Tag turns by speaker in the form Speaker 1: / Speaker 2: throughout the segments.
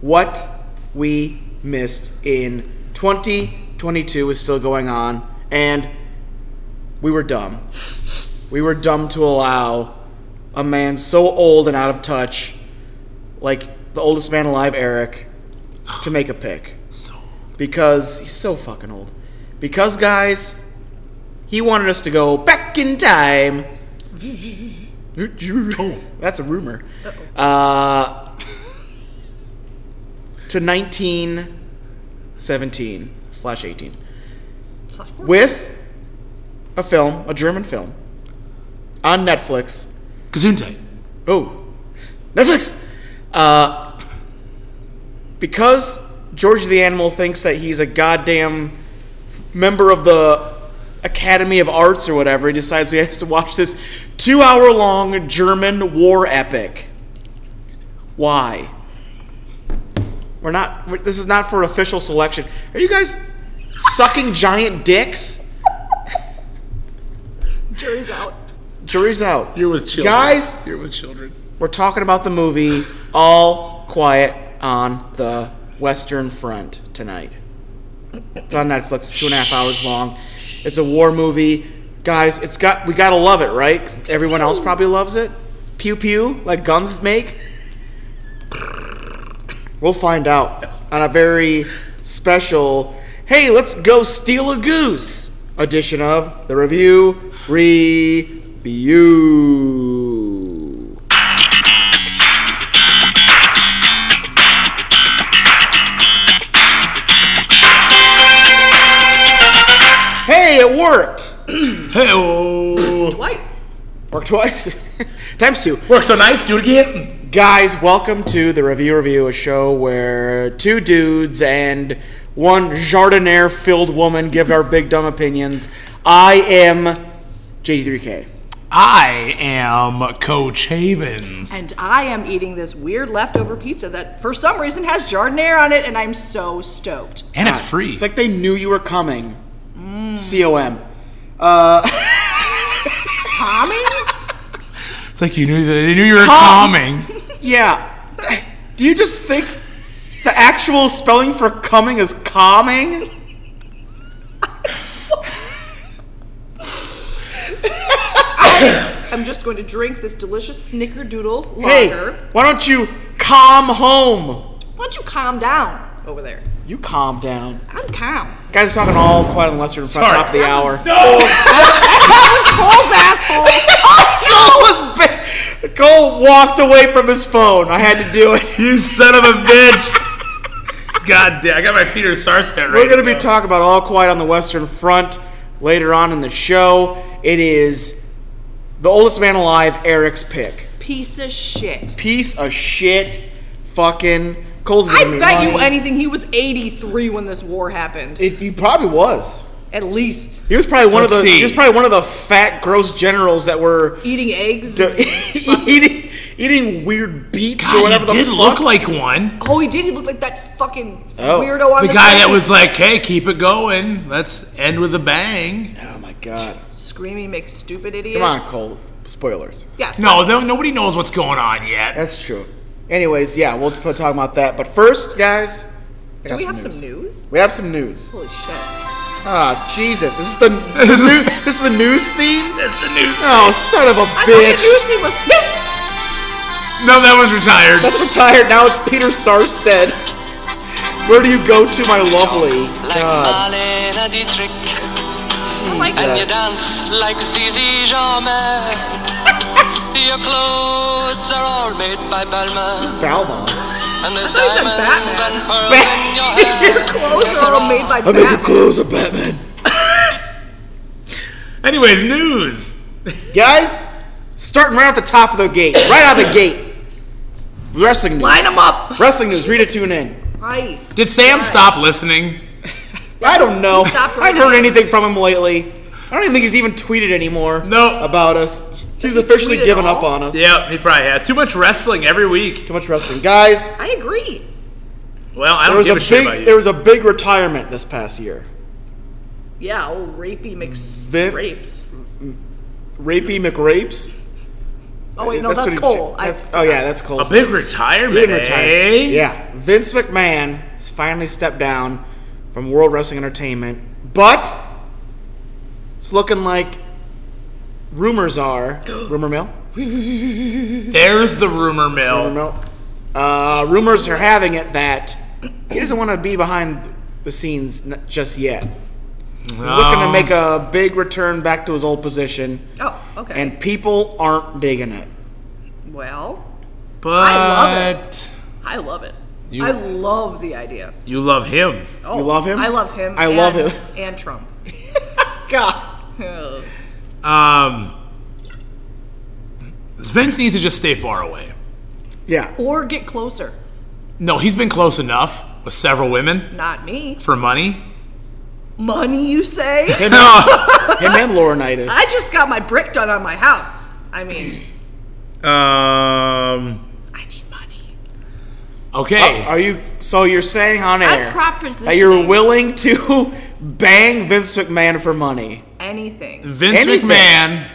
Speaker 1: what we missed in 2022 is still going on, and we were dumb. We were dumb to allow a man so old and out of touch, like the oldest man alive, Eric, to make a pick.
Speaker 2: So
Speaker 1: Because he's so fucking old. Because, guys, he wanted us to go back in time. That's a rumor. Uh, to 1917 slash 18 with a film, a German film, on Netflix.
Speaker 2: Gesundheit.
Speaker 1: Oh, Netflix. Uh, because George the Animal thinks that he's a goddamn member of the Academy of Arts or whatever, he decides he has to watch this two-hour-long German war epic. Why? We're not. we this is not for official selection. Are you guys sucking giant dicks?
Speaker 3: Jury's out.
Speaker 1: Jury's out.
Speaker 2: You're with children.
Speaker 1: Guys,
Speaker 2: You're with children.
Speaker 1: We're talking about the movie All Quiet on the Western Front tonight. It's on Netflix, two and a half hours long. It's a war movie. Guys, it's got we gotta love it, right? 'Cause Everyone else probably loves it. Pew pew, like guns make. We'll find out on a very special Hey, let's go steal a goose edition of the review review. Hey, it worked.
Speaker 2: Hey, oh.
Speaker 3: Twice.
Speaker 1: Worked twice. Times two.
Speaker 2: Works so nice, do it again.
Speaker 1: Guys, welcome to the Review Review, a show where two dudes and one jardiniere filled woman give our big dumb opinions. I am JD3K.
Speaker 2: I am Coach Havens.
Speaker 3: And I am eating this weird leftover pizza that for some reason has jardiniere on it, and I'm so stoked.
Speaker 2: And it's free. Mm.
Speaker 1: It's like they knew you were coming. COM. Uh,
Speaker 3: Calming?
Speaker 2: It's like you knew that they knew you were
Speaker 1: Calm.
Speaker 2: coming.
Speaker 1: yeah. Do you just think the actual spelling for coming is calming?
Speaker 3: I'm just going to drink this delicious snickerdoodle
Speaker 1: Hey,
Speaker 3: lager.
Speaker 1: why don't you calm home?
Speaker 3: Why don't you calm down over there?
Speaker 1: You calm down.
Speaker 3: I'm calm.
Speaker 1: Guys, we're talking all quiet on the Western Front,
Speaker 2: Sorry.
Speaker 1: top of the hour.
Speaker 3: That was Cole's asshole.
Speaker 1: Cole Oh, was ba- Cole walked away from his phone. I had to do it.
Speaker 2: You son of a bitch. God damn, I got my Peter Sarstedt right
Speaker 1: We're going to be talking about All Quiet on the Western Front later on in the show. It is the oldest man alive, Eric's pick.
Speaker 3: Piece of shit.
Speaker 1: Piece of shit, fucking. Cole's
Speaker 3: I
Speaker 1: giving me
Speaker 3: bet you
Speaker 1: money.
Speaker 3: anything he was 83 when this war happened.
Speaker 1: It, he probably was.
Speaker 3: At least
Speaker 1: He was probably one
Speaker 2: Let's
Speaker 1: of the.
Speaker 2: see.
Speaker 1: He was probably one of the fat, gross generals that were
Speaker 3: eating eggs.
Speaker 1: eating, eating weird beets or whatever
Speaker 2: God, he Ah, did
Speaker 1: the fuck.
Speaker 2: look like one.
Speaker 3: oh, he did. He looked like that fucking
Speaker 1: Oh.
Speaker 3: weirdo on
Speaker 2: The
Speaker 3: the,
Speaker 2: guy that
Speaker 3: train.
Speaker 2: was like, hey, keep it going. Let's end with a bang.
Speaker 1: oh my god!
Speaker 3: screaming, make stupid idiot.
Speaker 1: Come on, Cole. Spoilers.
Speaker 3: Yes.
Speaker 2: No, no, nobody knows what's going on yet.
Speaker 1: That's true. Anyways, yeah, we'll talk about that. But first, guys,
Speaker 3: Do we have some news?
Speaker 1: We have some news.
Speaker 3: Holy shit.
Speaker 1: Ah, Jesus! Is this the this is the, new- this is the news theme?
Speaker 2: That's the news.
Speaker 1: Oh, son of a
Speaker 3: I thought the
Speaker 1: bitch!
Speaker 3: news thing was news.
Speaker 2: No, that one's retired.
Speaker 1: That's retired now. It's Peter Sarstedt. Where do you go to, my lovely?
Speaker 4: like
Speaker 1: God,
Speaker 4: Marlena Dietrich,
Speaker 3: Oh my
Speaker 4: and you
Speaker 1: Jesus.
Speaker 4: dance like Zizi Jamais. Your clothes are all made by Balmain,
Speaker 1: Balmain.
Speaker 4: and there's
Speaker 3: thought you said
Speaker 4: diamonds
Speaker 3: Batman.
Speaker 4: and pearls in your hair.
Speaker 3: Your clothes are all made by
Speaker 1: I make your
Speaker 3: Batman.
Speaker 1: clothes of Batman.
Speaker 2: Anyways, news.
Speaker 1: Guys, starting right at the top of the gate, right out of the gate. Wrestling news.
Speaker 3: Line them up.
Speaker 1: Wrestling news. Read it. Tune in.
Speaker 3: Christ.
Speaker 2: Did Sam stop listening?
Speaker 1: I don't know.
Speaker 3: He stopped
Speaker 1: I haven't heard
Speaker 3: writing.
Speaker 1: anything from him lately. I don't even think he's even tweeted anymore.
Speaker 2: No.
Speaker 1: About us. He's
Speaker 3: he
Speaker 1: officially
Speaker 3: tweet at
Speaker 1: given
Speaker 3: all?
Speaker 1: up on us.
Speaker 2: Yep, he probably had. Too much wrestling every week.
Speaker 1: Too much wrestling, guys.
Speaker 3: I agree.
Speaker 2: Well, I
Speaker 1: There
Speaker 2: don't
Speaker 1: was
Speaker 2: give a,
Speaker 1: a
Speaker 2: shit about
Speaker 1: big.
Speaker 2: you.
Speaker 1: There was a big retirement this past year.
Speaker 3: Yeah, old rapey makes
Speaker 1: Vin-
Speaker 3: rapes.
Speaker 1: Rapey McRapes
Speaker 3: Oh, wait, no, that's,
Speaker 1: what he-
Speaker 3: Cole. I-
Speaker 1: that's- oh yeah, that's Cole.
Speaker 5: A big retirement.
Speaker 1: He didn't retire.
Speaker 5: eh?
Speaker 1: Yeah, Vince McMahon has finally stepped down from World Wrestling Entertainment, but it's looking like rumors are rumor mill.
Speaker 5: There's the rumor
Speaker 1: Rumor
Speaker 5: mill.
Speaker 1: mill. Uh, rumors are having it that he doesn't want to be behind the scenes n- just yet. He's looking to
Speaker 5: Um,
Speaker 1: make a big return back to his old position,
Speaker 3: oh, okay.
Speaker 1: and people aren't digging it.
Speaker 3: well,
Speaker 5: But
Speaker 3: I love I love it. I love the idea.
Speaker 5: you love him.
Speaker 3: Oh,
Speaker 1: You love him?
Speaker 3: I love him.
Speaker 1: I
Speaker 3: and-
Speaker 1: love him.
Speaker 3: And Trump.
Speaker 1: God.
Speaker 3: Ugh.
Speaker 5: Um, Vince needs to just stay far away.
Speaker 1: Yeah.
Speaker 3: or get closer.
Speaker 5: No, he's been close enough with several women
Speaker 3: Not me.
Speaker 5: for money.
Speaker 3: Money, you say?
Speaker 1: Him, him and Laurinaitis.
Speaker 3: I just got my brick done on my house. I mean,
Speaker 5: Um.
Speaker 3: I need money.
Speaker 5: Okay.
Speaker 1: Uh, Are you? So you're saying on air
Speaker 3: I'm propositioning
Speaker 1: that you're willing to bang Vince McMahon for money?
Speaker 3: anything.
Speaker 5: Vince
Speaker 1: anything.
Speaker 5: McMahon.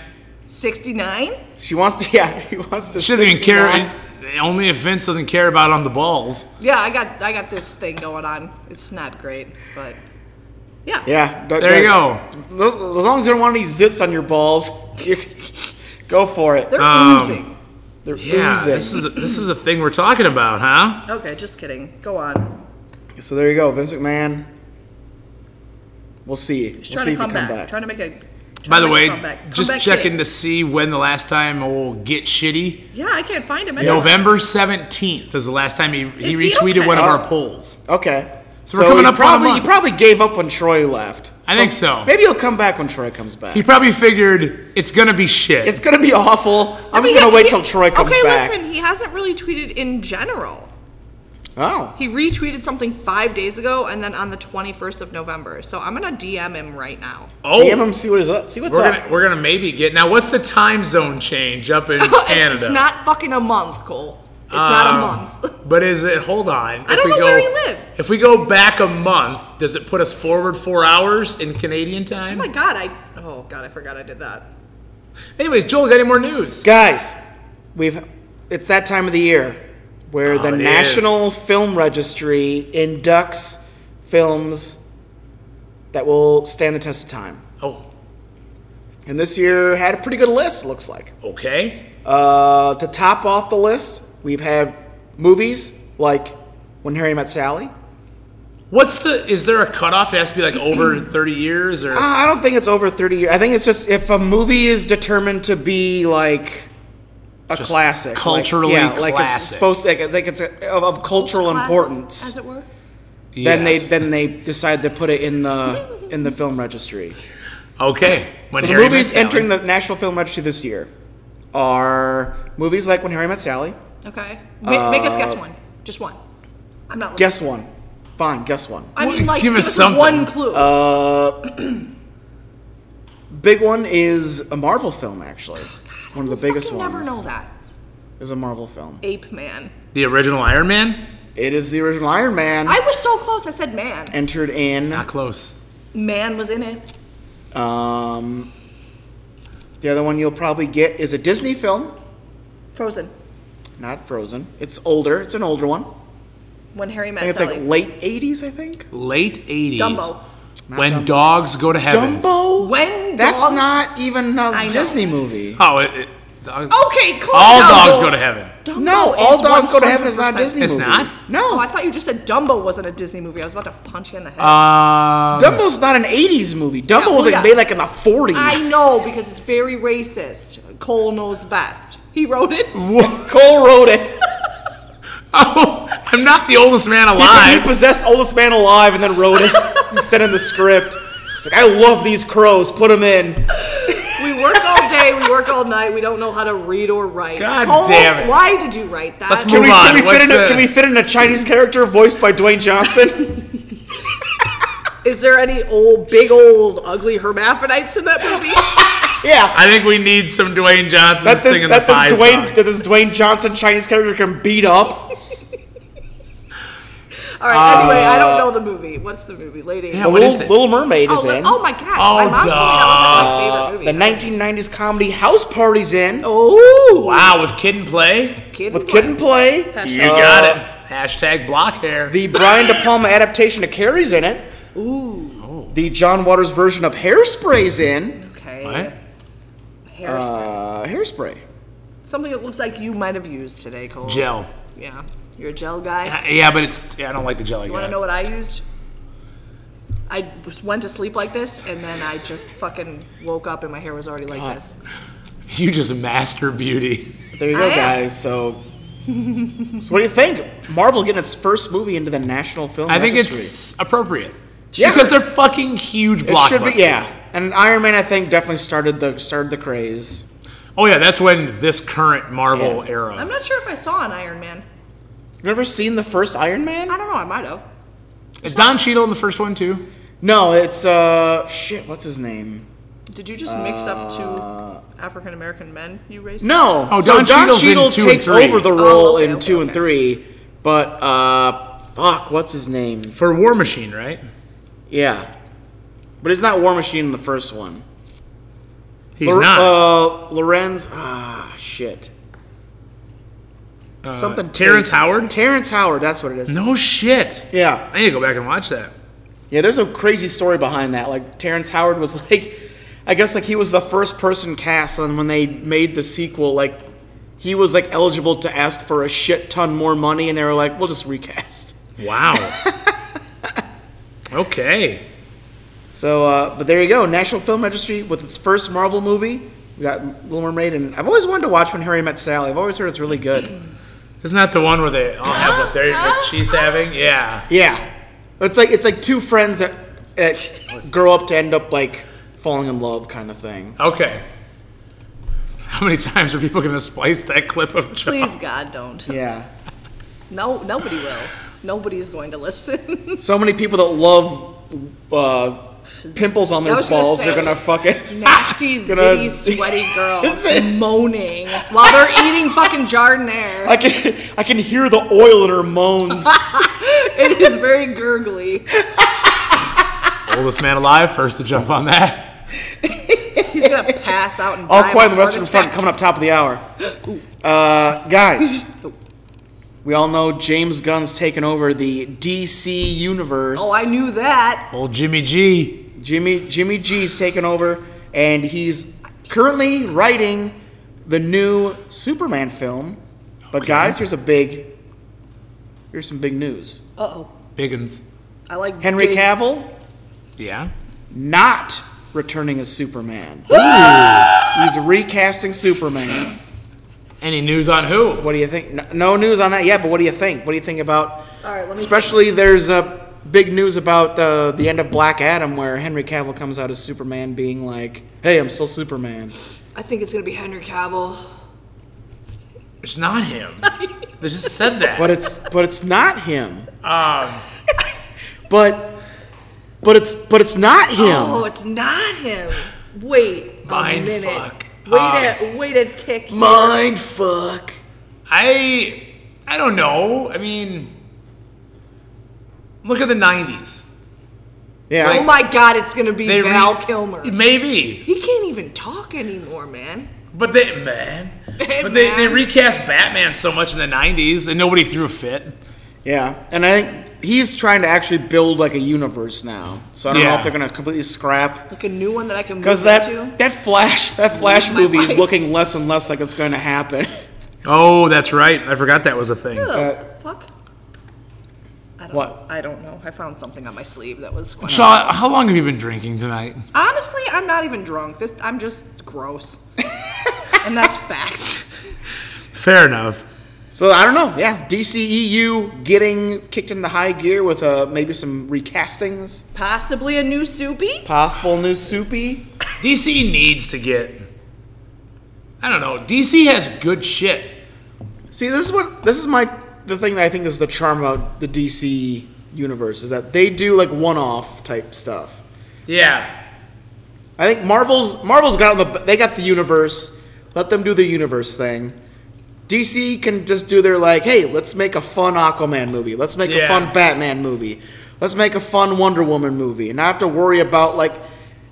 Speaker 3: 69?
Speaker 1: She wants to. Yeah, he wants to.
Speaker 5: She doesn't even care.
Speaker 1: 69.
Speaker 5: Only if Vince doesn't care about on the balls.
Speaker 3: Yeah, I got I got this thing going on. It's not great, but yeah.
Speaker 1: Yeah. d-
Speaker 5: There
Speaker 1: d-
Speaker 5: you go.
Speaker 1: As as long as there aren't any zits on your balls, you- go for it.
Speaker 3: They're
Speaker 5: Um,
Speaker 3: oozing.
Speaker 1: They're
Speaker 5: Yeah,
Speaker 1: oozing.
Speaker 5: this is a, this is a thing we're talking about, huh?
Speaker 3: Okay, just kidding. Go on.
Speaker 1: so there you go, Vince McMahon. We'll see.
Speaker 3: Just
Speaker 1: we'll
Speaker 3: trying
Speaker 1: see
Speaker 3: to come
Speaker 1: if he come
Speaker 3: back.
Speaker 1: back.
Speaker 3: Trying to make a.
Speaker 5: By
Speaker 3: trying to
Speaker 5: the
Speaker 3: make a
Speaker 5: way,
Speaker 3: comeback.
Speaker 5: just
Speaker 3: Comeback
Speaker 5: checking to
Speaker 3: kid.
Speaker 5: see when the last time old Get Shitty.
Speaker 3: Yeah, I can't find him. anywhere.
Speaker 5: November 17th is the last time he, he
Speaker 3: Is he
Speaker 5: retweeted
Speaker 3: okay? Uh,
Speaker 5: one of
Speaker 1: Oh.
Speaker 5: our polls.
Speaker 1: Okay.
Speaker 5: So we're coming
Speaker 1: he
Speaker 5: up on a
Speaker 1: probably
Speaker 5: month.
Speaker 1: he probably gave up when Troy left.
Speaker 5: I think so.
Speaker 1: Maybe he'll come back when Troy comes back.
Speaker 5: He probably figured it's gonna be shit.
Speaker 1: It's gonna be awful. I'm just
Speaker 3: He-
Speaker 1: gonna wait
Speaker 3: he-
Speaker 1: till Troy comes
Speaker 3: okay,
Speaker 1: back.
Speaker 3: listen. He hasn't really tweeted in general.
Speaker 1: Oh,
Speaker 3: He retweeted something five days ago, and then on the 21st of November. So I'm gonna DM him right now.
Speaker 5: oh,
Speaker 1: DM him. See what is up. See what's
Speaker 5: we're
Speaker 1: up.
Speaker 5: gonna we're gonna maybe get now. What's the time zone change up in
Speaker 3: It's-
Speaker 5: Canada?
Speaker 3: It's not fucking a month, Cole. It's not a
Speaker 5: Um,
Speaker 3: month.
Speaker 5: But is it? Hold on.
Speaker 3: I don't know where he lives.
Speaker 5: If we go back a month, does it put us forward four hours in Canadian time?
Speaker 3: oh my god, I. Oh god, I forgot I did that.
Speaker 5: Anyways, Joel, got any more news?
Speaker 1: Guys, we've it's that time of the year where the
Speaker 5: Oh, it is.
Speaker 1: National Film Registry inducts films that will stand the test of time.
Speaker 5: Oh,
Speaker 1: And this year had a pretty good list, it looks like.
Speaker 5: okay.
Speaker 1: Uh, to top off the list, we've had movies like When Harry Met Sally. Uh,
Speaker 5: What's the? Is there a cutoff? It has to be like over thirty years, or
Speaker 1: Uh, I don't think it's over 30 years. I think it's just if a movie is determined to be like a
Speaker 5: Just
Speaker 1: classic,
Speaker 5: culturally
Speaker 1: like, yeah, like it's
Speaker 5: classic.
Speaker 1: supposed like, it's- like it's a, of, of cultural
Speaker 3: Classic,
Speaker 1: importance.
Speaker 3: as it were.
Speaker 1: Then
Speaker 5: Yes.
Speaker 1: they then they decide to put it in the in the film registry.
Speaker 5: okay. When
Speaker 1: so
Speaker 5: Harry
Speaker 1: the movies
Speaker 5: Met Sally.
Speaker 1: entering the National Film Registry this year are movies like When Harry Met Sally.
Speaker 3: Okay. Ma- make us guess
Speaker 1: Uh,
Speaker 3: one. Just one. I'm not.
Speaker 1: Guess one. Fine, guess one.
Speaker 3: I mean, like,
Speaker 5: Give
Speaker 3: give,
Speaker 5: us
Speaker 3: us
Speaker 5: something.
Speaker 3: one clue.
Speaker 1: Uh, big one is a Marvel film actually. One of the biggest
Speaker 3: Oh, Fucking
Speaker 1: ones
Speaker 3: Never know that.
Speaker 1: is a Marvel film.
Speaker 3: Ape Man.
Speaker 5: the original Iron Man.
Speaker 1: It is the original Iron Man
Speaker 3: I was so close. I said man.
Speaker 1: entered in.
Speaker 5: Not close.
Speaker 3: Man was in it.
Speaker 1: Um, the other one you'll probably get is a Disney film,
Speaker 3: Frozen.
Speaker 1: not Frozen. It's older. It's an older one.
Speaker 3: When Harry
Speaker 1: I think
Speaker 3: met
Speaker 1: it's
Speaker 3: Sally.
Speaker 1: like late '80s. I think.
Speaker 5: Late eighties.
Speaker 3: Dumbo.
Speaker 5: When
Speaker 1: Dumbo.
Speaker 5: dogs go to heaven.
Speaker 1: Dumbo.
Speaker 3: When
Speaker 1: That's
Speaker 3: dogs-
Speaker 1: not even a
Speaker 3: know. Uh,
Speaker 1: Disney movie.
Speaker 5: Oh, it, it, dogs.
Speaker 3: Okay, Cole.
Speaker 5: All
Speaker 3: Oh, Dumbo.
Speaker 5: dogs go to heaven.
Speaker 3: Dumbo
Speaker 1: No,
Speaker 3: is
Speaker 1: all dogs go to heaven is not a
Speaker 3: 100%.
Speaker 1: Disney
Speaker 5: It's
Speaker 1: movie.
Speaker 5: not?
Speaker 3: Oh,
Speaker 1: No,
Speaker 3: I thought you just said Dumbo wasn't a Disney movie. I was about to punch you in the head.
Speaker 5: Um,
Speaker 1: Dumbo's not an '80s movie. Dumbo
Speaker 3: Yeah,
Speaker 1: was like
Speaker 3: yeah.
Speaker 1: made like in the '40s.
Speaker 3: I know because it's very racist. Cole knows best. He wrote it.
Speaker 1: Cole wrote it.
Speaker 5: Oh, I'm not the oldest man
Speaker 1: He, he
Speaker 5: alive.
Speaker 1: possessed oldest man alive and then wrote it and sent in the script. He's like, I love these crows. Put them in.
Speaker 3: We work all day. We work all night. We don't know how to read or write.
Speaker 5: God
Speaker 3: Cole,
Speaker 5: damn it.
Speaker 3: Why did you write that?
Speaker 5: Let's
Speaker 1: Can
Speaker 5: move
Speaker 1: we,
Speaker 5: on,
Speaker 1: can, we fit
Speaker 5: what's
Speaker 1: in a,
Speaker 5: the-
Speaker 1: can we fit in a Chinese character voiced by Dwayne Johnson?
Speaker 3: Is there any old, big old, ugly hermaphrodites in that movie?
Speaker 1: yeah.
Speaker 5: I think we need some Dwayne Johnson
Speaker 1: that this,
Speaker 5: singing
Speaker 1: that
Speaker 5: the pie
Speaker 1: this Dwayne
Speaker 5: song.
Speaker 1: that this Dwayne Johnson Chinese character can beat up.
Speaker 3: All right. anyway, I don't know the movie. What's the movie, lady?
Speaker 5: Yeah,
Speaker 1: The
Speaker 5: What
Speaker 1: Little,
Speaker 5: is it?
Speaker 1: Little Mermaid
Speaker 3: oh,
Speaker 1: is
Speaker 3: li-
Speaker 1: in.
Speaker 3: oh my god!
Speaker 5: Oh,
Speaker 3: my mom told me that was like my favorite movie.
Speaker 1: Uh, the 1990s comedy House Party's in
Speaker 3: Oh
Speaker 5: Wow, Ah, with Kid and Play?
Speaker 3: Kid
Speaker 1: with
Speaker 3: Play.
Speaker 1: Kid and Play. Uh,
Speaker 5: You got it. Hashtag block hair.
Speaker 1: The Brian De Palma adaptation of Carrie's in it. Ooh. The John Waters version of Hairspray's in.
Speaker 3: Okay.
Speaker 5: What?
Speaker 1: Uh,
Speaker 3: Hairspray.
Speaker 1: Hairspray.
Speaker 3: Something that looks like you might have used today, Cole.
Speaker 5: Gel.
Speaker 3: Yeah. You're a gel guy.
Speaker 5: Uh, Yeah, but it's. Yeah, I don't like the jelly
Speaker 3: You want
Speaker 5: guy.
Speaker 3: to know what I used? I just went to sleep like this, and then I just fucking woke up, and my hair was already like this.
Speaker 5: You just master beauty.
Speaker 1: There you go,
Speaker 3: I am.
Speaker 1: guys. So, so what do you think? Marvel getting its first movie into the national film.
Speaker 5: I think
Speaker 1: registry.
Speaker 5: it's appropriate.
Speaker 1: Yeah.
Speaker 5: Because they're fucking huge
Speaker 1: It should
Speaker 5: blockbusters.
Speaker 1: be, yeah. And Iron Man, I think, definitely started the started the craze.
Speaker 5: Oh yeah, that's when this current Marvel
Speaker 1: Yeah.
Speaker 5: era.
Speaker 3: I'm not sure if I saw an Iron Man.
Speaker 1: You've never seen the first Iron
Speaker 3: I
Speaker 1: Man?
Speaker 3: don't know. I might have.
Speaker 5: Is Don Cheadle in the first one too?
Speaker 1: No, it's uh, shit. What's his name?
Speaker 3: Did you just mix up two African American men? You raised?
Speaker 1: Uh, No.
Speaker 5: Oh,
Speaker 1: so
Speaker 5: Don
Speaker 1: Don
Speaker 5: Cheadle's in
Speaker 1: Cheadle
Speaker 5: two and
Speaker 1: takes
Speaker 5: three.
Speaker 1: over the
Speaker 5: Oh,
Speaker 1: role
Speaker 3: okay,
Speaker 1: in
Speaker 3: okay,
Speaker 1: two and
Speaker 3: okay.
Speaker 1: three, but uh, fuck, what's his name?
Speaker 5: For War Machine, right?
Speaker 1: Yeah, but it's not War Machine in the first one.
Speaker 5: He's
Speaker 1: Lor-
Speaker 5: not.
Speaker 1: Uh, Lorenz. Ah, shit.
Speaker 5: Uh,
Speaker 1: Something.
Speaker 5: Terrence
Speaker 1: Tate.
Speaker 5: Howard.
Speaker 1: Terrence Howard. That's what it is.
Speaker 5: No shit.
Speaker 1: Yeah.
Speaker 5: I need to go back and watch that.
Speaker 1: Yeah, there's a crazy story behind that. Like Terrence Howard was like, I guess like he was the first person cast, and when they made the sequel, like he was like eligible to ask for a shit ton more money, and they were like, we'll just recast.
Speaker 5: Wow. okay.
Speaker 1: So, uh, but there you go, National Film Registry with its first Marvel movie. We got Little Mermaid, and I've always wanted to watch When Harry Met Sally. I've always heard it's really good.
Speaker 5: Isn't that the one where they all have what they're what she's having? Yeah.
Speaker 1: Yeah, it's like it's like two friends that, that grow up to end up like falling in love, kind of thing.
Speaker 5: Okay. How many times are people gonna splice that clip of Jaws?
Speaker 3: Please God, don't.
Speaker 1: Yeah.
Speaker 3: No, nobody will. Nobody's going to listen.
Speaker 1: So many people that love uh, pimples on
Speaker 3: I
Speaker 1: their
Speaker 3: was gonna
Speaker 1: balls
Speaker 3: say-
Speaker 1: are gonna fucking.
Speaker 3: Nasty,
Speaker 1: Gonna-
Speaker 3: zitty, sweaty girls
Speaker 1: Is it-
Speaker 3: moaning while they're eating fucking jardinere.
Speaker 1: I can I can hear the oil in her moans.
Speaker 3: It is very gurgly.
Speaker 5: Oldest man alive, first to jump on that.
Speaker 3: He's gonna pass out and
Speaker 1: All
Speaker 3: die
Speaker 1: quiet on
Speaker 3: of
Speaker 1: the
Speaker 3: a
Speaker 1: Western
Speaker 3: heart
Speaker 1: Front
Speaker 3: attack.
Speaker 1: coming up top of the hour. Uh, guys, we all know James Gunn's taken over the DC universe.
Speaker 3: Oh, I knew that.
Speaker 5: Old Jimmy G.
Speaker 1: Jimmy Jimmy G's taken over, and he's currently writing the new Superman film. But guys, here's a big here's some big news.
Speaker 3: Uh oh.
Speaker 5: Biggins.
Speaker 3: I like
Speaker 1: Henry
Speaker 3: big-
Speaker 1: Cavill
Speaker 5: Yeah.
Speaker 1: not returning as Superman. He's recasting Superman.
Speaker 5: Any news on who?
Speaker 1: What do you think? No, no news on that yet, but what do you think? What do you think about?
Speaker 3: All right, let me.
Speaker 1: Especially there's a big news about the the end of Black Adam where Henry Cavill comes out as Superman being like, "Hey, I'm still Superman."
Speaker 3: I think it's gonna be Henry Cavill.
Speaker 5: It's not him. they just said that.
Speaker 1: But it's but it's not him.
Speaker 5: um,
Speaker 1: But but it's but it's not him.
Speaker 3: Oh, it's not him. Wait a
Speaker 5: Mind
Speaker 3: minute.
Speaker 5: fuck.
Speaker 3: Wait
Speaker 5: Uh,
Speaker 3: a wait a tick. here.
Speaker 1: Mind fuck.
Speaker 5: I I don't know. I mean, look at the '90s.
Speaker 1: Yeah.
Speaker 3: oh my God, it's gonna be
Speaker 5: They
Speaker 3: Val
Speaker 5: re-
Speaker 3: Kilmer.
Speaker 5: Maybe,
Speaker 3: He can't even talk anymore, man.
Speaker 5: but they man, but they, they
Speaker 3: Man.
Speaker 5: recast Batman so much in the '90s, and nobody threw a fit.
Speaker 1: Yeah, and I think he's trying to actually build like a universe now. So I don't know
Speaker 5: Yeah.
Speaker 1: if they're gonna completely scrap
Speaker 3: Like a new one that I can move
Speaker 1: because that
Speaker 3: into.
Speaker 1: that Flash that Flash
Speaker 3: my
Speaker 1: movie is
Speaker 3: life.
Speaker 1: looking less and less like it's going to happen.
Speaker 5: Oh, that's right. I forgot that was a thing.
Speaker 3: Oh,
Speaker 1: uh,
Speaker 3: fuck. I don't,
Speaker 1: what?
Speaker 3: I don't know. I found something on my sleeve that was. quite-
Speaker 5: Shaw, how long have you been drinking tonight?
Speaker 3: Honestly, I'm not even drunk. This I'm just gross. and that's fact.
Speaker 5: Fair enough.
Speaker 1: So I don't know. Yeah, DCEU getting kicked into high gear with uh, maybe some recastings,
Speaker 3: Possibly a new soupy?
Speaker 1: possible new Soupy.
Speaker 5: DC needs to get. I don't know. DC has good shit.
Speaker 1: See, this is what this is my the thing that I think is the charm about the DC universe is that they do like one-off type stuff.
Speaker 5: Yeah.
Speaker 1: I think Marvel's Marvel's got on the they got the universe. Let them do their universe thing. DC can just do their like, hey, let's make a fun Aquaman movie. Let's make a
Speaker 2: Yeah.
Speaker 1: fun Batman movie. Let's make a fun Wonder Woman movie, and not have to worry about like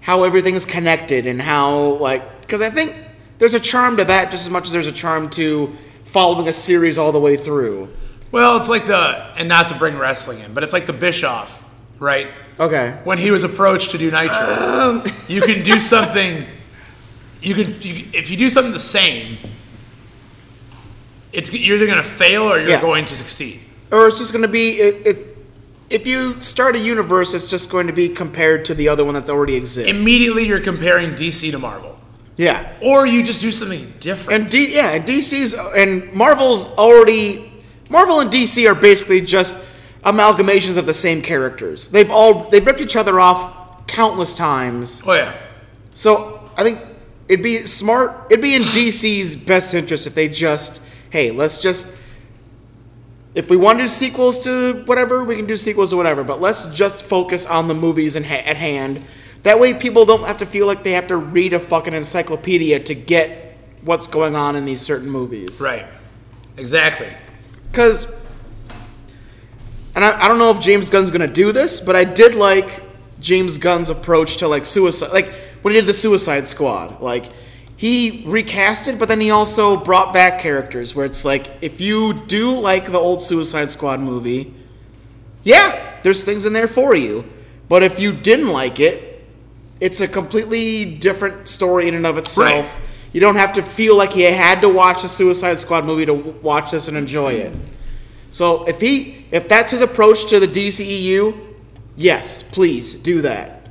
Speaker 1: how everything's connected and how like because I think there's a charm to that just as much as there's a charm to following a series all the way through.
Speaker 2: Well, it's like the and not to bring wrestling in, but it's like the Bischoff, right?
Speaker 1: Okay.
Speaker 2: When he was approached to do
Speaker 1: Um.
Speaker 2: Nitro, you can do something. You can you, if you do something the same, it's you're either going to fail or you're
Speaker 1: Yeah.
Speaker 2: going to succeed.
Speaker 1: or it's just going to be it, it if you start a universe it's just going to be compared to the other one that already exists
Speaker 2: Immediately, you're comparing DC to Marvel,
Speaker 1: yeah
Speaker 2: or you just do something different.
Speaker 1: and D, yeah and dc's and marvel's already marvel and dc are basically just amalgamations of the same characters they've all they've ripped each other off countless times
Speaker 2: oh yeah,
Speaker 1: so i think it'd be smart it'd be in dc's best interest if they just hey let's just if we want to do sequels to whatever, we can do sequels to whatever, but let's just focus on the movies in ha- at hand. That way, people don't have to feel like they have to read a fucking encyclopedia to get what's going on in these certain movies.
Speaker 2: right, exactly.
Speaker 1: Because, and I, I don't know if James Gunn's gonna do this, but I did like James Gunn's approach to like suicide, like when he did the Suicide Squad. Like he recast it, but then he also brought back characters where it's like if you do like the old Suicide Squad movie, yeah, there's things in there for you. But if you didn't like it, it's a completely different story in and of itself.
Speaker 2: Right.
Speaker 1: You don't have to feel like you had to watch a Suicide Squad movie to w- watch this and enjoy it. So if he if that's his approach to the DCEU, yes, please do that.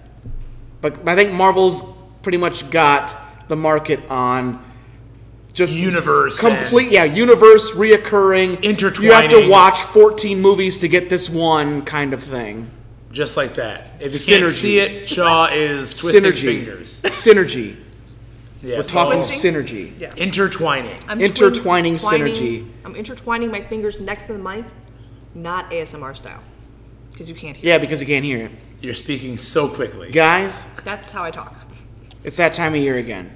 Speaker 1: But I think Marvel's pretty much got the market on just
Speaker 2: Universe and-
Speaker 1: complete yeah, universe reoccurring You have to
Speaker 2: Intertwining.
Speaker 1: watch 14 movies to get this one kind of thing.
Speaker 2: Just like that. If you can't
Speaker 1: Synergy.
Speaker 2: see it, Shaw is twisting
Speaker 1: synergy.
Speaker 2: fingers.
Speaker 1: Synergy.
Speaker 2: Yeah,
Speaker 1: We're
Speaker 2: so
Speaker 1: talking
Speaker 3: Twisting?
Speaker 1: synergy.
Speaker 3: Yeah.
Speaker 2: intertwining.
Speaker 3: I'm
Speaker 1: Intertwining
Speaker 3: twin-
Speaker 1: synergy.
Speaker 3: twining- I'm intertwining my fingers next to the mic, not ASMR style, because you can't hear.
Speaker 1: Yeah, because you can't hear it.
Speaker 2: You're speaking so quickly.
Speaker 1: Guys,
Speaker 3: That's how I talk.
Speaker 1: it's that time of year again.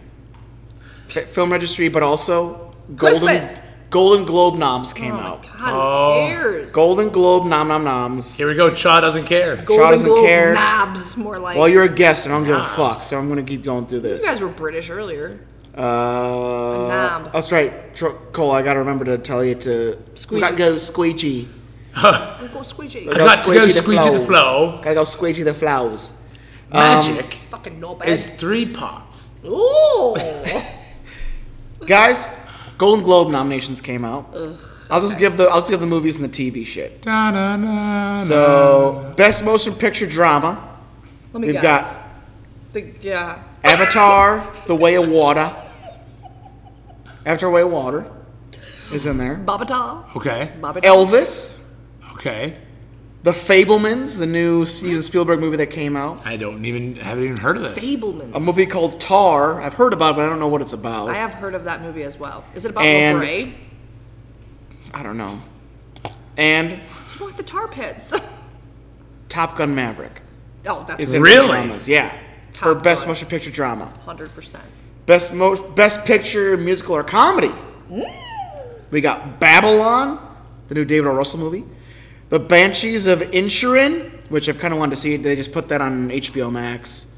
Speaker 1: F- Film registry, but also Golden
Speaker 3: Christmas.
Speaker 1: Golden Globe noms came
Speaker 3: Oh my
Speaker 1: out.
Speaker 3: god,
Speaker 2: Oh.
Speaker 3: who cares?
Speaker 1: Golden Globe nom nom noms.
Speaker 2: Here we go. Shaw doesn't care.
Speaker 3: Golden
Speaker 1: doesn't
Speaker 3: Globe
Speaker 1: care.
Speaker 3: knobs, more like.
Speaker 1: Well, you're a guest, and I don't give a
Speaker 2: Knobs.
Speaker 1: fuck, so I'm gonna keep going through this.
Speaker 3: you guys were British earlier.
Speaker 1: uh,
Speaker 3: knob.
Speaker 1: That's right, Tro- Cole. I gotta remember to tell you to
Speaker 3: Squeegee.
Speaker 1: Gotta go squeegee.
Speaker 3: I'm going squeegee.
Speaker 1: Gotta
Speaker 2: got to go squeegee the
Speaker 1: flows.
Speaker 2: flow.
Speaker 1: Gotta go squeegee the flowers. Um,
Speaker 2: Magic
Speaker 3: Fucking no
Speaker 2: is
Speaker 3: bad.
Speaker 2: three parts.
Speaker 3: Ooh.
Speaker 1: Guys, Golden Globe nominations came out. I'll just give the I'll just give the movies and the TV shit. So, best motion picture drama,
Speaker 3: Let me
Speaker 1: we've
Speaker 3: guess.
Speaker 1: got
Speaker 3: The, yeah.
Speaker 1: Avatar: The Way of Water. Avatar: Way of Water is in there.
Speaker 3: Babata.
Speaker 2: Okay.
Speaker 3: Babata.
Speaker 1: Elvis,
Speaker 2: Okay.
Speaker 1: The Fablemans, the new Steven Spielberg movie that came out.
Speaker 2: I don't even haven't even heard of this.
Speaker 3: Fableman.
Speaker 1: A movie called Tar. I've heard about it, but I don't know what it's about.
Speaker 3: I have heard of that movie as well. Is it about
Speaker 1: And-
Speaker 3: LeBray?
Speaker 1: I don't know. And
Speaker 3: What with the tar pits?
Speaker 1: Top Gun Maverick
Speaker 3: oh, that's
Speaker 1: is in
Speaker 2: Really?
Speaker 1: the dramas. Yeah, for
Speaker 3: Top
Speaker 1: best
Speaker 3: Gun.
Speaker 1: motion picture drama.
Speaker 3: hundred percent.
Speaker 1: Best mo- best picture musical or comedy. We got Babylon, the new David O. Russell movie. The Banshees of Inisherin, which I've kind of wanted to see. They just put that on HBO Max.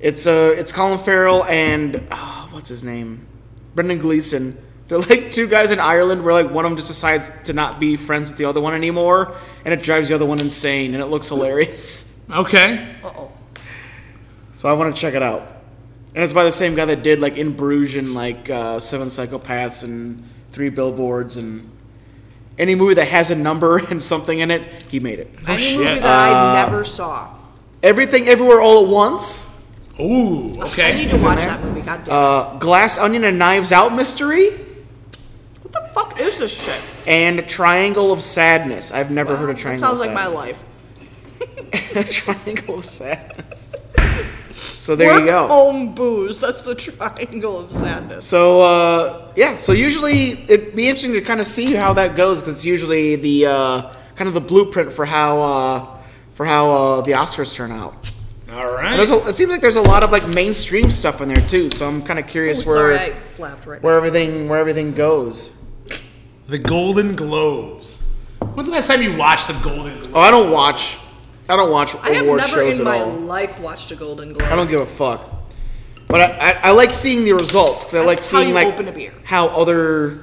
Speaker 1: It's uh, it's Colin Farrell and ah, what's his name, Brendan Gleeson. They're like two guys in Ireland where like one of them just decides to not be friends with the other one anymore, and it drives the other one insane, and it looks hilarious.
Speaker 2: Okay.
Speaker 3: Uh oh.
Speaker 1: So I want to check it out. And it's by the same guy that did like In Bruges and like uh, Seven Psychopaths and Three Billboards and any movie that has a number and something in it, he made it.
Speaker 3: Any
Speaker 2: shit.
Speaker 3: movie that
Speaker 1: Uh,
Speaker 3: I never saw.
Speaker 1: Everything, everywhere, all at once.
Speaker 2: Ooh.
Speaker 3: I need
Speaker 2: Okay.
Speaker 3: to watch
Speaker 1: there?
Speaker 3: that movie. God damn.
Speaker 1: Uh, Glass Onion and Knives Out mystery
Speaker 3: what the fuck is this shit?
Speaker 1: and Triangle of Sadness. I've never heard of
Speaker 3: That
Speaker 1: Triangle.
Speaker 3: sounds
Speaker 1: of
Speaker 3: like my
Speaker 1: Sadness.
Speaker 3: life.
Speaker 1: triangle of Sadness. So there
Speaker 3: Work,
Speaker 1: you go.
Speaker 3: home, booze. That's the triangle of sadness.
Speaker 1: So uh, yeah, so usually it'd be interesting to kind of see how that goes because it's usually the uh, kind of the blueprint for how uh, for how uh, the Oscars turn out.
Speaker 2: All
Speaker 1: And There's
Speaker 2: right.
Speaker 1: a, it seems like there's a lot of like mainstream stuff in there too, so I'm kind of
Speaker 3: Oh,
Speaker 1: curious where
Speaker 3: sorry, I slapped right.
Speaker 1: where
Speaker 3: Where?
Speaker 1: everything where everything goes.
Speaker 5: The Golden Globes. When's the last time you watched the Golden Globes?
Speaker 1: Oh, I don't watch. I don't watch
Speaker 3: I have
Speaker 1: award
Speaker 3: never
Speaker 1: shows
Speaker 3: in
Speaker 1: at
Speaker 3: my
Speaker 1: all.
Speaker 3: life watched a Golden
Speaker 1: I
Speaker 3: Globe.
Speaker 1: don't give a fuck. But I, I, I like seeing the results because I like
Speaker 3: That's how
Speaker 1: seeing
Speaker 3: you
Speaker 1: like
Speaker 3: open a beer.
Speaker 1: how other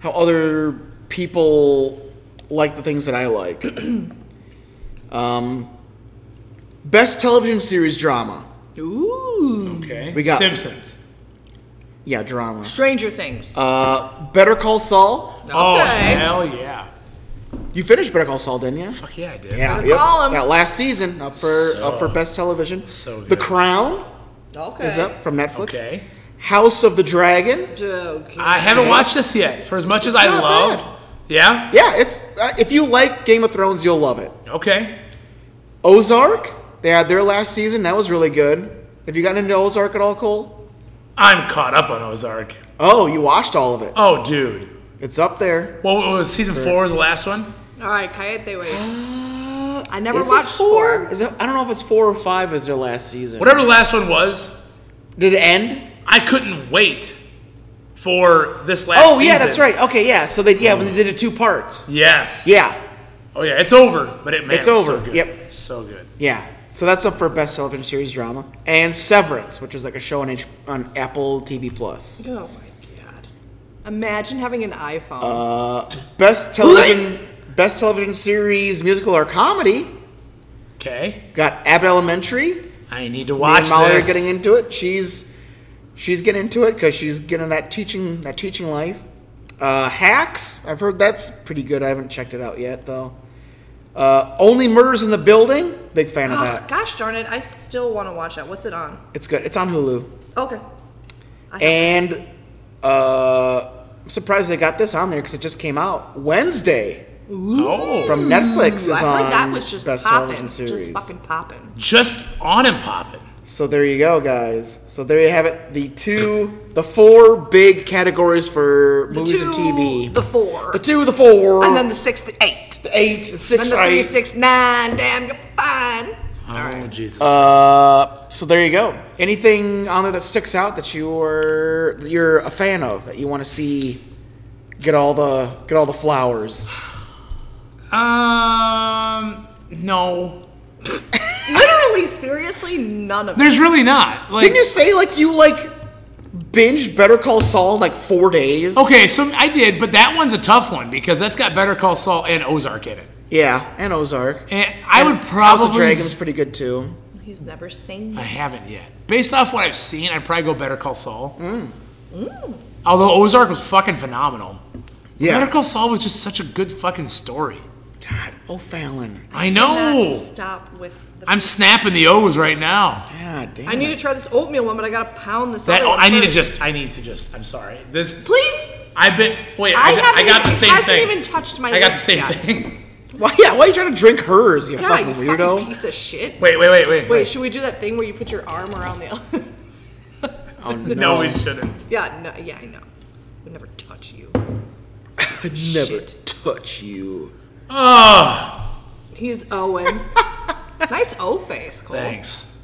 Speaker 1: how other people like the things that I like. um, best television series drama.
Speaker 3: Ooh.
Speaker 5: Okay.
Speaker 1: We got-
Speaker 5: Simpsons.
Speaker 1: Yeah, drama.
Speaker 3: Stranger Things.
Speaker 1: Uh, Better Call Saul.
Speaker 5: Oh
Speaker 3: Okay.
Speaker 5: hell yeah!
Speaker 1: You finished Better Call Saul, didn't you?
Speaker 5: Fuck yeah, I did.
Speaker 1: Yeah,
Speaker 3: Better Call 'em.
Speaker 1: yeah. Last season up for up for best television.
Speaker 5: so
Speaker 1: The
Speaker 5: good.
Speaker 1: Crown
Speaker 3: okay.
Speaker 1: is up from Netflix.
Speaker 5: Okay.
Speaker 1: House of the Dragon.
Speaker 3: Okay.
Speaker 5: I haven't watched this yet. For as much as
Speaker 1: It's
Speaker 5: I
Speaker 1: not
Speaker 5: loved,
Speaker 1: bad.
Speaker 5: yeah.
Speaker 1: Yeah, it's uh, if you like Game of Thrones, you'll love it.
Speaker 5: Okay.
Speaker 1: Ozark. They had their last season. That was really good. Have you gotten into Ozark at all, Cole?
Speaker 5: I'm caught up on Ozark.
Speaker 1: Oh, you watched all of it.
Speaker 5: Oh, dude.
Speaker 1: It's up there.
Speaker 5: What what was season four? Was the last one?
Speaker 3: All right, Cayete Way. I never
Speaker 1: Is it
Speaker 3: watched
Speaker 1: four?
Speaker 3: four.
Speaker 1: Is it, I don't know if it's four or five. Is their last season?
Speaker 5: Whatever the last one was,
Speaker 1: Did it end?
Speaker 5: I couldn't wait for this last.
Speaker 1: Oh yeah,
Speaker 5: season.
Speaker 1: that's right. Okay, yeah. So they yeah when they did it two parts.
Speaker 5: Yes.
Speaker 1: Yeah,
Speaker 5: Oh yeah, it's over. But it man,
Speaker 1: It's
Speaker 5: it was
Speaker 1: over.
Speaker 5: So good.
Speaker 1: Yep.
Speaker 5: So good.
Speaker 1: yeah. So that's up for best television series drama and Severance, which is like a show on H- on Apple TV Plus.
Speaker 3: Oh my god. Imagine having an iPhone.
Speaker 1: Uh, best television best television series musical or comedy
Speaker 5: Okay.
Speaker 1: got Abbott Elementary.
Speaker 5: I need to
Speaker 1: Me
Speaker 5: watch
Speaker 1: and Molly
Speaker 5: this.
Speaker 1: are getting into it. She's she's getting into it because she's getting that teaching that teaching life. Uh, Hacks, I've heard that's pretty good. I haven't checked it out yet though. Uh, Only Murders in the Building, big fan of
Speaker 3: oh,
Speaker 1: that.
Speaker 3: gosh darn it! I still want to watch that. What's it on?
Speaker 1: It's good. It's on Hulu.
Speaker 3: Okay. I have-
Speaker 1: And uh, I'm surprised they got this on there because it just came out Wednesday
Speaker 5: oh.
Speaker 1: from Netflix. Is
Speaker 3: Ooh, I
Speaker 1: on
Speaker 3: heard that was just
Speaker 1: best
Speaker 3: popping,
Speaker 1: television series.
Speaker 3: just fucking popping.
Speaker 5: just on and popping.
Speaker 1: So there you go, guys. So there you have it. The two, the four big categories for movies and TV.
Speaker 3: the four,
Speaker 1: The two, the four,
Speaker 3: and then the six, the eight,
Speaker 1: the eight, the six,
Speaker 3: then the three,
Speaker 1: eight.
Speaker 3: six, nine. Damn, you're fine.
Speaker 5: Oh Jesus.
Speaker 1: Uh, so there you go. Anything on there that sticks out that you're that you're a fan of that you want to see get all the get all the flowers?
Speaker 5: um. No.
Speaker 3: Literally, seriously, none of it.
Speaker 5: There's really not. Like.
Speaker 1: Didn't you say like you like binge Better Call Saul in, like four days?
Speaker 5: Okay, so I did, but that one's a tough one because that's got Better Call Saul and Ozark in it.
Speaker 1: Yeah, and Ozark.
Speaker 5: And I would
Speaker 1: House
Speaker 5: probably
Speaker 1: of Dragons pretty good too.
Speaker 3: He's never seen.
Speaker 5: I
Speaker 3: it.
Speaker 5: haven't yet. Based off what I've seen, I'd probably go Better Call Saul. Mm. Although Ozark was fucking phenomenal. Better Call Saul was just such a good fucking story.
Speaker 1: God, O'Fallon.
Speaker 5: I
Speaker 3: Cannot
Speaker 5: know.
Speaker 3: Stop with. The
Speaker 5: I'm snapping the O's right now.
Speaker 1: God damn.
Speaker 3: I need to
Speaker 1: it.
Speaker 3: try this oatmeal one, but I gotta pound this.
Speaker 5: That
Speaker 3: other one
Speaker 5: I need to
Speaker 3: first.
Speaker 5: just. I need to just. I'm sorry. This.
Speaker 3: Please.
Speaker 5: I've been. Wait.
Speaker 3: I
Speaker 5: I, ju- I
Speaker 3: haven't
Speaker 5: got
Speaker 3: even-
Speaker 5: the
Speaker 3: it
Speaker 5: same
Speaker 3: hasn't
Speaker 5: thing.
Speaker 3: even touched my
Speaker 5: I got the
Speaker 3: lips
Speaker 5: same
Speaker 3: yet.
Speaker 5: thing.
Speaker 1: Why, yeah, why are you trying to drink hers? You
Speaker 3: Yeah,
Speaker 1: fucking
Speaker 3: you
Speaker 1: weirdo.
Speaker 3: fucking piece of shit.
Speaker 5: Wait. Wait. Wait. Wait.
Speaker 3: Wait, should we do that thing where you put your arm around the other?
Speaker 1: oh,
Speaker 5: No, we shouldn't.
Speaker 3: yeah, no, yeah, I know. Would never touch you.
Speaker 1: never
Speaker 3: Shit.
Speaker 1: touch you.
Speaker 5: Oh,
Speaker 3: He's Owen. nice O face, Cole.
Speaker 5: thanks.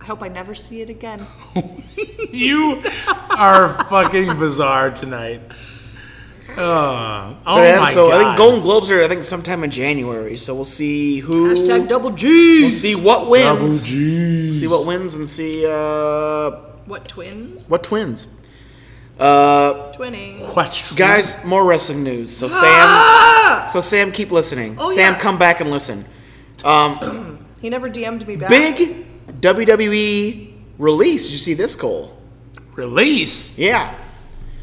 Speaker 3: I hope I never see it again.
Speaker 5: You are fucking bizarre tonight. Oh, oh
Speaker 1: But I have-
Speaker 5: my
Speaker 1: so
Speaker 5: god!
Speaker 1: I think Golden Globes are I think sometime in January. So we'll see who.
Speaker 3: Hashtag double G.
Speaker 1: We'll see what wins.
Speaker 5: Double G's.
Speaker 1: See what wins and see uh,
Speaker 3: What twins?
Speaker 1: what twins. Uh,
Speaker 3: Twinning.
Speaker 5: Question.
Speaker 1: guys, more wrestling news. So Sam,
Speaker 3: Ah!
Speaker 1: so Sam, keep listening.
Speaker 3: Oh,
Speaker 1: Sam,
Speaker 3: yeah.
Speaker 1: come back and listen. Um,
Speaker 3: He never DM'd me back.
Speaker 1: big WWE release. Did you see this, Cole?
Speaker 5: release.
Speaker 1: Yeah.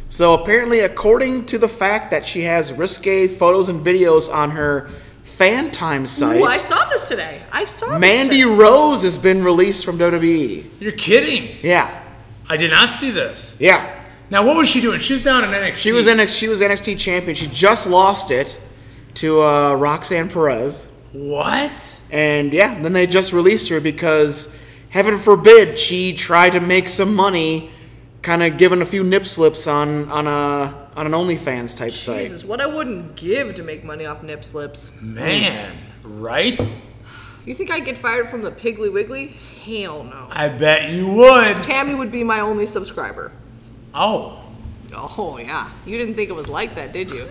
Speaker 1: So apparently, according to the fact that she has risque photos and videos on her fan time site,
Speaker 3: Ooh, I saw this today. I saw this
Speaker 1: Mandy
Speaker 3: today.
Speaker 1: Rose has been released from WWE.
Speaker 5: You're kidding.
Speaker 1: Yeah,
Speaker 5: I did not see this.
Speaker 1: yeah.
Speaker 5: Now, what was she doing? She was down in NXT.
Speaker 1: She was NXT, she was NXT champion. She just lost it to uh, Roxanne Perez,
Speaker 5: What?
Speaker 1: and yeah, then they just released her because heaven forbid she tried to make some money, kind of giving a few nip slips on on a on an OnlyFans type site.
Speaker 3: Jesus, what I wouldn't give to make money off nip slips.
Speaker 5: Man, right?
Speaker 3: You think I'd get fired from the Piggly Wiggly? Hell no.
Speaker 5: I bet you would.
Speaker 3: Tammy would be my only subscriber.
Speaker 5: Oh,
Speaker 3: Oh yeah, you didn't think it was like that, did you?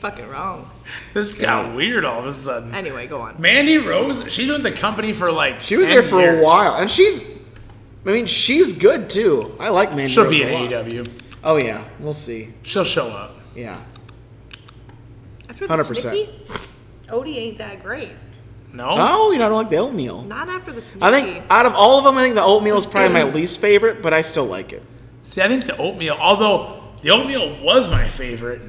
Speaker 3: fucking wrong.
Speaker 2: This got weird all of a sudden.
Speaker 3: Anyway, go on.
Speaker 2: Mandy Rose, she's been with the company for like
Speaker 1: She was
Speaker 2: 10
Speaker 1: there for
Speaker 2: years.
Speaker 1: a while, and she's. I mean, she's good too. I like Mandy
Speaker 2: She'll
Speaker 1: Rose
Speaker 2: be
Speaker 1: a lot.
Speaker 2: at AEW.
Speaker 1: Oh yeah, we'll see.
Speaker 2: She'll show up.
Speaker 1: Yeah,
Speaker 3: After the
Speaker 1: 100%.
Speaker 3: Snicky, Odie ain't that great.
Speaker 2: No.
Speaker 1: Oh, you know, I don't like the oatmeal.
Speaker 3: Not after the Snicky.
Speaker 1: I think out of all of them, I think the oatmeal is probably my least favorite, but I still like it.
Speaker 2: See, I think the oatmeal, although the oatmeal was my favorite,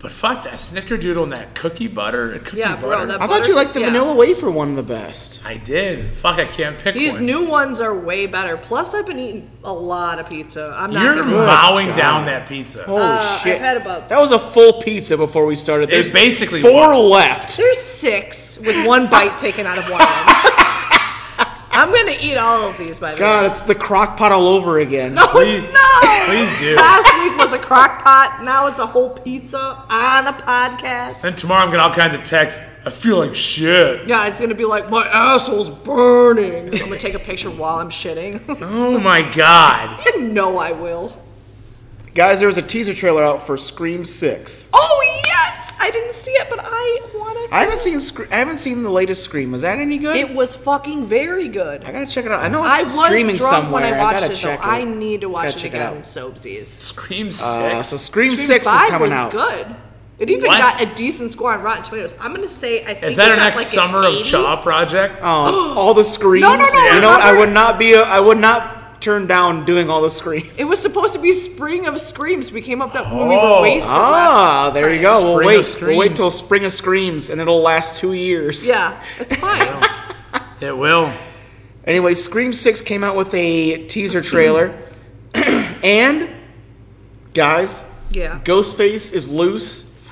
Speaker 2: but fuck that snickerdoodle and that cookie butter and cookie
Speaker 3: Yeah, bro,
Speaker 2: butter.
Speaker 3: that-
Speaker 1: I thought you liked the
Speaker 3: Yeah.
Speaker 1: vanilla wafer one the best.
Speaker 2: I did. Fuck, I can't pick
Speaker 3: These
Speaker 2: one.
Speaker 3: new ones are way better. Plus, I've been eating a lot of pizza. I'm not.
Speaker 2: You're
Speaker 3: gonna
Speaker 2: mowing
Speaker 1: God.
Speaker 2: down that pizza.
Speaker 1: Holy
Speaker 3: Uh, I've
Speaker 1: shit!
Speaker 3: had about-
Speaker 1: that was a full pizza before we started. There's
Speaker 2: basically
Speaker 1: four
Speaker 2: was.
Speaker 1: left.
Speaker 3: There's six with one bite taken out of one. of them. I'm gonna eat all of these by the
Speaker 1: God,
Speaker 3: way.
Speaker 1: it's the crock pot all over again.
Speaker 3: No,
Speaker 2: Please-
Speaker 3: no.
Speaker 2: please do.
Speaker 3: Last week was a crock pot. Now it's a whole pizza on a podcast.
Speaker 2: Then tomorrow I'm getting all kinds of texts. I feel like shit.
Speaker 3: Yeah, it's gonna be like my asshole's burning. I'm gonna take a picture while I'm shitting.
Speaker 2: Oh my god.
Speaker 3: you know I will.
Speaker 1: Guys, there was a teaser trailer out for Scream Six.
Speaker 3: Oh yes, I didn't see it, but I want to.
Speaker 1: I haven't seen Scre- I haven't seen the latest Scream. Is that any good?
Speaker 3: It was fucking very good.
Speaker 1: I gotta check it out. I know it's
Speaker 3: I was
Speaker 1: streaming
Speaker 3: drunk
Speaker 1: somewhere.
Speaker 3: when I watched
Speaker 1: gotta
Speaker 3: it though.
Speaker 1: check it.
Speaker 3: I need to watch
Speaker 1: Gotta
Speaker 3: it
Speaker 1: check
Speaker 3: again,
Speaker 1: out.
Speaker 3: Soapsies.
Speaker 2: Scream
Speaker 1: Uh,
Speaker 2: six.
Speaker 1: so Scream,
Speaker 3: Scream
Speaker 1: Six is
Speaker 3: five
Speaker 1: coming
Speaker 3: was
Speaker 1: out.
Speaker 3: good. It even
Speaker 2: What?
Speaker 3: got a decent score on Rotten Tomatoes. I'm gonna say I think
Speaker 2: is that our
Speaker 3: it's at,
Speaker 2: next
Speaker 3: like an
Speaker 2: summer of
Speaker 3: 80.
Speaker 2: Chaw project?
Speaker 1: Oh, all the screams.
Speaker 3: No, no, no,
Speaker 1: You know what? I
Speaker 3: remember-
Speaker 1: would not be. A, I would not turn down doing all the screams.
Speaker 3: It was supposed to be Spring of Screams. We came up that when we were
Speaker 2: Oh.
Speaker 3: wasted.
Speaker 1: Ah,
Speaker 3: last
Speaker 1: there you
Speaker 3: time.
Speaker 1: go.
Speaker 2: Spring
Speaker 1: We'll
Speaker 2: of
Speaker 1: wait. We'll wait
Speaker 2: screams.
Speaker 1: till spring of screams, and it'll last two years.
Speaker 3: Yeah, it's fine.
Speaker 2: Oh. It will.
Speaker 1: Anyway, Scream Six came out with a teaser trailer, and guys,
Speaker 3: yeah.
Speaker 1: Ghostface is loose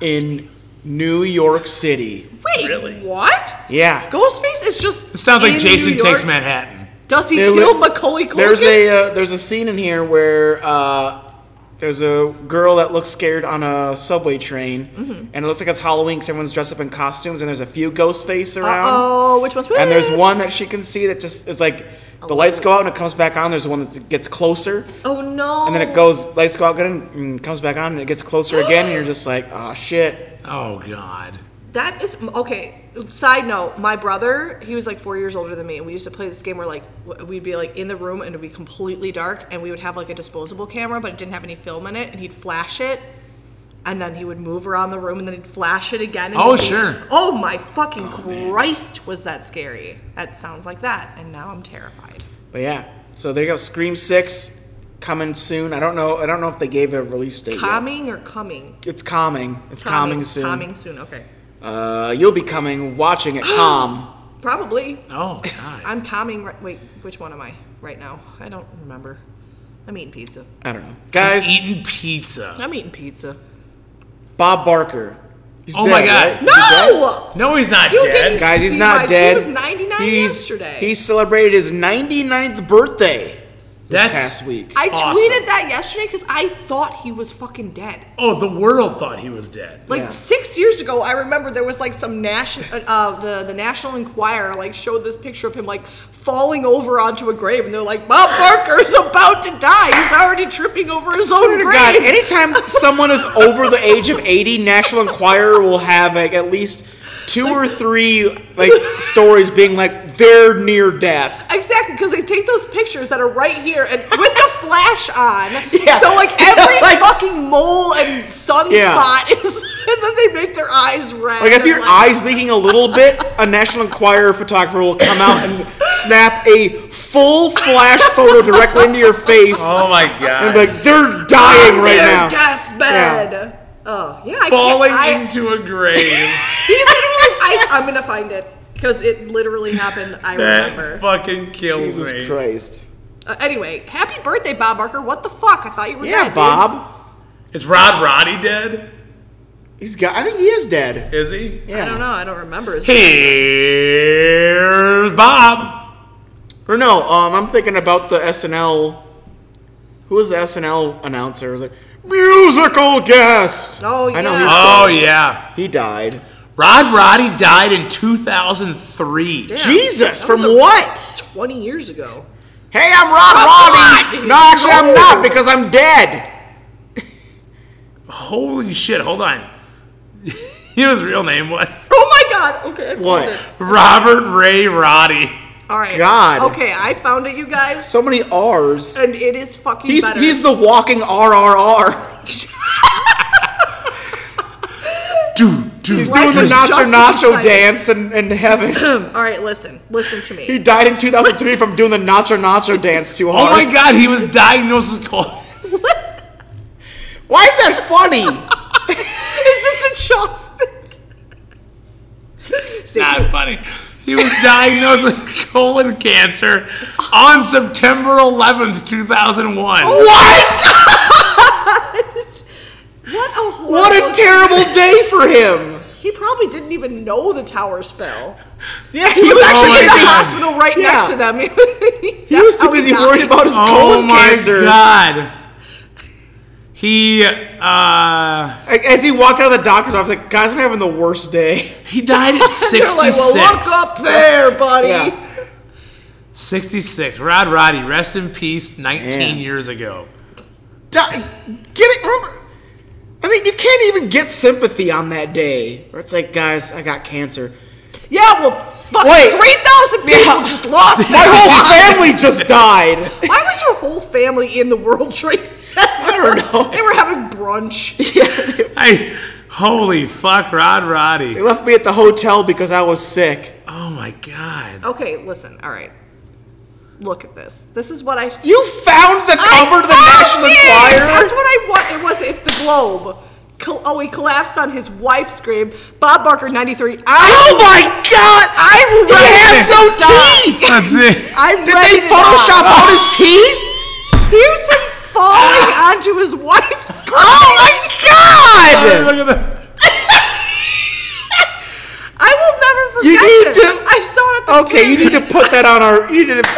Speaker 1: in New York City.
Speaker 3: Wait,
Speaker 2: Really?
Speaker 3: what?
Speaker 1: Yeah,
Speaker 3: Ghostface is just.
Speaker 2: It sounds like
Speaker 3: in
Speaker 2: Jason
Speaker 3: New York.
Speaker 2: Takes Manhattan.
Speaker 3: Does he
Speaker 1: They li-
Speaker 3: kill Macaulay Culkin?
Speaker 1: There's a uh, there's a scene in here where uh, there's a girl that looks scared on a subway train, and it looks like it's Halloween because everyone's dressed up in costumes, and there's a few ghost face around,
Speaker 3: Oh, which one's which?
Speaker 1: and there's one that she can see that just is like the lights go out and it comes back on. There's one that gets closer,
Speaker 3: Oh no.
Speaker 1: and then it goes lights go out again and comes back on, and it gets closer again, and you're just like, ah, shit.
Speaker 2: Oh god.
Speaker 3: That is okay. Side note: My brother, he was like four years older than me, and we used to play this game where like w- we'd be like in the room and it'd be completely dark, and we would have like a disposable camera, but it didn't have any film in it, and he'd flash it, and then he would move around the room, and then he'd flash it again. And
Speaker 2: Oh,
Speaker 3: he'd be-
Speaker 2: sure.
Speaker 3: Oh my fucking Christ! Was that scary? That sounds like that, and now I'm terrified.
Speaker 1: But yeah, so there you go. Scream Six coming soon. I don't know. I don't know if they gave a release date. yet.
Speaker 3: Calming or coming?
Speaker 1: It's coming. It's coming, soon.
Speaker 3: Calming soon. Okay.
Speaker 1: Uh, you'll be coming, watching it calm.
Speaker 3: Probably.
Speaker 2: Oh god.
Speaker 3: I'm calming. Right, wait, which one am I right now? I don't remember. I'm eating pizza.
Speaker 1: I don't know. Guys,
Speaker 2: Eating pizza.
Speaker 3: I'm eating pizza.
Speaker 1: Bob Barker. He's
Speaker 2: Oh my
Speaker 1: dead,
Speaker 2: God.
Speaker 1: right? Is he dead?
Speaker 3: No!
Speaker 2: No, he's not
Speaker 3: You
Speaker 2: dead.
Speaker 3: didn't-
Speaker 1: Guys, he's
Speaker 3: See,
Speaker 1: not
Speaker 3: my- he
Speaker 1: dead.
Speaker 3: was 99
Speaker 1: he's,
Speaker 3: yesterday.
Speaker 1: He celebrated his 99th birthday this
Speaker 2: That's
Speaker 1: past week.
Speaker 3: I
Speaker 2: Awesome.
Speaker 3: tweeted that yesterday because I thought he was fucking dead.
Speaker 2: Oh, the world thought he was dead.
Speaker 3: Like
Speaker 1: Yeah.
Speaker 3: six years ago, I remember there was like some national, uh, uh, the the National Enquirer like showed this picture of him like falling over onto a grave, and they're like, Bob Barker's about to die. He's already tripping over his own
Speaker 1: Swear to
Speaker 3: grave.
Speaker 1: God, anytime someone is over the age of 80, National Enquirer will have like, at least two or three like stories being like they're near death.
Speaker 3: Exactly, because they take those pictures that are right here and with the flash on.
Speaker 1: Yeah.
Speaker 3: So like every
Speaker 1: Yeah, like-
Speaker 3: fucking mole and sunspot
Speaker 1: Yeah.
Speaker 3: is, and then they make their eyes red.
Speaker 1: Like if
Speaker 3: and,
Speaker 1: your eyes leaking a little bit, a National Enquirer photographer will come out and snap a full flash photo directly into your face
Speaker 2: Oh my
Speaker 1: and
Speaker 2: god.
Speaker 1: be like, "They're dying right
Speaker 3: their
Speaker 1: now."
Speaker 3: deathbed. Oh yeah, I
Speaker 2: Falling
Speaker 3: can't. I,
Speaker 2: into a grave.
Speaker 3: he literally. I, I'm gonna find it because it literally happened. I
Speaker 2: that
Speaker 3: remember.
Speaker 2: fucking kills
Speaker 1: Jesus
Speaker 2: me.
Speaker 1: Christ!
Speaker 3: Uh, anyway, happy birthday, Bob Barker. What the fuck? I thought you were
Speaker 1: Yeah,
Speaker 3: dead, dude.
Speaker 1: Bob.
Speaker 2: Is Rod Roddy dead?
Speaker 1: He's got. I think he is dead.
Speaker 2: Is he?
Speaker 1: Yeah.
Speaker 3: I don't know. I don't remember. His
Speaker 2: Here's Bob.
Speaker 1: Or no. Um, I'm thinking about the SNL. Who was the SNL announcer? It was like musical guest.
Speaker 3: Oh,
Speaker 1: I know
Speaker 3: yeah.
Speaker 1: he's
Speaker 2: Oh
Speaker 1: dead.
Speaker 2: yeah.
Speaker 1: He died.
Speaker 2: Rod Roddy died in 2003.
Speaker 3: Damn.
Speaker 1: Jesus,
Speaker 3: That was
Speaker 1: from
Speaker 3: a-
Speaker 1: what?
Speaker 3: Twenty years ago.
Speaker 1: Hey, I'm Rod
Speaker 3: Rod
Speaker 1: Roddy.
Speaker 3: Roddy!
Speaker 1: No, actually, I'm
Speaker 3: No.
Speaker 1: not because I'm dead.
Speaker 5: Holy shit! Hold on. you know what his real name was
Speaker 3: Oh my god. Okay. I found
Speaker 1: What?
Speaker 3: it.
Speaker 5: Robert Ray Roddy.
Speaker 3: All right.
Speaker 1: God.
Speaker 3: Okay, I found it, you guys,
Speaker 1: So many R's.
Speaker 3: and it is fucking
Speaker 1: He's
Speaker 3: better.
Speaker 1: he's the walking RRR.
Speaker 5: Dude, dude.
Speaker 1: He's
Speaker 3: Life
Speaker 1: doing the
Speaker 3: is
Speaker 1: Nacho
Speaker 3: just
Speaker 1: Nacho
Speaker 3: exciting.
Speaker 1: dance in, in heaven.
Speaker 3: All right, listen, listen to
Speaker 1: He
Speaker 3: me.
Speaker 1: died in 2003 from doing the Nacho Nacho dance too
Speaker 5: Oh
Speaker 1: hard.
Speaker 5: my god, he was diagnosed with cold.
Speaker 1: Why is that funny?
Speaker 3: Is this a Jaws bit? Stay
Speaker 5: Not
Speaker 3: tuned.
Speaker 5: funny. He was diagnosed with colon cancer on September 11th, 2001.
Speaker 1: what?
Speaker 3: What a horrible
Speaker 1: What a terrible day for him.
Speaker 3: He probably didn't even know the towers fell.
Speaker 1: Yeah, he was
Speaker 5: Oh my
Speaker 1: actually
Speaker 3: in the
Speaker 1: gonna
Speaker 5: God.
Speaker 1: be-
Speaker 3: hospital right
Speaker 1: Yeah.
Speaker 3: next to them.
Speaker 1: He was too busy worried about his
Speaker 5: Oh
Speaker 1: colon
Speaker 5: my
Speaker 1: cancer.
Speaker 5: god. He uh
Speaker 1: Like, As he walked out of the doctor's office, like, guys, I'm having the worst day.
Speaker 5: he died at 66.
Speaker 3: They're like, well, look up there, buddy.
Speaker 1: Yeah.
Speaker 5: 66. Rod Roddy, rest in peace, 19
Speaker 1: Man.
Speaker 5: years ago.
Speaker 1: Di- get it? Remember? I mean, you can't even get sympathy on that day. Where it's like, guys, I got cancer.
Speaker 3: Yeah, well, fucking
Speaker 1: Wait.
Speaker 3: 3,000 people
Speaker 1: Yeah.
Speaker 3: just lost
Speaker 1: My
Speaker 3: their
Speaker 1: whole
Speaker 3: lives.
Speaker 1: family just died.
Speaker 3: Why was your whole family in the World Trade Center? I
Speaker 1: don't know.
Speaker 3: They were having brunch.
Speaker 5: I holy fuck, Rod
Speaker 1: They
Speaker 5: Roddy.
Speaker 1: left me at the hotel because I was sick.
Speaker 5: Oh my god.
Speaker 3: Okay, listen, all right. Look at this. This is what I.
Speaker 1: You found the cover to the
Speaker 3: found
Speaker 1: National
Speaker 3: it!
Speaker 1: Enquirer?
Speaker 3: That's what I want. It was. It's the Globe. Co- oh, he collapsed on his wife's grave. Bob Barker, 93. I,
Speaker 1: Oh my god! I he has no teeth!
Speaker 5: Let's see.
Speaker 3: I
Speaker 1: Did
Speaker 3: read
Speaker 1: they
Speaker 3: it
Speaker 1: Photoshop
Speaker 3: out.
Speaker 1: out his teeth?
Speaker 3: Here's him falling onto his wife's grave.
Speaker 1: Oh my god!
Speaker 5: Look at that.
Speaker 3: I will never forget
Speaker 1: You need
Speaker 3: it.
Speaker 1: to-
Speaker 3: I saw it at the
Speaker 1: Okay, you
Speaker 3: gig.
Speaker 1: need to put that on our. You need to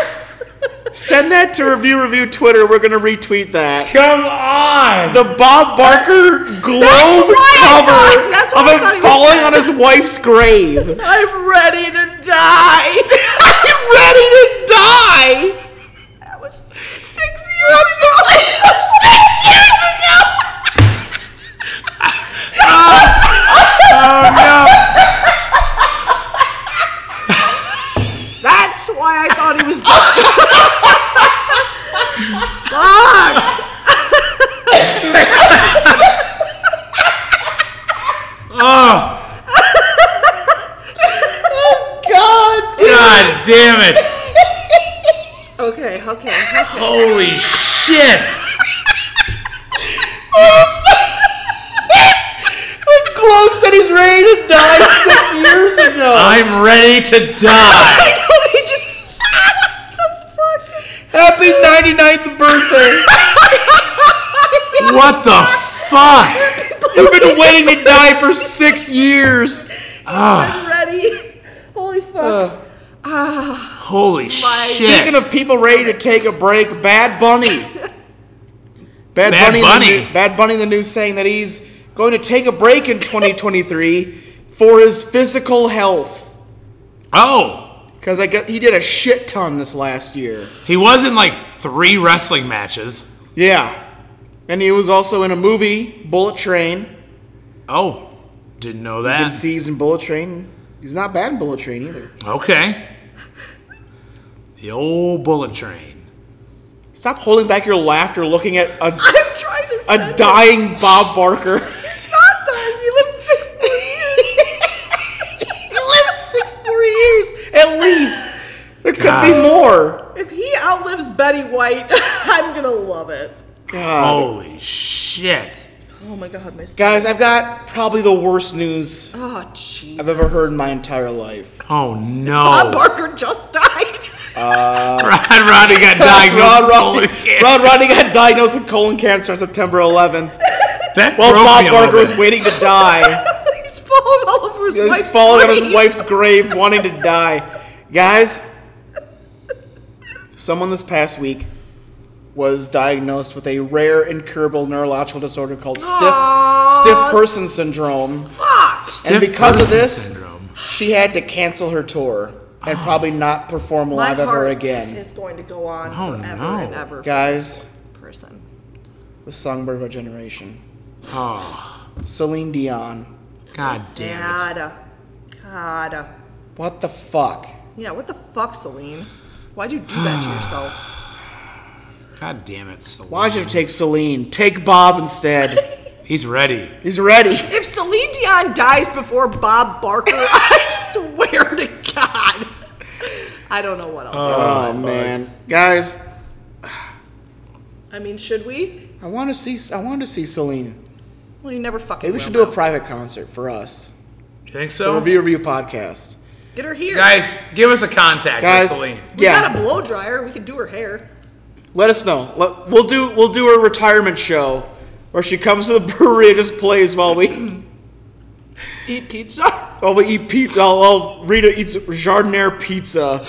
Speaker 1: send that to Review Review Twitter. We're gonna retweet that.
Speaker 5: Come on.
Speaker 1: The Bob Barker globe
Speaker 3: what I thought-
Speaker 1: cover
Speaker 3: that's
Speaker 1: of
Speaker 3: what I
Speaker 1: him
Speaker 3: thought he was
Speaker 1: falling on
Speaker 3: saying.
Speaker 1: his wife's grave.
Speaker 3: I'm ready to die.
Speaker 1: I'm ready to die.
Speaker 3: that was six years ago. six years ago. That's why I thought he was dead. Fuck.
Speaker 5: Oh
Speaker 1: God, dude.
Speaker 5: god damn it.
Speaker 3: Okay, okay.
Speaker 5: Holy shit.
Speaker 1: The globe said he's ready to die six years ago.
Speaker 5: I'm ready to die.
Speaker 3: I know they just. what the fuck?
Speaker 1: Happy 99th birthday.
Speaker 5: What the fuck?
Speaker 1: You've been waiting to die for six years.
Speaker 5: Ah,
Speaker 3: I'm ready. Holy fuck.
Speaker 1: Uh,
Speaker 5: Holy shit.
Speaker 1: speaking of people ready to take a break, Bad Bunny. Bad,
Speaker 5: Bad
Speaker 1: Bunny, in the
Speaker 5: Bunny.
Speaker 1: new- Bad Bunny in the news saying that he's going to take a break in 2023 for his physical health.
Speaker 5: Oh,
Speaker 1: Because I got, he did a shit ton this last year.
Speaker 5: he was in like three wrestling matches.
Speaker 1: Yeah. And he was also in a movie, Bullet Train.
Speaker 5: Oh, didn't know
Speaker 1: Been
Speaker 5: that.
Speaker 1: seized in Bullet Train. He's not bad in Bullet Train either.
Speaker 5: okay. The old bullet train.
Speaker 1: Stop holding back your laughter looking at a,
Speaker 3: I'm trying to.
Speaker 1: a
Speaker 3: send it.
Speaker 1: dying Bob Barker.
Speaker 3: He's not dying. He lived six more years.
Speaker 1: He lived six more years, at least. There could be
Speaker 5: God.
Speaker 1: more.
Speaker 3: if he outlives Betty White, I'm gonna love it.
Speaker 1: God.
Speaker 5: Holy shit.
Speaker 3: Oh my god, my stomach.
Speaker 1: Guys, I've got probably the worst news
Speaker 3: Oh Jesus.
Speaker 1: I've ever heard in my entire life.
Speaker 5: Oh
Speaker 3: Bob
Speaker 5: no.
Speaker 3: Barker just died.
Speaker 5: Rod Roddy got diagnosed
Speaker 1: Rod
Speaker 5: with
Speaker 1: Rodney,
Speaker 5: colon cancer.
Speaker 1: Rod Rodney got diagnosed with colon cancer on September 11th.
Speaker 5: That
Speaker 1: While
Speaker 5: broke
Speaker 1: Bob
Speaker 5: me a
Speaker 1: Barker
Speaker 5: little
Speaker 1: was
Speaker 5: bit.
Speaker 1: waiting to die,
Speaker 3: He's fallen all over his
Speaker 1: he was
Speaker 3: wife's
Speaker 1: falling on his
Speaker 3: grave.
Speaker 1: wife's grave, wanting to die. Guys, someone this past week was diagnosed with a rare incurable neurological disorder called stiff
Speaker 3: Aw,
Speaker 1: stiff person syndrome.
Speaker 3: Fuck.
Speaker 1: And
Speaker 5: Stiff
Speaker 1: because of
Speaker 5: person
Speaker 1: this,
Speaker 5: syndrome.
Speaker 1: she had to cancel her tour and probably not perform
Speaker 3: My
Speaker 1: live ever
Speaker 3: heart
Speaker 1: again.
Speaker 3: is going to go on
Speaker 5: Oh,
Speaker 3: forever
Speaker 5: no.
Speaker 3: and ever. for
Speaker 1: Guys,
Speaker 3: this Person.
Speaker 1: the songbird of our generation. Celine Dion.
Speaker 5: Oh, God damn it.
Speaker 3: Sad. God.
Speaker 1: What the fuck?
Speaker 3: Yeah, what the fuck, Celine? Why'd you do that to yourself?
Speaker 5: God damn it. Celine.
Speaker 1: Why'd you take Celine? Take Bob instead.
Speaker 5: He's ready.
Speaker 1: He's ready.
Speaker 3: If Celine Dion dies before Bob Barker, I swear to God. I don't know
Speaker 5: Uh.
Speaker 3: what I'll
Speaker 1: Oh, man, guys,
Speaker 3: do. I mean, should we?
Speaker 1: I want to see. I want to see Celine.
Speaker 3: Well, you never fucking
Speaker 1: Maybe we
Speaker 3: will
Speaker 1: should do a
Speaker 3: now.
Speaker 1: private concert for us.
Speaker 5: You think
Speaker 1: The
Speaker 5: so?
Speaker 1: review review podcast.
Speaker 3: Get her here.
Speaker 5: Guys, give us a contact
Speaker 1: Guys,
Speaker 5: for Celine.
Speaker 3: we
Speaker 1: yeah,
Speaker 3: got a blow dryer. We could do her hair.
Speaker 1: let us know. Let- we'll do we'll do a retirement show where she comes to the brewery and just plays while we
Speaker 3: Eat pizza.
Speaker 1: while we eat pizza. While, while Rita eats jardiniere pizza.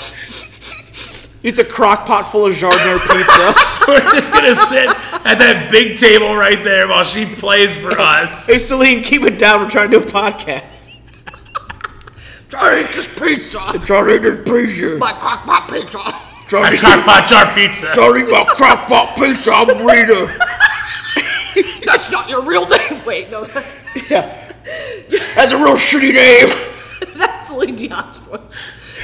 Speaker 1: Eats a crock pot full of jardiniere pizza.
Speaker 5: We're just gonna sit at that big table right there while she plays for us.
Speaker 1: hey Celine, keep it down. We're trying to do a podcast.
Speaker 3: Try to eat this pizza.
Speaker 1: Jardiniere pizza.
Speaker 3: My crock pot pizza.
Speaker 5: A
Speaker 1: Jardiniere-
Speaker 5: crock pot jar pizza.
Speaker 1: Sorry about crock pot pizza. I'm Rita.
Speaker 3: That's not your real name. Wait, no, that-
Speaker 1: Yeah. That's a real shitty name.
Speaker 3: that's Celine Dion's voice.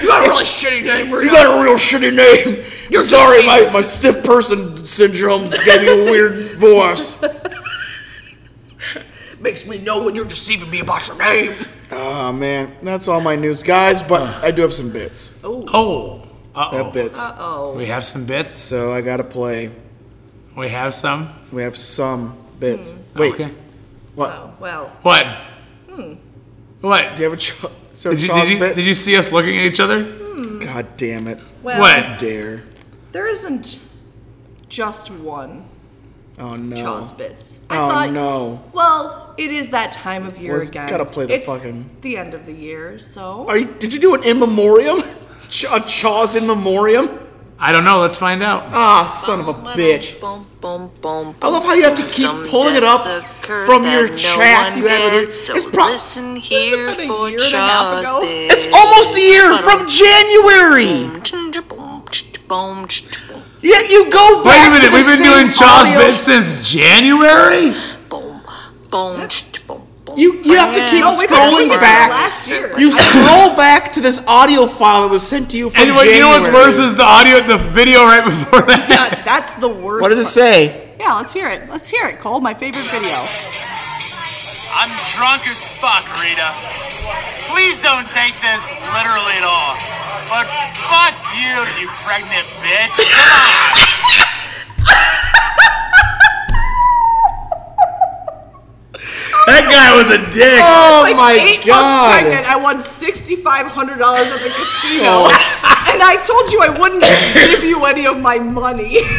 Speaker 3: You got a really shitty name,
Speaker 1: You
Speaker 3: Rita.
Speaker 1: got a real shitty name.
Speaker 3: You're
Speaker 1: sorry, my,
Speaker 3: deceived.
Speaker 1: my stiff person syndrome gave you a weird voice.
Speaker 3: Makes me know when you're deceiving me about your name.
Speaker 1: Oh man, that's all my news, guys. But I do have some bits.
Speaker 5: Oh. Uh
Speaker 1: I have
Speaker 5: oh.
Speaker 1: bits,
Speaker 3: Oh,
Speaker 5: We have some bits.
Speaker 1: so I gotta play.
Speaker 5: We have some.
Speaker 1: We have some bits.
Speaker 3: Hmm.
Speaker 1: Wait,
Speaker 5: Okay.
Speaker 1: what?
Speaker 3: well.
Speaker 5: What? What?
Speaker 1: Do you have a cho- so
Speaker 5: Did you,
Speaker 1: Charles
Speaker 5: did, you,
Speaker 1: bit?
Speaker 5: did you see us looking at each other?
Speaker 1: God damn it!
Speaker 3: Well,
Speaker 5: What?
Speaker 1: Dare.
Speaker 3: There isn't just one
Speaker 1: Oh no.
Speaker 3: Charles Bits. I
Speaker 1: Oh
Speaker 3: thought,
Speaker 1: no.
Speaker 3: Well, it is that time of year
Speaker 1: Let's
Speaker 3: again.
Speaker 1: gotta play the
Speaker 3: it's
Speaker 1: fucking-
Speaker 3: the end of the year, so
Speaker 1: Are you? Did you do an in memoriam? Ch- a Chaws in memoriam?
Speaker 5: I don't know. Let's find out.
Speaker 1: Ah, son of a bitch. I love how you have to keep
Speaker 6: Some
Speaker 1: pulling it up
Speaker 6: deaths occur
Speaker 1: from
Speaker 6: that
Speaker 1: your
Speaker 6: no
Speaker 1: chat
Speaker 6: one
Speaker 1: you had with
Speaker 6: gets,
Speaker 1: your-
Speaker 6: so
Speaker 1: It's pro-
Speaker 6: listen here
Speaker 3: been a
Speaker 6: for
Speaker 3: year and a half ago.
Speaker 6: Charles
Speaker 1: It's almost a year from January.
Speaker 6: Bibb.
Speaker 1: Yeah, you go back.
Speaker 5: Wait a
Speaker 1: to
Speaker 5: minute.
Speaker 1: the
Speaker 5: We've been
Speaker 1: same
Speaker 5: doing Charles
Speaker 1: audio-
Speaker 5: bits since January.
Speaker 6: Boom, boom, boom, boom.
Speaker 1: You you have to keep
Speaker 3: No, we've been doing
Speaker 1: scrolling
Speaker 3: it
Speaker 1: back.
Speaker 3: last year.
Speaker 1: You scroll back to this audio file that was sent to you from
Speaker 5: And what,
Speaker 1: January.
Speaker 5: you know what's worse is the audio, the video right before that.
Speaker 3: Yeah, Uh, that's the worst.
Speaker 1: what does it
Speaker 3: part.
Speaker 1: say?
Speaker 3: Yeah, let's hear it. Let's hear it, Cole. My favorite video.
Speaker 7: I'm drunk as fuck, Rita. Please don't take this literally at all. But fuck you, you pregnant bitch. Come on.
Speaker 5: That guy was a dick.
Speaker 1: Oh
Speaker 3: like
Speaker 1: my
Speaker 3: eight months
Speaker 1: god!
Speaker 3: pregnant, I won sixty five hundred dollars at the casino,
Speaker 1: Oh.
Speaker 3: and I told you I wouldn't give you any of my money.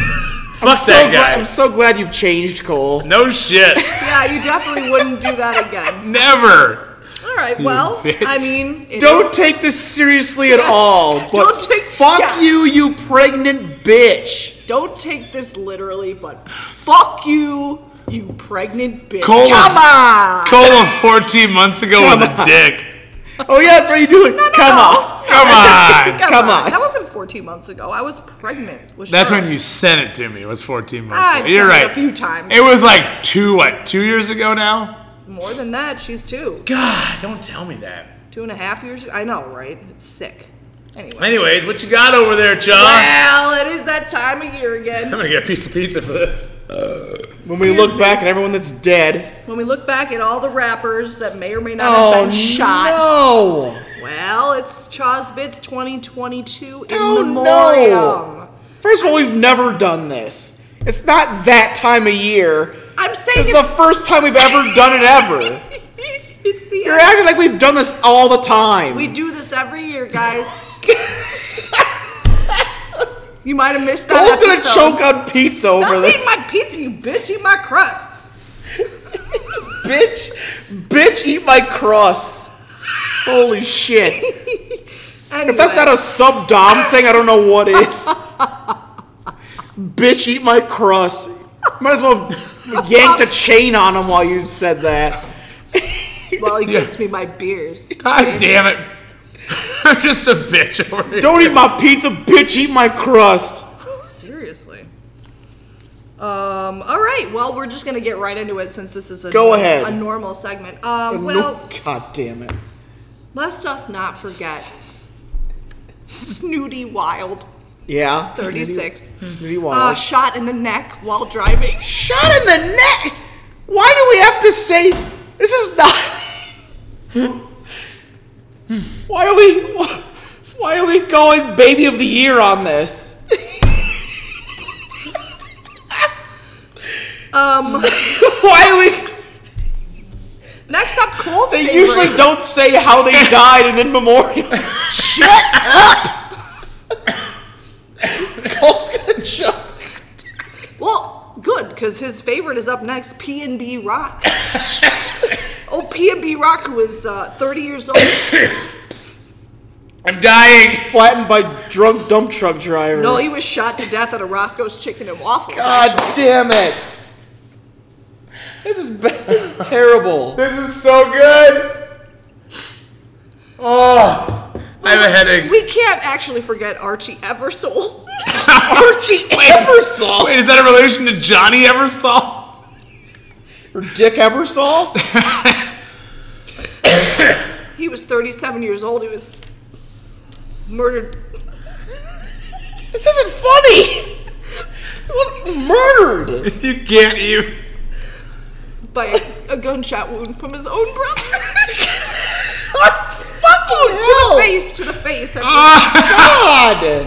Speaker 5: Fuck
Speaker 1: So
Speaker 5: that
Speaker 1: gla-
Speaker 5: guy.
Speaker 1: I'm so glad you've changed, Cole.
Speaker 5: No shit.
Speaker 3: yeah, you definitely wouldn't do that again.
Speaker 5: Never.
Speaker 3: All right, well,
Speaker 5: bitch.
Speaker 3: I mean, it
Speaker 1: Don't
Speaker 3: is-
Speaker 1: take this seriously at all. But
Speaker 3: Don't take-
Speaker 1: fuck
Speaker 3: yeah.
Speaker 1: you, you pregnant bitch.
Speaker 3: don't take this literally, but fuck you, you pregnant bitch.
Speaker 5: Cole-
Speaker 3: Come on.
Speaker 5: Cole of 14 months ago was
Speaker 1: Come
Speaker 5: a
Speaker 1: on.
Speaker 5: dick.
Speaker 1: Oh yeah, that's right. You do it. Come on.
Speaker 5: Come on.
Speaker 1: Come on.
Speaker 3: That wasn't 14 months ago. I was pregnant. With
Speaker 5: That's
Speaker 3: Charlotte.
Speaker 5: when you sent it to me. It was 14 months
Speaker 3: I've
Speaker 5: ago. You're
Speaker 3: sent it
Speaker 5: right.
Speaker 3: a few times.
Speaker 5: It was like two, what, two years ago now?
Speaker 3: More than that, she's two.
Speaker 5: God, Ah, don't tell me that.
Speaker 3: Two and a half years ago. I know, right? It's sick. Anyway.
Speaker 5: Anyways, what you got over there, John?
Speaker 3: Well, it is that time of year
Speaker 5: I'm
Speaker 3: again.
Speaker 5: gonna get a piece of pizza for this.
Speaker 1: When we look back at everyone that's dead.
Speaker 3: When we look back at all the rappers that may or may not have
Speaker 1: Oh
Speaker 3: been shot.
Speaker 1: no!
Speaker 3: Well, it's Chaz Bits 2022 in
Speaker 1: Oh,
Speaker 3: memoriam.
Speaker 1: no. First of all, we've never done this. It's not that time of year.
Speaker 3: I'm saying
Speaker 1: This
Speaker 3: it's,
Speaker 1: is the first time we've ever done it ever.
Speaker 3: it's the
Speaker 1: You're acting like we've done this all the time.
Speaker 3: We do this every year, guys. you might have missed that.
Speaker 1: Cole's gonna
Speaker 3: episode.
Speaker 1: choke on pizza over
Speaker 3: Stop
Speaker 1: this.
Speaker 3: eating my pizza, you bitch. Eat my crusts.
Speaker 1: bitch, bitch, eat my crust. Holy shit!
Speaker 3: Anyway,
Speaker 1: If that's not a sub dom thing, I don't know what is. bitch, eat my crust. Might as well have yanked a chain on him while you said that.
Speaker 3: well, he gets me my beers.
Speaker 5: God damn it. e- I'm just a bitch over here.
Speaker 1: Don't eat my pizza, bitch, eat my crust.
Speaker 3: Seriously. Um, all right. Well, we're just gonna get right into it since this is a
Speaker 1: Go ahead.
Speaker 3: a normal segment. Um,
Speaker 1: No-
Speaker 3: well,
Speaker 1: God damn it.
Speaker 3: lest us not forget Snooty Wild,
Speaker 1: Yeah.
Speaker 3: 36,
Speaker 1: Snooty
Speaker 3: uh,
Speaker 1: Wild.
Speaker 3: shot in the neck while driving.
Speaker 1: Shot in the neck. Why do we have to say this is not? why are we? Why are we going baby of the year on this?
Speaker 3: Um,
Speaker 1: Why are we?
Speaker 3: next up, Cole's
Speaker 1: They
Speaker 3: favorite.
Speaker 1: usually don't say how they died and in memoriam. Shut up. Cole's gonna jump.
Speaker 3: Well, good, because his favorite is up next, P and B Rock. oh, P and B Rock, who is uh, 30 years old.
Speaker 2: I'm dying.
Speaker 1: Flattened by drunk dump truck driver.
Speaker 3: no, he was shot to death at a Roscoe's Chicken and Waffles.
Speaker 1: God
Speaker 3: actually.
Speaker 1: damn it! This is, ba- this is terrible.
Speaker 2: This is so good. Oh, I have a headache.
Speaker 3: We can't actually forget Archie Eversole.
Speaker 1: Archie Ebersol
Speaker 2: Wait, is that a relation to Johnny Eversol?
Speaker 1: or Dick Ebersol?
Speaker 3: He was 37 years old. He was murdered.
Speaker 1: This isn't funny. He was murdered.
Speaker 2: You can't even.
Speaker 3: by a, a gunshot wound from his own brother.
Speaker 1: Fucking
Speaker 3: to the face, to the face.
Speaker 1: Ah.
Speaker 3: I
Speaker 1: God.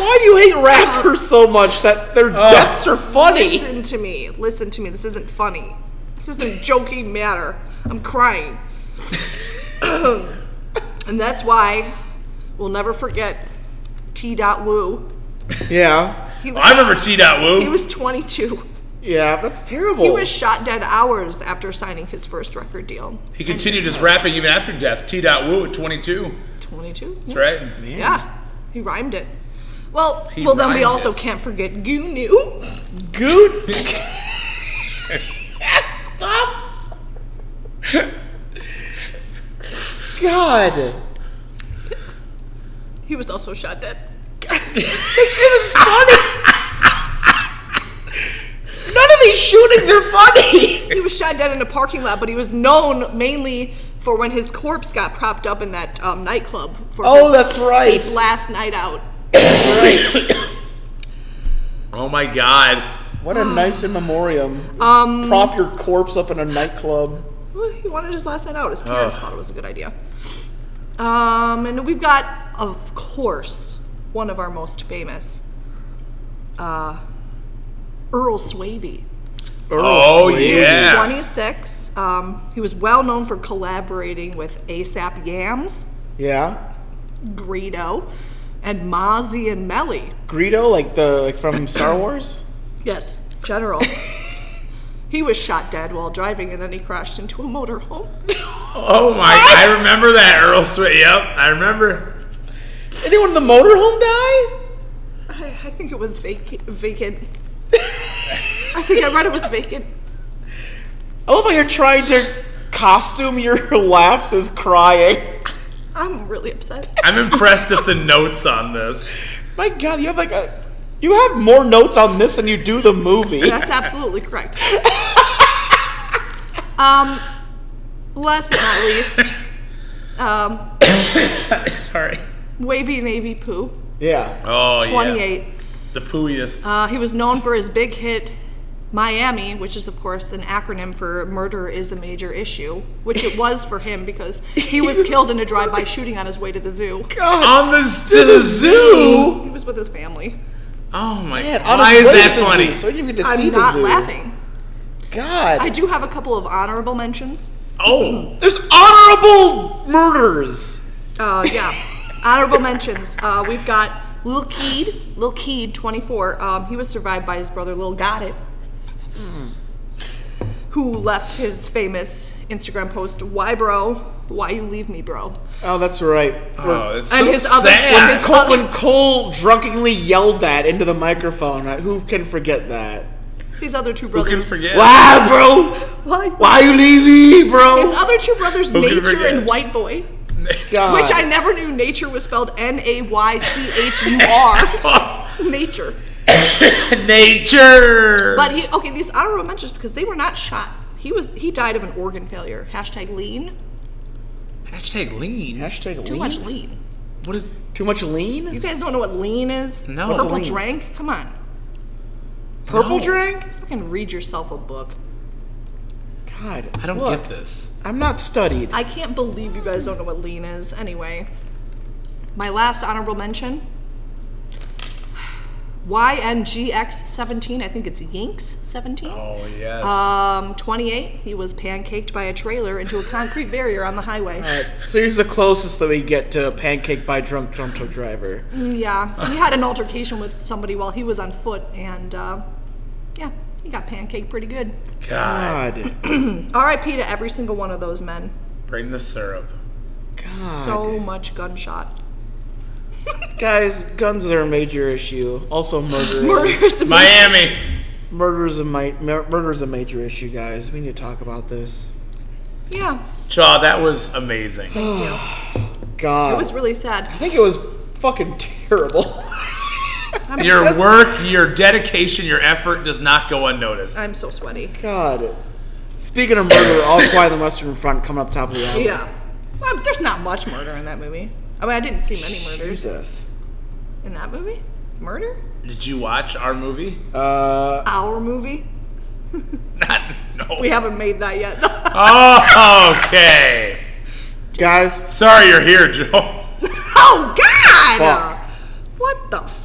Speaker 1: Why do you hate rappers so much that their
Speaker 3: Oh.
Speaker 1: deaths are funny?
Speaker 3: listen to me. Listen to me. This isn't funny. This isn't a joking matter. I'm crying. and that's why we'll never forget T. Dot Wu.
Speaker 1: Yeah.
Speaker 3: He was,
Speaker 2: I remember T. Dot
Speaker 3: he
Speaker 2: Woo.
Speaker 3: was 22.
Speaker 1: Yeah, that's terrible.
Speaker 3: He was shot dead hours after signing his first record deal.
Speaker 2: He continued his rapping even after death. T. Dot Woo at 22.
Speaker 3: 22?
Speaker 2: That's right.
Speaker 3: Yeah, he rhymed it. Well,
Speaker 2: He
Speaker 3: well, then we
Speaker 2: rhymed
Speaker 3: also
Speaker 2: it.
Speaker 3: can't forget Gunu.
Speaker 1: Goon. Stop. God.
Speaker 3: He was also shot dead.
Speaker 1: This isn't funny. None of these shootings are funny.
Speaker 3: He was shot dead in a parking lot, but he was known mainly for when his corpse got propped up in that um, nightclub for
Speaker 1: Oh,
Speaker 3: his,
Speaker 1: that's right.
Speaker 3: his last night out.
Speaker 2: Oh my god.
Speaker 1: What a nice in memoriam.
Speaker 3: Um,
Speaker 1: Prop your corpse up in a nightclub.
Speaker 3: well, he wanted his last night out. His parents thought it was a good idea. Um, and we've got, of course, one of our most famous, uh, Earl Swavey.
Speaker 2: Oh,
Speaker 3: He was
Speaker 2: yeah.
Speaker 3: 26. Um, he was well known for collaborating with ASAP Yams,
Speaker 1: Yeah.
Speaker 3: Greedo, and Mozzie and Melly.
Speaker 1: Greedo, like the like from Star Wars.
Speaker 3: Yes, General. he was shot dead while driving, and then he crashed into a motorhome.
Speaker 2: Oh my. I remember that Earl Sweat. Yep, I remember.
Speaker 1: Anyone in the motorhome die?
Speaker 3: I, I think it was vac- vacant. I think I read it was vacant.
Speaker 1: I love how you're trying to costume your laughs as crying.
Speaker 3: I'm really upset.
Speaker 2: I'm impressed at the notes on this.
Speaker 1: My God, you have like a. You have more notes on this than you do the movie.
Speaker 3: That's absolutely correct. um, last but not least, um,
Speaker 2: Sorry.
Speaker 3: Wavy Navy Poo,
Speaker 1: Yeah.
Speaker 2: Oh, yeah.
Speaker 3: 28.
Speaker 2: The pooiest.
Speaker 3: Uh, he was known for his big hit Miami, which is, of course, an acronym for Murder is a Major Issue, which it was for him because he was killed in a drive by shooting on his way to the zoo.
Speaker 1: God.
Speaker 2: on the, to the zoo.
Speaker 3: He was with his family.
Speaker 2: Oh my
Speaker 1: Man,
Speaker 2: god.
Speaker 1: on
Speaker 2: Why is
Speaker 1: his way to
Speaker 2: that
Speaker 1: the
Speaker 2: funny?
Speaker 1: zoo, so you get to see
Speaker 3: I'm
Speaker 1: the
Speaker 3: not
Speaker 1: zoo.
Speaker 3: laughing.
Speaker 1: God.
Speaker 3: I do have a couple of honorable mentions.
Speaker 2: Oh.
Speaker 1: There's honorable murders.
Speaker 3: Uh, yeah, honorable mentions. Uh, we've got Lil Keed, Lil Keed, 24. Um, he was survived by his brother Lil Got It, Hmm. who left his famous Instagram post, "Why, bro? Why you leave me, bro?"
Speaker 1: Oh, that's right.
Speaker 2: Oh, it's
Speaker 3: And
Speaker 2: so
Speaker 3: his other-
Speaker 2: sad.
Speaker 3: his-
Speaker 1: Cole, when Cole drunkenly yelled that into the microphone, I- who can forget that?
Speaker 3: His other two
Speaker 2: Who can
Speaker 3: brothers.
Speaker 2: forget?
Speaker 1: Why, bro?
Speaker 3: Why?
Speaker 1: Why you leave me, bro?
Speaker 3: His other two brothers,
Speaker 2: Who can
Speaker 3: Nature
Speaker 2: forget? Uh,
Speaker 3: and White Boy.
Speaker 1: God.
Speaker 3: Which I never knew nature was spelled N A Y C H U R. Nature.
Speaker 2: Nature.
Speaker 3: But he okay, these honorable mentions because they were not shot. He was he died of an organ failure. Hashtag lean.
Speaker 2: Hashtag lean.
Speaker 1: Hashtag lean.
Speaker 3: Too much lean.
Speaker 2: What is?
Speaker 1: Too much lean?
Speaker 3: You guys don't know what lean is?
Speaker 2: No. What's
Speaker 3: Purple
Speaker 1: lean?
Speaker 3: drank? Come on.
Speaker 1: Purple
Speaker 2: No.
Speaker 1: drink?
Speaker 3: Fucking read yourself a book.
Speaker 1: God.
Speaker 2: I don't
Speaker 1: look,
Speaker 2: get this.
Speaker 1: I'm not studied.
Speaker 3: I can't believe you guys don't know what lean is. Anyway, my last honorable mention YNGX17. I think it's Yinks17.
Speaker 2: Oh yes.
Speaker 3: Um, 28. He was pancaked by a trailer into a concrete barrier on the highway.
Speaker 1: Alright, so here's the closest that we get to pancake by drunk drunk truck driver.
Speaker 3: Yeah, he had an altercation with somebody while he was on foot, and uh, yeah, he got pancaked pretty good.
Speaker 2: Oh, God,
Speaker 1: God.
Speaker 3: R.I.P. to every single one of those men.
Speaker 2: bring the syrup.
Speaker 1: God.
Speaker 3: So much gunshot.
Speaker 1: Guys, guns are a major issue. Also, murder. is.
Speaker 3: Murders.
Speaker 2: Miami.
Speaker 1: Murder is a mi- mur- murder is a major issue, guys. We need to talk about this.
Speaker 3: Yeah,
Speaker 2: Shaw, that was amazing.
Speaker 1: God,
Speaker 3: it was really sad.
Speaker 1: I think it was fucking terrible.
Speaker 2: Your work, your dedication, your effort does not go unnoticed.
Speaker 3: I'm so sweaty.
Speaker 1: God. Speaking of murder, All Quiet on the Western Front coming up top of the hour.
Speaker 3: Yeah. Well, there's not much murder in that movie. I mean, I didn't see many murders
Speaker 1: Jesus.
Speaker 3: in that movie. Murder?
Speaker 2: Did you watch our movie?
Speaker 1: Uh,
Speaker 3: Our movie?
Speaker 2: Not no.
Speaker 3: We haven't made that yet.
Speaker 2: oh, okay.
Speaker 1: guys,
Speaker 2: Sorry, you're here, Joe.
Speaker 3: oh, God!
Speaker 1: Fuck.
Speaker 3: What the fuck?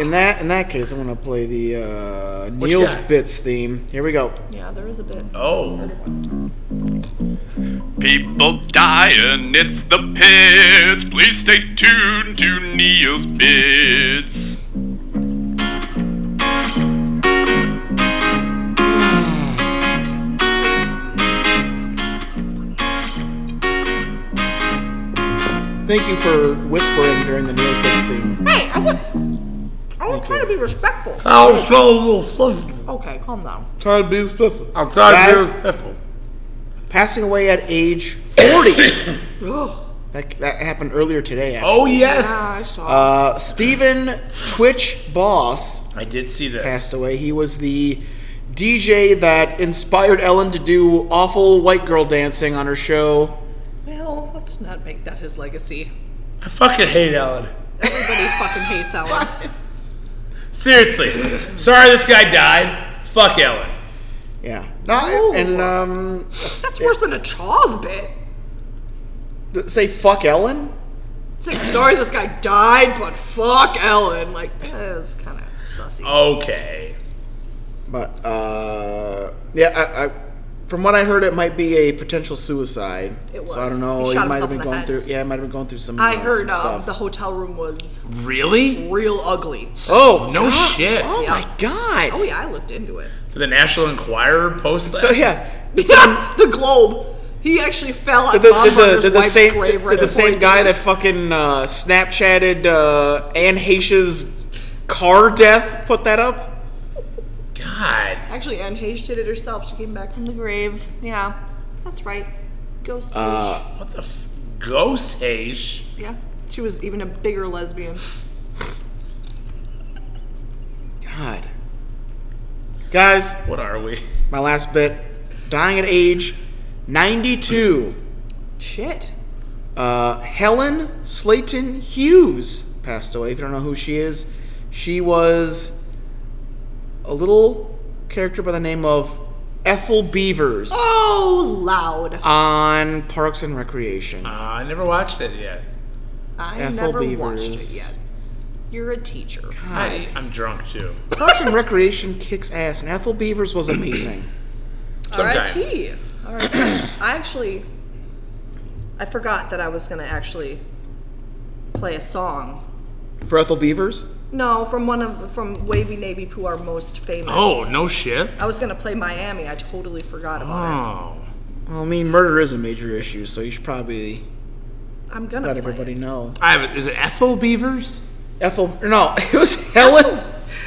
Speaker 1: in that in that case, I'm gonna play the uh, Neil's
Speaker 2: guy?
Speaker 1: Bits theme. Here we go.
Speaker 3: yeah, there is a bit.
Speaker 2: Oh,
Speaker 7: People dying, it's the pits. Please stay tuned to Neil's Bits.
Speaker 1: Thank you for whispering during the Neil's Bits theme.
Speaker 3: Hey, I want. I want to try to be respectful.
Speaker 2: I'm so
Speaker 3: Okay, calm down.
Speaker 1: Time to be respectful.
Speaker 2: I'm sorry,
Speaker 1: Guys.
Speaker 2: you're
Speaker 1: Passing away at age 40.
Speaker 3: Ugh.
Speaker 1: that, that happened earlier today. Actually.
Speaker 2: Oh yes,
Speaker 3: Ah, I saw.
Speaker 1: Uh, Stephen Twitch Boss
Speaker 2: I did see this.
Speaker 1: passed away. He was the DJ that inspired Ellen to do awful white girl dancing on her show.
Speaker 3: well, let's not make that his legacy.
Speaker 2: I fucking hate Ellen.
Speaker 3: Everybody fucking hates Ellen.
Speaker 2: Seriously, sorry this guy died. Fuck Ellen.
Speaker 1: Yeah. No, and um,
Speaker 3: That's worse than a Chaws bit.
Speaker 1: th- say fuck Ellen.
Speaker 3: It's like, sorry, this guy died, but fuck Ellen. Like, that is kind of sussy.
Speaker 2: Okay.
Speaker 1: But uh, yeah, I, I, from what I heard, it might be a potential suicide.
Speaker 3: It
Speaker 1: So I
Speaker 3: was.
Speaker 1: don't know.
Speaker 3: He
Speaker 1: He,
Speaker 3: shot
Speaker 1: might have
Speaker 3: himself
Speaker 1: been
Speaker 3: in the
Speaker 1: going
Speaker 3: head.
Speaker 1: through. Yeah, he might have been going through some.
Speaker 3: I
Speaker 1: uh, some
Speaker 3: heard um,
Speaker 1: stuff.
Speaker 3: the hotel room was
Speaker 2: Really?
Speaker 3: real ugly.
Speaker 1: Oh
Speaker 2: No
Speaker 1: God.
Speaker 2: shit.
Speaker 1: Oh
Speaker 3: Yeah.
Speaker 1: my god.
Speaker 3: Oh yeah, I looked into it.
Speaker 2: Did the National Enquirer post that?
Speaker 1: So yeah,
Speaker 3: Yeah, the globe. He actually fell on
Speaker 1: Did the,
Speaker 3: Bob
Speaker 1: did the,
Speaker 3: Barker's
Speaker 1: did the
Speaker 3: wife's
Speaker 1: same
Speaker 3: grave right
Speaker 1: did the
Speaker 3: before he
Speaker 1: same guy
Speaker 3: died.
Speaker 1: that fucking uh, Snapchatted uh, Anne Heche's car death put that up?
Speaker 2: God.
Speaker 3: Actually, Anne Hage did it herself. She came back from the grave. Yeah, that's right. Ghost Hage.
Speaker 1: Uh,
Speaker 2: What the f- ghost Hage?
Speaker 3: yeah, she was even a bigger lesbian.
Speaker 1: God, guys,
Speaker 2: What are we?
Speaker 1: my last bit. Dying at age 92,
Speaker 3: Shit.
Speaker 1: uh, Helen Slayton Hughes passed away. If you don't know who she is, she was a little character by the name of Ethel Beavers
Speaker 3: Oh, loud.
Speaker 1: on Parks and Recreation.
Speaker 2: Uh, I never watched it yet.
Speaker 3: I
Speaker 1: Ethel
Speaker 3: never watched it
Speaker 1: Beavers.
Speaker 3: yet. You're a teacher.
Speaker 2: I, I'm drunk too.
Speaker 1: Parks and Recreation kicks ass, and Ethel Beavers was amazing.
Speaker 2: Sometime.
Speaker 3: R.I.P. R.I.P. I actually, I forgot that I was gonna actually play a song.
Speaker 1: For Ethel Beavers?
Speaker 3: No, from one of from Wavy Navy Poo, our most famous.
Speaker 2: Oh, no shit.
Speaker 3: I was gonna play Miami. I totally forgot about
Speaker 2: Oh.
Speaker 1: Well, I mean, murder is a major issue, so you should probably
Speaker 2: Oh.
Speaker 3: it. I'm gonna
Speaker 1: let
Speaker 3: play
Speaker 1: everybody
Speaker 3: it.
Speaker 1: know.
Speaker 2: I have, is it Ethel Beavers?
Speaker 1: Ethel, no, it was Helen.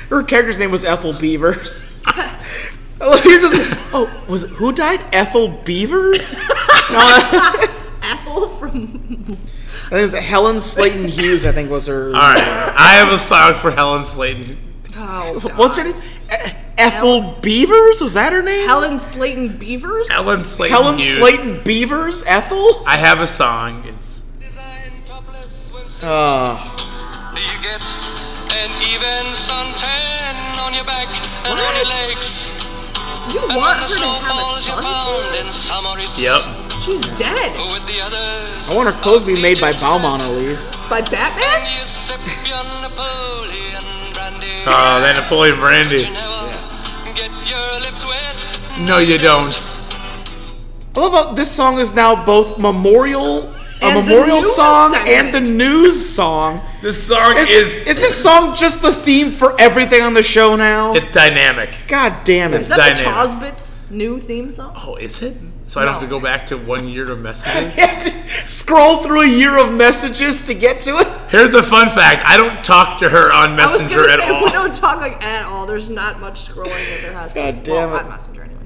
Speaker 1: Her character's name was Ethel Beavers. Oh, You're just, oh, was it, who died? Ethel Beavers? no,
Speaker 3: Ethel from
Speaker 1: I think it's Helen Slayton Hughes. I think was her.
Speaker 5: All right, I have a song for Helen Slayton.
Speaker 3: Oh, God.
Speaker 1: What's her name? E- Ethel Beavers was that her name?
Speaker 3: Helen Slayton Beavers?
Speaker 5: Helen Slayton.
Speaker 1: Helen
Speaker 5: Hughes.
Speaker 1: Slayton Beavers. Ethel.
Speaker 5: I have a song. It's
Speaker 8: Design topless swimsuit.
Speaker 1: Uh,
Speaker 8: You get an even suntan on your back and on your legs.
Speaker 3: You
Speaker 8: And
Speaker 3: want
Speaker 8: when the
Speaker 3: her to
Speaker 8: snow
Speaker 3: have a
Speaker 8: falls, you're
Speaker 3: son?
Speaker 8: found in summer. It's
Speaker 5: yep.
Speaker 3: She's dead.
Speaker 8: with the others.
Speaker 1: I want her clothes to be made by
Speaker 8: Outdated
Speaker 1: Bauman at
Speaker 8: set.
Speaker 1: least.
Speaker 3: By Batman?
Speaker 8: You sip your Napoleon brandy.
Speaker 5: Oh, that Napoleon Brandy.
Speaker 8: You never get your lips wet.
Speaker 5: No, you don't.
Speaker 1: I love how this song is now both memorial, a
Speaker 3: And the
Speaker 1: memorial
Speaker 3: news
Speaker 1: song,
Speaker 3: segment.
Speaker 1: and the news song.
Speaker 5: This song
Speaker 1: Is,
Speaker 5: is
Speaker 1: is this song just the theme for everything on the show now?
Speaker 5: it's dynamic.
Speaker 1: God damn
Speaker 3: Is
Speaker 1: it!
Speaker 3: that the
Speaker 5: Dynamic.
Speaker 3: Chosbit's new theme song?
Speaker 5: Oh, is it? So I don't have to go back to one year of messages.
Speaker 1: Scroll through a year of messages to get to it.
Speaker 5: Here's a fun fact: I don't talk to her on
Speaker 3: I was
Speaker 5: Messenger
Speaker 3: gonna
Speaker 5: at
Speaker 3: say we
Speaker 5: all.
Speaker 3: don't talk like at all. There's not much scrolling that there has.
Speaker 1: God
Speaker 3: well,
Speaker 1: damn it.
Speaker 3: on Messenger anyway.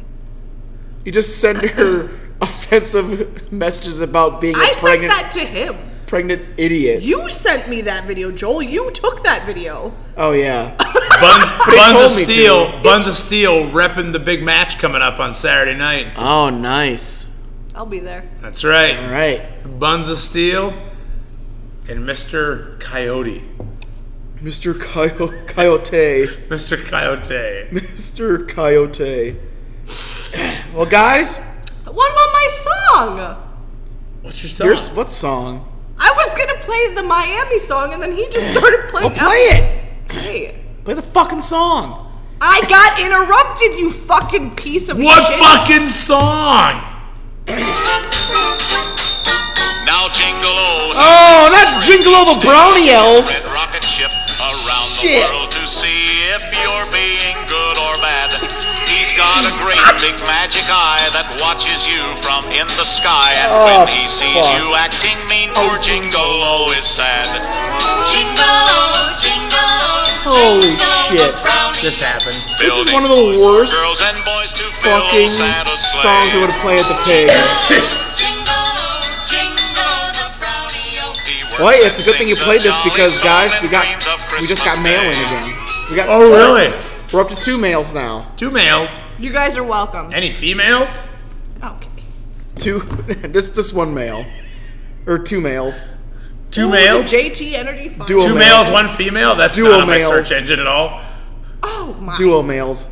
Speaker 1: You just send her offensive messages about being a
Speaker 3: I sent
Speaker 1: pregnant,
Speaker 3: that to him.
Speaker 1: pregnant idiot.
Speaker 3: You sent me that video, Joel. You took that video.
Speaker 1: oh yeah.
Speaker 5: Buns, Buns
Speaker 1: told
Speaker 5: of
Speaker 1: me to.
Speaker 5: Steel, Buns of Steel, repping the big match coming up on Saturday night.
Speaker 1: oh nice.
Speaker 3: I'll be there.
Speaker 5: That's
Speaker 1: All
Speaker 5: right,
Speaker 1: right,
Speaker 5: Buns of Steel, and Mr. Coyote,
Speaker 1: Mr. Coyote. Coyote.
Speaker 5: Mr. Coyote.
Speaker 1: Mr. Coyote. well, guys,
Speaker 3: What about my song?
Speaker 5: What's your song?
Speaker 1: here's what song?
Speaker 3: I was gonna play the Miami song, and then he just started
Speaker 1: Oh,
Speaker 3: playing.
Speaker 1: play it.
Speaker 3: Hey,
Speaker 1: Play the fucking song.
Speaker 3: I got interrupted. You fucking piece of
Speaker 5: what
Speaker 3: shit.
Speaker 5: fucking song?
Speaker 4: Now jingle oh,
Speaker 1: Oh, not Jingle O' the Brownie Elf.
Speaker 4: red rocket ship around
Speaker 1: Shit.
Speaker 4: the world to see if you're being good or bad. He's got a great big magic eye that watches you from in the sky, and when
Speaker 1: Oh,
Speaker 4: he sees
Speaker 1: fuck. Oh,
Speaker 4: you acting mean, poor Jingle O is sad.
Speaker 1: Holy shit.
Speaker 5: This happened.
Speaker 1: This is
Speaker 4: Building
Speaker 1: one of the
Speaker 4: toys for
Speaker 1: worst
Speaker 4: girls and boys to fill
Speaker 1: Fucking
Speaker 4: Santa's sleigh.
Speaker 1: songs I would play at the pig.
Speaker 4: He works
Speaker 1: Boy, it's
Speaker 4: and
Speaker 1: a good thing you
Speaker 4: sings
Speaker 1: played this
Speaker 4: jolly
Speaker 1: because
Speaker 4: song
Speaker 1: guys,
Speaker 4: and
Speaker 1: we got
Speaker 4: dreams of
Speaker 1: we just got
Speaker 4: Christmas
Speaker 1: mail in
Speaker 4: Day.
Speaker 1: again. We got
Speaker 5: Oh really?
Speaker 1: We're up to two mails now.
Speaker 5: Two males.
Speaker 3: You guys are welcome.
Speaker 5: Any females?
Speaker 3: Okay.
Speaker 1: Two, just just one mail, or two mails.
Speaker 5: Two
Speaker 3: Ooh,
Speaker 5: males.
Speaker 3: the JT Energy Fund.
Speaker 1: Duo
Speaker 5: Two
Speaker 1: mails.
Speaker 5: males, one female. That's
Speaker 1: Duo
Speaker 5: not on my
Speaker 1: males.
Speaker 5: search engine at all.
Speaker 3: Oh my.
Speaker 1: Duo mails.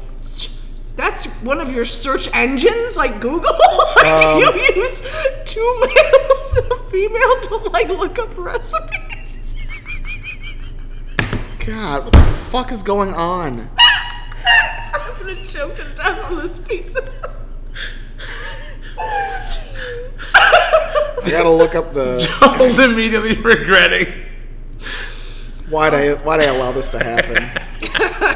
Speaker 3: That's one of your search engines, like Google. Like,
Speaker 1: Um,
Speaker 3: you use two males and a female to like look up recipes.
Speaker 1: God, what the fuck is going on?
Speaker 3: I'm gonna choke to death on this pizza.
Speaker 1: I gotta look up the
Speaker 5: I was immediately regretting.
Speaker 1: why'd I why'd I allow this to happen.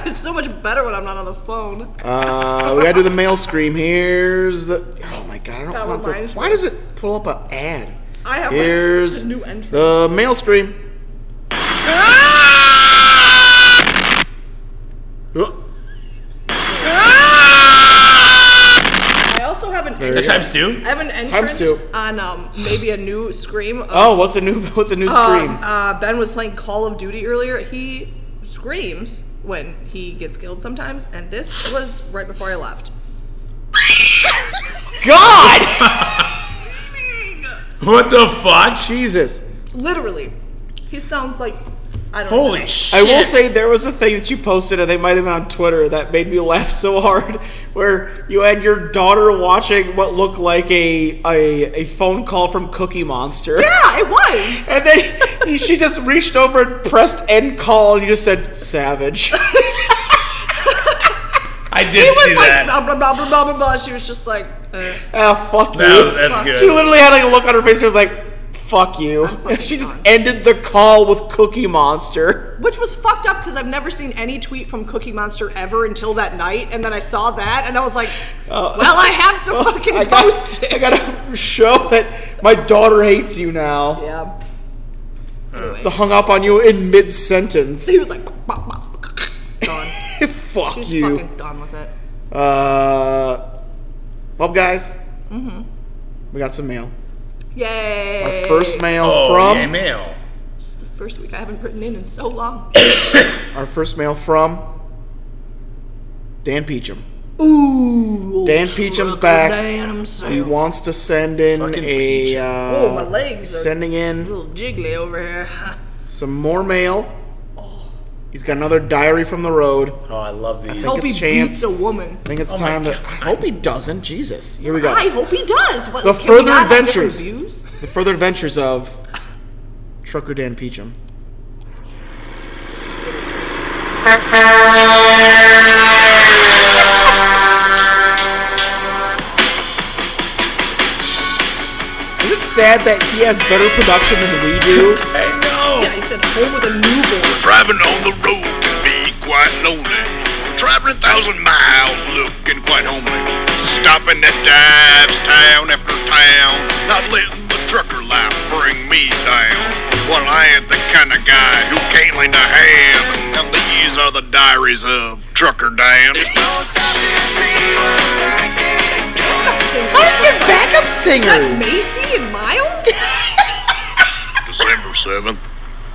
Speaker 3: it's so much better when I'm not on the phone.
Speaker 1: Uh, we gotta do the mail scream. Here's the. Oh my god, I don't
Speaker 3: That
Speaker 1: want
Speaker 3: reminds
Speaker 1: this. Why
Speaker 3: me.
Speaker 1: does it pull up an ad?
Speaker 3: I have like,
Speaker 1: Here's
Speaker 3: a new Ah! entry.
Speaker 1: the mail scream. Oh,
Speaker 3: I also have an
Speaker 1: you
Speaker 3: entry.
Speaker 5: That times two.
Speaker 3: I have an entrance
Speaker 1: two.
Speaker 3: on um, maybe a new scream. Of,
Speaker 1: Oh, what's a new what's a new
Speaker 3: um,
Speaker 1: scream?
Speaker 3: uh, Ben was playing Call of Duty earlier. He screams when he gets killed sometimes, and this was right before I left.
Speaker 1: God,
Speaker 5: What the fuck?
Speaker 1: Jesus.
Speaker 3: Literally, he sounds like I don't know.
Speaker 5: Holy shit!
Speaker 1: I will say there was a thing that you posted, and they might have been on Twitter, that made me laugh so hard, where you had your daughter watching what looked like a a, a phone call from Cookie Monster.
Speaker 3: Yeah, it was.
Speaker 1: And then he, she just reached over and pressed end call, and you just said, Savage.
Speaker 5: I did
Speaker 3: It
Speaker 5: see
Speaker 3: was like uh,
Speaker 5: that.
Speaker 3: blah blah blah blah blah blah. blah. She was just like, uh,
Speaker 1: ah, fuck you.
Speaker 5: No, that's
Speaker 1: She
Speaker 5: good.
Speaker 1: literally had like a look on her face, and was like, fuck you. And she just ended the call with Cookie Monster.
Speaker 3: which was fucked up because I've never seen any tweet from Cookie Monster ever until that night, and then I saw that and I was like,
Speaker 1: Oh.
Speaker 3: well, I have to fucking
Speaker 1: I
Speaker 3: post
Speaker 1: gotta,
Speaker 3: it.
Speaker 1: I gotta show that my daughter hates you now.
Speaker 3: yeah.
Speaker 5: Oh.
Speaker 1: So hung up on you in mid sentence.
Speaker 3: He was like, "Bop, bop, bop." gone.
Speaker 1: Fuck
Speaker 3: She's
Speaker 1: you.
Speaker 3: fucking done with it. Mm-hmm.
Speaker 1: Uh, well, guys, we got some mail.
Speaker 3: Yay!
Speaker 1: Our first mail
Speaker 5: Oh,
Speaker 1: from
Speaker 5: yay, mail.
Speaker 3: This is the first week I haven't written in in so long.
Speaker 1: our first mail from Dan Peachum.
Speaker 3: Ooh,
Speaker 1: Dan
Speaker 3: old
Speaker 1: Peacham's
Speaker 3: trucker
Speaker 1: back.
Speaker 3: Dan himself.
Speaker 1: He wants to send in
Speaker 5: Fucking
Speaker 1: a.
Speaker 5: Peachum.
Speaker 1: Uh,
Speaker 3: Oh, my legs are-
Speaker 1: Sending
Speaker 3: a
Speaker 1: in
Speaker 3: little jiggly over here.
Speaker 1: some more mail. He's got another diary from the road. I
Speaker 5: Oh, I love these.
Speaker 1: think
Speaker 3: hope he
Speaker 1: it's chance.
Speaker 3: beats a woman.
Speaker 1: think it's
Speaker 5: Oh my
Speaker 1: time to. I
Speaker 5: God.
Speaker 1: hope he doesn't. Jesus. Here we go.
Speaker 3: I hope he does. What,
Speaker 1: The
Speaker 3: can we
Speaker 1: further
Speaker 3: not have different
Speaker 1: adventures.
Speaker 3: views?
Speaker 1: The further adventures of Trucker Dan Peachum. Is it sad that he has better production than we do?
Speaker 5: I know.
Speaker 3: Yeah, he said home with a newborn.
Speaker 7: Driving on the road can be quite lonely. Traveling thousand miles looking quite homely. Stopping at dives town after town. Not letting the trucker life bring me down. Well, I ain't the kind of guy who can't lend a hand. And these are the diaries of Trucker
Speaker 1: How
Speaker 7: Dan.
Speaker 1: does he get backup singers?
Speaker 3: Macy and Miles?
Speaker 7: December 7th.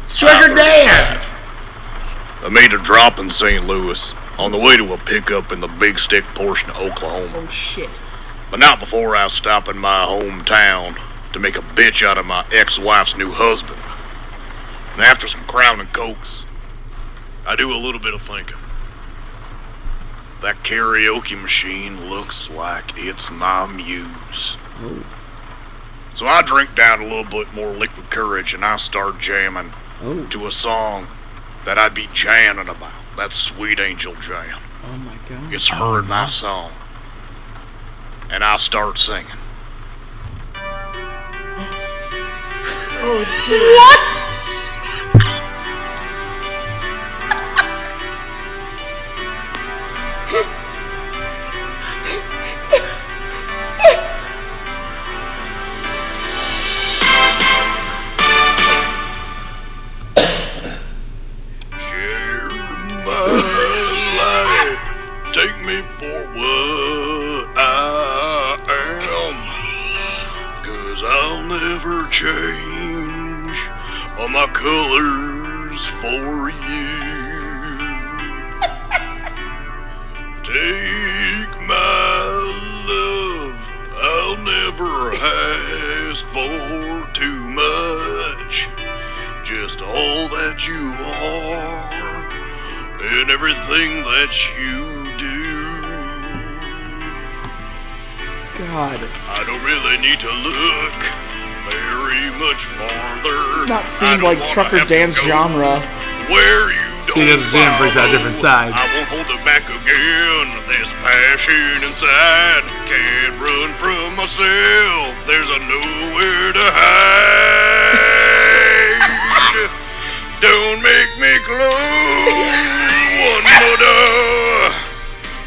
Speaker 5: It's Trucker Dan.
Speaker 7: I made a drop in St. Louis on the way to a pickup in the Big Stick portion of Oklahoma.
Speaker 3: oh shit.
Speaker 7: But not before I stop in my hometown to make a bitch out of my ex wife's new husband. And after some crown and cokes, I do a little bit of thinking. That karaoke machine looks like it's my muse. So I drink down a little bit more liquid courage and I start jamming
Speaker 1: Oh.
Speaker 7: to a song that I'd be jamming about. That sweet angel jam.
Speaker 1: Oh my god.
Speaker 7: It's heard my song. And I start singing.
Speaker 3: Oh dude. What?
Speaker 7: Share my life. Take me for what I am. Cause I'll never change all my colors for you. Take my love. I'll never ask for too much just all that you are and everything that you do.
Speaker 1: God.
Speaker 7: I don't really need to look very much farther.
Speaker 1: Not
Speaker 7: I
Speaker 1: seemed
Speaker 7: don't
Speaker 1: like
Speaker 7: wanna
Speaker 1: Trucker
Speaker 7: have to
Speaker 1: Dan's
Speaker 7: go
Speaker 1: genre.
Speaker 7: Where you
Speaker 2: Speaking
Speaker 7: don't
Speaker 2: of the gym brings out a different
Speaker 7: follow.
Speaker 2: side.
Speaker 7: I won't hold it back again. This passion inside can't run from myself. There's a nowhere to hide. don't make me close one more door.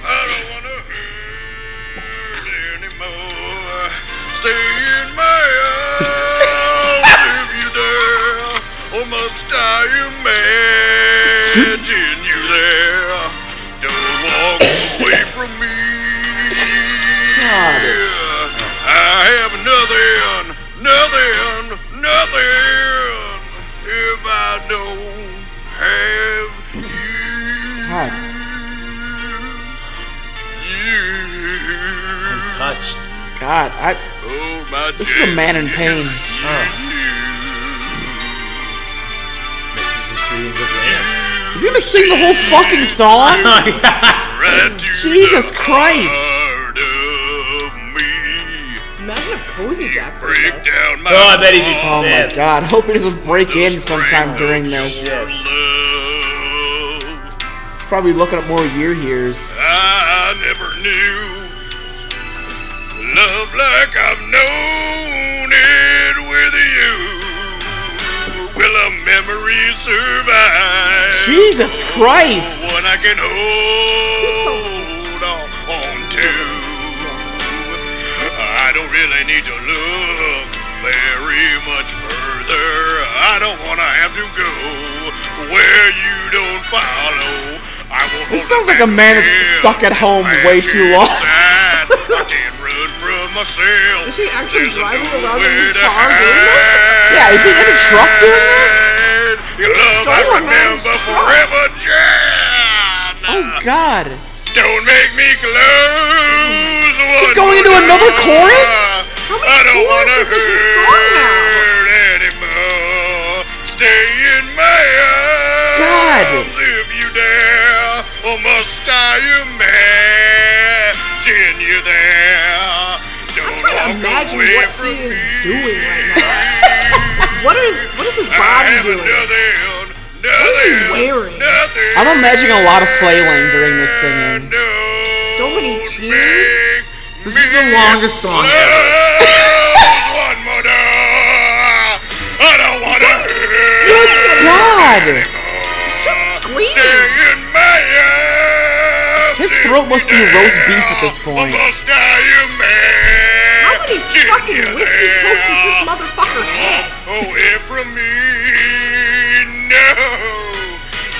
Speaker 7: I don't wanna hurt anymore. Stay in my arms if you dare, or must I imagine you there? Don't walk away from me.
Speaker 1: God.
Speaker 7: I have nothing, nothing, nothing if I don't have you.
Speaker 1: God.
Speaker 7: You.
Speaker 5: Touched.
Speaker 1: God. I.
Speaker 7: Oh, my
Speaker 1: This is a man in pain.
Speaker 5: Mrs. the Sweet Angel Dan.
Speaker 1: He's gonna sing the whole fucking song. Jesus
Speaker 7: Jesus
Speaker 1: Christ.
Speaker 3: Imagine if Cozy Jack was
Speaker 7: Break
Speaker 3: us.
Speaker 7: down my
Speaker 5: Oh, I bet he did
Speaker 1: Oh my
Speaker 5: this.
Speaker 1: god. Hope he doesn't break
Speaker 7: walls,
Speaker 1: in sometime during this.
Speaker 7: your love.
Speaker 1: He's probably looking up more year hears.
Speaker 7: I never knew love like I've known it with you. Will a memory survive?
Speaker 1: Jesus Christ!
Speaker 7: One I can hold on to. I don't really need to look very much further. I don't want to have to go where you don't follow. I won't
Speaker 1: This
Speaker 7: hold
Speaker 1: sounds like a man that's
Speaker 7: back
Speaker 1: stuck at home
Speaker 7: again.
Speaker 1: way too long.
Speaker 7: Passion inside. I can't run from myself.
Speaker 3: Is she actually
Speaker 7: There's
Speaker 3: driving
Speaker 7: no
Speaker 3: around in
Speaker 7: way
Speaker 3: this
Speaker 7: to
Speaker 3: car doing this?
Speaker 7: hide.
Speaker 1: Yeah, is he in a truck doing this?
Speaker 7: Your love I
Speaker 3: Stolen man's
Speaker 7: remember
Speaker 3: truck.
Speaker 7: forever, Jan.
Speaker 1: Oh God!
Speaker 7: Don't make me close. He's
Speaker 1: going into another chorus?
Speaker 3: How many
Speaker 7: I don't want to
Speaker 3: choruses does this song have?
Speaker 7: hurt anymore. Stay in my
Speaker 1: God.
Speaker 7: arms if you dare, or must I imagine you there? Don't
Speaker 3: I'm trying to
Speaker 7: walk
Speaker 3: imagine
Speaker 7: away
Speaker 3: what
Speaker 7: from
Speaker 3: he is
Speaker 7: me.
Speaker 3: doing right now. what is what is his
Speaker 7: I
Speaker 3: body
Speaker 7: have
Speaker 3: doing?
Speaker 7: nothing,
Speaker 3: he
Speaker 7: nothing,
Speaker 3: wearing?
Speaker 7: nothing
Speaker 1: I'm imagining a lot of flailing during this singing.
Speaker 7: no.
Speaker 3: So many tears.
Speaker 2: This is the longest song ever.
Speaker 7: One more door. I don't want to
Speaker 1: Good God!
Speaker 3: He's just screaming.
Speaker 7: stay in my arms.
Speaker 1: His throat must be roast beef at this point.
Speaker 7: Almost die, you man.
Speaker 3: How many fucking whiskey cokes does this motherfucker had?
Speaker 7: Away from me, Oh, no.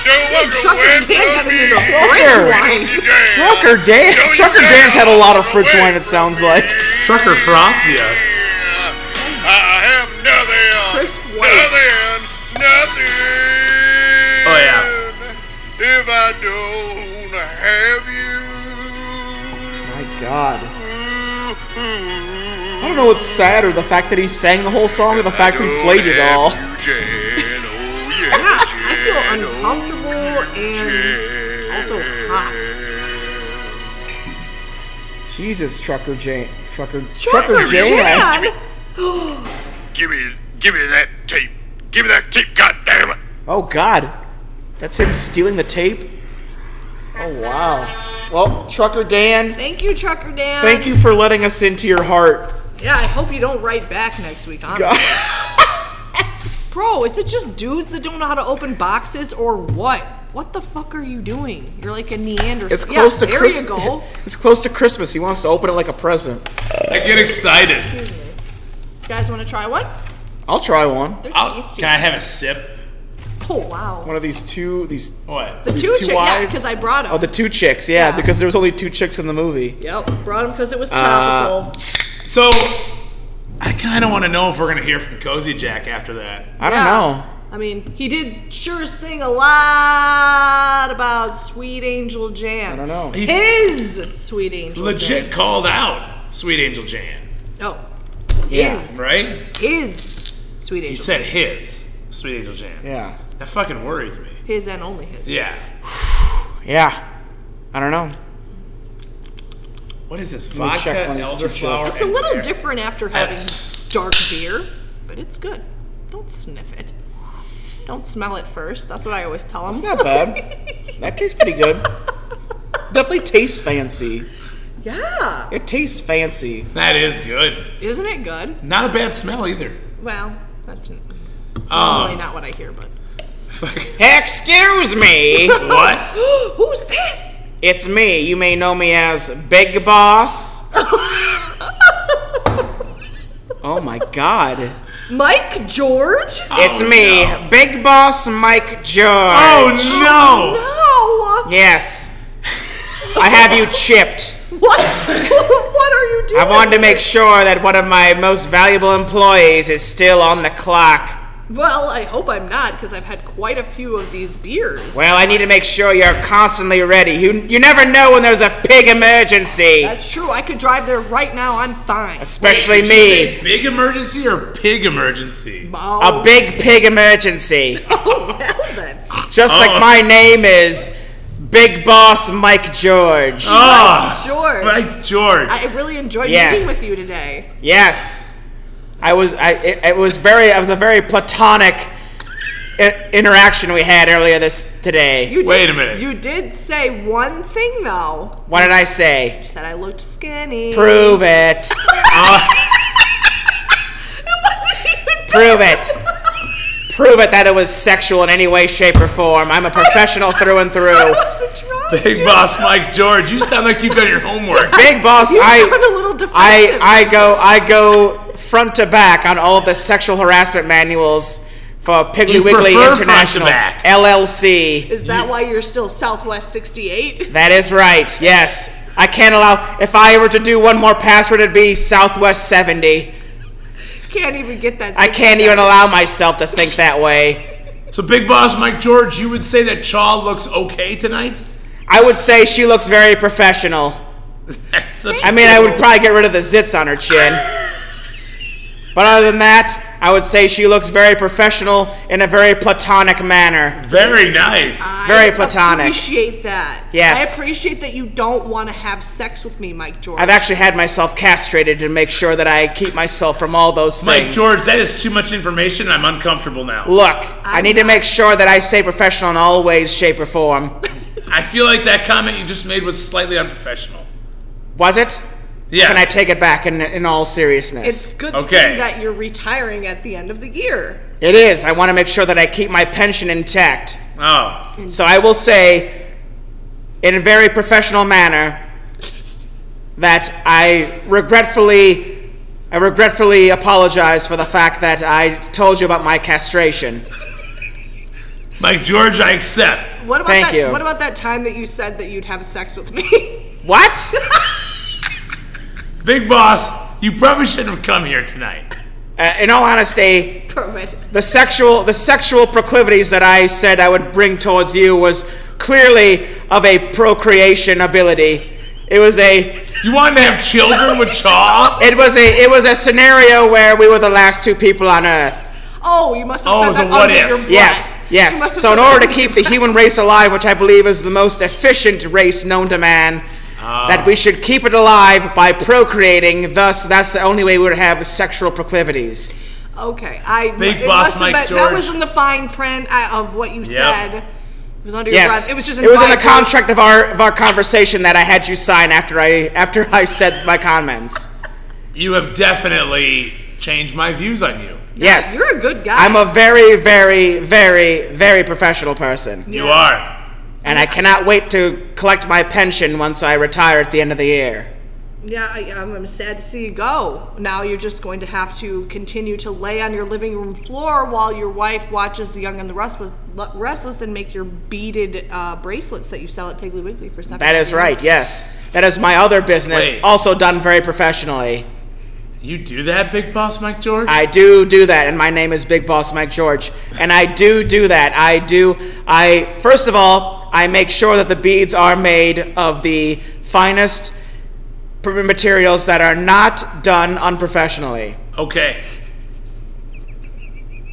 Speaker 7: Don't walk away
Speaker 3: Trucker Dan got
Speaker 7: from
Speaker 3: him in the
Speaker 7: me.
Speaker 1: Trucker.
Speaker 3: French wine.
Speaker 1: Trucker Dan. Trucker Dan's had a lot of fridge wine. It sounds like.
Speaker 2: Trucker fropped ya.
Speaker 7: I have nothing.
Speaker 3: Crisp white.
Speaker 7: Nothing. Nothing.
Speaker 2: Oh, yeah.
Speaker 7: If I don't have you.
Speaker 1: My God. I don't know what's sadder, the fact that he sang the whole song or the fact we played it all.
Speaker 7: Oh,
Speaker 3: Yeah, I feel uncomfortable and also hot.
Speaker 1: Jesus, Trucker Jan. Trucker.
Speaker 3: Trucker
Speaker 1: Jan.
Speaker 3: Jan.
Speaker 7: Give me, give me that tape. Give me that tape, goddammit.
Speaker 1: Oh God, that's him stealing the tape. Oh wow. Well, Trucker Dan,
Speaker 3: Thank you, Trucker Dan.
Speaker 1: thank you for letting us into your heart.
Speaker 3: Yeah, I hope you don't write back next week, honestly. Bro, is it just dudes that don't know how to open boxes or what? What the fuck are you doing? You're like a Neanderthal.
Speaker 1: It's close
Speaker 3: yeah,
Speaker 1: to
Speaker 3: there
Speaker 1: Christmas.
Speaker 3: you go.
Speaker 1: It's close to Christmas. He wants to open it like a present.
Speaker 5: I get excited.
Speaker 3: You guys want to try one?
Speaker 1: I'll try one.
Speaker 3: They're
Speaker 5: I'll-
Speaker 3: tasty.
Speaker 5: can I have a sip?
Speaker 3: oh wow.
Speaker 1: One of these two. These.
Speaker 5: What?
Speaker 3: The
Speaker 1: these
Speaker 3: two,
Speaker 1: two
Speaker 3: chick, yeah,
Speaker 1: wives?
Speaker 3: because I brought them.
Speaker 1: Oh, the two chicks. Yeah,
Speaker 3: Yeah.
Speaker 1: because there was only two chicks in the movie.
Speaker 3: yep, brought them because it
Speaker 1: Uh,
Speaker 3: was topical.
Speaker 5: So, I kind of want to know if we're gonna hear from Cozy Jack after that.
Speaker 1: I don't
Speaker 3: Yeah.
Speaker 1: know.
Speaker 3: I mean, he did sure sing a lot about Sweet Angel Jam.
Speaker 1: I don't know.
Speaker 5: He
Speaker 3: His Sweet Angel
Speaker 5: legit
Speaker 3: Jam.
Speaker 5: called out Sweet Angel Jan,
Speaker 3: No.
Speaker 1: Yeah.
Speaker 3: Oh, His.
Speaker 5: right?
Speaker 3: His Sweet Angel.
Speaker 5: He said his Sweet Angel Jan.
Speaker 1: Yeah.
Speaker 5: That fucking worries me.
Speaker 3: his and only his.
Speaker 5: Yeah.
Speaker 1: Yeah. I don't know.
Speaker 5: What is this?
Speaker 1: me
Speaker 5: Vodka,
Speaker 1: check on these two
Speaker 5: elderflower.
Speaker 1: chicks.
Speaker 3: It's a
Speaker 5: and
Speaker 3: little
Speaker 5: pear.
Speaker 3: different after having dark beer, but it's good. Don't sniff it. Don't smell it first. That's what I always tell
Speaker 1: It's
Speaker 3: them.
Speaker 1: not bad. that tastes pretty good. Definitely tastes fancy.
Speaker 3: Yeah.
Speaker 1: It tastes fancy.
Speaker 5: That is good.
Speaker 3: Isn't it good?
Speaker 5: Not a bad smell either.
Speaker 3: Well,
Speaker 5: Uh.
Speaker 3: that's n- really
Speaker 5: Um,
Speaker 3: not what I hear, but.
Speaker 1: Excuse me.
Speaker 5: what?
Speaker 3: Who's this?
Speaker 1: it's me. You may know me as Big Boss. oh my God.
Speaker 3: Mike George?
Speaker 1: It's me, Big Boss Mike George.
Speaker 5: Oh
Speaker 3: No!
Speaker 1: Yes. I have you chipped.
Speaker 3: What? what are you doing?
Speaker 1: I wanted to make sure that one of my most valuable employees is still on the clock.
Speaker 3: Well, I hope I'm not, because I've had quite a few of these beers.
Speaker 1: Well, I need to make sure you're constantly ready. You, you never know when there's a big emergency.
Speaker 3: That's true. I could drive there right now. I'm fine.
Speaker 1: Especially
Speaker 5: no!
Speaker 1: me.
Speaker 5: Big emergency or pig emergency?
Speaker 1: A big pig emergency.
Speaker 3: Oh, Well then.
Speaker 1: Just like
Speaker 5: Oh.
Speaker 1: my name is Big Boss Mike George.
Speaker 5: Ah,
Speaker 3: George.
Speaker 5: Like George.
Speaker 3: I really enjoyed
Speaker 1: Yes.
Speaker 3: meeting with you today.
Speaker 1: Yes, I was. I it, it was very. It was a very platonic I- interaction we had earlier this today.
Speaker 3: You did,
Speaker 5: Wait a minute.
Speaker 3: You did say one thing though.
Speaker 1: What did I say?
Speaker 3: You said I looked skinny.
Speaker 1: Prove it. Oh.
Speaker 3: It wasn't even
Speaker 1: Prove it. Prove it that it was sexual in any way, shape, or form. I'm a professional through and
Speaker 3: I
Speaker 1: through.
Speaker 3: wasn't trying
Speaker 5: Big
Speaker 3: to.
Speaker 5: boss Mike George. You sound like you've done your homework.
Speaker 1: Big boss,
Speaker 3: You
Speaker 1: I.
Speaker 3: sound a little defensive.
Speaker 1: I I go I go front to back on all of the sexual harassment manuals for Piggly
Speaker 5: You
Speaker 1: Wiggly
Speaker 5: prefer front to
Speaker 1: International
Speaker 5: back.
Speaker 1: LLC.
Speaker 3: Is that why you're still Southwest 68?
Speaker 1: That is right. Yes, I can't allow. If I were to do one more password, it'd be Southwest 70.
Speaker 3: Can't even get that.
Speaker 1: I can't even allow myself to think that way.
Speaker 5: So, Big Boss Mike George, you would say that Chaw looks okay tonight?
Speaker 1: I would say she looks very professional.
Speaker 5: That's such
Speaker 1: I mean, I would probably get rid of the zits on her chin. But other than that, I would say she looks very professional in a very platonic manner.
Speaker 5: very nice.
Speaker 1: Very platonic.
Speaker 3: Appreciate that.
Speaker 1: Yes.
Speaker 3: I appreciate that you don't want to have sex with me, Mike George.
Speaker 1: I've actually had myself castrated to make sure that I keep myself from all those things.
Speaker 5: Mike George, that is too much information. I'm uncomfortable now.
Speaker 1: Look, i need to make sure that I stay professional in all ways, shape, or form.
Speaker 5: I feel like that comment you just made was slightly unprofessional.
Speaker 1: Was it?
Speaker 5: Yes.
Speaker 1: Can I take it back in, in all
Speaker 3: It's
Speaker 1: seriousness?
Speaker 3: good
Speaker 5: Okay.
Speaker 3: thing that you're retiring at the end of the year.
Speaker 1: It is. I want to make sure that I keep my pension intact.
Speaker 5: Oh.
Speaker 1: So I will say, in a very professional manner, that I regretfully, I regretfully apologize for the fact that I told you about my castration.
Speaker 5: Mike George, I accept.
Speaker 3: What about
Speaker 1: Thank
Speaker 3: that?
Speaker 1: you.
Speaker 3: What about that time that you said that you'd have sex with me?
Speaker 1: What?
Speaker 5: Big Boss, you probably shouldn't have come here tonight.
Speaker 1: Uh, in all honesty,
Speaker 3: Prove it.
Speaker 1: the sexual the sexual proclivities that I said I would bring towards you was clearly of a procreation ability. It was a
Speaker 5: You wanted to have children with Chaw?
Speaker 1: it was a it was a scenario where we were the last two people on Earth.
Speaker 3: Oh, you must have
Speaker 5: Oh, it
Speaker 3: said
Speaker 5: was
Speaker 3: that
Speaker 5: a what
Speaker 3: under
Speaker 5: if.
Speaker 3: your breath.
Speaker 1: Yes,
Speaker 3: You must
Speaker 1: yes.
Speaker 3: have
Speaker 1: So in
Speaker 3: said that
Speaker 1: order to
Speaker 3: under
Speaker 1: keep the
Speaker 3: your
Speaker 1: human race alive, which I believe is the most efficient race known to man, that we should keep it alive by procreating. Thus, that's the only way we would have sexual proclivities.
Speaker 3: breath. Okay, I.
Speaker 5: Big
Speaker 3: it
Speaker 5: boss
Speaker 3: must have
Speaker 5: Mike
Speaker 3: been- That was
Speaker 5: George.
Speaker 3: in the fine print uh, of what you said. It was under your
Speaker 1: Yes,
Speaker 3: breath. It was just.
Speaker 1: it was in
Speaker 3: my
Speaker 1: the contract of our of our conversation that I had you sign after I after I said my comments.
Speaker 5: You have definitely changed my views on you.
Speaker 1: yes,
Speaker 3: You're a good guy.
Speaker 1: I'm a very, very, very, very professional person,
Speaker 5: You are.
Speaker 1: and I cannot wait to collect my pension once I retire at the end of the year.
Speaker 3: Yeah, I, I'm I'm sad to see you go. Now you're just going to have to continue to lay on your living room floor while your wife watches The Young and the Restless, Restless and make your beaded uh, bracelets that you sell at Piggly Wiggly for something.
Speaker 1: That is right, yes. That is my other business,
Speaker 5: Wait.
Speaker 1: also done very professionally.
Speaker 5: You do that, Big Boss Mike George?
Speaker 1: I do do that, and my name is Big Boss Mike George. And I do do that. I do, I, first of all, I make sure that the beads are made of the finest pr- materials that are not done unprofessionally.
Speaker 5: okay.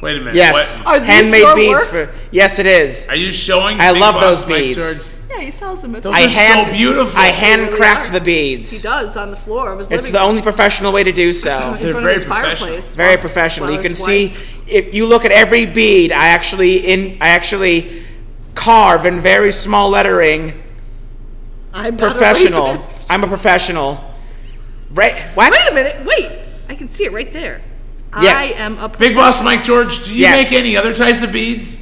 Speaker 5: Wait a minute.
Speaker 1: Yes.
Speaker 5: What?
Speaker 3: Are these
Speaker 1: Handmade
Speaker 3: your
Speaker 1: beads
Speaker 3: work?
Speaker 1: for, yes, it is.
Speaker 5: Are you showing?
Speaker 1: I
Speaker 5: Big
Speaker 1: love
Speaker 5: Boss
Speaker 1: those
Speaker 5: Mike
Speaker 1: beads.
Speaker 5: George?
Speaker 3: Yeah, he sells them. At
Speaker 5: Those
Speaker 3: I,
Speaker 5: are so beautiful.
Speaker 1: I
Speaker 3: really
Speaker 1: handcraft
Speaker 3: are.
Speaker 1: the beads.
Speaker 3: he does on the floor of his
Speaker 1: It's
Speaker 3: living
Speaker 1: the
Speaker 3: room
Speaker 1: only professional way to do so.
Speaker 3: in
Speaker 5: They're
Speaker 3: front
Speaker 5: very
Speaker 3: of his
Speaker 5: professional.
Speaker 3: fireplace.
Speaker 1: very
Speaker 3: while-
Speaker 1: professional.
Speaker 3: while
Speaker 1: You can
Speaker 3: his
Speaker 1: see
Speaker 3: wife-
Speaker 1: if you look at every bead, I actually in I actually carve in very small lettering.
Speaker 3: I'm not a
Speaker 1: Professional.
Speaker 3: rapist.
Speaker 1: I'm a professional. Right? What?
Speaker 3: Wait a minute. Wait. I can see it right there.
Speaker 1: Yes.
Speaker 3: I am a
Speaker 5: Big Boss Mike George, do you
Speaker 1: Yes.
Speaker 5: make any other types of beads?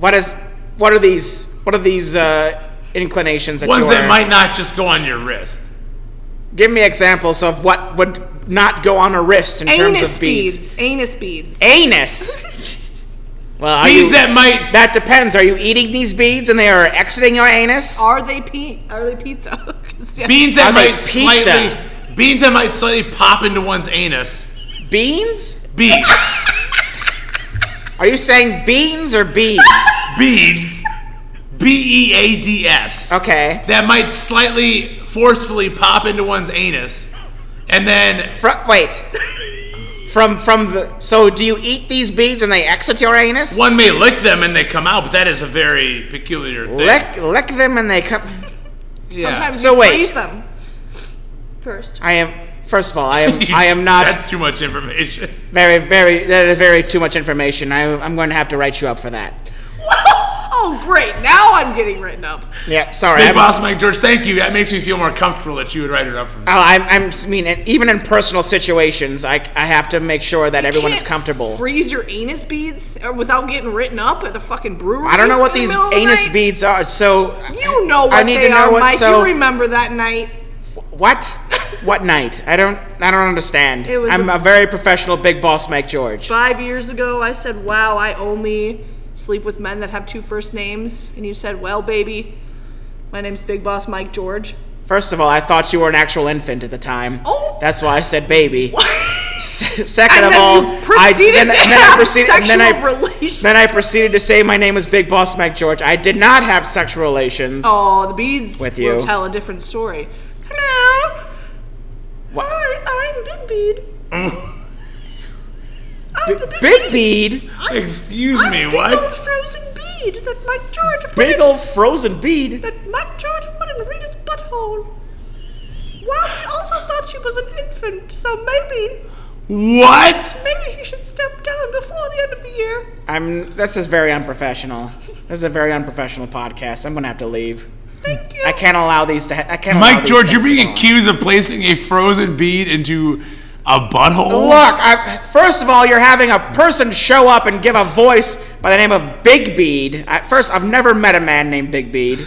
Speaker 1: What is? What are these? What are these uh, inclinations that
Speaker 5: Ones
Speaker 1: you
Speaker 5: that
Speaker 1: are-
Speaker 5: might not just go on your wrist.
Speaker 1: Give me examples of what would not go on a wrist in terms
Speaker 3: anus
Speaker 1: of beads.
Speaker 3: beads. Anus beads.
Speaker 1: Anus. well, are
Speaker 5: Beads
Speaker 1: you?
Speaker 5: that might.
Speaker 1: that depends. Are you eating these beads and they are exiting your anus?
Speaker 3: Are they pe- Are they pizza? 'Cause, yeah.
Speaker 5: Beans
Speaker 1: Are
Speaker 5: that
Speaker 1: they
Speaker 5: might slightly.
Speaker 1: pizza?
Speaker 5: Beans that might slightly pop into one's anus.
Speaker 1: Beans?
Speaker 5: Beads.
Speaker 1: Are you saying beans or beads?
Speaker 5: beads. B E A D S.
Speaker 1: Okay.
Speaker 5: That might slightly forcefully pop into one's anus, and then
Speaker 1: Fr- wait. From from the so do you eat these beads and they exit your anus?
Speaker 5: one may lick them and they come out. But that is a very peculiar thing.
Speaker 1: Lick lick them and they come.
Speaker 5: Yeah.
Speaker 3: Sometimes
Speaker 1: So
Speaker 3: you
Speaker 1: wait.
Speaker 3: freeze them first.
Speaker 1: I am first of all I am I am not
Speaker 5: That's too much information.
Speaker 1: very very that is very too much information. I I'm going to have to write you up for that.
Speaker 3: oh, great! Now I'm getting written up.
Speaker 1: Yep. Sorry.
Speaker 5: Big
Speaker 1: I'm,
Speaker 5: Boss Mike George, thank you. That makes me feel more comfortable that you would write it up for me.
Speaker 1: Oh, I'm, I'm I mean and even in personal situations I I have to make sure that everyone is
Speaker 3: Can't
Speaker 1: comfortable.
Speaker 3: Freeze your anus beads uh, without getting written up at the fucking brewery.
Speaker 1: I don't know what
Speaker 3: in the
Speaker 1: these
Speaker 3: middle of the
Speaker 1: anus
Speaker 3: night?
Speaker 1: beads are. So
Speaker 3: You know what
Speaker 1: I need
Speaker 3: they
Speaker 1: to know
Speaker 3: are,
Speaker 1: what.
Speaker 3: Mike.
Speaker 1: so
Speaker 3: You remember that night?
Speaker 1: what? What night? I don't. I don't understand.
Speaker 3: It was
Speaker 1: I'm
Speaker 3: a-
Speaker 1: a very professional big boss, Mike George.
Speaker 3: Five years ago, I said, "Wow, I only sleep with men that have two first names," and you said, "Well, baby, My name's Big Boss Mike George.
Speaker 1: First of all, I thought you were an actual infant at the time.
Speaker 3: Oh.
Speaker 1: That's why I said baby. S- Second
Speaker 3: And
Speaker 1: of
Speaker 3: then
Speaker 1: all,
Speaker 3: you
Speaker 1: I
Speaker 3: proceeded
Speaker 1: then,
Speaker 3: to
Speaker 1: and then I
Speaker 3: have
Speaker 1: proceeded and then
Speaker 3: sexual
Speaker 1: I
Speaker 3: relations.
Speaker 1: then I proceeded to say my name is Big Boss Mike George. I did not have sexual relations.
Speaker 3: Oh, the beads
Speaker 1: With you.
Speaker 3: will tell a different story. Hello.
Speaker 1: Wha-
Speaker 3: Hi, I'm Big Bead. I'm the big,
Speaker 1: Big bead,
Speaker 5: Excuse
Speaker 3: I'm
Speaker 5: me,
Speaker 3: big
Speaker 5: what?
Speaker 3: old frozen bead that Mike George put
Speaker 1: big
Speaker 3: in,
Speaker 1: old frozen bead.
Speaker 3: that Mike George put in Rita's butthole. Well, he also thought she was an infant, so maybe
Speaker 5: What?
Speaker 3: maybe he should step down before the end of the year.
Speaker 1: I'm. This is very unprofessional. This is a very unprofessional podcast. I'm gonna have to leave.
Speaker 3: Thank you.
Speaker 1: I can't allow these to. Ha- I can't. allow
Speaker 5: Mike
Speaker 1: Oh, these
Speaker 5: George, you're
Speaker 1: things to
Speaker 5: being
Speaker 1: go on.
Speaker 5: accused of placing a frozen bead into a butthole?
Speaker 1: Look, I, first of all, you're having a person show up and give a voice by the name of Big Bead. I, first, I've never met a man named Big Bead,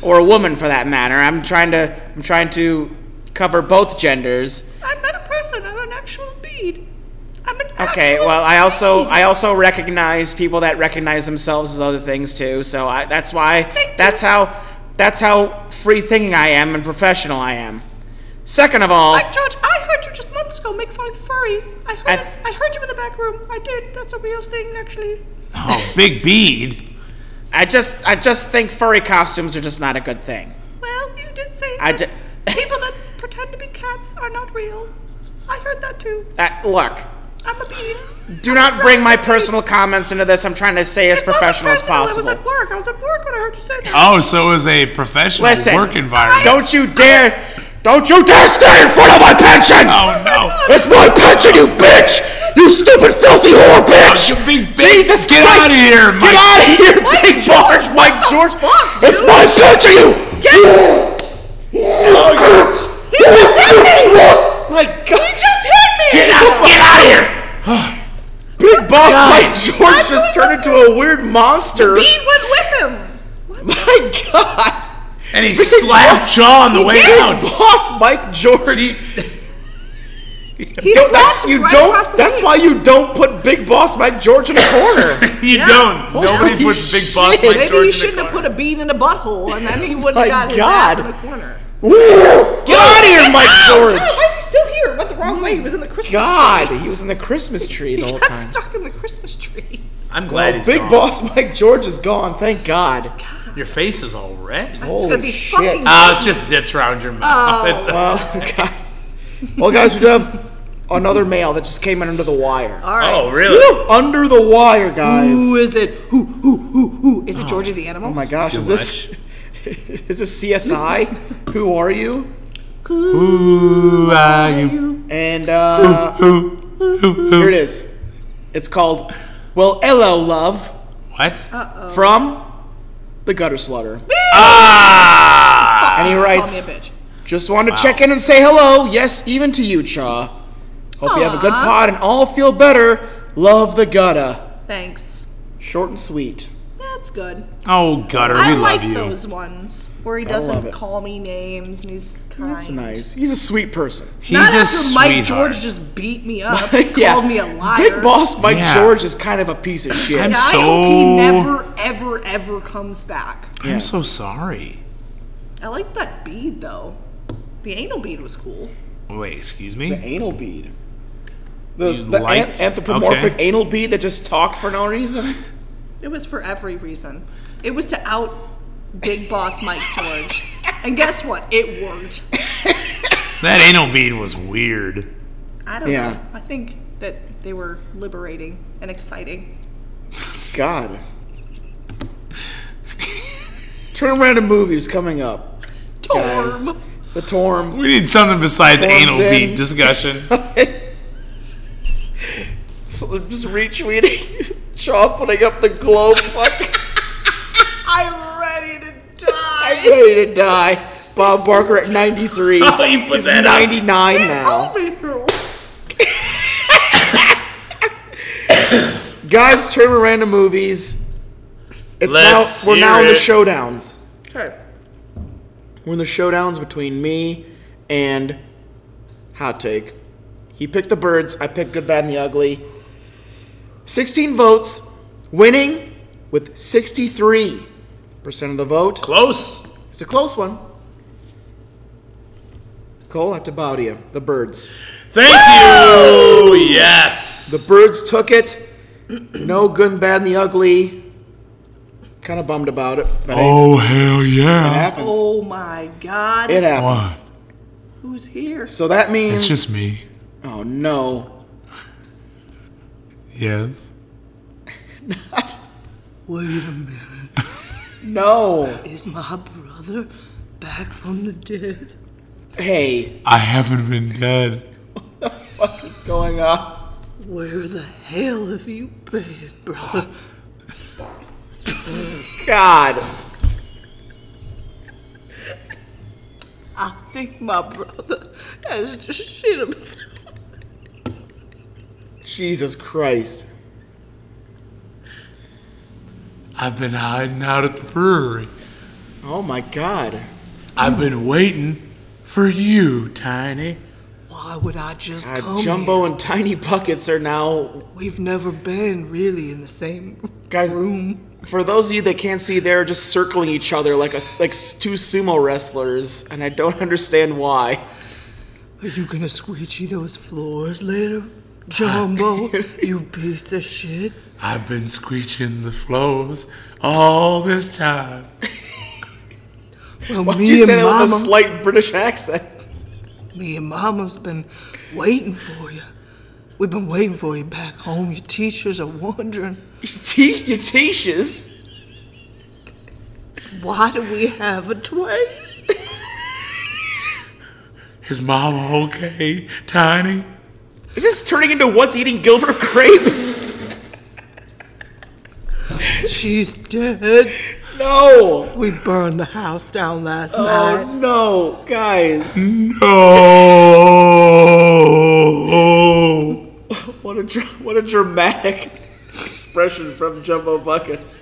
Speaker 1: or a woman for that matter. I'm trying to, I'm trying to cover both genders.
Speaker 3: I'm not a person. I'm an actual bead. I'm an
Speaker 1: Okay,
Speaker 3: actual
Speaker 1: well, I also,
Speaker 3: bead.
Speaker 1: I also recognize people that recognize themselves as other things too. So I, that's why,
Speaker 3: Thank you.
Speaker 1: that's how, that's how free thinking I am and professional I am. Second of all,
Speaker 3: Like, George, I heard you just months ago make fun of furries. I heard,
Speaker 1: I
Speaker 3: I,
Speaker 1: th-
Speaker 3: I heard you in the back room. I did. That's a real thing, actually.
Speaker 5: Oh, big bead.
Speaker 1: I just, I just think furry costumes are just not a good thing.
Speaker 3: Well, you did say
Speaker 1: I
Speaker 3: that
Speaker 1: ju-
Speaker 3: people that pretend to be cats are not real. I heard that too.
Speaker 1: That look.
Speaker 3: I'm a bean.
Speaker 1: Do
Speaker 3: I'm a
Speaker 1: not bring my
Speaker 3: frozen bean.
Speaker 1: personal comments into this. I'm trying to stay as
Speaker 3: It wasn't
Speaker 1: professional as
Speaker 3: personal, I was
Speaker 1: possible.
Speaker 3: at work. I was at work when I heard you say that.
Speaker 5: Oh, so it was a professional
Speaker 1: Listen,
Speaker 5: work environment.
Speaker 1: Don't you dare! Don't you dare stay in front of my pension!
Speaker 5: Oh, no.
Speaker 1: It's my pension, you bitch! You stupid, filthy whore, bitch!
Speaker 5: you big bitch.
Speaker 1: Jesus
Speaker 5: Get
Speaker 1: Christ!
Speaker 5: outta here,
Speaker 1: Get
Speaker 5: Mike.
Speaker 1: out of here, Big George, Mike George! it's my pension, you!
Speaker 5: Oh, yes.
Speaker 1: My God!
Speaker 3: just hit me!
Speaker 1: Get out! Get out of here! Big boss
Speaker 5: God.
Speaker 1: Mike George just turned into a weird monster.
Speaker 3: Bean went with him.
Speaker 1: My God!
Speaker 5: And he slapped Jaw on the way
Speaker 1: Big
Speaker 5: out.
Speaker 1: boss Mike George.
Speaker 3: He
Speaker 1: Don't- that's,
Speaker 3: slapped
Speaker 1: you
Speaker 3: right across
Speaker 1: don't.
Speaker 3: the
Speaker 1: That's
Speaker 3: bean.
Speaker 1: why you don't put Big Boss Mike George in a corner.
Speaker 5: You don't.
Speaker 1: Holy
Speaker 5: Nobody puts Big Boss
Speaker 1: shit.
Speaker 5: Mike
Speaker 3: Oh, Maybe
Speaker 5: George
Speaker 3: he
Speaker 5: in
Speaker 3: shouldn't
Speaker 5: the
Speaker 3: have
Speaker 5: corner.
Speaker 3: put a bean in a butthole, and then he wouldn't
Speaker 1: My
Speaker 3: have got his ass
Speaker 1: God.
Speaker 3: in the corner.
Speaker 1: Ooh, Get out of here, Mike George.
Speaker 3: God, why is he still here? Went the wrong way. He was in the Christmas
Speaker 1: God,
Speaker 3: tree.
Speaker 1: he was in the Christmas tree the
Speaker 3: He
Speaker 1: whole
Speaker 3: got
Speaker 1: time.
Speaker 3: stuck in the Christmas tree.
Speaker 5: I'm glad he's
Speaker 1: Big
Speaker 5: gone.
Speaker 1: Boss Mike George is gone. Thank God.
Speaker 5: Your face is all red.
Speaker 3: It's
Speaker 1: Holy
Speaker 3: because he
Speaker 1: shit.
Speaker 3: fucking.
Speaker 5: Oh, it just zits around your mouth.
Speaker 3: Oh.
Speaker 5: It's-
Speaker 1: Well, guys. Well, guys, we do have another mail that just came in under the wire.
Speaker 3: All right.
Speaker 5: oh, really?
Speaker 1: Woo, under the wire, guys.
Speaker 3: Who is it? Who? Who? Who? Who? Is it Georgie the animal?
Speaker 1: oh my gosh, is this is this CSI? Who are you?
Speaker 5: Who are you?
Speaker 1: And uh,
Speaker 5: Who? Who? Who?
Speaker 1: here it is. It's called Well, Hello, Love.
Speaker 5: What?
Speaker 3: Uh, Oh.
Speaker 1: from the gutter slutter.
Speaker 5: ah!
Speaker 1: And he
Speaker 3: Call me a
Speaker 1: writes,
Speaker 3: bitch.
Speaker 1: just wanted to check in and say hello. Yes, even to you, Chaw. Hope you have a good
Speaker 3: Aw.
Speaker 1: pod and all feel better. Love the gutta.
Speaker 3: Thanks.
Speaker 1: Short and sweet.
Speaker 3: That's good.
Speaker 5: Oh, gutter, we
Speaker 3: I
Speaker 5: love
Speaker 3: like
Speaker 5: you.
Speaker 3: those ones where he
Speaker 1: love
Speaker 3: doesn't
Speaker 1: it.
Speaker 3: call me names and he's kind.
Speaker 1: That's nice. He's a sweet person.
Speaker 5: He's
Speaker 3: Not
Speaker 5: a
Speaker 3: after Mike
Speaker 5: sweetheart.
Speaker 3: George just beat me up,
Speaker 1: Yeah.
Speaker 3: called me a liar.
Speaker 1: Big boss Mike
Speaker 5: Yeah.
Speaker 1: George is kind of a piece of shit.
Speaker 5: I'm
Speaker 3: Yeah, I hope he
Speaker 5: So-
Speaker 3: never, ever, ever comes back.
Speaker 1: Yeah.
Speaker 5: I'm so sorry.
Speaker 3: I like that bead though. The anal bead was cool.
Speaker 5: Wait, excuse me?
Speaker 1: the anal bead. The,
Speaker 5: You
Speaker 1: the an-
Speaker 5: liked-
Speaker 1: anthropomorphic
Speaker 5: okay.
Speaker 1: anal bead that just talked for no reason.
Speaker 3: It was for every reason. It was to out Big Boss Mike George. And guess what? It worked.
Speaker 5: That anal bead was weird.
Speaker 3: I don't
Speaker 1: Yeah.
Speaker 3: know. I think that they were liberating and exciting.
Speaker 1: God. Turn around to movies coming up. guys.
Speaker 3: Torm.
Speaker 1: The Torm.
Speaker 5: We need something besides
Speaker 1: Storms
Speaker 5: anal
Speaker 1: in.
Speaker 5: bead discussion.
Speaker 1: so I'm just retweeting Shaw putting up the globe. Fuck.
Speaker 3: I'm ready to die.
Speaker 1: I'm ready to die. Bob Barker at 93.
Speaker 5: Oh, you put
Speaker 1: He's
Speaker 5: that up. oh,
Speaker 1: 99 now. Guys, turn around to movies. It's
Speaker 5: Let's
Speaker 1: now we're now in the
Speaker 5: hear it.
Speaker 1: showdowns. We're in the showdowns between me and Hot Take. He picked the birds, I picked Good, Bad, and the Ugly. 16 votes, winning with 63% of the vote.
Speaker 5: Close.
Speaker 1: It's a close one. Cole, I have to bow to you. The birds.
Speaker 5: Thank you. Yes.
Speaker 1: The birds took it. No good and bad and the ugly. Kind of bummed about it, but hey,
Speaker 5: oh hell
Speaker 1: it
Speaker 5: yeah!
Speaker 1: happens.
Speaker 3: Oh my god.
Speaker 1: It happens.
Speaker 5: Why?
Speaker 3: Who's here?
Speaker 1: So that means.
Speaker 5: It's just me.
Speaker 1: Oh no.
Speaker 5: Yes.
Speaker 1: Not.
Speaker 3: Wait a minute.
Speaker 1: No.
Speaker 3: Is my brother back from the dead?
Speaker 1: Hey,
Speaker 5: I haven't been dead.
Speaker 1: what is going on?
Speaker 3: Where the hell have you been, brother?
Speaker 1: God.
Speaker 3: I think my brother has just shit himself.
Speaker 1: Jesus Christ.
Speaker 5: I've been hiding out at the brewery.
Speaker 1: Oh my God.
Speaker 5: I've been waiting for you, Tiny.
Speaker 3: Why would I just
Speaker 1: God,
Speaker 3: come
Speaker 1: Jumbo and Tiny Buckets are now
Speaker 3: here? We've never been really in the same.
Speaker 1: guys. For those of you that can't see, they're just circling each other like a s like s- two sumo wrestlers, and I don't understand why.
Speaker 3: Are you gonna squeegee those floors later, Jumbo? you piece of shit.
Speaker 5: I've been screeching the floors all this time.
Speaker 3: Well,
Speaker 1: Why'd
Speaker 3: me
Speaker 1: you
Speaker 3: and
Speaker 1: say that
Speaker 3: Mama,
Speaker 1: with a slight British accent?
Speaker 3: me and Mama's been waiting for you. We've been waiting for you back home. Your teachers are wondering
Speaker 1: Your te- your teachers.
Speaker 3: why do we have a twin?
Speaker 5: Is Mama okay, Tiny?
Speaker 1: Is this turning into what's eating Gilbert Grape?
Speaker 3: She's dead.
Speaker 1: No.
Speaker 3: We burned the house down last
Speaker 1: Oh
Speaker 3: night.
Speaker 1: no, guys.
Speaker 5: No.
Speaker 1: What a dr- what a dramatic expression from Jumbo Buckets.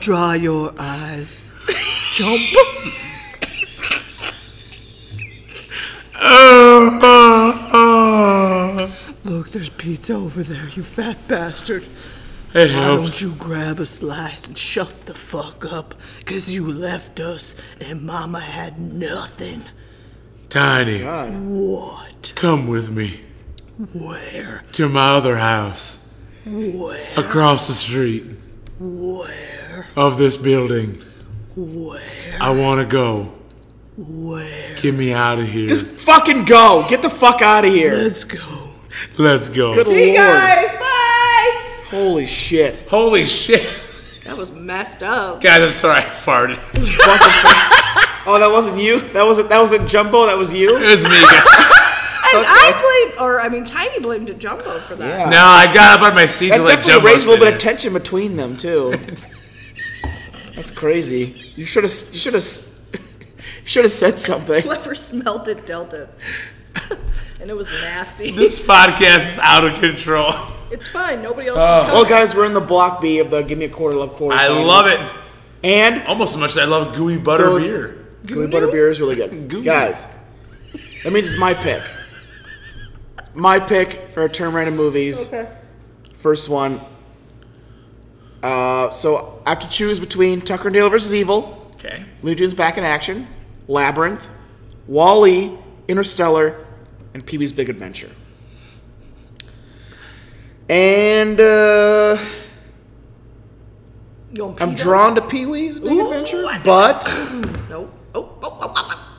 Speaker 3: Dry your eyes. Jump. Look, there's pizza over there, you fat bastard.
Speaker 5: it
Speaker 3: Why don't
Speaker 5: helps.
Speaker 3: you grab a slice and shut the fuck up? Cause you left us and Mama had nothing.
Speaker 5: Tiny,
Speaker 3: What?
Speaker 5: come with me
Speaker 3: Where?
Speaker 5: to my other house
Speaker 3: Where?
Speaker 5: across the street
Speaker 3: Where?
Speaker 5: of this building.
Speaker 3: Where?
Speaker 5: I want to go.
Speaker 3: Where?
Speaker 5: Get me out of here.
Speaker 1: Just fucking go. Get the fuck out of here.
Speaker 3: Let's go.
Speaker 5: Let's go.
Speaker 1: Good lord.
Speaker 3: bye!
Speaker 1: Holy shit.
Speaker 5: Holy shit.
Speaker 3: That was messed up.
Speaker 5: Guys, I'm sorry I farted. It
Speaker 1: Oh, that wasn't you. That wasn't that wasn't Jumbo. That was you.
Speaker 5: was me. guys.
Speaker 3: And I blamed, or I mean, Tiny blamed Jumbo for that.
Speaker 1: Yeah.
Speaker 5: no, I got up on my seat to
Speaker 1: That
Speaker 5: let
Speaker 1: definitely
Speaker 5: Jumbo
Speaker 1: raised a little
Speaker 5: sit
Speaker 1: bit
Speaker 5: in.
Speaker 1: of tension between them too. That's crazy. You should have. You should have. Should have said something.
Speaker 3: Whoever smelled it dealt it. and it was nasty.
Speaker 5: This podcast is out of control.
Speaker 3: It's fine. Nobody else is coming.
Speaker 1: Well, guys, we're in the block B of the Give Me a Quarter Love Quarter.
Speaker 5: I
Speaker 1: finals.
Speaker 5: love it
Speaker 1: And
Speaker 5: almost as much as I love gooey butter
Speaker 1: So it's-
Speaker 5: beer.
Speaker 1: gooey butter beer is really good,
Speaker 5: Gooey.
Speaker 1: guys. That means it's my pick. My pick for term random movies. First one. Uh, so I have to choose between Tucker and Dale versus Evil.
Speaker 5: Okay.
Speaker 1: Looney Tunes Back in Action, Labyrinth, Wall-E, Interstellar, and Pee-wee's Big Adventure. And uh,
Speaker 3: You gonna pee
Speaker 1: I'm
Speaker 3: down?
Speaker 1: drawn to Pee-wee's Big
Speaker 3: Ooh,
Speaker 1: Adventure,
Speaker 3: I think-
Speaker 1: but
Speaker 3: Nope. Oh, oh, oh, oh,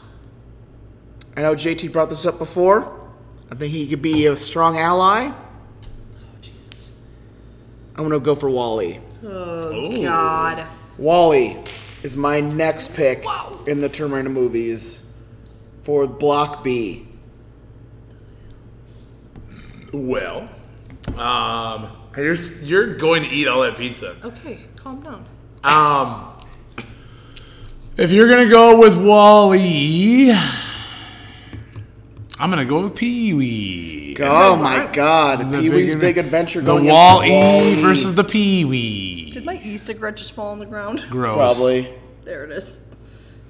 Speaker 1: I know JT brought this up before. I think he could be a strong ally.
Speaker 3: oh. Jesus.
Speaker 1: I'm gonna go for Wall-E.
Speaker 5: Ooh.
Speaker 3: oh, God.
Speaker 1: Wall-E is my next pick in the Terminator movies for Block B.
Speaker 5: Well, um, you're you're going to eat all that pizza.
Speaker 3: Okay, calm down.
Speaker 5: Um, if you're gonna go with Wally, I'm gonna go with Pee Wee.
Speaker 1: Oh my God! Pee-wee's Big Adventure
Speaker 5: The
Speaker 1: going
Speaker 5: Wall
Speaker 1: against Wall-E.
Speaker 5: E versus the Pee Wee.
Speaker 3: Did my e-cigarette just fall on the ground?
Speaker 5: Gross.
Speaker 1: probably.
Speaker 3: There it is.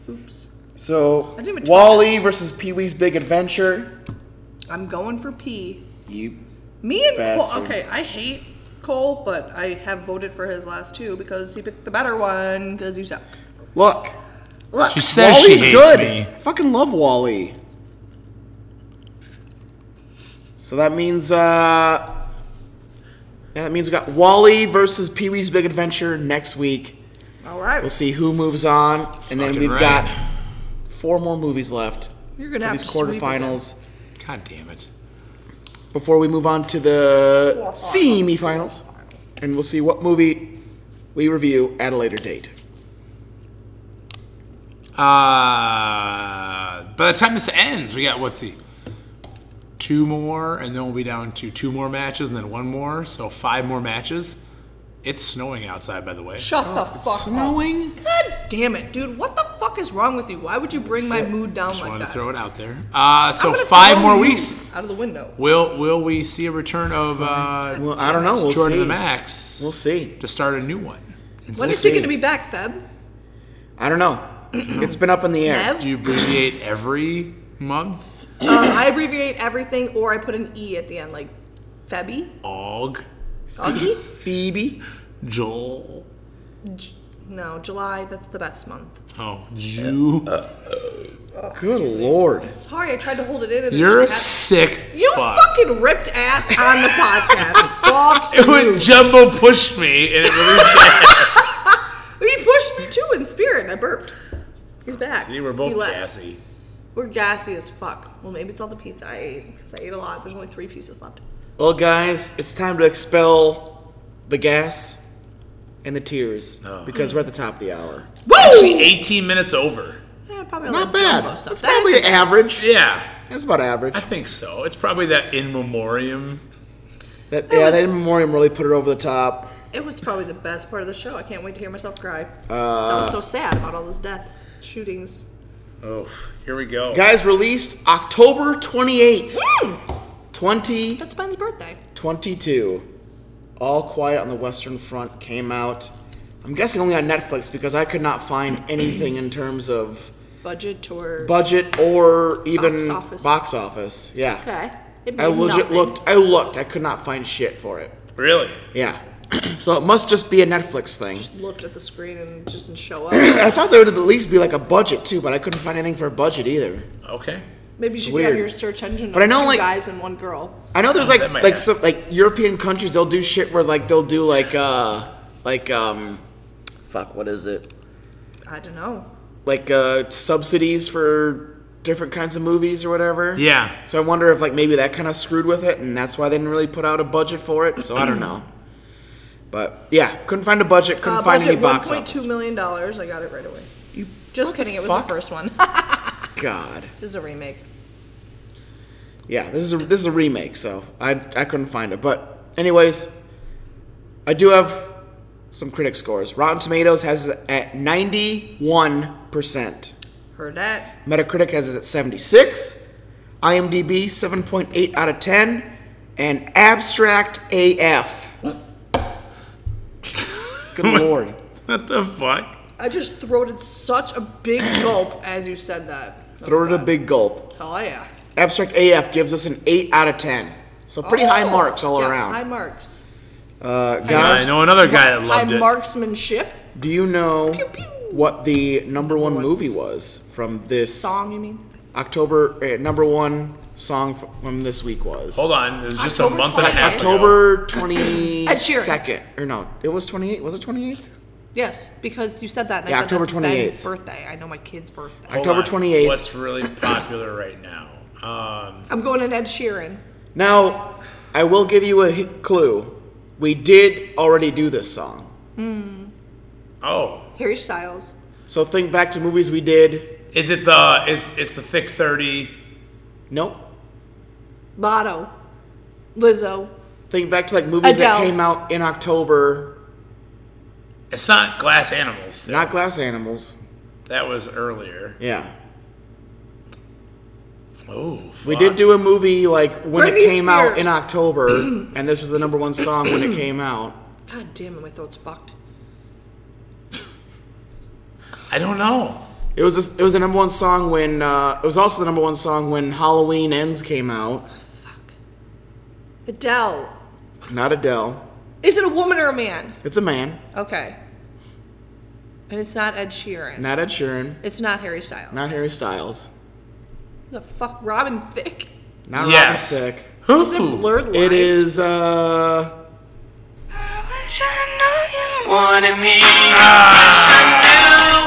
Speaker 3: Oops.
Speaker 1: So
Speaker 3: didn't even touch
Speaker 1: Wally versus Pee Wee's Big Adventure.
Speaker 3: I'm going for pee.
Speaker 1: You
Speaker 3: Me and Cole.
Speaker 1: Bastard.
Speaker 3: Okay, I hate Cole, but I have voted for his last two because he picked the better one because you suck.
Speaker 1: Look,
Speaker 3: Look,
Speaker 2: She says
Speaker 1: Wally's
Speaker 2: she hates
Speaker 1: good.
Speaker 2: me.
Speaker 1: I fucking love Wally. So that means, uh, yeah, that means we got Wally versus Pee Wee's Big Adventure next week.
Speaker 3: all right,
Speaker 1: We'll see who moves on, and then
Speaker 5: Fucking
Speaker 1: we've
Speaker 5: right.
Speaker 1: got four more movies left
Speaker 3: you're gonna
Speaker 1: for
Speaker 3: have
Speaker 1: these
Speaker 3: to sweep again.
Speaker 1: quarterfinals
Speaker 2: God damn it.
Speaker 1: before we move on to the E semi-finals, and we'll see what movie we review at a later date.
Speaker 2: Uh, by the time this ends, we got what's he? Two more, and then we'll be down to two more matches, and then one more, so five more matches. It's snowing outside, by the way.
Speaker 3: Shut the fuck
Speaker 1: Snowing.
Speaker 3: up! Damn it, dude! What the fuck is wrong with you? Why would you bring my mood down
Speaker 2: Just
Speaker 3: like
Speaker 2: wanted
Speaker 3: that?
Speaker 2: to throw it out there. Uh,
Speaker 3: I'm
Speaker 2: so
Speaker 3: gonna
Speaker 2: five
Speaker 3: throw
Speaker 2: more
Speaker 3: you
Speaker 2: weeks.
Speaker 3: out of the window.
Speaker 2: Will will we see a return of uh,
Speaker 1: Well, I don't know. We'll
Speaker 2: Jordan
Speaker 1: see.
Speaker 2: the Max?
Speaker 1: We'll see.
Speaker 2: To start a new one. In
Speaker 3: When
Speaker 2: six
Speaker 3: is he gonna
Speaker 2: days.
Speaker 3: be back, Feb?
Speaker 1: I don't know. it's been up in the air.
Speaker 3: Nev?
Speaker 2: Do you abbreviate every month?
Speaker 3: Um, I abbreviate everything, or I put an e at the end, like Febby,
Speaker 2: Og,
Speaker 3: Augie.
Speaker 1: Phoebe.
Speaker 2: Joel.
Speaker 3: No, July. That's the best month.
Speaker 2: Oh, Jew.
Speaker 1: Uh, Good lord.
Speaker 3: Sorry, I tried to hold it in. And then
Speaker 2: You're
Speaker 3: she
Speaker 2: a
Speaker 3: had-
Speaker 2: sick.
Speaker 3: You
Speaker 2: fuck.
Speaker 3: fucking ripped ass on the podcast. Fuck
Speaker 2: It
Speaker 3: you.
Speaker 2: was Jumbo pushed me, and it released
Speaker 3: He pushed me too in spirit, and I burped. He's back.
Speaker 5: See, we're both
Speaker 3: He left.
Speaker 5: gassy.
Speaker 3: We're gassy as fuck. Well, maybe it's all the pizza I ate because I ate a lot. There's only three pieces left.
Speaker 1: Well, guys, it's time to expel the gas and the tears because we're at the top of the hour.
Speaker 3: Woo!
Speaker 5: 18 minutes over.
Speaker 3: Yeah, eh, probably a
Speaker 1: Not
Speaker 3: little
Speaker 1: bad.
Speaker 3: jumbo stuff.
Speaker 1: That's
Speaker 3: Oh, That
Speaker 1: probably
Speaker 3: is-
Speaker 1: average.
Speaker 5: Yeah,
Speaker 1: That's about average.
Speaker 5: I think so. It's probably that in memoriam.
Speaker 1: That, yeah,
Speaker 3: was-
Speaker 1: that in memoriam really put it over the top.
Speaker 3: it was probably the best part of the show. I can't wait to hear myself cry.
Speaker 1: Uh,
Speaker 3: I was so sad about all those deaths, shootings.
Speaker 5: Oh, here we go.
Speaker 1: Guys, released October 28th, 2022.
Speaker 3: That's Ben's birthday.
Speaker 1: All Quiet on the Western Front came out. I'm guessing only on Netflix because I could not find anything in terms of
Speaker 3: Budget tour.
Speaker 1: budget or even box
Speaker 3: office.
Speaker 1: office. Yeah.
Speaker 3: okay. It
Speaker 1: I
Speaker 3: made
Speaker 1: legit
Speaker 3: nothing.
Speaker 1: looked. I looked. I could not find shit for it.
Speaker 5: Really?
Speaker 1: Yeah. so it must just be a Netflix thing.
Speaker 3: Looked at the screen and just didn't show up.
Speaker 1: I thought there would at least be like a budget too, but I couldn't find anything for a budget either.
Speaker 5: Okay.
Speaker 3: Maybe you should
Speaker 1: Weird.
Speaker 3: get on your search engine.
Speaker 1: But I
Speaker 3: of
Speaker 1: know,
Speaker 3: two
Speaker 1: like-
Speaker 3: guys and one girl.
Speaker 1: I know there's
Speaker 5: Oh,
Speaker 1: like
Speaker 5: that might
Speaker 1: like
Speaker 5: add.
Speaker 1: some like European countries they'll do shit where like they'll do like uh like um fuck what is it
Speaker 3: I don't know.
Speaker 1: like uh subsidies for different kinds of movies or whatever.
Speaker 5: Yeah.
Speaker 1: So I wonder if like maybe that kind of screwed with it, and that's why they didn't really put out a budget for it. So I don't know. But yeah, couldn't find a budget. Couldn't
Speaker 3: Uh,
Speaker 1: find any
Speaker 3: budget
Speaker 1: box
Speaker 3: one point
Speaker 1: office.
Speaker 3: two million dollars. I got it right away. just kidding. It was
Speaker 1: fuck?
Speaker 3: the first one.
Speaker 1: God.
Speaker 3: this is a remake.
Speaker 1: Yeah, this is a, this is a remake, so I I couldn't find it. But anyways, I do have some critic scores. Rotten Tomatoes has it at ninety one percent.
Speaker 3: Heard that?
Speaker 1: Metacritic has it at seventy six. IMDb seven point eight out of ten, and Abstract AF. Good lord.
Speaker 5: What the fuck?
Speaker 3: I just throated such a big gulp as you said that. That's
Speaker 1: Throw it a
Speaker 3: bad.
Speaker 1: big gulp.
Speaker 3: Oh yeah.
Speaker 1: Abstract AF gives us an eight out of ten. So pretty high
Speaker 3: Oh,
Speaker 1: marks all
Speaker 3: yeah,
Speaker 1: around.
Speaker 3: High marks.
Speaker 1: uh,
Speaker 5: I
Speaker 1: guys,
Speaker 5: know another guy that
Speaker 3: High
Speaker 5: loved it.
Speaker 3: marksmanship.
Speaker 1: Do you know
Speaker 3: Pew, pew.
Speaker 1: what the number one movie was from this
Speaker 3: Song, you mean?
Speaker 1: October uh, number one song f- from this week was
Speaker 5: Hold on. It was just
Speaker 3: October
Speaker 5: a month and a
Speaker 3: 28th.
Speaker 5: half ago.
Speaker 1: October
Speaker 3: Sheeran.
Speaker 1: 22nd or no it was 28th was it 28th
Speaker 3: Yes, because you said that. And
Speaker 1: Yeah,
Speaker 3: I said
Speaker 1: October
Speaker 3: that's Ben's
Speaker 1: 28th.
Speaker 3: birthday. I know my kid's birthday.
Speaker 5: Hold
Speaker 1: October
Speaker 5: on.
Speaker 1: 28th.
Speaker 5: What's really popular right now? Um,
Speaker 3: I'm going in Ed Sheeran.
Speaker 1: now I will give you a hi- clue we did already do this song
Speaker 5: oh,
Speaker 3: Harry Styles.
Speaker 1: so think back to movies we did
Speaker 5: is it the is it's the thick 30?
Speaker 1: nope
Speaker 3: Lotto. Lizzo.
Speaker 1: think back to like movies that
Speaker 3: Adele.
Speaker 1: came out in October
Speaker 5: It's not glass animals.
Speaker 1: not Glass Animals
Speaker 5: That was earlier.
Speaker 1: yeah
Speaker 5: Oh,
Speaker 1: We did do a movie like when
Speaker 3: Britney
Speaker 1: it came out in
Speaker 3: Spears.
Speaker 1: October, and this was the number one song when it came out.
Speaker 3: God damn it, my throat's fucked.
Speaker 5: I don't know.
Speaker 1: It was this, it was the number one song when uh, it was also the number one song when Halloween Ends came out.
Speaker 3: Fuck. Adele.
Speaker 1: Not Adele.
Speaker 3: Is it a woman or a man?
Speaker 1: It's a man,
Speaker 3: Okay. And it's not Ed Sheeran.
Speaker 1: not Ed Sheeran,
Speaker 3: It's not Harry Styles.
Speaker 1: not Harry Styles,
Speaker 3: Who the fuck, Robin Thicke?
Speaker 1: not
Speaker 5: Yes.
Speaker 1: Robin Thicke.
Speaker 5: Who?
Speaker 3: Is it blurred lines?
Speaker 1: It is uh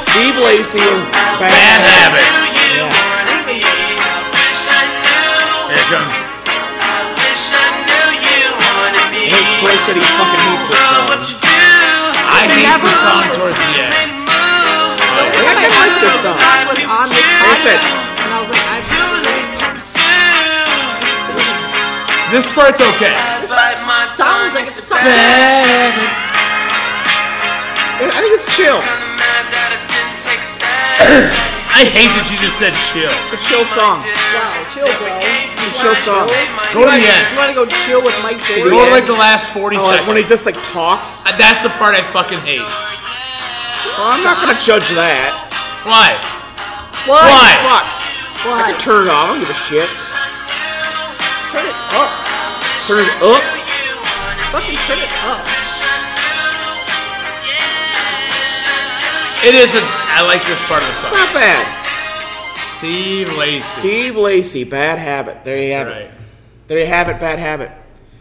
Speaker 1: Steve Lacy with Bad,
Speaker 5: Ah. Bad
Speaker 1: Habits.
Speaker 5: habits.
Speaker 1: Yeah.
Speaker 5: Here it comes.
Speaker 1: I think Troy said he fucking hates this song.
Speaker 5: I hate the song towards the end.
Speaker 3: Oh
Speaker 1: I think I like this song.
Speaker 3: I was on this
Speaker 1: I said-
Speaker 3: podcast, and I was like, I
Speaker 5: This part's okay.
Speaker 3: this song sounds like it's something.
Speaker 1: I think it's chill.
Speaker 5: I hate that you just said chill.
Speaker 1: It's a chill song.
Speaker 3: Wow, chill, bro.
Speaker 1: It's a chill song.
Speaker 5: Go to the
Speaker 3: You
Speaker 5: end.
Speaker 3: want to go chill with Mike Davis?
Speaker 5: Go to like the last 40
Speaker 1: Oh, like, when he
Speaker 5: seconds.
Speaker 1: just like talks.
Speaker 5: Uh, That's the part I fucking hate.
Speaker 1: Well, I'm not gonna judge that.
Speaker 5: Why?
Speaker 3: Why?
Speaker 5: Why?
Speaker 1: Fuck. I
Speaker 3: Why?
Speaker 1: can turn it off. I don't give a shit.
Speaker 3: Turn it up.
Speaker 1: Turn it up.
Speaker 3: Fucking turn it up.
Speaker 5: It is a. I like this part of the song.
Speaker 1: Not bad.
Speaker 5: Steve Lacy.
Speaker 1: Steve Lacy, Bad Habit. There you have
Speaker 5: That's
Speaker 1: it.
Speaker 5: right.
Speaker 1: There you have it. Bad Habit.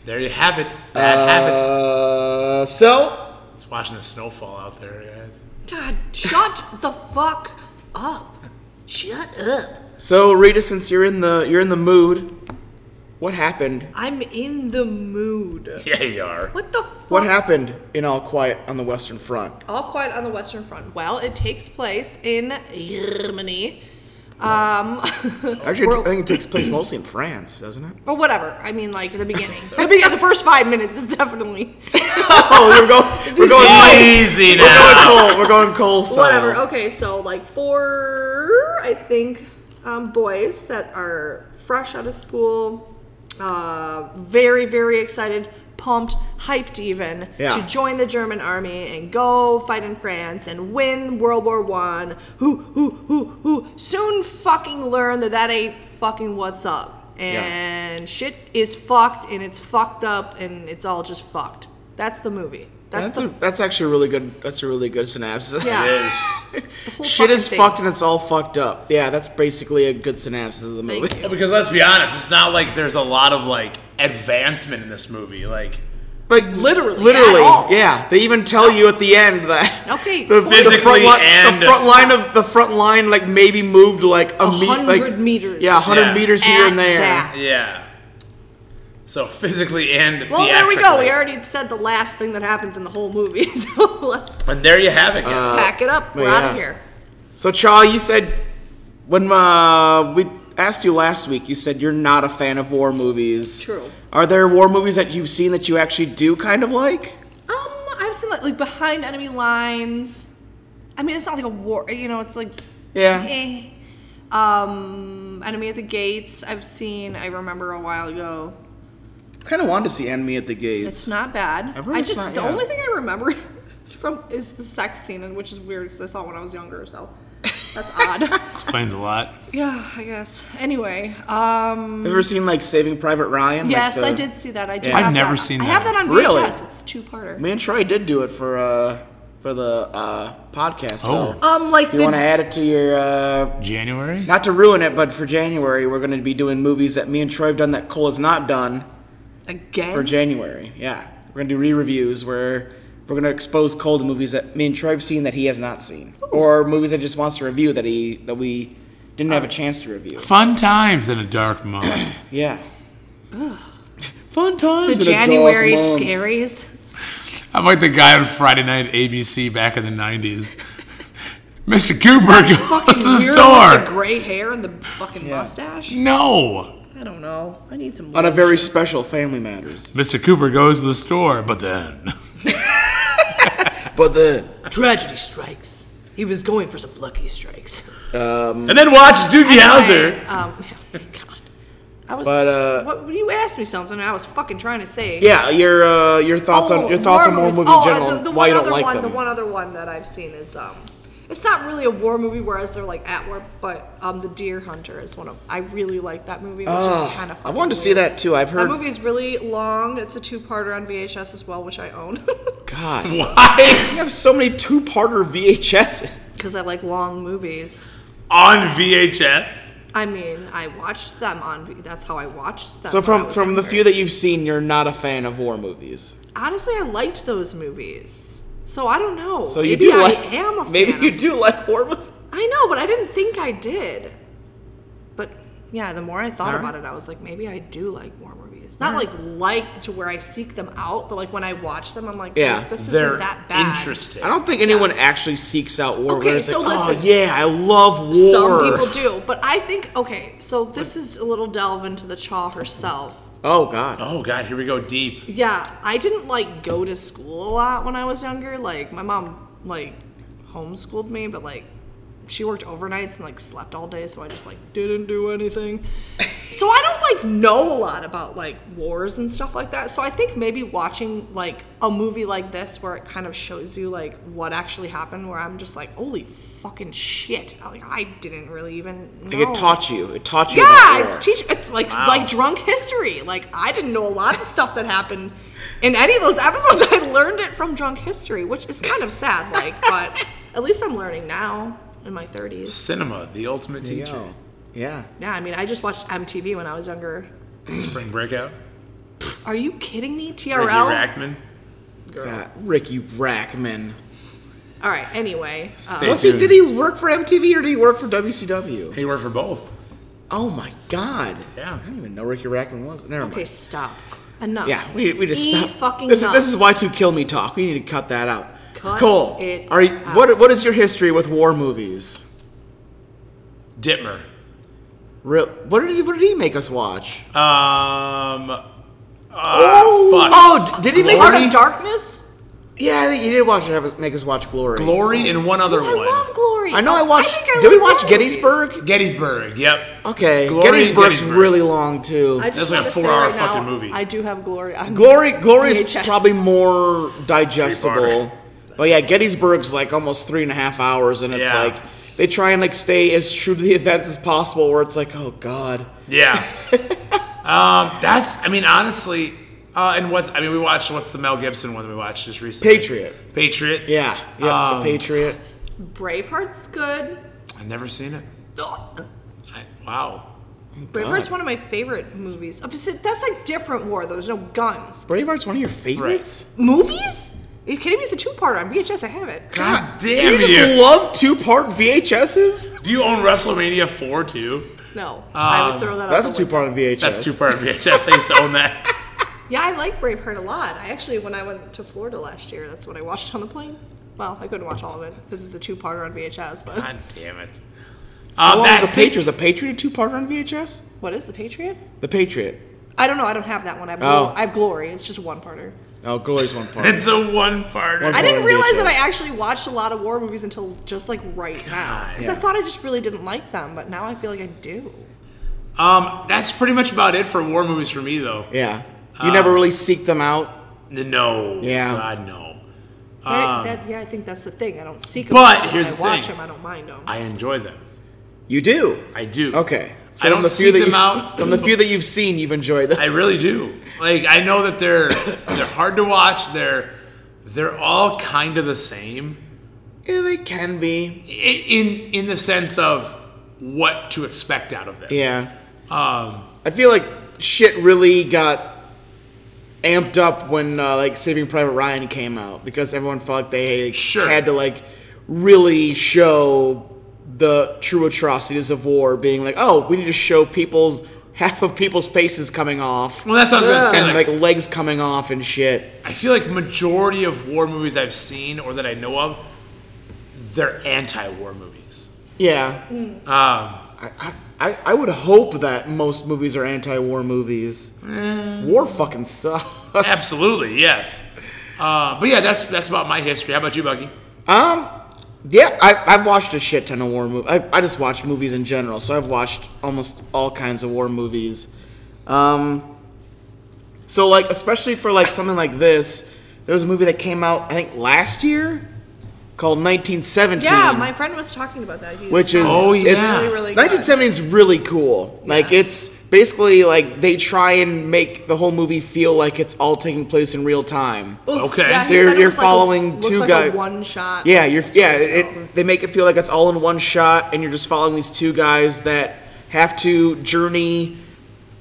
Speaker 5: There you have it. Bad habit.
Speaker 1: Uh, so
Speaker 5: It's watching the snowfall out there, guys.
Speaker 3: God, shut the fuck up. Shut up.
Speaker 1: so Rita, since you're in the you're in the mood, what happened?
Speaker 3: I'm in the mood.
Speaker 5: Yeah, you are.
Speaker 3: What the fuck?
Speaker 1: What happened in All Quiet on the Western Front?
Speaker 3: All Quiet on the Western Front. Well, it takes place in Germany. Um,
Speaker 1: Actually, I
Speaker 3: or,
Speaker 1: think it takes place mostly in France, doesn't it?
Speaker 3: or whatever. I mean, like the beginning. the, beginning the first five minutes is definitely
Speaker 1: Oh, we're going we're going cold.
Speaker 5: Easy
Speaker 1: We're
Speaker 5: now.
Speaker 1: going cold. We're going cold. style.
Speaker 3: whatever. Okay, so like four, I think, um, boys that are fresh out of school, uh, very, very excited, pumped, hyped even
Speaker 1: Yeah.
Speaker 3: to join the German army and go fight in France and win World War One. Who, who, who, who soon fucking learn that that ain't fucking what's up. And shit is fucked, and it's fucked up, and it's all just fucked. That's the movie.
Speaker 1: That's
Speaker 3: That's, the
Speaker 1: a, that's actually a really good. That's a really good synopsis.
Speaker 3: Yeah. It
Speaker 1: is.
Speaker 3: whole
Speaker 1: Shit
Speaker 3: fucking
Speaker 1: is
Speaker 3: thing.
Speaker 1: fucked and it's all fucked up. Yeah, that's basically a good synopsis of the movie.
Speaker 3: Thank you.
Speaker 5: Well, because let's be honest, it's not like there's a lot of like advancement in this movie. Like
Speaker 1: Like
Speaker 3: Literally,
Speaker 1: literally.
Speaker 3: at all.
Speaker 1: Yeah, they even tell you at the end that.
Speaker 3: Okay,
Speaker 1: The, the
Speaker 5: Physically
Speaker 1: front line,
Speaker 5: and-
Speaker 1: the front line of the front line, like maybe moved like a, me- like-
Speaker 3: 100 meters.
Speaker 1: Yeah, hundred
Speaker 5: Yeah.
Speaker 1: meters here
Speaker 3: At
Speaker 1: and there.
Speaker 3: that.
Speaker 5: yeah. So physically and
Speaker 3: Well, there we go.
Speaker 5: theatrically.
Speaker 3: We already said the last thing that happens in the whole movie, so let's
Speaker 5: And there you have it. guys.
Speaker 3: pack it up. We're
Speaker 1: yeah.
Speaker 3: out of here.
Speaker 1: So, Chaw, you said when uh, we asked you last week, you said you're not a fan of war movies.
Speaker 3: True.
Speaker 1: Are there war movies that you've seen that you actually do kind of like?
Speaker 3: Um, I've seen like, like behind enemy lines. I mean, it's not like a war. You know, it's like
Speaker 1: Yeah.
Speaker 3: eh. Um, enemy at the gates. I've seen. I remember a while ago.
Speaker 1: Kind of wanted to see Enemy at the Gates.
Speaker 3: It's not bad.
Speaker 1: I've heard
Speaker 3: I
Speaker 1: it's
Speaker 3: just
Speaker 1: not-
Speaker 3: the
Speaker 1: yeah.
Speaker 3: only thing I remember is from is the sex scene, and which is weird because I saw it when I was younger, so that's odd.
Speaker 2: Explains Uh, a lot.
Speaker 3: yeah, I guess. Anyway, um.
Speaker 1: Have you ever seen like Saving Private Ryan? Like, uh,
Speaker 3: Yes,
Speaker 1: the-
Speaker 3: I did see that. I do.
Speaker 1: Yeah. I've
Speaker 3: have
Speaker 2: never
Speaker 3: that.
Speaker 2: seen
Speaker 3: I have
Speaker 2: that.
Speaker 3: that on VHS.
Speaker 1: Really?
Speaker 3: It's two parter.
Speaker 1: Me and Troy did do it for uh for the uh podcast. So
Speaker 3: Um, like
Speaker 1: if you want to
Speaker 3: the
Speaker 1: add it to your uh
Speaker 2: January?
Speaker 1: not to ruin it, but for January we're going to be doing movies that me and Troy have done that Cole has not done
Speaker 3: again.
Speaker 1: for January. Yeah, we're going to do re-reviews where we're going to expose Cole to movies that me and Troy have seen that he has not seen, or movies that he just wants to review that he that we didn't
Speaker 3: Oh.
Speaker 1: have a chance to review.
Speaker 2: Fun times in a dark month.
Speaker 1: Yeah. Fun times.
Speaker 3: the
Speaker 1: in a dark
Speaker 3: January
Speaker 1: month.
Speaker 3: scaries.
Speaker 2: I'm like the guy on Friday night at ABC back in the 90es. Mr. Cooper, go to
Speaker 3: Fucking weirdo
Speaker 2: the
Speaker 3: With the
Speaker 2: store.
Speaker 3: gray hair and the fucking mustache.
Speaker 2: No.
Speaker 3: I don't know. I need some.
Speaker 1: on a
Speaker 3: lotion.
Speaker 1: very special Family Matters.
Speaker 2: Mr. Cooper goes to the store, but then.
Speaker 1: But then.
Speaker 3: tragedy strikes. He was going for some lucky strikes.
Speaker 5: And then watch Doogie Howser.
Speaker 3: Anyway, Um, God, I was.
Speaker 1: But, uh,
Speaker 3: what, you asked me something. I was fucking trying to say.
Speaker 1: Yeah, your uh, your thoughghts
Speaker 3: Oh,
Speaker 1: on your thoughts on
Speaker 3: war
Speaker 1: war movies
Speaker 3: Oh,
Speaker 1: in general,
Speaker 3: uh,
Speaker 1: and why you don't
Speaker 3: one other
Speaker 1: like
Speaker 3: one,
Speaker 1: them.
Speaker 3: The one other one that I've seen is um, It's not really a war movie, whereas they're like at war. But um, the Deer Hunter is one of. I really like that movie, which
Speaker 1: Ah,
Speaker 3: is kind of.
Speaker 1: I wanted to see that too. I've heard.
Speaker 3: That movie is really long. It's a two-parter on VHS as well, which I own
Speaker 1: God,
Speaker 5: Why?
Speaker 1: you have so many two-parter VHS.
Speaker 3: because I like long movies.
Speaker 5: On VHS?
Speaker 3: I mean, I watched them on. V- That's how I watched them.
Speaker 1: So
Speaker 3: when I
Speaker 1: from
Speaker 3: was
Speaker 1: from the
Speaker 3: younger.
Speaker 1: few that you've seen, you're not a fan of war movies.
Speaker 3: honestly, I liked those movies. So I don't know.
Speaker 1: So you
Speaker 3: maybe
Speaker 1: do
Speaker 3: I
Speaker 1: like.
Speaker 3: am a fan.
Speaker 1: maybe
Speaker 3: of
Speaker 1: you do like war movies.
Speaker 3: I know, but I didn't think I did. But yeah, the more I thought about it, I was like, maybe I do like war movies. Not like like to where I seek them out, but like when I watch them, I'm like,
Speaker 1: Yeah,
Speaker 3: yeah, this
Speaker 5: They're
Speaker 3: isn't that bad.
Speaker 5: interesting.
Speaker 1: I don't think anyone actually seeks out war.
Speaker 3: Okay,
Speaker 1: where it's
Speaker 3: so
Speaker 1: like, oh
Speaker 3: listen.
Speaker 1: yeah, I love war.
Speaker 3: Some people do, but I think okay. So this is a little delve into the Chaw herself.
Speaker 1: Oh god.
Speaker 5: Oh god, here we go deep.
Speaker 3: Yeah, I didn't like go to school a lot when I was younger. Like my mom like homeschooled me, but like she worked overnights and like slept all day, so I just like didn't do anything. so I don't like know a lot about like wars and stuff like that. So I think maybe watching like a movie like this where it kind of shows you like what actually happened where I'm just like, "Holy fucking shit." I- Like I didn't really even know.
Speaker 1: Like it taught you. It taught you. about
Speaker 3: Yeah,
Speaker 1: war.
Speaker 3: it's teach. It's like like drunk history. Like I didn't know a lot of the stuff that happened in any of those episodes. I learned it from drunk history, which is kind of sad. Like, but at least I'm learning now in my 30s.
Speaker 5: Cinema, the ultimate
Speaker 1: There you
Speaker 5: teacher.
Speaker 1: go. Yeah.
Speaker 3: Yeah, I mean, I just watched MTV when I was younger.
Speaker 5: Spring breakout.
Speaker 3: Are you kidding me?
Speaker 5: Ricky
Speaker 3: TRL.
Speaker 5: Rackman.
Speaker 1: God, Ricky Rackman.
Speaker 3: All right. Anyway, uh,
Speaker 5: Stay
Speaker 1: Was he,
Speaker 5: tuned.
Speaker 1: did he work for MTV or did he work for WCW?
Speaker 5: He worked for both.
Speaker 1: Oh my god.
Speaker 5: Yeah.
Speaker 1: I didn't even know Ricky Rackman was. Never mind.
Speaker 3: okay, stop. Enough.
Speaker 1: Yeah, we, we just
Speaker 3: E
Speaker 1: stop.
Speaker 3: fucking
Speaker 1: this, is,
Speaker 3: enough.
Speaker 1: this is why to kill me talk. We need to cut that out.
Speaker 3: Cut
Speaker 1: Cole,
Speaker 3: it
Speaker 1: are you,
Speaker 3: out.
Speaker 1: what what is your history with war movies?
Speaker 5: Ditmer.
Speaker 1: Real, what did he, what did he make us watch?
Speaker 5: Uh, Um. uh, fuck.
Speaker 1: oh, d- did he make
Speaker 3: Heart
Speaker 1: us?
Speaker 3: of Darkness.
Speaker 1: Yeah, I think he did watch have us- make us watch Glory.
Speaker 5: Glory and one other
Speaker 3: I
Speaker 5: one.
Speaker 3: love Glory.
Speaker 1: Oh, I know I
Speaker 3: Oh,
Speaker 1: watched.
Speaker 3: think I
Speaker 1: did we
Speaker 3: like war
Speaker 1: watch
Speaker 3: movies.
Speaker 1: Gettysburg?
Speaker 5: Gettysburg. Yep.
Speaker 1: Okay,
Speaker 5: Glory and
Speaker 1: Gettysburg's
Speaker 5: Gettysburg.
Speaker 1: really long too.
Speaker 3: I
Speaker 5: That's
Speaker 3: just
Speaker 5: like a
Speaker 3: wanna say
Speaker 5: four-hour
Speaker 3: right now,
Speaker 5: fucking movie.
Speaker 3: I do have Glory. on
Speaker 1: Glory, Glory is
Speaker 3: VHS.
Speaker 1: probably more digestible.
Speaker 5: Three-parter.
Speaker 1: But yeah, Gettysburg's like almost three and a half hours, and it's
Speaker 5: Yeah.
Speaker 1: like they try and like stay as true to the events as possible. Where it's like, oh god,
Speaker 5: Yeah. um. That's. I mean, honestly. Uh. And what's. I mean, we watched. What's the Mel Gibson one that we watched just recently?
Speaker 1: Patriot.
Speaker 5: Patriot.
Speaker 1: Yeah, yeah,
Speaker 5: Um,
Speaker 1: the Patriot.
Speaker 3: Braveheart's good.
Speaker 5: I've never seen it.
Speaker 1: Oh,
Speaker 3: Ugh.
Speaker 5: I, wow.
Speaker 3: Braveheart's one of my favorite movies. Oh, but see, That's like different war. though. There's no guns.
Speaker 1: Braveheart's one of your favorites.
Speaker 3: Movies? Are you kidding me? It's a two-parter on VHS. I have it.
Speaker 5: God
Speaker 1: Do
Speaker 5: damn
Speaker 1: you just love two-part VHSs?
Speaker 5: Do you own WrestleMania four too?
Speaker 3: No, I would throw that.
Speaker 1: That's a
Speaker 3: out the window.
Speaker 1: two-part VHS.
Speaker 5: That's two part VHS. I used to own that.
Speaker 3: Yeah, I like Braveheart a lot. I actually, when I went to Florida last year, that's what I watched on the plane. Well, I couldn't watch all of it because it's a two-parter on VHS. But
Speaker 5: God damn it. Um,
Speaker 1: How long
Speaker 5: that-
Speaker 1: is a Patriot? Is a Patriot a two-part on VHS?
Speaker 3: what is the Patriot?
Speaker 1: The Patriot.
Speaker 3: I don't know. I don't have that one. I have,
Speaker 1: Oh.
Speaker 3: Glo- I have Glory. It's just one parter.
Speaker 1: Oh, Glory's one part.
Speaker 5: It's a one part.
Speaker 1: One-
Speaker 3: I didn't
Speaker 1: Or
Speaker 3: realize that
Speaker 1: ridiculous.
Speaker 3: I actually watched a lot of war movies until just like right now. Because I
Speaker 1: Yeah.
Speaker 3: thought I just really didn't like them, but now I feel like I do.
Speaker 5: Um, that's pretty much about it for war movies for me, though.
Speaker 1: yeah, you
Speaker 5: Uh,
Speaker 1: never really seek them out.
Speaker 5: N- No.
Speaker 1: Yeah.
Speaker 5: God, no.
Speaker 3: That- that- yeah, I think that's the thing. I don't seek them.
Speaker 5: Um, but
Speaker 3: out.
Speaker 5: here's
Speaker 3: when
Speaker 5: the
Speaker 3: I watch
Speaker 5: thing.
Speaker 3: them. I don't mind them.
Speaker 5: I enjoy them.
Speaker 1: You do.
Speaker 5: I do.
Speaker 1: Okay.
Speaker 5: I don't
Speaker 1: from the few
Speaker 5: seek
Speaker 1: that
Speaker 5: them
Speaker 1: you-
Speaker 5: out.
Speaker 1: From the few that you've seen, you've enjoyed them.
Speaker 5: I really do. Like, I know that they're they're hard to watch. They're they're all kind of the same
Speaker 1: yeah, they can
Speaker 5: i-
Speaker 1: be.
Speaker 5: in in the sense of what to expect out of them.
Speaker 1: Yeah.
Speaker 5: Um,
Speaker 1: I feel like shit really got amped up when uh, like Saving Private Ryan came out because everyone felt like they
Speaker 5: Sure.
Speaker 1: had to like really show the true atrocities of war, being like, oh, we need to show people's half of people's faces coming off
Speaker 5: well, that's what I was gonna say.
Speaker 1: and
Speaker 5: like,
Speaker 1: like legs coming off and shit.
Speaker 5: I feel like majority of war movies I've seen or that I know of, they're anti-war movies.
Speaker 1: Yeah.
Speaker 3: Hmm.
Speaker 5: Um,
Speaker 1: I, I- I, I would hope that most movies are anti-war movies. War fucking sucks.
Speaker 5: Absolutely, yes. Uh, but yeah, that's that's about my history. How about you, Bucky?
Speaker 1: Um, yeah, I, I've watched a shit ton of war movies. I, I just watch movies in general, so I've watched almost all kinds of war movies. Um, so like, especially for like something like this, there was a movie that came out I think last year called 1917.
Speaker 3: Yeah, my friend was talking about that. He was
Speaker 1: which is
Speaker 5: Oh, yeah.
Speaker 1: it's,
Speaker 3: really, really good.
Speaker 1: 1917 is really cool. Like it's basically like they try and make the whole movie feel like it's all taking place in real time.
Speaker 5: Okay.
Speaker 3: Yeah, he
Speaker 5: So
Speaker 3: said
Speaker 1: you're-
Speaker 3: it
Speaker 1: you're
Speaker 3: was like a-
Speaker 1: following
Speaker 3: looked
Speaker 1: two
Speaker 3: like
Speaker 1: guy-
Speaker 3: A one shot.
Speaker 1: Yeah, you're yeah. It, they make it feel like it's all in one shot, and you're just following these two guys that have to journey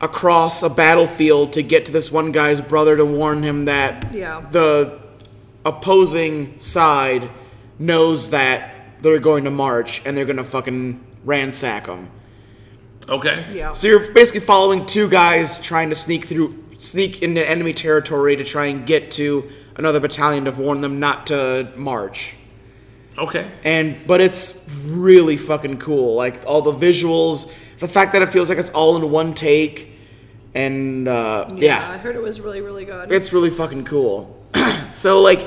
Speaker 1: across a battlefield to get to this one guy's brother to warn him that
Speaker 3: Yeah.
Speaker 1: the opposing side knows that they're going to march and they're going to fucking ransack them.
Speaker 5: Okay.
Speaker 3: Yeah.
Speaker 1: So you're basically following two guys trying to sneak through, sneak into enemy territory to try and get to another battalion to warn them not to march
Speaker 5: Okay.
Speaker 1: and but it's really fucking cool. Like all the visuals, the fact that it feels like it's all in one take, and uh,
Speaker 3: I
Speaker 1: yeah.
Speaker 3: heard it was really, really good.
Speaker 1: it's really fucking cool. so like,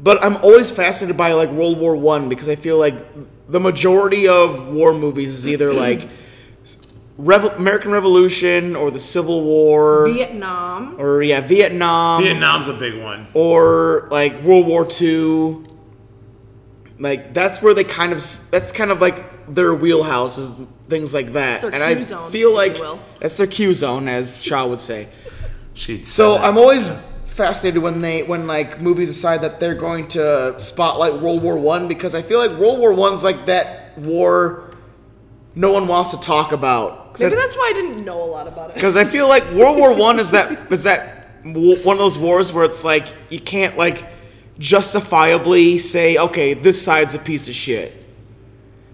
Speaker 1: but I'm always fascinated by like World War One because I feel like the majority of war movies is either like Revo- American Revolution or the Civil War.
Speaker 3: Vietnam.
Speaker 1: or yeah, Vietnam,
Speaker 5: Vietnam's a big one.
Speaker 1: or like World War II. Like that's where they kind of that's kind of like their wheelhouse is things like that.
Speaker 3: It's their
Speaker 1: and I
Speaker 3: Q zone,
Speaker 1: feel
Speaker 3: if you
Speaker 1: like
Speaker 3: will.
Speaker 1: that's their Q zone, as Shaw would say.
Speaker 5: She'd
Speaker 1: So
Speaker 5: say that.
Speaker 1: I'm always fascinated when they when like movies decide that they're going to spotlight World War One because I feel like World War One's like that war no one wants to talk about. 'Cause
Speaker 3: Maybe
Speaker 1: I-
Speaker 3: that's why I didn't know a lot about it.
Speaker 1: because I feel like World War One is that is that w- one of those wars where it's like you can't like justifiably say, okay, this side's a piece of shit.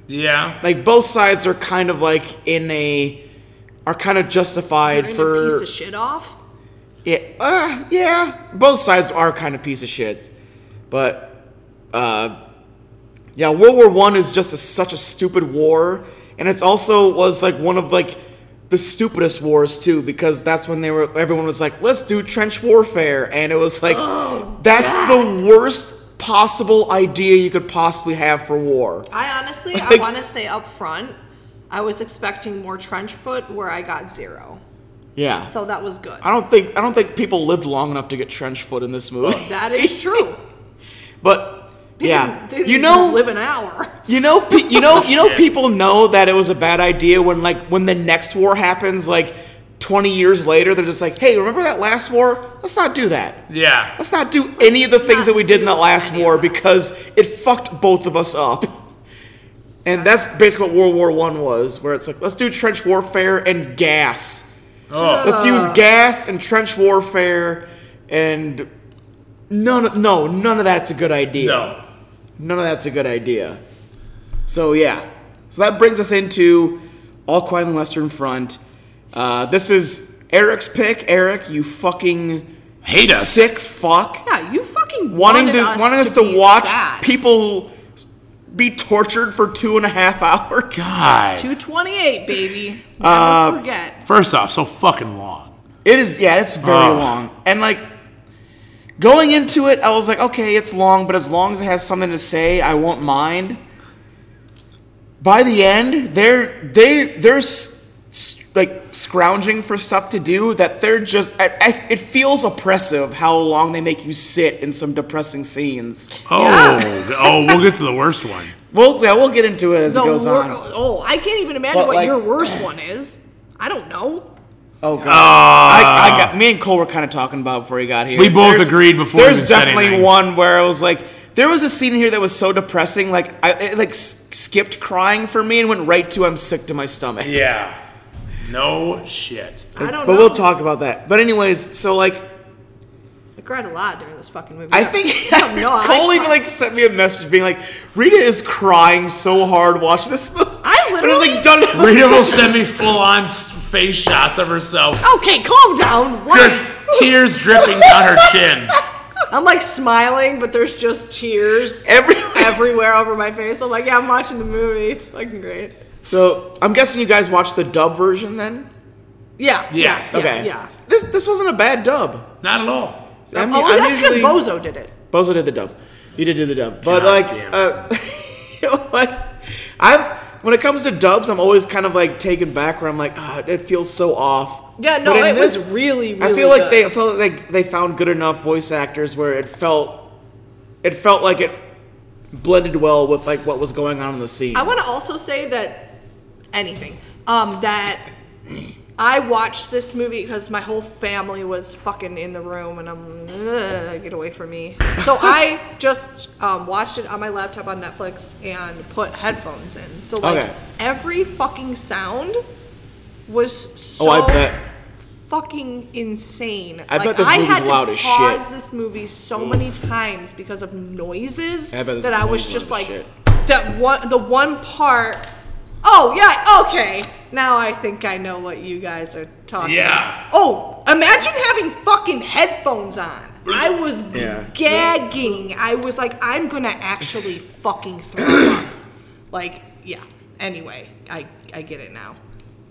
Speaker 5: Yeah.
Speaker 1: Like both sides are kind of like in a are kind of justified
Speaker 3: Turning
Speaker 1: for
Speaker 3: a piece of shit off.
Speaker 1: yeah, uh, yeah. Both sides are kind of piece of shit, but uh, yeah, World War One is just a, such a stupid war, and it's also was like one of like the stupidest wars too because that's when they were everyone was like, let's do trench warfare, and it was like
Speaker 3: Oh,
Speaker 1: that's the worst possible idea you could possibly have for war.
Speaker 3: I honestly, I
Speaker 1: Like-
Speaker 3: want to say up front, I was expecting more trench foot where I got zero.
Speaker 1: Yeah,
Speaker 3: So that was good.
Speaker 1: I don't think I don't think people lived long enough to get trench foot in this movie,
Speaker 3: That is true.
Speaker 1: but.
Speaker 3: They
Speaker 1: Yeah,
Speaker 3: didn't- they didn't
Speaker 1: you
Speaker 3: even
Speaker 1: know,
Speaker 3: live an hour.
Speaker 1: You know, pe- you know, you know. People know that it was a bad idea when, like, when the next war happens, like, twenty years later, they're just like, "Hey, remember that last war? Let's not do that.
Speaker 5: Yeah.
Speaker 1: Let's not do any of the things that we did in that
Speaker 3: do
Speaker 1: last
Speaker 3: any of
Speaker 1: war
Speaker 3: that."
Speaker 1: because it fucked both of us up." And that's basically what World War One was, where it's like, "Let's do trench warfare and gas.
Speaker 5: Oh.
Speaker 1: Let's use gas and trench warfare, and none, of- no, none of that's a good idea."
Speaker 5: No.
Speaker 1: None of that's a good idea. So yeah. So that brings us into All Quiet on the Western Front. Uh, this is Eric's pick. Eric, you fucking
Speaker 5: Hate us.
Speaker 1: sick fuck.
Speaker 3: Yeah, you fucking
Speaker 1: Wanting
Speaker 3: wanted
Speaker 1: to
Speaker 3: us
Speaker 1: wanting us
Speaker 3: to,
Speaker 1: to,
Speaker 3: be
Speaker 1: watch
Speaker 3: sad.
Speaker 1: people be tortured for two and a half hours.
Speaker 5: God.
Speaker 3: 228, baby. Never
Speaker 1: Uh,
Speaker 3: forget.
Speaker 5: First off, so fucking long.
Speaker 1: It is yeah, it's very
Speaker 5: Ugh.
Speaker 1: long. And like going into it, I was like, okay, it's long, but as long as it has something to say, I won't mind. By the end, they're they they're s- s- like scrounging for stuff to do that they're just I, I, it feels oppressive how long they make you sit in some depressing scenes.
Speaker 5: Oh. Oh, we'll get to the worst one.
Speaker 1: Well, yeah, we'll get into it as it goes
Speaker 3: wor-
Speaker 1: on.
Speaker 3: Oh, I can't even imagine
Speaker 1: But,
Speaker 3: what
Speaker 1: like-
Speaker 3: your worst one is. I don't know.
Speaker 1: Oh god. I, I got me and Cole were kind of talking about before he got here.
Speaker 5: Uh, We both agreed before we
Speaker 1: There's
Speaker 5: even said
Speaker 1: definitely
Speaker 5: anything.
Speaker 1: one where I was like, there was a scene here that was so depressing, like I it, like s- skipped crying for me and went right to I'm sick to my stomach.
Speaker 5: Yeah. No shit.
Speaker 3: I don't
Speaker 1: but
Speaker 3: know.
Speaker 1: we'll talk about that. But anyways, so like
Speaker 3: I cried a lot during this fucking movie.
Speaker 1: I think
Speaker 3: I have no I
Speaker 1: Cole even
Speaker 3: cried.
Speaker 1: like sent me a message being like, Rita is crying so hard watching this movie.
Speaker 3: I
Speaker 1: And I was like,
Speaker 3: literally-
Speaker 1: done.
Speaker 5: Rita will send me full on face shots of herself.
Speaker 3: Okay, calm down. What?
Speaker 5: Just tears dripping down her chin.
Speaker 3: I'm like smiling, but there's just tears
Speaker 1: Every-
Speaker 3: everywhere over my face. I'm like, yeah, I'm watching the movie. It's fucking great.
Speaker 1: So I'm guessing you guys watched the dub version then.
Speaker 3: Yeah.
Speaker 5: Yes.
Speaker 3: Yeah.
Speaker 1: Okay.
Speaker 3: Yeah.
Speaker 1: This this wasn't a bad dub.
Speaker 5: Not at all.
Speaker 1: I'm-
Speaker 3: oh,
Speaker 1: I'm
Speaker 3: that's because
Speaker 1: usually-
Speaker 3: Bozo did it.
Speaker 1: Bozo did the dub. You did do the dub, but
Speaker 5: God
Speaker 1: like,
Speaker 5: damn it.
Speaker 1: uh, like, I'm when it comes to dubs, I'm always kind of like taken back where I'm like, ah, it feels so off.
Speaker 3: Yeah, no,
Speaker 1: But in
Speaker 3: it was really,
Speaker 1: I
Speaker 3: really
Speaker 1: feel like
Speaker 3: good.
Speaker 1: they I felt like they, they found good enough voice actors where it felt, it felt like it blended well with like what was going on in the scene.
Speaker 3: I want to also say that anything um, that I watched this movie because my whole family was fucking in the room, and I'm "Ugh, get away from me. So I just um, watched it on my laptop on Netflix and put headphones in. So like
Speaker 1: Okay.
Speaker 3: every fucking sound was so
Speaker 1: oh, I bet.
Speaker 3: fucking insane.
Speaker 1: I
Speaker 3: like,
Speaker 1: bet this
Speaker 3: I
Speaker 1: movie's
Speaker 3: had to
Speaker 1: loud as shit.
Speaker 3: pause this movie so many times because of noises
Speaker 1: I bet this
Speaker 3: that I was
Speaker 1: movie's
Speaker 3: just
Speaker 1: loud
Speaker 3: like
Speaker 1: as
Speaker 3: that one the one part Oh yeah, okay. Now I think I know what you guys are talking
Speaker 5: Yeah.
Speaker 3: about. Oh, imagine having fucking headphones on. I was
Speaker 1: Yeah.
Speaker 3: gagging. I was like, I'm gonna actually fucking throw up. Like, yeah. Anyway, I I get it now.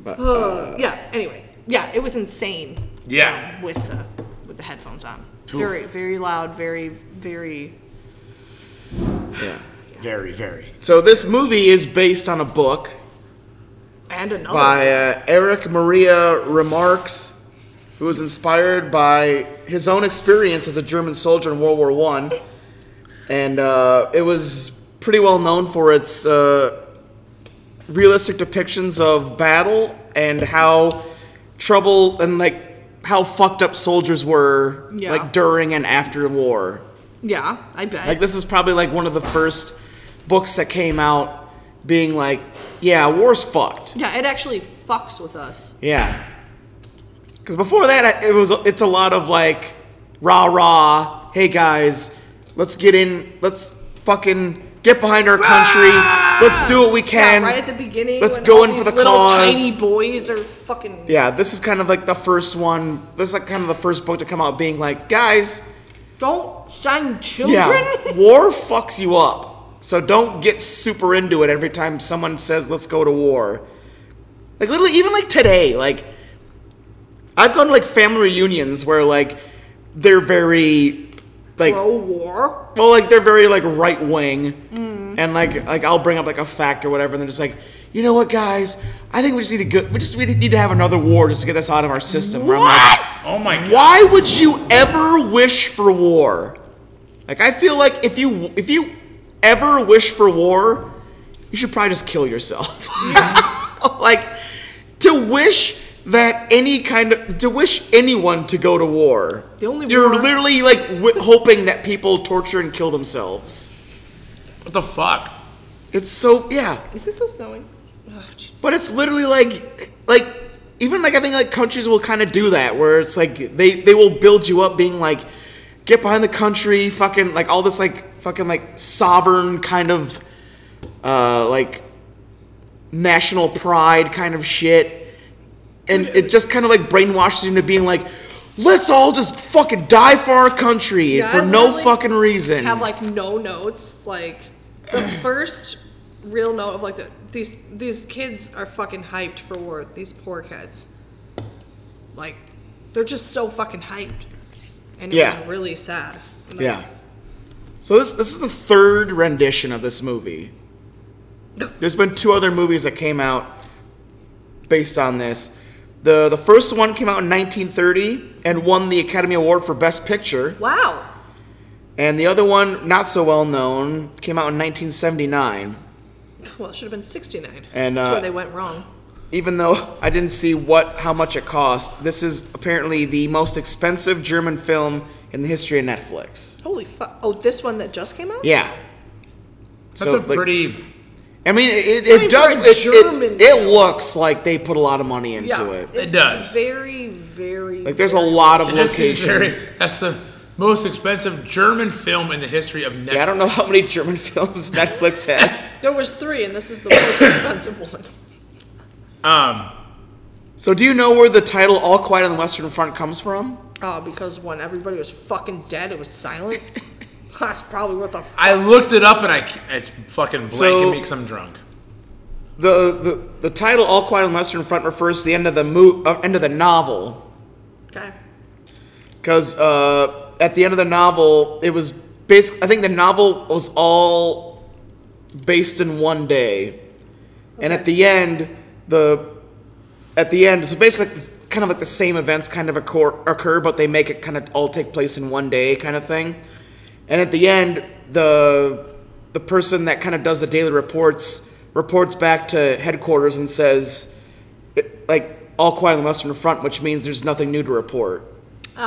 Speaker 1: But, uh,
Speaker 3: Ugh. yeah. Anyway, yeah, it was insane.
Speaker 5: Yeah.
Speaker 3: um, with the with the headphones on. Very very loud. Very very.
Speaker 1: yeah.
Speaker 5: Very, very.
Speaker 1: So this movie is based on a book
Speaker 3: And another.
Speaker 1: by uh, Eric Maria Remarks, who was inspired by his own experience as a German soldier in World War One, and uh, it was pretty well known for its uh, realistic depictions of battle and how trouble and like how fucked up soldiers were
Speaker 3: Yeah.
Speaker 1: like during and after war.
Speaker 3: Yeah, I bet.
Speaker 1: Like this is probably like one of the first books that came out being like, yeah, war's fucked.
Speaker 3: yeah, it actually fucks with us.
Speaker 1: Yeah. Because before that, I- it was it's a lot of like rah rah. Hey guys, let's get in. Let's fucking get behind our country. Let's do what we can.
Speaker 3: yeah, right at the beginning.
Speaker 1: let's
Speaker 3: when
Speaker 1: go
Speaker 3: all
Speaker 1: in for
Speaker 3: these
Speaker 1: the
Speaker 3: little
Speaker 1: cause.
Speaker 3: Tiny boys are fucking.
Speaker 1: yeah, this is kind of like the first one. This is like kind of the first book to come out being like, guys,
Speaker 3: Don't shine children.
Speaker 1: yeah, war fucks you up. So don't get super into it every time someone says, let's go to war. Like, literally, even like today, like, I've gone to like family reunions where like they're very, like,
Speaker 3: Pro war.
Speaker 1: well, like they're very like right wing, and like like I'll bring up like a fact or whatever, and they're just like, you know what, guys, I think we just need to go, we just we need to have another war just to get this out of our system. Where I'm like,
Speaker 5: Oh my god.
Speaker 1: why would you ever wish for war? Like I feel like if you if you ever wish for war, you should probably just kill yourself. like to wish that any kind of to wish anyone to go to war.
Speaker 3: The only
Speaker 1: you're
Speaker 3: war-
Speaker 1: literally like w- hoping that people torture and kill themselves.
Speaker 5: What the fuck?
Speaker 1: It's so yeah.
Speaker 3: Is it still snowing? Oh, jeez.
Speaker 1: But it's literally like, like even like I think like countries will kind of do that where it's like they they will build you up being like, get behind the country, fucking like all this like fucking like sovereign kind of, uh like, national pride kind of shit, and it just kind of like brainwashes you into being like. Let's all just fucking die for our country
Speaker 3: Yeah, I
Speaker 1: for no
Speaker 3: literally
Speaker 1: fucking reason.
Speaker 3: have like no notes. Like the first real note of like the, these these kids are fucking hyped for war. These poor kids, like they're just so fucking hyped, and it
Speaker 1: Yeah.
Speaker 3: was really sad. Like,
Speaker 1: Yeah. So this this is the third rendition of this movie. There's been two other movies that came out based on this. The the first one came out in 1930 and won the Academy Award for Best Picture,
Speaker 3: Wow.
Speaker 1: and the other one, not so well known, came out in 1979.
Speaker 3: Well, it should have been sixty nine.
Speaker 1: And,
Speaker 3: That's
Speaker 1: uh,
Speaker 3: where they went wrong.
Speaker 1: Even though I didn't see what how much it cost, this is apparently the most expensive German film in the history of Netflix.
Speaker 3: Holy fuck! Oh, this one that just came out.
Speaker 1: Yeah.
Speaker 5: That's a pretty.
Speaker 1: I mean, it, it
Speaker 3: mean,
Speaker 1: does.
Speaker 3: for a
Speaker 1: It,
Speaker 3: German
Speaker 1: it, it looks like they put a lot of money into
Speaker 3: Yeah,
Speaker 1: it.
Speaker 3: it's
Speaker 5: does.
Speaker 3: Very, very.
Speaker 1: Like, there's a lot of
Speaker 5: It just seems very-
Speaker 1: locations.
Speaker 5: That's the most expensive German film in the history of Netflix.
Speaker 1: Yeah, I don't know how many German films Netflix has.
Speaker 3: There was three, and this is the most expensive one.
Speaker 5: Um,
Speaker 1: so, do you know where the title "All Quiet on the Western Front" comes from?
Speaker 3: Oh, because when everybody was fucking dead, it was silent. That's probably what the. F-
Speaker 5: I looked it up and I c- it's fucking blanking
Speaker 1: So-
Speaker 5: me because I'm drunk.
Speaker 1: The, the the title "All Quiet on the Western Front" refers to the end of the mo- uh, end of the novel,
Speaker 3: okay.
Speaker 1: because uh, at the end of the novel, it was basically. I think the novel was all based in one day, and at the end, the at the end, so basically, like, kind of like the same events kind of occur, occur, but they make it kind of all take place in one day, kind of thing. And at the end, the the person that kind of does the daily reports reports back to headquarters and says, it, like, all quiet on the Western Front, which means there's nothing new to report.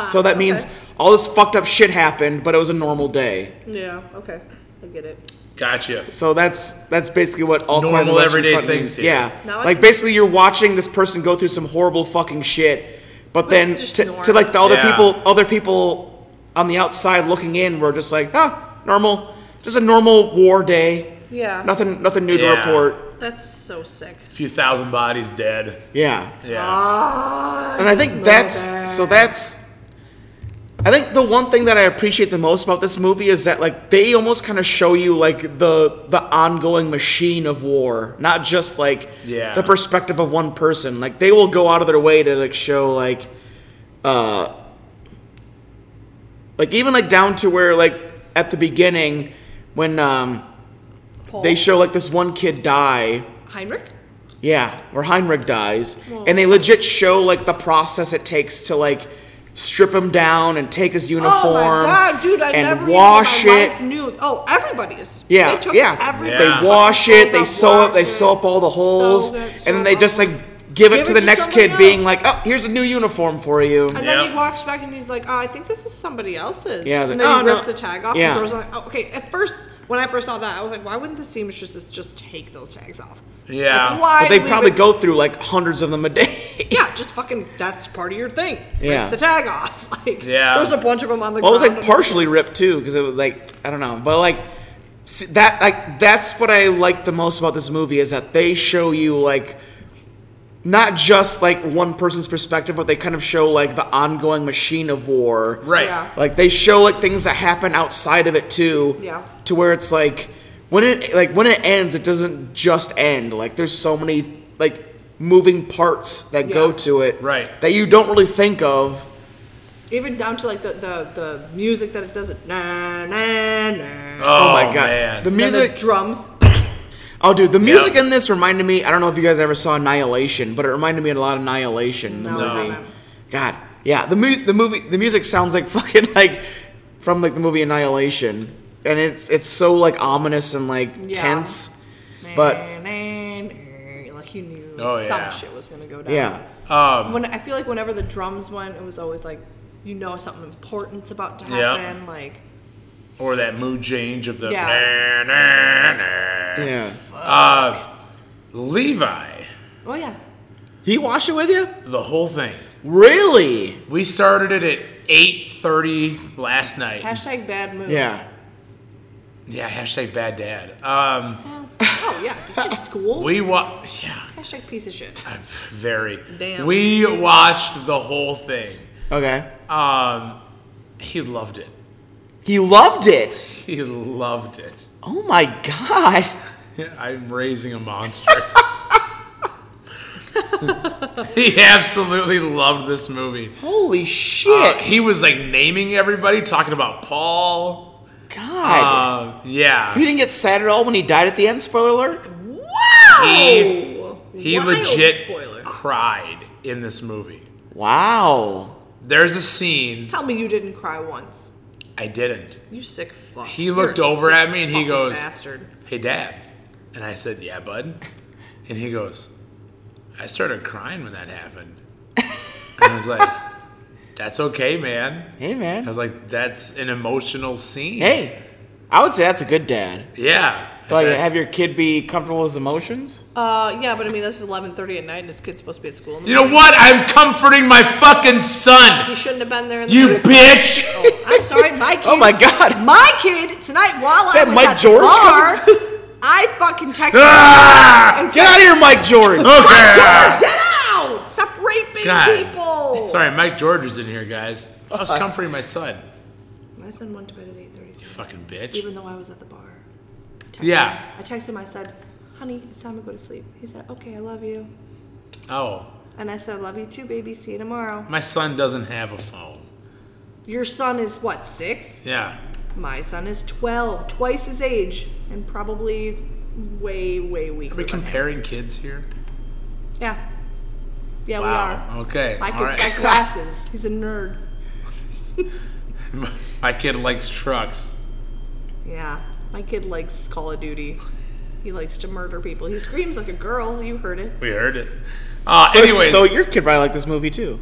Speaker 1: so that means
Speaker 3: okay.
Speaker 1: all this fucked up shit happened, but it was a normal day.
Speaker 3: Yeah. Okay. I get it.
Speaker 5: Gotcha.
Speaker 1: So that's that's basically what all Quiet on the
Speaker 5: Normal
Speaker 1: Western
Speaker 5: everyday
Speaker 1: Front
Speaker 5: things
Speaker 1: means.
Speaker 5: here.
Speaker 1: Yeah,
Speaker 3: Now I
Speaker 1: like
Speaker 3: can-
Speaker 1: basically you're watching this person go through some horrible fucking shit, but then
Speaker 3: it's just
Speaker 1: to, to like the
Speaker 3: norms.
Speaker 1: other
Speaker 5: Yeah.
Speaker 1: people, other people on the outside looking in were just like, ah, normal, just a normal war day.
Speaker 3: Yeah.
Speaker 1: Nothing, nothing new
Speaker 5: Yeah.
Speaker 1: to report.
Speaker 3: That's so sick.
Speaker 5: A few thousand bodies dead.
Speaker 1: Yeah,
Speaker 3: Uh,
Speaker 5: Yeah.
Speaker 1: and I think that's so that's. I think the one thing that I appreciate the most about this movie is that like they almost kind of show you like the the ongoing machine of war, not just like
Speaker 5: Yeah.
Speaker 1: the perspective of one person. Like they will go out of their way to like show like uh like even like down to where like at the beginning when um
Speaker 3: Paul.
Speaker 1: they show like this one kid die
Speaker 3: Heinrich.
Speaker 1: yeah, where Heinrich dies, and they legit show like the process it takes to like strip him down and take his uniform
Speaker 3: Oh my god, dude! I
Speaker 1: and
Speaker 3: never
Speaker 1: wash
Speaker 3: even in
Speaker 1: it.
Speaker 3: my life knew. Oh, everybody's.
Speaker 1: Yeah,
Speaker 3: They took
Speaker 1: yeah.
Speaker 3: Everybody's
Speaker 5: Yeah.
Speaker 1: They wash it, they
Speaker 3: Clothes
Speaker 1: sew
Speaker 3: out,
Speaker 1: up, they
Speaker 3: wash
Speaker 1: sew up all the holes,
Speaker 3: Sew it, sew
Speaker 1: and then they
Speaker 3: up
Speaker 1: just
Speaker 3: all
Speaker 1: like give it
Speaker 3: Give
Speaker 1: to
Speaker 3: it
Speaker 1: the
Speaker 3: to
Speaker 1: next
Speaker 3: somebody
Speaker 1: kid, being
Speaker 3: else.
Speaker 1: like, "Oh, here's a new uniform for you."
Speaker 3: And then
Speaker 5: Yep.
Speaker 3: he walks back and he's like, oh, I think this is somebody else's.
Speaker 1: Yeah, I was
Speaker 3: and
Speaker 1: like,
Speaker 3: then
Speaker 1: "Oh,
Speaker 3: he
Speaker 1: no."
Speaker 3: rips the tag off
Speaker 1: Yeah.
Speaker 3: and throws it. Oh, okay, at first, when I first saw that, I was like, why wouldn't the seamstresses just take those tags off?
Speaker 5: Yeah.
Speaker 3: Like, why?
Speaker 1: But they
Speaker 3: leave
Speaker 1: probably
Speaker 3: it-
Speaker 1: go through like hundreds of them a day.
Speaker 3: Yeah, just fucking, that's part of your thing. Rip
Speaker 1: Yeah.
Speaker 3: the tag off. Like,
Speaker 5: Yeah.
Speaker 3: There's a bunch of them on the
Speaker 1: Well, it was
Speaker 3: ground.
Speaker 1: like
Speaker 3: and-
Speaker 1: partially ripped too, because it was like I don't know, but like s- that like that's what I like the most about this movie is that they show you like not just like one person's perspective, but they kind of show like the ongoing machine of war.
Speaker 5: Right.
Speaker 3: Yeah.
Speaker 1: Like they show like things that happen outside of it too.
Speaker 3: Yeah.
Speaker 1: To where it's like when it like when it ends, it doesn't just end. Like there's so many like moving parts that go
Speaker 3: Yeah.
Speaker 1: to it.
Speaker 5: Right.
Speaker 1: That you don't really think of.
Speaker 3: Even down to like the, the, the music that it does. It, na, na, na.
Speaker 5: Uh,
Speaker 1: Oh, my god.
Speaker 5: man.
Speaker 1: The
Speaker 3: And then
Speaker 1: music
Speaker 3: The drums.
Speaker 1: Oh, dude, the music in this reminded me. I don't know if you guys ever saw Annihilation, but it reminded me a lot of Annihilation. The
Speaker 3: No, I
Speaker 1: movie.
Speaker 3: haven't.
Speaker 1: God, yeah, the mu- the movie, the music sounds like fucking like from like the movie Annihilation, and it's it's so like ominous and like
Speaker 3: Yeah.
Speaker 1: tense. But
Speaker 3: Like, you knew
Speaker 5: Oh,
Speaker 3: some
Speaker 5: yeah.
Speaker 3: shit was going to go down. Um,
Speaker 1: yeah,
Speaker 3: when I feel like whenever the drums went, it was always like you know something important's about to
Speaker 5: Yeah.
Speaker 3: happen. Like
Speaker 5: Or that mood change of the.
Speaker 3: Yeah.
Speaker 1: yeah.
Speaker 5: Uh, Levi.
Speaker 3: oh yeah,
Speaker 1: He watched it with you?
Speaker 5: The whole thing.
Speaker 1: Really?
Speaker 5: We started it at 8.30 last night.
Speaker 3: hashtag bad mood.
Speaker 1: Yeah.
Speaker 5: yeah, hashtag bad dad. Um,
Speaker 3: Oh yeah, just like school.
Speaker 5: we wa- yeah,
Speaker 3: hashtag piece of shit.
Speaker 5: very.
Speaker 3: Damn.
Speaker 5: We watched the whole thing.
Speaker 1: Okay.
Speaker 5: Um, he loved it.
Speaker 1: He loved it.
Speaker 5: He loved it.
Speaker 1: Oh my god.
Speaker 5: I'm raising a monster. he absolutely loved this movie.
Speaker 1: Holy shit.
Speaker 5: Uh, he was like naming everybody, talking about Paul.
Speaker 1: god.
Speaker 5: Um, yeah.
Speaker 1: he didn't get sad at all when he died at the end. Spoiler alert.
Speaker 3: Wow.
Speaker 5: He- He
Speaker 3: Wild
Speaker 5: legit
Speaker 3: spoiler.
Speaker 5: cried in this movie.
Speaker 1: Wow.
Speaker 5: There's a scene
Speaker 3: Tell me you didn't cry once.
Speaker 5: I didn't.
Speaker 3: You sick fuck.
Speaker 5: He
Speaker 3: You're
Speaker 5: looked
Speaker 3: a
Speaker 5: over
Speaker 3: sick
Speaker 5: at me and he
Speaker 3: fucking
Speaker 5: goes,
Speaker 3: "Bastard."
Speaker 5: "Hey, Dad," and I said, "Yeah, bud," and he goes, "I started crying when that happened," and I was like, "That's okay, man."
Speaker 1: Hey
Speaker 5: I
Speaker 1: man.
Speaker 5: was like, "That's an emotional scene."
Speaker 1: Hey, I would say that's a good dad.
Speaker 5: yeah. I
Speaker 1: Like,
Speaker 5: said,
Speaker 1: have your kid be comfortable with his emotions.
Speaker 3: Uh, yeah, but I mean this is eleven thirty at night, and this kid's supposed to be at school. in the
Speaker 5: You know
Speaker 3: morning.
Speaker 5: what? I'm comforting my fucking son.
Speaker 3: He shouldn't have been there. In the
Speaker 5: You
Speaker 3: first
Speaker 5: bitch.
Speaker 3: place. I'm sorry, my kid.
Speaker 1: Oh my god.
Speaker 3: My kid tonight while
Speaker 1: that
Speaker 3: I was
Speaker 1: Mike
Speaker 3: at
Speaker 1: George?
Speaker 3: the bar, I fucking texted
Speaker 5: Ah!
Speaker 3: him and
Speaker 1: Get
Speaker 3: said,
Speaker 1: out of here, Mike Jordan.
Speaker 5: Okay.
Speaker 3: "George, get out! Stop raping
Speaker 5: God.
Speaker 3: people!"
Speaker 5: Sorry, Mike George was in here, guys. I
Speaker 3: Uh-huh.
Speaker 5: was comforting my son.
Speaker 3: My son went to bed at eight thirty,
Speaker 5: Fucking bitch.
Speaker 3: even though I was at the bar. I texted
Speaker 5: Yeah.
Speaker 3: him- I texted him. I said, "Honey, it's time to go to sleep." He said, "Okay, I love you."
Speaker 5: Oh,
Speaker 3: And I said, "I love you too, baby. See you tomorrow."
Speaker 5: my son doesn't have a phone.
Speaker 3: Your son is what six?
Speaker 5: Yeah.
Speaker 3: My son is twelve, twice his age, and probably way, way weaker.
Speaker 5: Are we
Speaker 3: than him.
Speaker 5: comparing kids here?
Speaker 3: Yeah. Yeah, we are.
Speaker 5: Okay.
Speaker 3: My
Speaker 5: all
Speaker 3: kid's
Speaker 5: right.
Speaker 3: got glasses. He's a nerd.
Speaker 5: My kid likes trucks.
Speaker 3: Yeah. My kid likes Call of Duty. He likes to murder people. He screams like a girl. You heard it.
Speaker 5: We heard it. Uh,
Speaker 1: So,
Speaker 5: anyways,
Speaker 1: so your kid probably liked this movie too.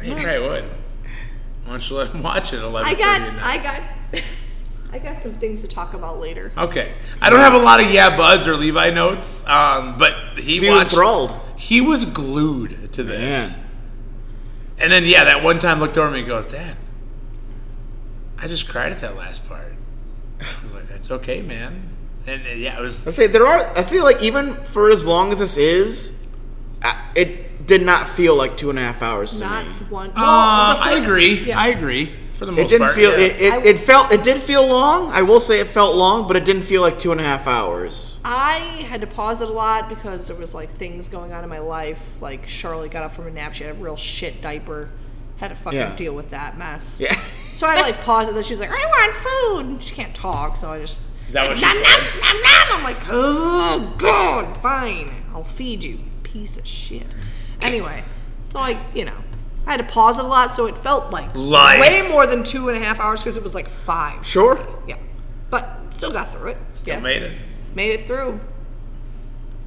Speaker 5: he probably would. Why don't you let him watch it? at
Speaker 3: I
Speaker 5: 11:30
Speaker 3: got,
Speaker 5: at night?
Speaker 3: I got, I got some things to talk about later.
Speaker 5: Okay, I don't have a lot of yeah buds or Levi notes, um, but he
Speaker 1: He was
Speaker 5: watched.
Speaker 1: enthralled.
Speaker 5: he was glued to this.
Speaker 1: Yeah.
Speaker 5: And then yeah, that one time looked over at me and goes, Dad, I just cried at that last part. I was like, That's okay, man. And uh, yeah, it
Speaker 1: I
Speaker 5: was
Speaker 1: say there are. I feel like even for as long as this is, I- it did not feel like two and a half hours to
Speaker 3: Not
Speaker 1: me.
Speaker 3: one.
Speaker 5: uh,
Speaker 3: well, the
Speaker 5: I
Speaker 3: thing-
Speaker 5: agree.
Speaker 3: yeah.
Speaker 5: I agree. For the most
Speaker 1: It didn't
Speaker 5: part.
Speaker 1: feel.
Speaker 5: yeah.
Speaker 1: It, it, it felt. It did feel long. I will say it felt long, but it didn't feel like two and a half hours.
Speaker 3: I had to pause it a lot because there was like things going on in my life. Like Charlotte got up from a nap; she had a real shit diaper. Had to fucking
Speaker 1: Yeah.
Speaker 3: deal with that mess.
Speaker 1: Yeah.
Speaker 3: So I had to like pause it. Then she's like, "I want food." She can't talk, so I just.
Speaker 5: Is that what she
Speaker 3: nom,
Speaker 5: said?
Speaker 3: nom, nom, nom. I'm like, oh god, fine. I'll feed you, piece of shit. Anyway, so I, you know, I had to pause it a lot, so it felt like
Speaker 5: Life.
Speaker 3: way more than two and a half hours because it was like five.
Speaker 1: Sure.
Speaker 3: Yeah, but still got through it. Still
Speaker 5: made it.
Speaker 3: Made it through.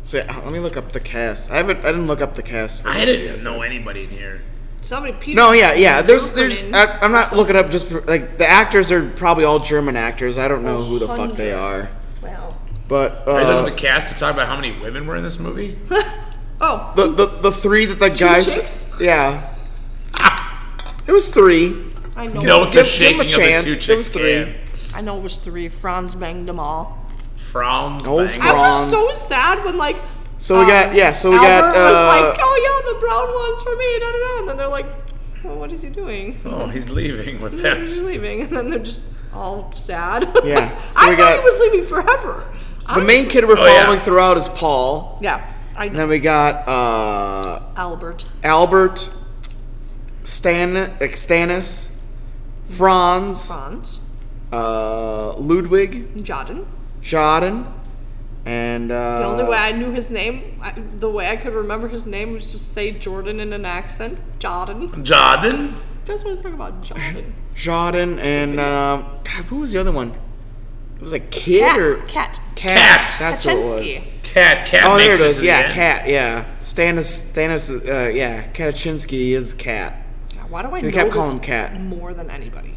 Speaker 1: So yeah, let me look up the cast. I haven't. I didn't look up the cast for
Speaker 5: I
Speaker 1: this
Speaker 5: didn't
Speaker 1: yet.
Speaker 5: know anybody in here.
Speaker 3: Somebody Peter.
Speaker 1: No, yeah, yeah. There's,
Speaker 3: Ruffin
Speaker 1: there's.
Speaker 3: in
Speaker 1: I, I'm
Speaker 3: or
Speaker 1: not
Speaker 3: something.
Speaker 1: looking up. Just for- like the actors are probably all German actors. I don't
Speaker 3: Oh,
Speaker 1: know who the fuck they
Speaker 3: 100.
Speaker 1: are.
Speaker 3: Wow.
Speaker 1: But
Speaker 5: I looked
Speaker 1: uh,
Speaker 5: at the cast to talk about how many women were in this movie.
Speaker 3: Oh,
Speaker 1: the, the the three that the guys.
Speaker 3: chicks?
Speaker 1: Yeah. It was three.
Speaker 3: I know.
Speaker 5: No, the
Speaker 1: give
Speaker 5: shaking
Speaker 1: him a chance.
Speaker 5: of the two
Speaker 1: Give
Speaker 5: chicks.
Speaker 1: us three.
Speaker 5: can.
Speaker 3: I know it was three. Franz banged them all.
Speaker 5: Franz.
Speaker 1: Oh,
Speaker 5: Bang.
Speaker 1: Franz.
Speaker 3: I was so sad when like. um,
Speaker 1: So we got- yeah, so we
Speaker 3: Oh, Albert
Speaker 1: got, uh,
Speaker 3: was like, "Oh yeah, the brown ones for me." Da da da. And then they're like, well, "What is he doing?"
Speaker 5: Oh, he's leaving with
Speaker 3: They're just
Speaker 5: them.
Speaker 3: leaving, and then they're just all sad.
Speaker 1: Yeah, so
Speaker 3: I
Speaker 1: we
Speaker 3: thought
Speaker 1: got-
Speaker 3: he was leaving forever.
Speaker 1: The main kid we're
Speaker 5: Oh, yeah.
Speaker 1: following throughout is Paul.
Speaker 3: Yeah, I
Speaker 1: And
Speaker 3: know.
Speaker 1: then we got uh,
Speaker 3: Albert.
Speaker 1: Albert, Stan, like Stannis, Franz,
Speaker 3: Franz.
Speaker 1: uh, Ludwig,
Speaker 3: Jaden.
Speaker 1: Jaden, and uh,
Speaker 3: The only way I knew his name, I, the way I could remember his name was just say Jordan in an accent. Jordan.
Speaker 5: Jordan.
Speaker 3: Just want to talk about Jordan.
Speaker 1: Jaden and um, God, who was the other one? It was a kid or cat.
Speaker 3: Cat.
Speaker 5: Cat.
Speaker 1: That's what it was.
Speaker 3: Kaczynski.
Speaker 5: Cat. Cat.
Speaker 1: Oh, there
Speaker 5: makes
Speaker 1: it is.
Speaker 5: to the
Speaker 1: Yeah,
Speaker 5: end.
Speaker 1: cat. Yeah, Stannis. Stannis. Uh, yeah, Katachinsky is cat.
Speaker 3: God, Why do I
Speaker 1: They
Speaker 3: know
Speaker 1: kept
Speaker 3: this
Speaker 1: calling him Cat.
Speaker 3: more than anybody?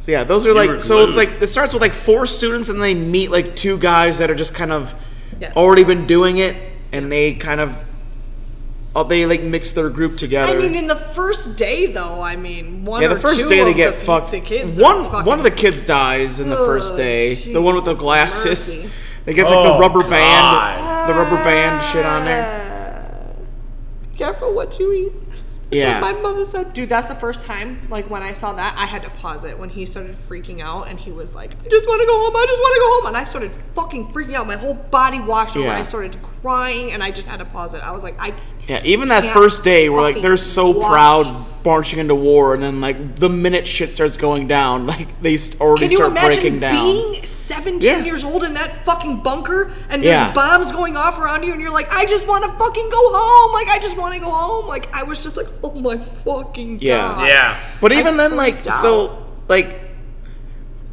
Speaker 1: So yeah, those are
Speaker 5: were
Speaker 1: like so it's
Speaker 5: glued.
Speaker 1: like it starts with like four students and they meet like two guys that are just kind of
Speaker 3: Yes.
Speaker 1: already been doing it and they kind of oh, they like mix their group
Speaker 3: I
Speaker 1: together.
Speaker 3: mean, in the first day, though, I mean, one
Speaker 1: yeah,
Speaker 3: or
Speaker 1: the first
Speaker 3: two
Speaker 1: day
Speaker 3: of
Speaker 1: they get
Speaker 3: the,
Speaker 1: fucked.
Speaker 3: The kids
Speaker 1: one
Speaker 3: are fucking-
Speaker 1: one of the kids dies in the first
Speaker 3: Oh,
Speaker 1: day. the one with the
Speaker 3: Jesus
Speaker 1: glasses.
Speaker 3: mercy.
Speaker 1: They gets like the
Speaker 5: Oh,
Speaker 1: rubber
Speaker 5: God.
Speaker 1: band, the rubber band shit on there.
Speaker 3: Uh, Careful what you eat.
Speaker 1: Yeah.
Speaker 3: My mother said, dude, that's the first time, like, when I saw that, I had to pause it when he started freaking out and he was like, I just want to go home, I just want to go home. And I started fucking freaking out. My whole body washed over.
Speaker 1: Yeah.
Speaker 3: I started crying and I just had to pause it. I was like, I.
Speaker 1: Yeah, even that
Speaker 3: can't
Speaker 1: first day, we're like,
Speaker 3: fucking
Speaker 1: they're so
Speaker 3: watch.
Speaker 1: proud marching into war, and then like the minute shit starts going down, like they st- already
Speaker 3: Can you
Speaker 1: start
Speaker 3: imagine
Speaker 1: breaking down.
Speaker 3: being 17
Speaker 1: Yeah.
Speaker 3: years old in that fucking bunker and there's
Speaker 1: Yeah.
Speaker 3: bombs going off around you and you're like, I just want to fucking go home. Like, I just want to go home. Like, I was just like, oh my fucking
Speaker 1: Yeah.
Speaker 3: God.
Speaker 5: Yeah.
Speaker 1: But even then, like,
Speaker 3: freaked out.
Speaker 1: so, like,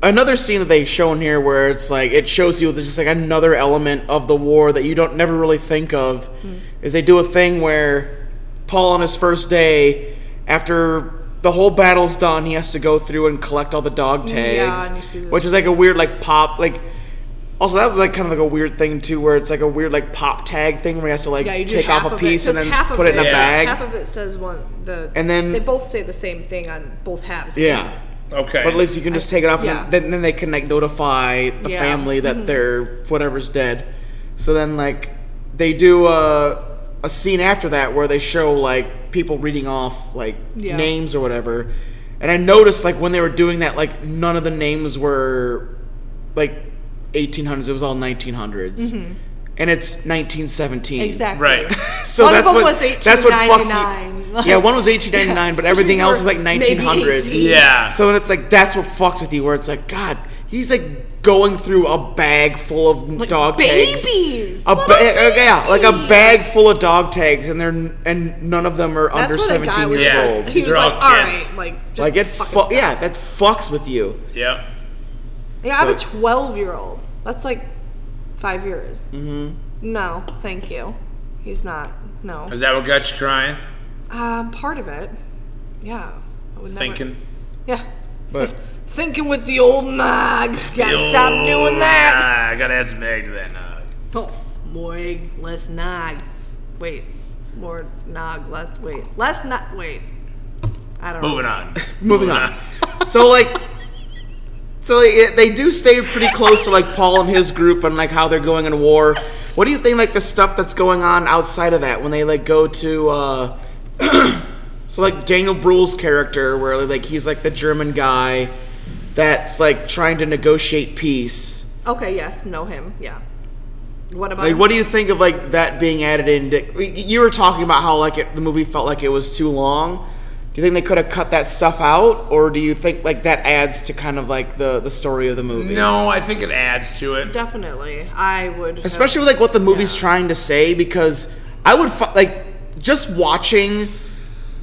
Speaker 1: another scene that they've shown here where it's like, it shows you there's just like another element of the war that you don't never really think of
Speaker 3: Hmm.
Speaker 1: is they do a thing where Paul on his first day, after the whole battle's done, he has to go through and collect all the dog tags,
Speaker 3: and he sees his
Speaker 1: which is like a weird, like, pop, like, also, that was like kind of like a weird thing too, where it's like a weird like pop tag thing where he has to like
Speaker 3: Yeah, you do
Speaker 1: take
Speaker 3: half
Speaker 1: off a
Speaker 3: of
Speaker 1: piece
Speaker 3: it,
Speaker 1: and
Speaker 3: 'cause
Speaker 1: then
Speaker 3: half of
Speaker 1: put it in a
Speaker 5: Yeah.
Speaker 1: bag.
Speaker 3: Half of it says one the
Speaker 1: And then-
Speaker 3: they both say the same thing on both halves.
Speaker 1: yeah.
Speaker 5: Okay.
Speaker 1: But at least you can just take it off,
Speaker 3: yeah.
Speaker 1: and then, then they can like notify the
Speaker 3: Yeah. Mm-hmm.
Speaker 1: family that their whatever's dead. So then like they do a a scene after that where they show like people reading off like
Speaker 3: Yeah.
Speaker 1: names or whatever. And I noticed like when they were doing that, like none of the names were like 1800s. It was all 1900s,
Speaker 3: Mm-hmm.
Speaker 1: and it's 1917.
Speaker 3: Exactly.
Speaker 5: Right.
Speaker 1: So
Speaker 3: One of
Speaker 1: that's what
Speaker 3: them was
Speaker 1: that's what fucks you-
Speaker 3: 1899.
Speaker 1: yeah, one was 1899, but
Speaker 3: Which
Speaker 1: everything
Speaker 3: means
Speaker 1: else was
Speaker 3: we're
Speaker 1: like
Speaker 3: maybe
Speaker 1: 1900s.
Speaker 3: 18.
Speaker 5: Yeah.
Speaker 1: So and it's like that's what fucks with you, where it's like, God, he's like going through a bag full of dog tags.
Speaker 3: babies.
Speaker 1: A
Speaker 3: Little
Speaker 1: ba- uh, yeah, like a
Speaker 3: babies.
Speaker 1: bag full of dog tags, and they're n- and none of them are
Speaker 3: That's
Speaker 1: under
Speaker 3: what the guy
Speaker 1: 17
Speaker 3: was
Speaker 1: years
Speaker 3: like-
Speaker 5: Yeah.
Speaker 1: old.
Speaker 3: He
Speaker 5: These
Speaker 3: was
Speaker 5: are all
Speaker 3: like, all right,
Speaker 5: kids.
Speaker 3: like, just
Speaker 1: Like it,
Speaker 3: fucking
Speaker 1: fu-
Speaker 3: stop."
Speaker 1: yeah, that fucks with you.
Speaker 5: Yep.
Speaker 3: Yeah, I'm a
Speaker 1: So-
Speaker 3: 12 year old. That's like five years. Mm-hmm. No, thank you. He's not. No.
Speaker 5: Is that what got you crying?
Speaker 3: Um, part of it. Yeah. I would never-
Speaker 5: Thinking.
Speaker 3: Yeah.
Speaker 1: But
Speaker 3: Thinking with the old nog. Gotta stop doing that.
Speaker 5: Ah, I gotta add some egg to that nog.
Speaker 3: Oh, Moig, less nog. Wait. More nog, less. Wait. Less nog. Wait. I don't know.
Speaker 5: Moving on.
Speaker 1: moving on. So like, so like, it- they do stay pretty close to like Paul and his group and like how they're going in war. What do you think like the stuff that's going on outside of that when they like go to? uh So like Daniel Bruhl's character, where like he's like the German guy that's like trying to negotiate peace.
Speaker 3: Okay, yes. Know him. Yeah. What about
Speaker 1: Like, what do you think of like that being added in? Dick? You were talking about how like it, the movie felt like it was too long. Do you think they could have cut that stuff out, or do you think like that adds to kind of like the the story of the movie?
Speaker 5: No, I think it adds to it.
Speaker 3: Definitely. I would. have-
Speaker 1: especially with like what the movie's
Speaker 3: Yeah.
Speaker 1: trying to say because i would fi- like just watching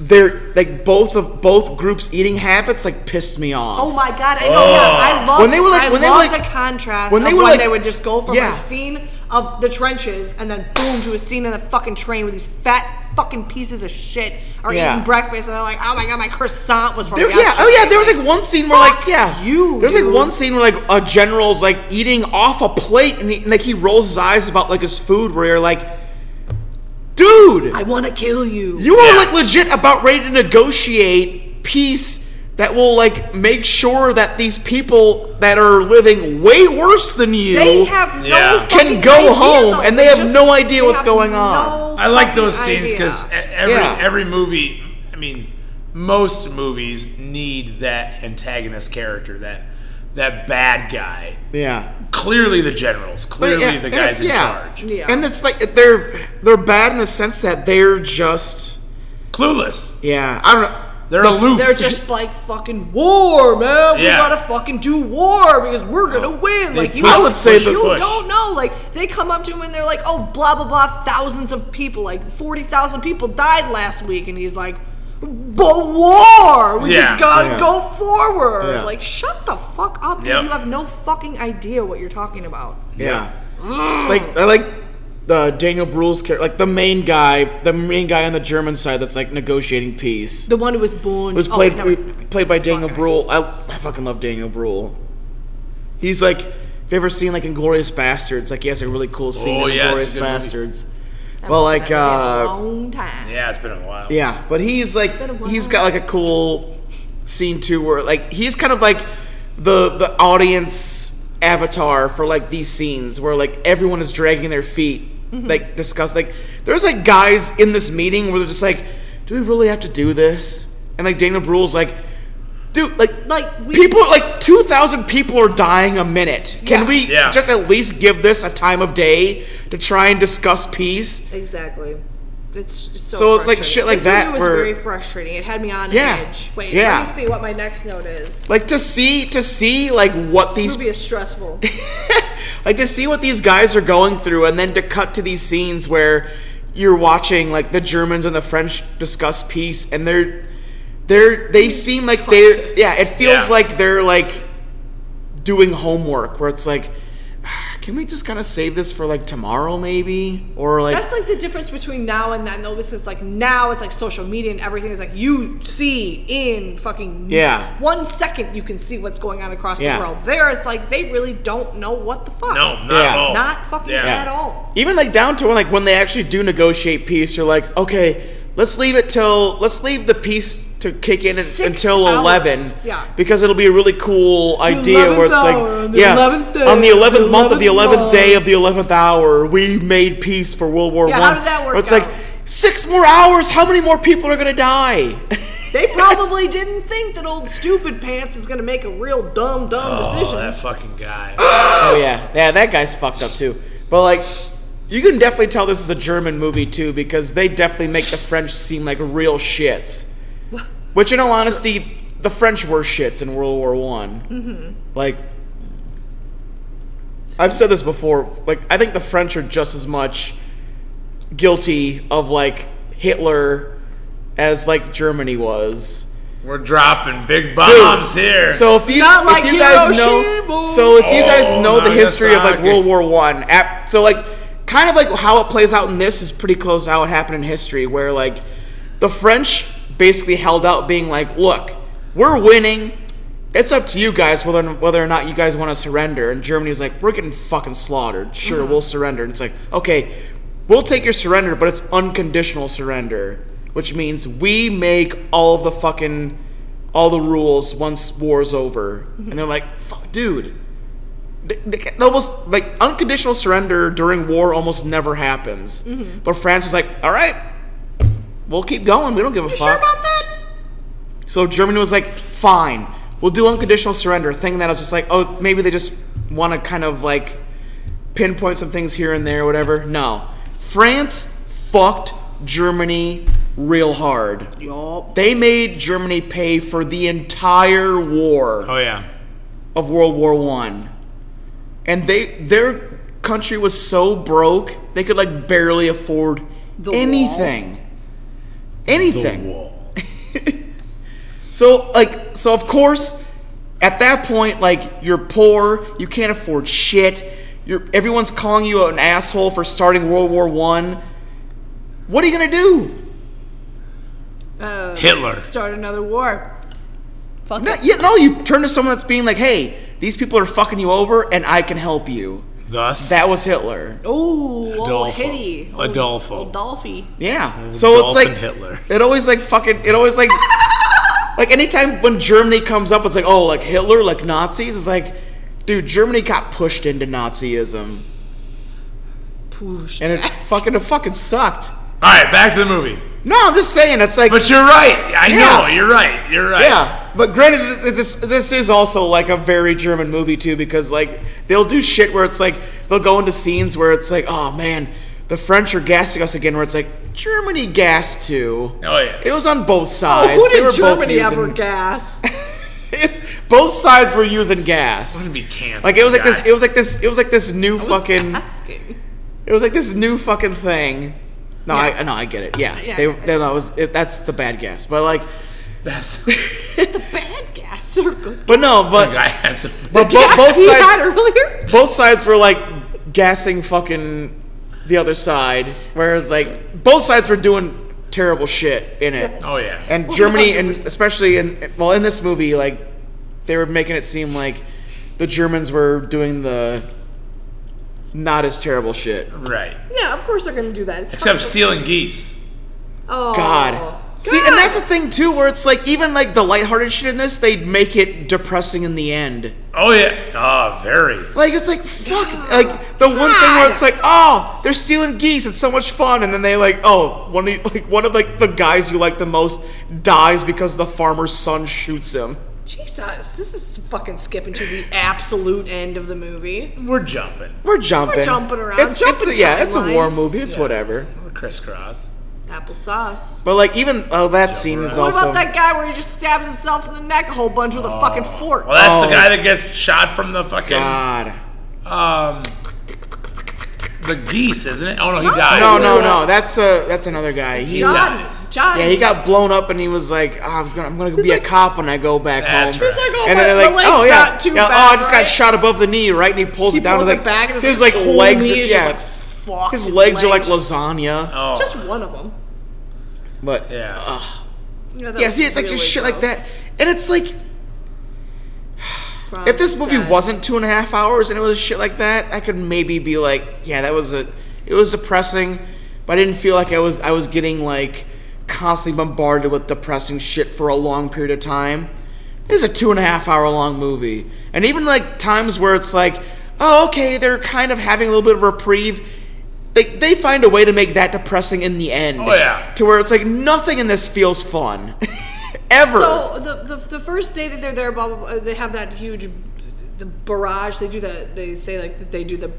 Speaker 1: their like both of both groups eating habits like pissed me off
Speaker 3: Oh my god, I know. Yeah, I love
Speaker 1: When they were like-
Speaker 3: I
Speaker 1: when they
Speaker 3: love
Speaker 1: were like-
Speaker 3: the contrast
Speaker 1: when
Speaker 3: when
Speaker 1: they
Speaker 3: they,
Speaker 1: were
Speaker 3: when
Speaker 1: like-
Speaker 3: they would just go from
Speaker 1: Yeah.
Speaker 3: a scene of the trenches and then boom to a scene in the fucking train where these fat fucking pieces of shit are
Speaker 1: Yeah.
Speaker 3: eating breakfast and they're like, oh my god, my croissant was from
Speaker 1: There- yeah
Speaker 3: yesterday.
Speaker 1: oh yeah there was like one scene where like
Speaker 3: Fuck
Speaker 1: yeah
Speaker 3: you,
Speaker 1: there's like
Speaker 3: dude.
Speaker 1: one scene where like a general's like eating off a plate and, he, and like he rolls his eyes about like his food where you're like dude
Speaker 3: I want to kill you.
Speaker 1: You are like legit about ready to negotiate peace that will like make sure that these people that are living way worse than you
Speaker 3: They have no
Speaker 5: Yeah.
Speaker 1: Can
Speaker 3: fucking
Speaker 1: go
Speaker 3: idea,
Speaker 1: home,
Speaker 3: though.
Speaker 1: and they have
Speaker 3: just-
Speaker 1: no idea
Speaker 3: they
Speaker 1: what's
Speaker 3: have
Speaker 1: going on.
Speaker 3: no
Speaker 5: I like those
Speaker 3: fucking
Speaker 5: scenes because
Speaker 3: idea.
Speaker 5: every
Speaker 1: Yeah.
Speaker 5: every movie, I mean, most movies need that antagonist character, that that bad guy.
Speaker 1: yeah
Speaker 5: Clearly, the generals. Clearly,
Speaker 1: yeah,
Speaker 5: the
Speaker 1: and it's-
Speaker 5: guys in
Speaker 1: yeah.
Speaker 5: charge.
Speaker 3: Yeah.
Speaker 1: and it's like they're they're bad in the sense that they're just
Speaker 5: Clueless.
Speaker 1: yeah i don't know
Speaker 5: They're aloof.
Speaker 3: They're just like fucking war, man. We
Speaker 5: Yeah.
Speaker 3: gotta fucking do war because we're gonna win. Like you,
Speaker 1: push- I would say the
Speaker 3: you
Speaker 5: push.
Speaker 3: don't know. Like they come up to him and they're like, "Oh, blah blah blah, thousands of people, like forty thousand people died last week," and he's like, "But war, we
Speaker 5: Yeah.
Speaker 3: just gotta
Speaker 1: Yeah.
Speaker 3: go forward."
Speaker 1: Yeah.
Speaker 3: Like shut the fuck up, dude.
Speaker 5: Yep.
Speaker 3: You have no fucking idea what you're talking about.
Speaker 1: yeah like i like the daniel bruhl's character like the main guy the main guy on the german side that's like negotiating peace
Speaker 3: The one who was born
Speaker 1: was
Speaker 3: oh,
Speaker 1: played
Speaker 3: never-
Speaker 1: played by Daniel Bruhl. I, I fucking love Daniel Bruhl. He's like, if you ever seen like Inglorious Bastards, like he has a really cool scene
Speaker 5: Oh,
Speaker 1: in
Speaker 5: yeah,
Speaker 1: Inglorious
Speaker 5: it's a good movie.
Speaker 1: Bastards. But like,
Speaker 3: Been a
Speaker 1: uh,
Speaker 3: long time.
Speaker 5: yeah, it's been a while.
Speaker 1: yeah, but he's like,
Speaker 3: been a while.
Speaker 1: he's got like a cool scene too, where like he's kind of like the the audience avatar for like these scenes where like everyone is dragging their feet,
Speaker 3: Mm-hmm.
Speaker 1: like discuss like there's like guys in this meeting where they're just like, do we really have to do this? And like Daniel Bruhl's like, dude, like
Speaker 3: Like, we-
Speaker 1: people like two thousand people are dying a minute. Can
Speaker 3: Yeah.
Speaker 1: we
Speaker 5: Yeah.
Speaker 1: just at least give this a time of day to try and discuss peace?
Speaker 3: Exactly. It's it's so.
Speaker 1: So it's like
Speaker 3: frustrating.
Speaker 1: shit like
Speaker 3: this
Speaker 1: that
Speaker 3: Movie was
Speaker 1: where-
Speaker 3: very frustrating. It had me on
Speaker 1: Yeah.
Speaker 3: edge. Wait,
Speaker 1: Yeah.
Speaker 3: let me see what my next note is.
Speaker 1: Like to see to see like what
Speaker 3: This
Speaker 1: these
Speaker 3: movie is stressful.
Speaker 1: like to see what these guys are going through and then to cut to these scenes where you're watching like the Germans and the French discuss peace and they're they're they seem like they
Speaker 3: cut.
Speaker 1: yeah it feels
Speaker 5: Yeah.
Speaker 1: like they're like doing homework where it's like "Ah, can we just kind of save this for like tomorrow maybe or like
Speaker 3: That's like the difference between now and then, though. This is like now it's like social media and everything is like you see in fucking
Speaker 1: Yeah.
Speaker 3: one second you can see what's going on across
Speaker 1: Yeah.
Speaker 3: the world. There, it's like they really don't know what the fuck.
Speaker 5: No, not
Speaker 1: Yeah.
Speaker 5: at all.
Speaker 3: not fucking
Speaker 5: Yeah.
Speaker 3: at all.
Speaker 1: even like down to when like when they actually do negotiate peace you're like okay let's leave it till let's leave the peace to kick in
Speaker 3: Six
Speaker 1: until 11
Speaker 3: hours, yeah.
Speaker 1: because it'll be a really cool idea where it's
Speaker 3: 11th
Speaker 1: like
Speaker 3: hour, the
Speaker 1: yeah
Speaker 3: 11th day,
Speaker 1: on the 11th
Speaker 3: the
Speaker 1: month of the 11th
Speaker 3: 11th
Speaker 1: day of the 11th hour we made peace for world war
Speaker 3: Yeah,
Speaker 1: one
Speaker 3: how did that work
Speaker 1: it's
Speaker 3: out?
Speaker 1: like six more hours how many more people are gonna die
Speaker 3: They probably didn't think that old stupid pants was gonna make a real dumb dumb
Speaker 5: Oh,
Speaker 3: decision.
Speaker 5: that fucking guy.
Speaker 1: oh yeah yeah that guy's fucked up too but like you can definitely tell this is a german movie too because they definitely make the french seem like real shits which in all honesty the french were shits in world war one
Speaker 3: Mm-hmm.
Speaker 1: like i've said this before like i think the french are just as much guilty of like hitler as like germany was
Speaker 5: We're dropping big bombs here.
Speaker 1: So if you,
Speaker 3: Not like
Speaker 1: if you guys know,
Speaker 3: Hiroshima.
Speaker 1: so if you guys
Speaker 5: Oh,
Speaker 1: know the history of like
Speaker 5: Nagasaki.
Speaker 1: World War One, ap- so like kind of like how it plays out in this is pretty close to how it happened in history, where like the French basically held out, being like, "Look, we're winning. It's up to you guys whether whether or not you guys want to surrender." And Germany's like, "We're getting fucking slaughtered. Sure, we'll surrender." And it's like, "Okay, we'll take your surrender, but it's unconditional surrender." Which means we make all of the fucking all the rules once war's over, and they're like, "Fuck, dude." They- they ca- Almost like unconditional surrender during war almost never happens.
Speaker 3: Mm-hmm.
Speaker 1: But France was like, "All right, we'll keep going. We don't give a fuck."
Speaker 3: Sure about that?
Speaker 1: So Germany was like, "Fine, we'll do unconditional surrender." Thinking that I was just like, "Oh, maybe they just want to kind of like pinpoint some things here and there, whatever." No, France fucked Germany real hard.
Speaker 3: Yup.
Speaker 1: They made Germany pay for the entire war
Speaker 5: oh yeah,
Speaker 1: of World War One, and they their country was so broke they could like barely afford
Speaker 3: wall.
Speaker 1: anything, anything.
Speaker 5: wall.
Speaker 1: So like so of course at that point like you're poor, you can't afford shit. You're everyone's calling you an asshole for starting World War 1. What are you going to do?
Speaker 5: Hitler.
Speaker 3: Start another war. Fuck
Speaker 1: No,
Speaker 3: it.
Speaker 1: you, no, you turn to someone that's being like, "Hey, these people are fucking you over and I can help you."
Speaker 5: Thus,
Speaker 1: That was Hitler.
Speaker 3: Ooh, oh,
Speaker 5: Adolfo.
Speaker 3: Hitty. Oh,
Speaker 5: Adolfo.
Speaker 3: old Dolphy.
Speaker 1: Yeah. So it's
Speaker 5: Dolphin
Speaker 1: like
Speaker 5: Hitler.
Speaker 1: It always like fucking it always like like anytime when Germany comes up it's like, "Oh, like Hitler, like Nazis." It's like, "Dude, Germany got pushed into Nazism."
Speaker 3: Poosh.
Speaker 1: and it fucking it fucking sucked.
Speaker 5: All right, back to the movie.
Speaker 1: No, I'm just saying it's like
Speaker 5: But you're right. I
Speaker 1: Yeah.
Speaker 5: know you're right. You're right.
Speaker 1: yeah. But granted, th- this this is also like a very German movie too, because like they'll do shit where it's like they'll go into scenes where it's like, oh man, the French are gassing us again, where it's like Germany gassed too.
Speaker 5: Oh yeah.
Speaker 1: It was on both
Speaker 3: Oh,
Speaker 1: sides.
Speaker 3: who
Speaker 1: They were
Speaker 3: did
Speaker 1: both
Speaker 3: Germany
Speaker 1: using-
Speaker 3: ever gas?
Speaker 1: both sides were using gas.
Speaker 5: gonna be canceled.
Speaker 1: Like it was like this.
Speaker 5: guys.
Speaker 1: It was like this. It was like this new fucking.
Speaker 3: Asking.
Speaker 1: It was like this new fucking thing. No, I no, I get it. Yeah,
Speaker 3: Yeah,
Speaker 1: they,
Speaker 3: I-
Speaker 1: they, that was it, that's the bad guess. But like,
Speaker 5: That's-
Speaker 3: Bad gas or good
Speaker 1: but no, but
Speaker 5: guy has a-
Speaker 1: but bo-
Speaker 3: gas
Speaker 1: both
Speaker 3: he had
Speaker 1: sides
Speaker 3: earlier?
Speaker 1: both sides were like gassing fucking the other side, whereas like both sides were doing terrible shit in it.
Speaker 5: Oh yeah.
Speaker 1: And Germany, and especially in well, in this movie, like they were making it seem like the Germans were doing the not as terrible shit.
Speaker 5: right.
Speaker 3: Yeah, of course they're gonna do that. It's
Speaker 5: Except
Speaker 3: fucking-
Speaker 5: stealing geese.
Speaker 3: Oh,
Speaker 1: God. See,
Speaker 3: God.
Speaker 1: and that's the thing too, where it's like even like the lighthearted shit in this, they make it depressing in the end.
Speaker 5: Oh yeah. Ah, very.
Speaker 1: Like it's like fuck, like the one thing where it's like, oh, they're stealing geese, it's so much fun, and then they like, oh, one of like one of like the guys you like the most dies because the farmer's son shoots him.
Speaker 3: Jesus, this is fucking skipping to the absolute end of the movie.
Speaker 5: We're jumping.
Speaker 1: We're jumping,
Speaker 3: jumping around,
Speaker 1: It's, it's
Speaker 3: jumping
Speaker 1: a, yeah, it's a war
Speaker 3: timelines.
Speaker 1: movie. It's whatever.
Speaker 5: We're crisscross.
Speaker 3: Applesauce.
Speaker 1: But like even oh, that scene is
Speaker 3: What
Speaker 1: also.
Speaker 3: about that guy where he just stabs himself in the neck a whole bunch with a fucking fork?
Speaker 5: Oh. Well, that's
Speaker 1: Oh.
Speaker 5: the guy that gets shot from the fucking
Speaker 1: God.
Speaker 5: um the geese, isn't it? Oh no, he
Speaker 3: No.
Speaker 5: died.
Speaker 1: No, no, no. That's a that's another guy. He
Speaker 3: John,
Speaker 1: was-
Speaker 5: Jesus.
Speaker 3: John.
Speaker 1: Yeah, he got blown up, and he was like, "Ah, "I was gonna, I'm gonna be
Speaker 3: like-
Speaker 1: a cop when I go back
Speaker 5: That's
Speaker 1: home."
Speaker 5: right. He's
Speaker 3: like, "Oh,
Speaker 1: and
Speaker 3: my-
Speaker 1: then
Speaker 3: my
Speaker 1: they're like,
Speaker 3: leg's
Speaker 1: "Oh yeah,
Speaker 3: not too
Speaker 1: yeah, oh, I
Speaker 3: bad,
Speaker 1: just
Speaker 3: right?"
Speaker 1: got shot above the knee, right?" And he pulls
Speaker 3: He
Speaker 1: it down.
Speaker 3: pulls
Speaker 1: he's
Speaker 3: it
Speaker 1: like,
Speaker 3: back, and
Speaker 1: his
Speaker 3: like,
Speaker 1: like
Speaker 3: whole
Speaker 1: legs, are,
Speaker 3: knee is
Speaker 1: yeah,
Speaker 3: just like, fuck.
Speaker 1: his legs are like lasagna.
Speaker 5: Oh.
Speaker 3: Just Oh, one of them.
Speaker 1: But
Speaker 5: yeah.
Speaker 3: that
Speaker 1: yeah,
Speaker 3: was
Speaker 1: see, it's like
Speaker 3: really
Speaker 1: just shit like that,
Speaker 3: gross.
Speaker 1: and it's like
Speaker 3: Franz
Speaker 1: if this movie
Speaker 3: died.
Speaker 1: wasn't two and a half hours and it was shit like that, I could maybe be like, yeah, that was a, it was depressing, but I didn't feel like I was I was getting like constantly bombarded with depressing shit for a long period of time. This is a two and a half hour long movie, and even like times where it's like, oh okay, they're kind of having a little bit of reprieve. They, they find a way to make that depressing in the end.
Speaker 5: Oh, yeah.
Speaker 1: To where it's like nothing in this feels fun. Ever.
Speaker 3: So the, the the first day that they're there, blah blah. blah they have that huge the barrage. They do the they say like that they do the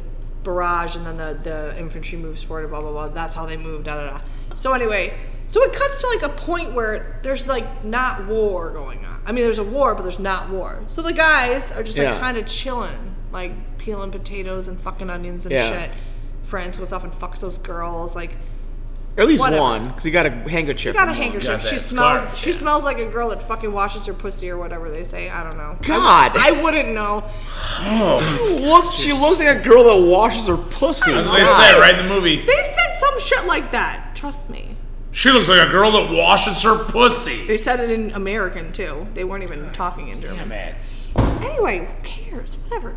Speaker 3: barrage, and then the the infantry moves forward. Blah blah blah. That's how they move. Da da da. So anyway, so it cuts to like a point where there's like not war going on. I mean, there's a war, but there's not war. So the guys are just like
Speaker 1: Yeah.
Speaker 3: kind of chilling, like peeling potatoes and fucking onions and
Speaker 1: Yeah.
Speaker 3: shit. France goes off and fucks those girls. Like
Speaker 1: Or at least
Speaker 3: Whatever.
Speaker 1: one, because he got a handkerchief.
Speaker 3: She got a
Speaker 1: from one.
Speaker 3: handkerchief.
Speaker 5: Got
Speaker 3: she
Speaker 5: that
Speaker 3: smells.
Speaker 5: scarf,
Speaker 3: She smells like a girl that fucking washes her pussy or whatever they say. I don't know.
Speaker 1: God.
Speaker 3: I, I wouldn't know.
Speaker 1: Looks, she looks like a girl that washes her pussy.
Speaker 5: That's what they say right in the movie.
Speaker 3: They said some shit like that. Trust me.
Speaker 5: She looks like a girl that washes her pussy.
Speaker 3: They said it in American too. They weren't even talking in German.
Speaker 5: Damn it.
Speaker 3: Anyway, who cares? Whatever.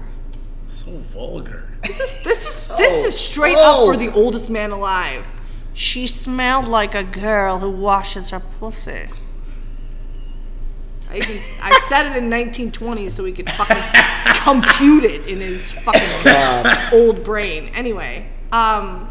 Speaker 5: So vulgar.
Speaker 3: This is this is this is straight up for the oldest man alive. She smelled like a girl who washes her pussy. I, even, I said it in 1920 so he could fucking compute it in his fucking old brain. Anyway, um,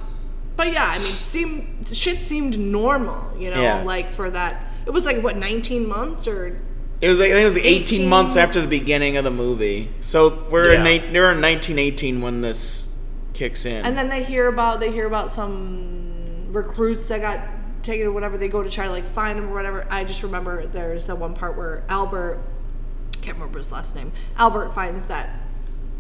Speaker 3: but yeah, I mean, seemed shit seemed normal, you know,
Speaker 1: Yeah.
Speaker 3: like for that. It was like what 19 months or
Speaker 1: It was like I think it was 18,
Speaker 3: 18
Speaker 1: months after the beginning of the movie. So we're in
Speaker 5: Yeah.
Speaker 1: in we're in 1918 when this kicks in.
Speaker 3: And then they hear about they hear about some recruits that got taken or whatever. They go to try to like find him or whatever. I just remember there's that one part where Albert can't remember his last name. Albert finds that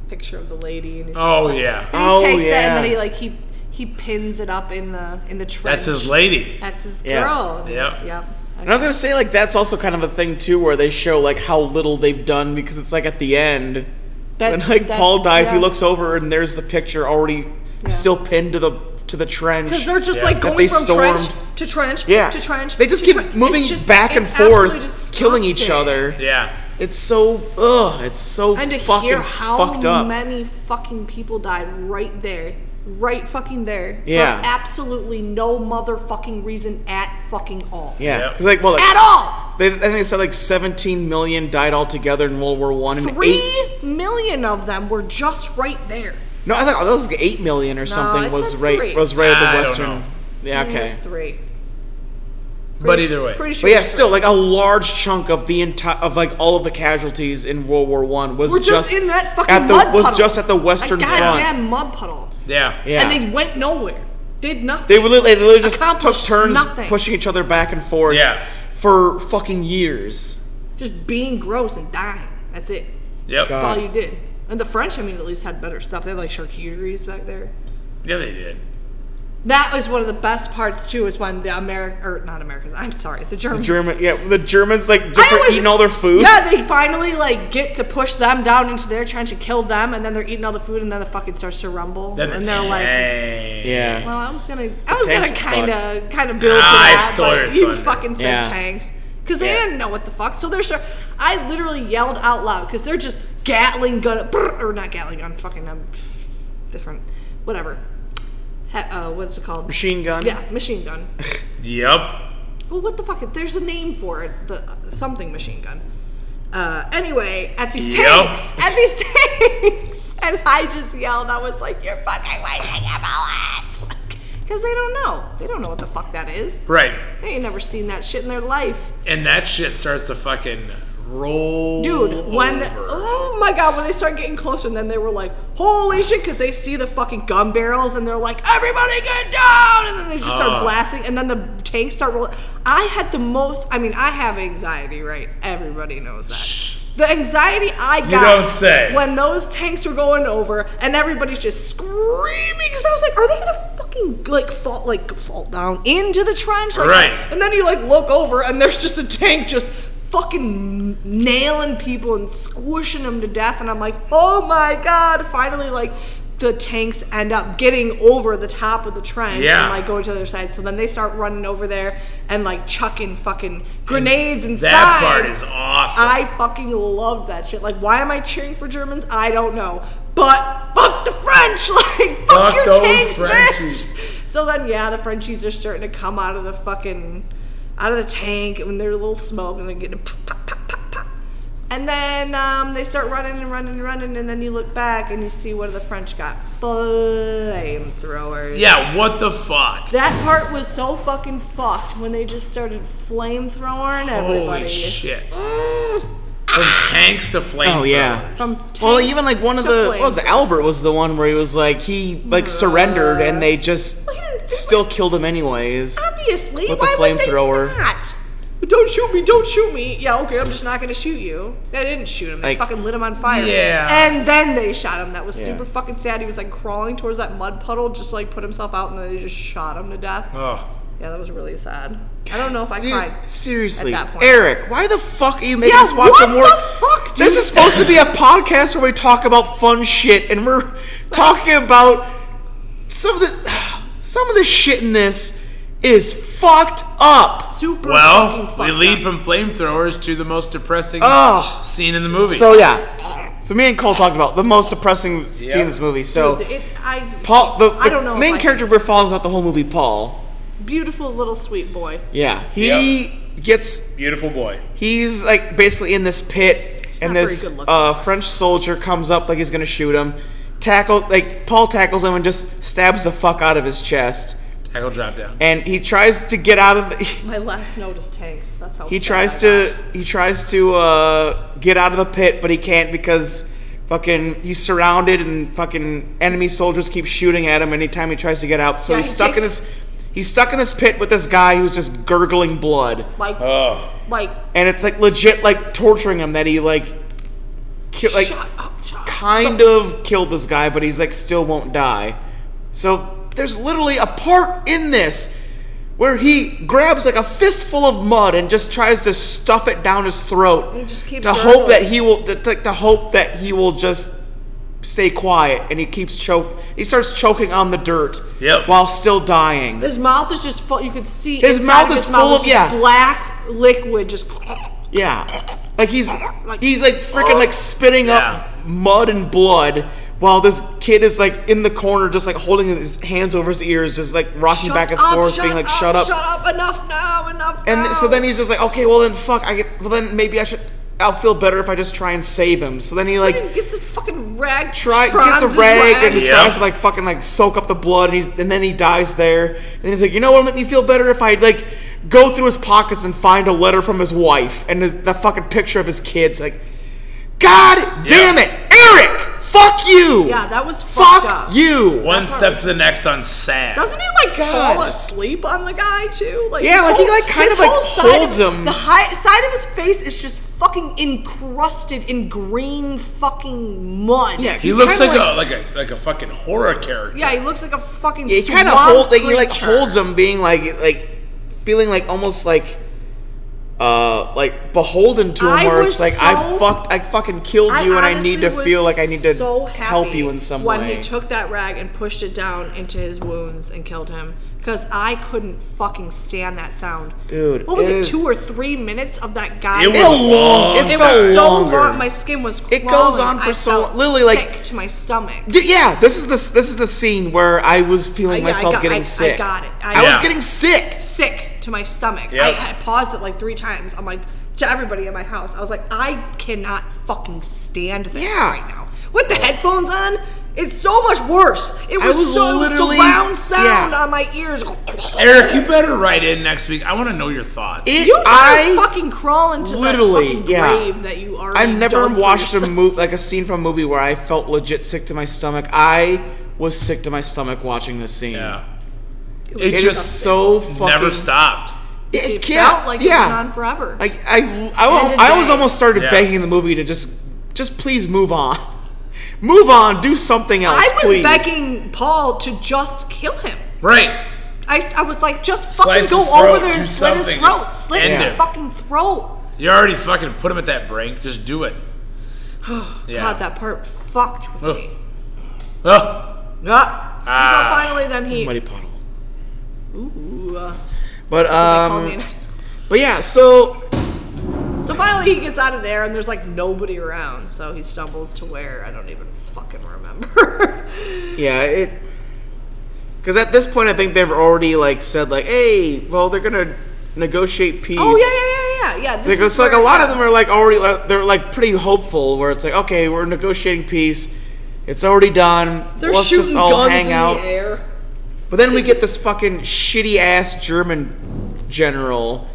Speaker 3: picture of the lady and he's
Speaker 5: Oh
Speaker 3: just-
Speaker 5: yeah.
Speaker 3: and he
Speaker 1: Oh,
Speaker 3: takes it and then
Speaker 1: yeah.
Speaker 3: he like he he pins it up in the in the trench.
Speaker 5: That's his lady.
Speaker 3: That's his
Speaker 1: Yeah.
Speaker 3: girl.
Speaker 5: Yep.
Speaker 3: Yep.
Speaker 1: And I was gonna say like that's also kind of a thing too, where they show like how little they've done because it's like at the end
Speaker 3: That-
Speaker 1: when like
Speaker 3: that-
Speaker 1: Paul dies, he
Speaker 3: yeah.
Speaker 1: looks over and there's the picture already still pinned to the to the trench.
Speaker 3: Because they're just
Speaker 5: Yeah.
Speaker 3: like
Speaker 1: That
Speaker 3: going
Speaker 1: they
Speaker 3: from
Speaker 1: stormed.
Speaker 3: trench to trench
Speaker 1: yeah,
Speaker 3: to trench.
Speaker 1: They just
Speaker 3: to
Speaker 1: keep
Speaker 3: trench.
Speaker 1: moving
Speaker 3: It's just-
Speaker 1: back and
Speaker 3: it's absolutely
Speaker 1: forth, killing each
Speaker 3: disgusting.
Speaker 1: other.
Speaker 5: Yeah.
Speaker 1: It's so ugh, it's so
Speaker 3: And to
Speaker 1: fucking
Speaker 3: hear how
Speaker 1: fucked up.
Speaker 3: many fucking people died right there. Right fucking there.
Speaker 1: Yeah.
Speaker 3: For absolutely no motherfucking reason at fucking all.
Speaker 1: Yeah,
Speaker 5: Yep.
Speaker 1: because like well, like,
Speaker 3: At
Speaker 1: s-
Speaker 3: all!
Speaker 1: They, I think they said like 17 million died altogether in World War One. and
Speaker 3: Three
Speaker 1: eight-
Speaker 3: million of them were just right there.
Speaker 1: No, I thought oh, that was like eight million or something.
Speaker 3: it
Speaker 1: Was
Speaker 3: said
Speaker 1: right
Speaker 3: three.
Speaker 1: was right at
Speaker 5: I
Speaker 1: the
Speaker 5: don't
Speaker 1: western.
Speaker 5: know.
Speaker 1: Yeah,
Speaker 3: It
Speaker 1: okay.
Speaker 3: was three.
Speaker 5: But either way.
Speaker 3: Pretty sure.
Speaker 1: But
Speaker 3: it
Speaker 1: yeah,
Speaker 3: was
Speaker 1: still
Speaker 3: three.
Speaker 1: like a large chunk of the entire of like all of the casualties in World War One was
Speaker 3: We're just, in that fucking
Speaker 1: at the
Speaker 3: mud
Speaker 1: was
Speaker 3: puddle.
Speaker 1: just at the western
Speaker 3: a
Speaker 1: front.
Speaker 3: goddamn mud puddle.
Speaker 5: Yeah.
Speaker 1: Yeah.
Speaker 3: And they went nowhere. Did nothing.
Speaker 1: They were literally, they literally just took
Speaker 3: Accomplished
Speaker 1: turns
Speaker 3: nothing.
Speaker 1: pushing each other back and forth
Speaker 5: Yeah.
Speaker 1: for fucking years.
Speaker 3: just being gross and dying. That's it.
Speaker 5: Yep.
Speaker 1: God.
Speaker 3: That's all you did. And the French, I mean, at least had better stuff. They had like charcuteries back there.
Speaker 5: Yeah, they did.
Speaker 3: That was one of the best parts too. Is when the American or not Americans, I'm sorry, the Germans.
Speaker 1: German, yeah, the Germans like
Speaker 3: I
Speaker 1: just are
Speaker 3: always-
Speaker 1: eating all their food.
Speaker 3: Yeah, they finally like get to push them down into their trench and kill them, and then they're eating all the food, and then the fucking starts to rumble,
Speaker 5: Then
Speaker 3: and
Speaker 5: the
Speaker 3: they're like.
Speaker 5: tank.
Speaker 1: yeah.
Speaker 3: Well, I was gonna, I was gonna
Speaker 1: tanks
Speaker 3: kind
Speaker 1: were
Speaker 3: of, kind of build to
Speaker 5: Ah, I
Speaker 3: that,
Speaker 5: stole your
Speaker 3: but you
Speaker 5: thunder.
Speaker 3: fucking said
Speaker 1: Yeah.
Speaker 3: tanks because they didn't know what the fuck. So they're, start, I literally yelled out loud because they're just Gatling gun or not Gatling gun, fucking um, different, whatever. He, uh, what's it called?
Speaker 1: machine gun.
Speaker 3: Yeah, machine gun.
Speaker 5: Yep.
Speaker 3: Well, what the fuck? There's a name for it. The something machine gun. Uh, anyway, at these
Speaker 5: Yep.
Speaker 3: tanks, at these tanks, and I just yelled. I was like, "You're fucking wasting your bullets," because they don't know. They don't know what the fuck that is.
Speaker 5: Right.
Speaker 3: They ain't never seen that shit in their life,
Speaker 5: And that shit starts to fucking roll.
Speaker 3: dude. When
Speaker 5: over.
Speaker 3: oh my god, when they start getting closer, and then they were like, "Holy shit!" Because they see the fucking gun barrels, and they're like, "Everybody get down!" And then they just start
Speaker 5: Ah.
Speaker 3: blasting, and then the tanks start rolling. I had the most. I mean, I have anxiety, right? Everybody knows that. The anxiety I got
Speaker 5: don't say.
Speaker 3: when those tanks were going over and everybody's just screaming because I was like, are they gonna fucking like fall like fall down into the trench? Like,
Speaker 5: Right.
Speaker 3: And then you like look over and there's just a tank just fucking nailing people and squishing them to death and I'm like, oh my god! Finally, like the tanks end up getting over the top of the trench
Speaker 5: Yeah.
Speaker 3: and like going to the other side. So then they start running over there and like chucking fucking grenades inside.
Speaker 5: that part is awesome.
Speaker 3: I fucking love that shit. Like, why am I cheering for Germans? I don't know. But fuck the French! Like, fuck,
Speaker 5: Fuck
Speaker 3: your
Speaker 5: those
Speaker 3: tanks,
Speaker 5: Frenchies.
Speaker 3: bitch! So then, yeah, the Frenchies are starting to come out of the fucking, out of the tank, and they're a little smoke, and they're getting pop, pop, pop, pop, pop. And then um, they start running and running and running, and then you look back and you see what the French got flamethrowers.
Speaker 5: yeah. What the fuck?
Speaker 3: That part was so fucking fucked when they just started flamethrowing everybody.
Speaker 5: Holy shit. From tanks to flamethrowers.
Speaker 1: Oh yeah.
Speaker 3: From
Speaker 1: Well,
Speaker 3: tanks
Speaker 1: even like one of
Speaker 3: to
Speaker 1: the what was it,
Speaker 3: flamethrowers.
Speaker 1: Albert was the one where he was like he like surrendered and they just
Speaker 3: Well, he didn't do
Speaker 1: still
Speaker 3: it.
Speaker 1: killed him anyways.
Speaker 3: Obviously,
Speaker 1: With the
Speaker 3: why would they
Speaker 1: flamethrower.
Speaker 3: not? Don't shoot me! Don't shoot me! Yeah, okay, I'm just not gonna shoot you. They didn't shoot him. They
Speaker 1: Like-
Speaker 3: fucking lit him on fire.
Speaker 5: Yeah.
Speaker 3: And then they shot him. That was
Speaker 1: Yeah.
Speaker 3: super fucking sad. He was like crawling towards that mud puddle, just to, like put himself out, and then they just shot him to death.
Speaker 5: Oh.
Speaker 3: Yeah, that was really sad. I don't know if I cried.
Speaker 1: Dude, seriously,
Speaker 3: at that point.
Speaker 1: Eric, why the fuck are you making
Speaker 3: Yeah,
Speaker 1: us watch
Speaker 3: what
Speaker 1: some more?
Speaker 3: the fuck,
Speaker 1: This
Speaker 3: dude?
Speaker 1: is supposed to be a podcast where we talk about fun shit, and we're talking about some of the some of the shit in this is fucked up.
Speaker 3: Super fucking
Speaker 5: Well,
Speaker 3: fucked
Speaker 5: we lead
Speaker 3: up.
Speaker 5: from flamethrowers to the most depressing
Speaker 1: Oh,
Speaker 5: scene in the movie.
Speaker 1: so yeah, so me and Cole talked about the most depressing scene in this movie. So
Speaker 3: Dude, it, I,
Speaker 1: Paul, the, the
Speaker 3: I don't know if I
Speaker 1: main
Speaker 3: can-
Speaker 1: character we're following throughout the whole movie, Paul.
Speaker 3: beautiful little sweet boy.
Speaker 1: Yeah, he gets
Speaker 5: Beautiful boy.
Speaker 1: he's like basically in this pit and
Speaker 3: not very
Speaker 1: this
Speaker 3: good looking.
Speaker 1: uh, french soldier comes up like he's gonna shoot him tackle like paul tackles him and just stabs the fuck out of his chest
Speaker 5: Tackle drop down.
Speaker 1: and he tries to get out of the
Speaker 3: My last note is tanks. That's how
Speaker 1: he
Speaker 3: sad I
Speaker 1: tries
Speaker 3: got.
Speaker 1: to he tries to uh, get out of the pit but he can't because fucking he's surrounded and fucking enemy soldiers keep shooting at him anytime he tries to get out so
Speaker 3: Yeah,
Speaker 1: he's
Speaker 3: he
Speaker 1: stuck in
Speaker 3: takes-
Speaker 1: this he's stuck in this pit with this guy who's just gurgling blood
Speaker 3: like
Speaker 5: Oh,
Speaker 3: like
Speaker 1: and it's like legit like torturing him that he like ki- like
Speaker 3: shut up, shut up.
Speaker 1: kind of killed this guy but he's like still won't die so there's literally a part in this where he grabs like a fistful of mud and just tries to stuff it down his throat
Speaker 3: And just keep
Speaker 1: to hope
Speaker 3: gurgling.
Speaker 1: that he will to, to, to hope that he will just stay quiet and he keeps choke he starts choking on the dirt
Speaker 5: Yep.
Speaker 1: while still dying
Speaker 3: His mouth is just full. You can see
Speaker 1: His
Speaker 3: inside
Speaker 1: mouth
Speaker 3: of
Speaker 1: is full of-
Speaker 3: just
Speaker 1: yeah.
Speaker 3: black liquid. Just
Speaker 1: Yeah. Like he's he's like freaking like spitting
Speaker 5: Yeah.
Speaker 1: up mud and blood while this kid is like in the corner just like holding his hands over his ears just like rocking
Speaker 3: shut
Speaker 1: back and
Speaker 3: up,
Speaker 1: forth
Speaker 3: shut
Speaker 1: being like
Speaker 3: up,
Speaker 1: shut up.
Speaker 3: shut up, enough now, enough
Speaker 1: And
Speaker 3: now.
Speaker 1: th- so then he's just like okay, well then fuck, I get well then maybe I should I'll feel better if I just try and save him. So then he like
Speaker 3: He gets a fucking rag.
Speaker 1: try gets
Speaker 3: fronds
Speaker 1: a
Speaker 3: his
Speaker 1: rag and
Speaker 5: Yeah.
Speaker 1: tries to like fucking like soak up the blood and he's and then he dies there. And he's like, you know what'll make me feel better if I like go through his pockets and find a letter from his wife and his, the fucking picture of his kids. Like, God damn it, Eric! Fuck you!
Speaker 3: Yeah, that was
Speaker 1: fuck
Speaker 3: fucked up.
Speaker 1: you.
Speaker 5: one step to the next on sad.
Speaker 3: Doesn't he like fall asleep on the guy too? Like
Speaker 1: Yeah,
Speaker 3: his
Speaker 1: like, he, like, kind
Speaker 3: his
Speaker 1: of, like,
Speaker 3: whole side
Speaker 1: holds
Speaker 3: of-
Speaker 1: him.
Speaker 3: The high, side of his face is just fucking encrusted in green fucking mud.
Speaker 1: Yeah,
Speaker 5: he looks
Speaker 1: kinda
Speaker 5: like, a like a like a fucking horror character.
Speaker 3: yeah, he looks like a fucking.
Speaker 1: Yeah, he kind of
Speaker 3: swamp
Speaker 1: hold like he like
Speaker 3: creature.
Speaker 1: holds him, being like like feeling like almost like uh like beholden to him,
Speaker 3: I
Speaker 1: where
Speaker 3: was
Speaker 1: it's like
Speaker 3: so-
Speaker 1: I fucked, I fucking killed you, and I need to
Speaker 3: honestly was
Speaker 1: feel like I need to
Speaker 3: so
Speaker 1: help
Speaker 3: happy
Speaker 1: you in some
Speaker 3: when
Speaker 1: way.
Speaker 3: he took that rag and pushed it down into his wounds and killed him because I couldn't fucking stand that sound.
Speaker 1: Dude,
Speaker 3: what was
Speaker 1: it
Speaker 3: it?
Speaker 1: is-
Speaker 3: two or three minutes of that guy.
Speaker 5: It was
Speaker 1: It
Speaker 5: a
Speaker 1: was long-
Speaker 5: long.
Speaker 1: it
Speaker 3: It
Speaker 1: felt
Speaker 3: was so
Speaker 1: longer.
Speaker 3: long. My skin was. Crawling.
Speaker 1: It goes on for
Speaker 3: I
Speaker 1: so
Speaker 3: felt
Speaker 1: long. Literally, like-
Speaker 3: sick to my stomach.
Speaker 1: D- yeah, this is the this is the scene where I was feeling
Speaker 3: Yeah, I
Speaker 1: myself
Speaker 3: got-
Speaker 1: getting
Speaker 3: I- I
Speaker 1: sick.
Speaker 3: got it. I-
Speaker 1: I, was
Speaker 5: Yeah.
Speaker 1: getting sick.
Speaker 3: sick to my stomach.
Speaker 5: Yep.
Speaker 3: I, I paused it like three times. I'm like to everybody in my house. I was like, I cannot fucking stand this
Speaker 1: Yeah. Oh.
Speaker 3: right now. With the headphones on, it's so much worse. It
Speaker 1: I
Speaker 3: was,
Speaker 1: was
Speaker 3: so
Speaker 1: literally-
Speaker 3: surround sound
Speaker 1: yeah.
Speaker 3: on my ears.
Speaker 5: Eric, you better write in next week. I want to know your thoughts.
Speaker 1: It,
Speaker 3: you better
Speaker 1: I
Speaker 3: fucking crawl into
Speaker 1: literally,
Speaker 3: that fucking
Speaker 1: yeah.
Speaker 3: grave that you are.
Speaker 1: I've never watched a movie like a scene from a movie where I felt legit sick to my stomach. I was sick to my stomach watching this scene.
Speaker 5: Yeah.
Speaker 1: It,
Speaker 5: It
Speaker 1: just
Speaker 5: just
Speaker 1: so fucking
Speaker 5: never stopped.
Speaker 1: It,
Speaker 3: It
Speaker 1: can't-
Speaker 3: felt like it went on forever.
Speaker 1: Like I, I,
Speaker 3: End of
Speaker 1: I, was
Speaker 3: day.
Speaker 1: almost started
Speaker 5: Yeah.
Speaker 1: begging the movie to just, just please move on, move on, do something else.
Speaker 3: I was
Speaker 1: please.
Speaker 3: begging Paul to just kill him.
Speaker 5: Right.
Speaker 3: I, s- I was like, just
Speaker 5: Slice
Speaker 3: fucking go
Speaker 5: his throat,
Speaker 3: over there and
Speaker 5: do
Speaker 3: slit his
Speaker 5: something,
Speaker 3: throat.
Speaker 5: just
Speaker 3: Slit
Speaker 5: end
Speaker 3: his
Speaker 5: it.
Speaker 3: fucking throat.
Speaker 5: You already fucking put him at that brink. Just do it. yeah.
Speaker 3: God, that part fucked with
Speaker 5: Ugh.
Speaker 3: me.
Speaker 5: Oh.
Speaker 1: Ah,
Speaker 5: Ah.
Speaker 3: so finally, then he.
Speaker 1: muddy puddle.
Speaker 3: Ooh, uh,
Speaker 1: But
Speaker 3: they called me in
Speaker 1: um,
Speaker 3: high school.
Speaker 1: but yeah. So
Speaker 3: So finally, he gets out of there, and there's like nobody around. So he stumbles to where I don't even fucking remember.
Speaker 1: yeah, it. Because at this point, I think they've already like said like, hey, well, they're gonna negotiate peace.
Speaker 3: oh yeah, yeah, yeah, yeah, yeah. This
Speaker 1: Because
Speaker 3: is
Speaker 1: like a
Speaker 3: where-
Speaker 1: lot of them are like already like, they're like pretty hopeful where it's like okay we're negotiating peace, it's already done.
Speaker 3: They're
Speaker 1: Let's
Speaker 3: shooting
Speaker 1: just all
Speaker 3: guns
Speaker 1: hang
Speaker 3: in
Speaker 1: out.
Speaker 3: the air.
Speaker 1: But then we get this fucking shitty ass German general.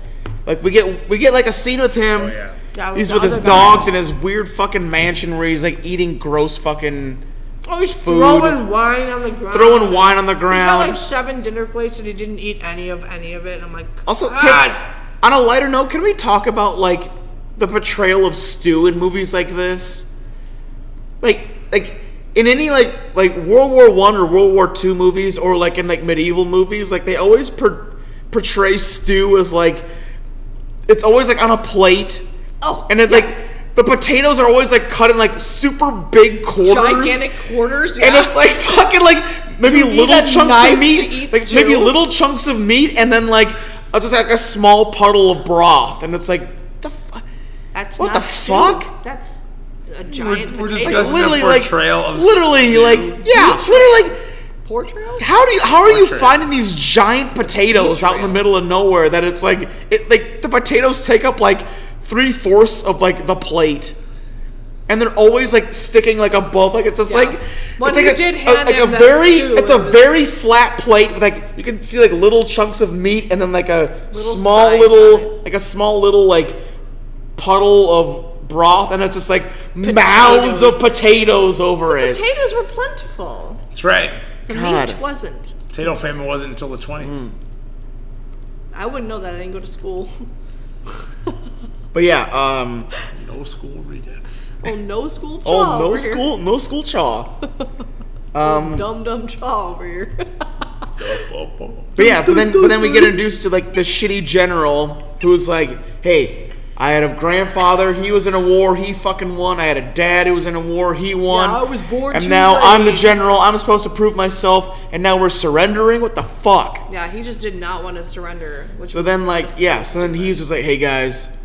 Speaker 1: Like we get we get like a scene with him.
Speaker 3: Yeah,
Speaker 1: He's
Speaker 3: the
Speaker 1: with his
Speaker 3: other guy.
Speaker 1: dogs in his weird fucking mansion where he's like eating gross fucking
Speaker 3: Oh, he's
Speaker 1: food.
Speaker 3: throwing wine on the ground.
Speaker 1: throwing wine on the
Speaker 3: Uh, He's got like
Speaker 1: ground.
Speaker 3: seven dinner plates, and he didn't eat any of any of it. And I'm like,
Speaker 1: Also,
Speaker 3: God.
Speaker 1: can, on a lighter note, can we talk about like the portrayal of stew in movies like this? Like like in any like like World War One or World War Two movies or like in like medieval movies, like they always per- portray stew as like it's always like on a plate.
Speaker 3: Oh,
Speaker 1: and it like the potatoes are always like cut in like super big quarters.
Speaker 3: gigantic quarters. Yeah.
Speaker 1: And it's like fucking like maybe
Speaker 3: need
Speaker 1: little
Speaker 3: a
Speaker 1: chunks
Speaker 3: knife
Speaker 1: of meat,
Speaker 3: to eat
Speaker 1: like maybe
Speaker 3: stew.
Speaker 1: little chunks of meat, and then like uh, just like a small puddle of broth, and it's like the fu-
Speaker 3: that's
Speaker 1: what
Speaker 3: not
Speaker 1: the
Speaker 3: stew.
Speaker 1: fuck?
Speaker 3: That's a giant
Speaker 5: we're
Speaker 3: potato.
Speaker 1: like
Speaker 5: discussing- That's a
Speaker 1: literally like
Speaker 5: portrayal of
Speaker 1: literally
Speaker 5: stew.
Speaker 1: like yeah literally like
Speaker 3: Portrayal?
Speaker 1: how do you how are you
Speaker 5: Portrayal.
Speaker 1: finding these giant potatoes out in the middle of nowhere that it's like it like the potatoes take up like three fourths of like the plate. And they're always like sticking like above, like it's just
Speaker 3: Yeah.
Speaker 1: like
Speaker 3: When
Speaker 1: it's like
Speaker 3: we
Speaker 1: a,
Speaker 3: did
Speaker 1: a-
Speaker 3: hand
Speaker 1: like
Speaker 3: him
Speaker 1: a
Speaker 3: that
Speaker 1: very
Speaker 3: stew,
Speaker 1: it's a
Speaker 3: it was-
Speaker 1: very flat plate with like you can see like little chunks of meat and then like a
Speaker 3: Little
Speaker 1: small
Speaker 3: sides on
Speaker 1: little
Speaker 3: it.
Speaker 1: like a small little like puddle of broth and it's just like mounds of
Speaker 3: Potatoes.
Speaker 1: potatoes over it.
Speaker 3: Potatoes were plentiful.
Speaker 5: That's right.
Speaker 3: The
Speaker 1: God.
Speaker 3: meat wasn't.
Speaker 5: Potato famine wasn't until the 20s.
Speaker 3: I wouldn't know that. I didn't go to school.
Speaker 1: But yeah, um
Speaker 5: No school readout.
Speaker 3: Oh, no school chaw.
Speaker 1: Oh, no
Speaker 3: over here.
Speaker 1: school, no school chaw.
Speaker 3: Dumb dumb chaw over here.
Speaker 5: Oh, oh.
Speaker 1: But yeah, but then but then we get introduced to like the shitty general who's like, "Hey, I had a grandfather. He was in a war. He fucking won. I had a dad who was in a war. He won.
Speaker 3: Yeah, I was born
Speaker 1: and
Speaker 3: too
Speaker 1: now I'm the
Speaker 3: late."
Speaker 1: general. I'm supposed to prove myself. And now we're surrendering. What the fuck?
Speaker 3: yeah, he just did not want to surrender. Which
Speaker 1: So then,
Speaker 3: was
Speaker 1: like,
Speaker 3: so
Speaker 1: yeah. So then
Speaker 3: stupid.
Speaker 1: he's just like, "Hey guys,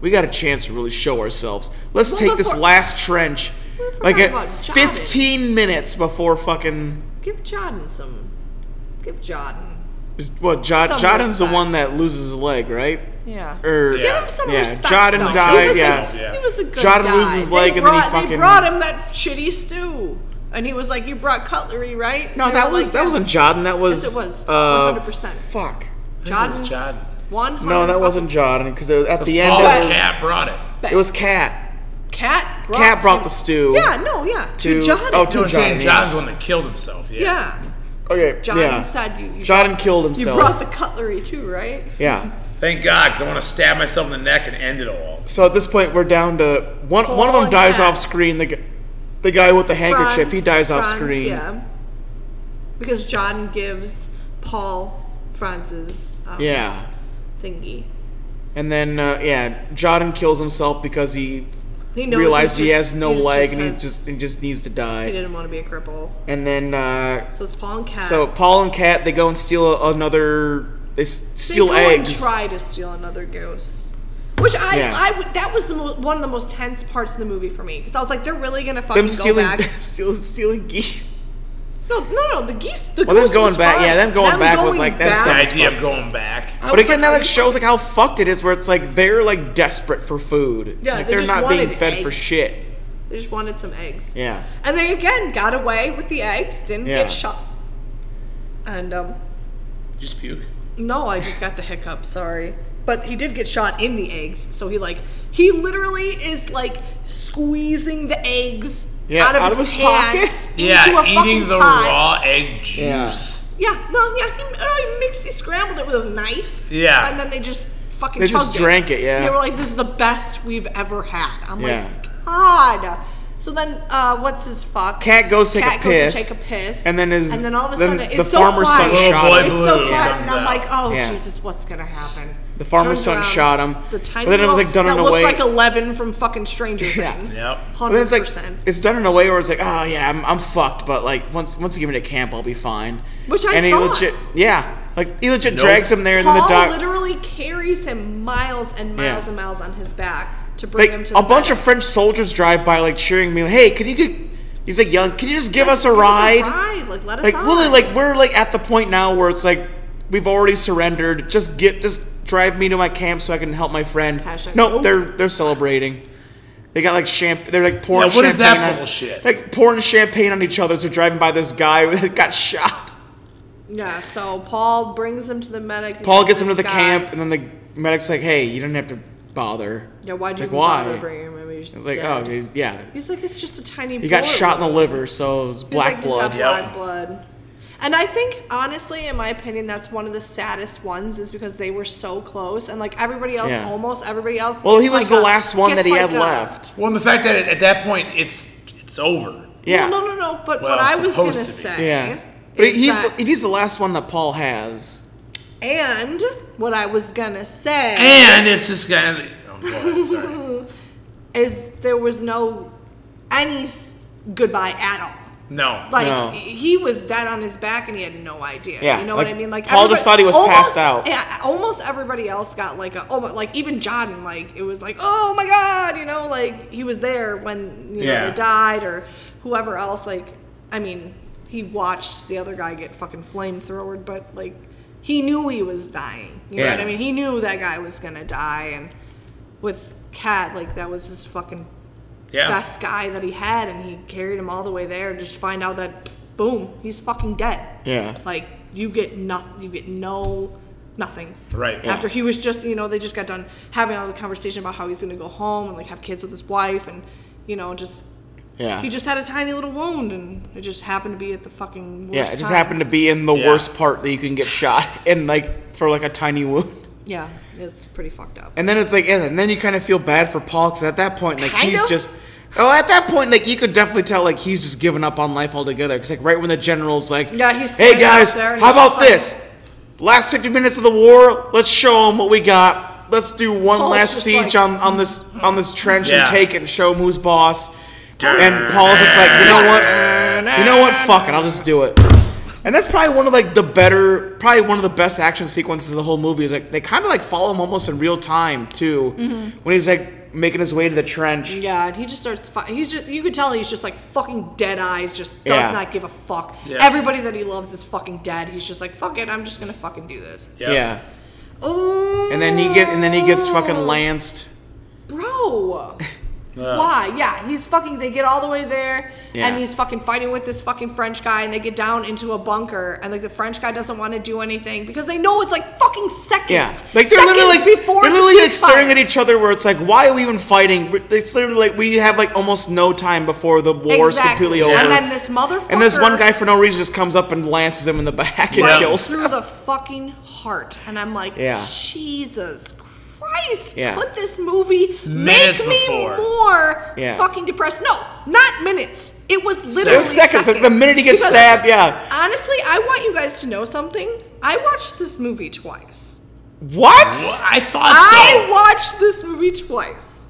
Speaker 1: we got a chance to really show ourselves. Let's
Speaker 3: Well,
Speaker 1: take this
Speaker 3: before-
Speaker 1: last trench,
Speaker 3: We forgot
Speaker 1: like at
Speaker 3: about Jobbing.
Speaker 1: 15 minutes before fucking."
Speaker 3: give Jordan some. Give Jordan.
Speaker 1: Is- Well, Jod-
Speaker 3: Some
Speaker 1: Jordan's the
Speaker 3: respect.
Speaker 1: one that loses his leg, right?
Speaker 3: Yeah.
Speaker 1: Or
Speaker 5: Yeah.
Speaker 3: Give him some
Speaker 1: Er, yeah,
Speaker 3: respect.
Speaker 1: Jordan
Speaker 3: though.
Speaker 1: died,
Speaker 3: He was
Speaker 1: yeah.
Speaker 3: A,
Speaker 5: Yeah.
Speaker 3: He was a good
Speaker 1: Jordan
Speaker 3: guy.
Speaker 1: loses his
Speaker 3: They
Speaker 1: leg and then he
Speaker 3: brought- They
Speaker 1: fucking-
Speaker 3: brought him that shitty stew, and he was like, "You brought cutlery, right?"
Speaker 1: no,
Speaker 3: They
Speaker 1: that
Speaker 3: were
Speaker 1: was
Speaker 3: like,
Speaker 1: that
Speaker 3: "Yeah."
Speaker 1: wasn't Jordan. That was
Speaker 3: Yes, it was.
Speaker 1: uh,
Speaker 3: 100%.
Speaker 1: Fuck.
Speaker 5: It was
Speaker 3: Jordan.
Speaker 5: John.
Speaker 3: One.
Speaker 1: No, that wasn't Jordan because at the end
Speaker 5: Paul
Speaker 1: it was
Speaker 5: Cat brought it.
Speaker 1: it was Cat.
Speaker 3: Cat. Brought,
Speaker 1: Cat brought the stew.
Speaker 3: Yeah. No. Yeah.
Speaker 1: To,
Speaker 3: To, Jordan.
Speaker 1: oh,
Speaker 5: You know
Speaker 1: to
Speaker 5: what I'm saying?
Speaker 1: Jordan.
Speaker 5: John's
Speaker 1: Yeah.
Speaker 5: the one that killed himself. Yeah.
Speaker 3: yeah.
Speaker 1: Okay.
Speaker 3: Jordan
Speaker 1: yeah.
Speaker 3: said you. you
Speaker 1: Jordan killed
Speaker 3: You
Speaker 1: himself.
Speaker 3: brought the cutlery too, right?
Speaker 1: yeah.
Speaker 5: Thank God, because I want to stab myself in the neck and end it all.
Speaker 1: So at this point, we're down to one. one of them
Speaker 3: and
Speaker 1: dies
Speaker 3: Cat.
Speaker 1: off screen. The gu- the guy with the handkerchief, he
Speaker 3: Franz-
Speaker 1: dies off
Speaker 3: Franz,
Speaker 1: screen.
Speaker 3: Yeah. Because John gives Paul Franz's um,
Speaker 1: yeah.
Speaker 3: thingy.
Speaker 1: And then uh, yeah, Jordan kills himself because he
Speaker 3: He knows
Speaker 1: realizes
Speaker 3: he's
Speaker 1: he
Speaker 3: just-
Speaker 1: has no
Speaker 3: he's
Speaker 1: leg
Speaker 3: just
Speaker 1: and he's
Speaker 3: has-
Speaker 1: just he just needs to
Speaker 3: He
Speaker 1: die.
Speaker 3: didn't want to be a cripple.
Speaker 1: And then uh,
Speaker 3: So it's Paul and Cat.
Speaker 1: so Paul and Kat they go and steal a, another they s-
Speaker 3: They
Speaker 1: steal
Speaker 3: go And
Speaker 1: eggs.
Speaker 3: try to steal another goose. Which I,
Speaker 1: Yeah.
Speaker 3: I would, that was the mo- one of the most tense parts of the movie for me because I was like, they're really gonna fucking
Speaker 1: Them
Speaker 3: go
Speaker 1: stealing
Speaker 3: back.
Speaker 1: steal, stealing geese.
Speaker 3: No, no, no, the geese. The
Speaker 1: Well, them
Speaker 3: goose
Speaker 1: going
Speaker 3: was
Speaker 1: back-
Speaker 3: fine.
Speaker 1: yeah, them going back was
Speaker 3: going
Speaker 1: like, that's
Speaker 5: The
Speaker 3: back,
Speaker 1: sad.
Speaker 5: idea of going back.
Speaker 3: I
Speaker 1: But
Speaker 3: was
Speaker 1: again,
Speaker 3: like,
Speaker 1: that
Speaker 3: are
Speaker 1: like
Speaker 3: you
Speaker 1: shows like how fucked it is, where it's like they're like desperate for food.
Speaker 3: Yeah,
Speaker 1: like
Speaker 3: they
Speaker 1: are
Speaker 3: just
Speaker 1: not being
Speaker 3: wanted
Speaker 1: fed for
Speaker 3: eggs.
Speaker 1: shit.
Speaker 3: They just wanted some eggs.
Speaker 1: Yeah.
Speaker 3: And they again got away with the eggs, didn't
Speaker 1: Yeah.
Speaker 3: get shot. And um
Speaker 5: Just puke.
Speaker 3: no, I just got the hiccup, sorry. But he did get shot in the eggs, so he like he literally is like squeezing the eggs
Speaker 1: Yeah,
Speaker 3: out of his,
Speaker 1: pocket.
Speaker 3: pants into
Speaker 5: Yeah,
Speaker 3: a
Speaker 5: eating
Speaker 3: fucking
Speaker 5: the
Speaker 3: pot.
Speaker 5: raw egg juice.
Speaker 1: Yeah.
Speaker 3: Yeah, no, yeah, he, oh, he mixed, he scrambled it with a knife.
Speaker 5: Yeah.
Speaker 3: and then they just fucking.
Speaker 1: They just
Speaker 3: chugged
Speaker 1: drank it, yeah.
Speaker 3: they were like, "This is the best we've ever had." I'm
Speaker 1: Yeah.
Speaker 3: like, God. So then, uh, what's his fuck?
Speaker 1: Cat goes take
Speaker 3: Cat
Speaker 1: a
Speaker 3: goes
Speaker 1: piss.
Speaker 3: to take a piss,
Speaker 1: And then his-
Speaker 3: and then all of a
Speaker 1: then
Speaker 3: sudden,
Speaker 1: the
Speaker 3: it's so
Speaker 1: farmer's son
Speaker 3: quiet.
Speaker 5: shot Little him. boy
Speaker 3: it's so
Speaker 5: Blue
Speaker 3: quiet,
Speaker 5: comes
Speaker 3: and I'm
Speaker 5: out.
Speaker 3: like, "Oh
Speaker 1: Yeah.
Speaker 3: Jesus, what's gonna happen?"
Speaker 1: The farmer's
Speaker 3: Turns
Speaker 1: son
Speaker 3: around,
Speaker 1: shot him,
Speaker 3: The
Speaker 1: but
Speaker 3: tiny
Speaker 1: then it was, like,
Speaker 3: little-
Speaker 1: done
Speaker 3: that
Speaker 1: in a
Speaker 3: looks
Speaker 1: way-
Speaker 3: like Eleven from fucking Stranger Things.
Speaker 5: Yep.
Speaker 1: But then it's
Speaker 3: Hundred
Speaker 1: like
Speaker 3: percent.
Speaker 1: it's done in a way where it's like, oh yeah, I'm, I'm fucked, but like once once you give me to camp, I'll be fine.
Speaker 3: Which I
Speaker 1: and he
Speaker 3: thought.
Speaker 1: legit, yeah, like he legit
Speaker 5: Nope.
Speaker 1: drags him there, and then the
Speaker 3: Paul
Speaker 1: doc,
Speaker 3: literally carries him miles and miles
Speaker 1: Yeah.
Speaker 3: and miles on his back to bring
Speaker 1: like
Speaker 3: him to
Speaker 1: a
Speaker 3: the
Speaker 1: bunch
Speaker 3: medic.
Speaker 1: of French soldiers drive by, like cheering me, like, hey, can you get? He's like, young, can you just give us a ride?
Speaker 3: Like let us
Speaker 1: Like
Speaker 3: on.
Speaker 1: literally, like we're like at the point now where it's like we've already surrendered. Just get, just drive me to my camp so I can help my friend.
Speaker 3: Hashtag
Speaker 1: no,
Speaker 3: nope.
Speaker 1: they're they're celebrating. They got like champ. They're like pouring.
Speaker 5: Yeah, what
Speaker 1: champagne
Speaker 5: is that
Speaker 1: on,
Speaker 5: bullshit?
Speaker 1: Like pouring champagne on each other. So driving by this guy that got shot.
Speaker 3: yeah. So Paul brings him to the medic. He's
Speaker 1: Paul
Speaker 3: like,
Speaker 1: gets him to
Speaker 3: "This
Speaker 1: the
Speaker 3: guy-
Speaker 1: camp, and then the medic's like, "Hey, you didn't have to bother."
Speaker 3: Yeah, why'd you
Speaker 1: like,
Speaker 3: even
Speaker 1: why?
Speaker 3: bother bringing him? I mean, he's
Speaker 1: It's like,
Speaker 3: dead.
Speaker 1: oh, he's, yeah,
Speaker 3: He's like, it's just a tiny.
Speaker 1: he got
Speaker 3: bullet
Speaker 1: shot in the
Speaker 3: wound."
Speaker 1: liver, so it's
Speaker 3: He's like,
Speaker 1: black
Speaker 3: he's got
Speaker 1: blood.
Speaker 3: black
Speaker 5: Yep.
Speaker 3: blood. And I think, honestly, in my opinion, that's one of the saddest ones, is because they were so close, and like everybody else,
Speaker 1: Yeah.
Speaker 3: almost everybody else.
Speaker 1: Well, he
Speaker 3: gets,
Speaker 1: was
Speaker 3: like,
Speaker 1: the
Speaker 3: a-
Speaker 1: last one that
Speaker 3: gets,
Speaker 1: he
Speaker 3: like,
Speaker 1: had
Speaker 3: a-
Speaker 1: left.
Speaker 5: Well, and the fact that at at that point it's it's over.
Speaker 1: Yeah,
Speaker 3: Well, no, no, no. But
Speaker 5: Well,
Speaker 3: what I was gonna
Speaker 5: supposed to be.
Speaker 3: say.
Speaker 1: yeah. But
Speaker 3: is
Speaker 1: he's
Speaker 3: that-
Speaker 1: he's the last one that Paul has.
Speaker 3: And what I was gonna say
Speaker 5: And it's just kind of. Oh, go ahead, sorry.
Speaker 3: is there was no any s- goodbye at all.
Speaker 5: No.
Speaker 3: Like
Speaker 1: No.
Speaker 3: he was dead on his back and he had no idea.
Speaker 1: Yeah,
Speaker 3: you know
Speaker 1: like,
Speaker 3: what I mean. Like
Speaker 1: Paul just
Speaker 3: everybody-
Speaker 1: thought he was passed out.
Speaker 3: almost- Yeah, almost everybody else got like a oh, but, like even John like it was like oh my god, you know, like he was there when you
Speaker 1: Yeah.
Speaker 3: know they died or whoever else. Like I mean, he watched the other guy get fucking flamethrowered, but like he knew he was dying. You know
Speaker 1: Yeah.
Speaker 3: what I mean? He knew that guy was gonna die, and with Cat like that was his fucking
Speaker 5: yeah.
Speaker 3: best guy that he had, and he carried him all the way there. and Just find out that, boom, he's fucking dead.
Speaker 1: Yeah.
Speaker 3: Like you get nothing. You get no nothing.
Speaker 5: Right.
Speaker 3: After he was just, you know, they just got done having all the conversation about how he's gonna go home and like have kids with his wife, and you know, just
Speaker 1: Yeah.
Speaker 3: he just had a tiny little wound, and it just happened to be at the fucking. Worst
Speaker 1: yeah, it just
Speaker 3: time.
Speaker 1: happened to be in the
Speaker 5: Yeah.
Speaker 1: worst part that you can get shot and like for like a tiny wound.
Speaker 3: Yeah, it's pretty fucked up.
Speaker 1: And then it's like, and then you kind of feel bad for Paul because at that point, like
Speaker 3: Kind
Speaker 1: he's
Speaker 3: of.
Speaker 1: just. Oh, at that point, like you could definitely tell, like he's just given up on life altogether. Because like right when the general's like,
Speaker 3: Yeah, he's
Speaker 1: "Hey
Speaker 3: standing up
Speaker 1: guys,
Speaker 3: there and
Speaker 1: how
Speaker 3: he's
Speaker 1: about
Speaker 3: just like-
Speaker 1: this? Last 50 minutes of the war, let's show them what we got. Let's do one
Speaker 3: Paul's
Speaker 1: last
Speaker 3: just
Speaker 1: siege
Speaker 3: like-
Speaker 1: on on this on this trench
Speaker 5: Yeah.
Speaker 1: and take it and show 'em who's boss." And Paul's just like, you know what, you know what, fuck it, I'll just do it. And that's probably one of like the better, probably one of the best action sequences of the whole movie. Is like they kind of like follow him almost in real time too, when he's like making his way to the trench.
Speaker 3: Mm-hmm. Yeah, and he just starts. Fi- he's just. You could tell he's just like fucking dead eyes. Just does
Speaker 1: Yeah.
Speaker 3: not give a fuck.
Speaker 5: Yeah.
Speaker 3: Everybody that he loves is fucking dead. He's just like fuck it. I'm just gonna fucking do this.
Speaker 5: Yeah.
Speaker 1: Yeah,
Speaker 3: Oh.
Speaker 1: and then he get and then he gets fucking lanced.
Speaker 3: Bro.
Speaker 5: Yeah.
Speaker 3: Why? Yeah, he's fucking. They get all the way there,
Speaker 1: Yeah.
Speaker 3: and he's fucking fighting with this fucking French guy, and they get down into a bunker, and like the French guy doesn't want to do anything because they know it's like fucking seconds.
Speaker 1: Yeah, like they're literally like
Speaker 3: Seconds before
Speaker 1: they're
Speaker 3: the
Speaker 1: literally like
Speaker 3: ceasefire.
Speaker 1: staring at each other. Where it's like, why are we even fighting? We're- It's literally like we have like almost no time before the war is
Speaker 3: Exactly.
Speaker 1: completely over.
Speaker 3: And then this motherfucker.
Speaker 1: And this one guy, for no reason, just comes up and lances him in the back and
Speaker 3: right
Speaker 1: kills.
Speaker 3: through the fucking heart. And I'm like,
Speaker 1: Yeah.
Speaker 3: Jesus Christ,
Speaker 1: Yeah.
Speaker 3: put this movie
Speaker 5: Minutes
Speaker 3: make me
Speaker 5: before.
Speaker 3: more
Speaker 1: Yeah.
Speaker 3: fucking depressed. No, not minutes. It was literally
Speaker 1: It was seconds. Like the minute he gets
Speaker 3: Because
Speaker 1: stabbed, yeah.
Speaker 3: Honestly, I want you guys to know something. I watched this movie twice.
Speaker 1: What?
Speaker 5: I thought
Speaker 3: I
Speaker 5: so.
Speaker 3: watched this movie twice.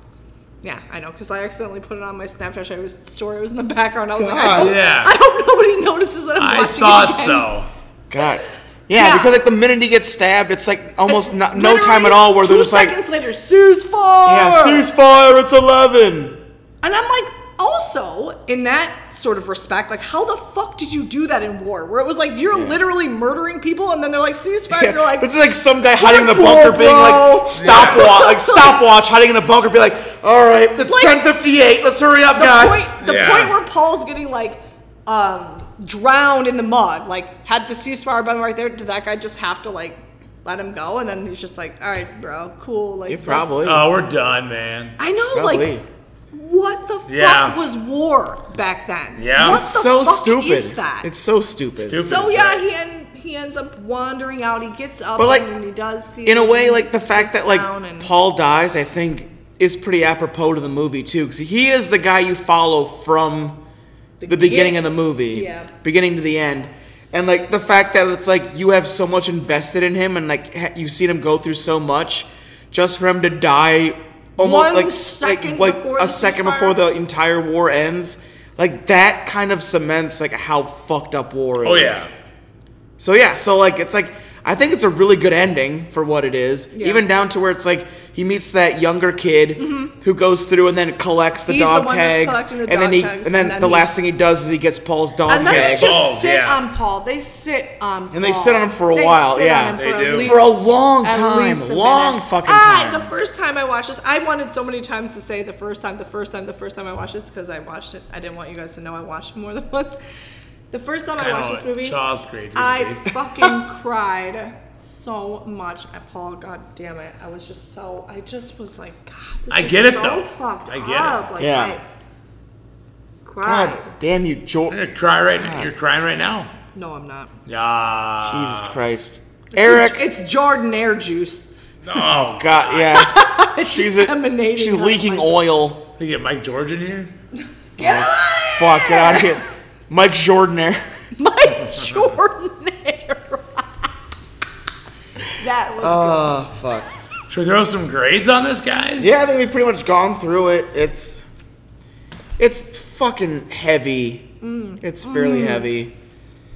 Speaker 3: Yeah, I know, because I accidentally put it on my Snapchat. I was story was in the background. I was like, I
Speaker 1: God.
Speaker 3: hope,
Speaker 5: Yeah.
Speaker 3: I hope nobody notices that I'm
Speaker 5: I
Speaker 3: watching it
Speaker 5: thought
Speaker 3: again.
Speaker 5: so.
Speaker 1: God. Yeah,
Speaker 3: Yeah.
Speaker 1: because like the minute he gets stabbed, it's like almost not, no
Speaker 3: Literally
Speaker 1: time at all where they're
Speaker 3: two
Speaker 1: just like,
Speaker 3: seconds later, Sue's fall.
Speaker 1: yeah, ceasefire, it's eleven.
Speaker 3: And I'm like, also in that sort of respect, like, how the fuck did you do that in war? Where it was like you're literally murdering people, and then they're like ceasefire.
Speaker 1: Yeah.
Speaker 3: You're like,
Speaker 1: it's like some guy hiding in a
Speaker 3: cool,
Speaker 1: bunker, being
Speaker 3: bro.
Speaker 1: like stopwatch, like stopwatch, hiding in a bunker, be like, all right, it's
Speaker 3: Like,
Speaker 1: ten fifty eight, let's hurry up,
Speaker 3: the
Speaker 1: guys.
Speaker 3: point, the
Speaker 5: Yeah.
Speaker 3: point where Paul's getting like um, drowned in the mud. Like, had the ceasefire been right there, did that guy just have to like let him go? And then he's just like, all right, bro, cool. Like,
Speaker 1: Yeah,
Speaker 3: let's-
Speaker 1: probably.
Speaker 5: Oh, we're done, man.
Speaker 3: I know,
Speaker 1: Probably.
Speaker 3: like, what the
Speaker 5: Yeah.
Speaker 3: fuck was war back then?
Speaker 5: Yeah.
Speaker 3: what the
Speaker 1: It's so
Speaker 3: fuck
Speaker 1: stupid.
Speaker 3: Is that?
Speaker 1: It's so stupid.
Speaker 5: Stupid.
Speaker 3: so yeah, he en- he ends up wandering out. He gets up,
Speaker 1: But, like,
Speaker 3: and he does see
Speaker 1: in a
Speaker 3: it,
Speaker 1: way,
Speaker 3: and
Speaker 1: like the fact
Speaker 3: sits
Speaker 1: that like
Speaker 3: down and-
Speaker 1: Paul dies, I think is pretty apropos to the movie too, because he is the guy you follow from the, beginning of the movie,
Speaker 3: Yeah.
Speaker 1: beginning to the end, and like the fact that it's like you have so much invested in him, and like ha- you've seen him go through so much, just for him to die almost
Speaker 3: One
Speaker 1: like s- like
Speaker 3: second
Speaker 1: like
Speaker 3: before
Speaker 1: a
Speaker 3: the
Speaker 1: second
Speaker 3: ceasefire.
Speaker 1: before the entire war ends, like that kind of cements like how fucked up war is.
Speaker 5: Oh yeah.
Speaker 1: So yeah, so like it's like I think it's a really good ending for what it is.
Speaker 3: Yeah.
Speaker 1: Even down to where it's like he meets that younger kid who goes through and then collects the
Speaker 3: Mm-hmm. He's the
Speaker 1: dog
Speaker 3: one that's
Speaker 1: tags,
Speaker 3: collecting the
Speaker 1: and then
Speaker 3: dog
Speaker 1: he
Speaker 3: tags,
Speaker 1: and then,
Speaker 3: and then
Speaker 1: the
Speaker 3: he-
Speaker 1: last thing he does is he gets Paul's dog
Speaker 3: And then
Speaker 1: tag
Speaker 3: they just
Speaker 5: Balls,
Speaker 3: sit
Speaker 5: yeah.
Speaker 3: on Paul. They sit on
Speaker 1: And they
Speaker 3: Paul.
Speaker 1: sit on him for a
Speaker 3: They
Speaker 1: while,
Speaker 3: sit on
Speaker 1: yeah.
Speaker 3: him
Speaker 5: They
Speaker 3: for,
Speaker 5: do.
Speaker 3: At least,
Speaker 1: For a long
Speaker 3: at
Speaker 1: time,
Speaker 3: least a
Speaker 1: long
Speaker 3: minute.
Speaker 1: fucking
Speaker 3: I,
Speaker 1: time.
Speaker 3: The first time I watched this, I wanted so many times to say the first time, the first time, the first time I watched this because I watched it. I didn't want you guys to know I watched it more than once. The first time I,
Speaker 5: I
Speaker 3: watched
Speaker 5: know,
Speaker 3: this movie,
Speaker 5: Jaws grades would
Speaker 3: I
Speaker 5: be.
Speaker 3: fucking cried so much at Paul. God damn it! I was just so. I just was like, God, this
Speaker 5: I
Speaker 3: is
Speaker 5: get it,
Speaker 3: so
Speaker 5: though.
Speaker 3: Fucked
Speaker 5: I get it.
Speaker 3: up. Like,
Speaker 1: Yeah.
Speaker 3: I cried.
Speaker 1: God damn you,
Speaker 5: I'm
Speaker 1: George!
Speaker 5: gonna cry right now. You're crying right now.
Speaker 3: No, I'm not.
Speaker 5: Yeah.
Speaker 1: Jesus Christ, Eric.
Speaker 3: It's Jordan Air juice.
Speaker 5: No.
Speaker 1: God, yeah,
Speaker 3: It's
Speaker 1: she's
Speaker 3: just
Speaker 1: a,
Speaker 3: emanating
Speaker 1: she's
Speaker 3: out of
Speaker 1: leaking
Speaker 3: my-
Speaker 1: oil.
Speaker 5: We get Mike George in here.
Speaker 3: Get
Speaker 1: Fuck, get out of here, Mike Jordan. Air.
Speaker 3: My Jordan Air. That was
Speaker 1: Oh, fuck.
Speaker 5: Should we throw some grades on this, guys?
Speaker 1: Yeah, I think we've pretty much gone through it. It's it's fucking heavy.
Speaker 3: Mm.
Speaker 1: It's fairly heavy.
Speaker 3: good.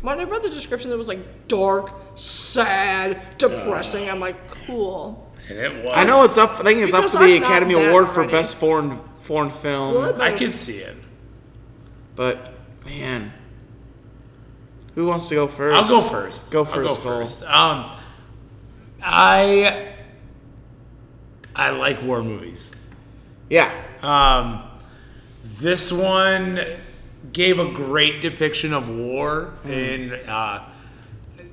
Speaker 3: When I read the description, it was like dark, sad, depressing. I'm like, cool.
Speaker 5: And it was.
Speaker 1: I know it's up. I think it's up
Speaker 3: Because
Speaker 1: for the
Speaker 3: I'm not
Speaker 1: Academy
Speaker 3: that
Speaker 1: Award for
Speaker 3: already.
Speaker 1: Best Foreign Foreign Film.
Speaker 3: Well, that
Speaker 5: I
Speaker 3: better-
Speaker 5: can see it.
Speaker 1: But man, who wants to go first?
Speaker 5: I'll go first.
Speaker 1: Go
Speaker 5: I'll
Speaker 1: first, Cole.
Speaker 5: Um, I I like war movies.
Speaker 1: Yeah,
Speaker 5: Um, this one gave a great depiction of war
Speaker 1: Hmm.
Speaker 5: and uh,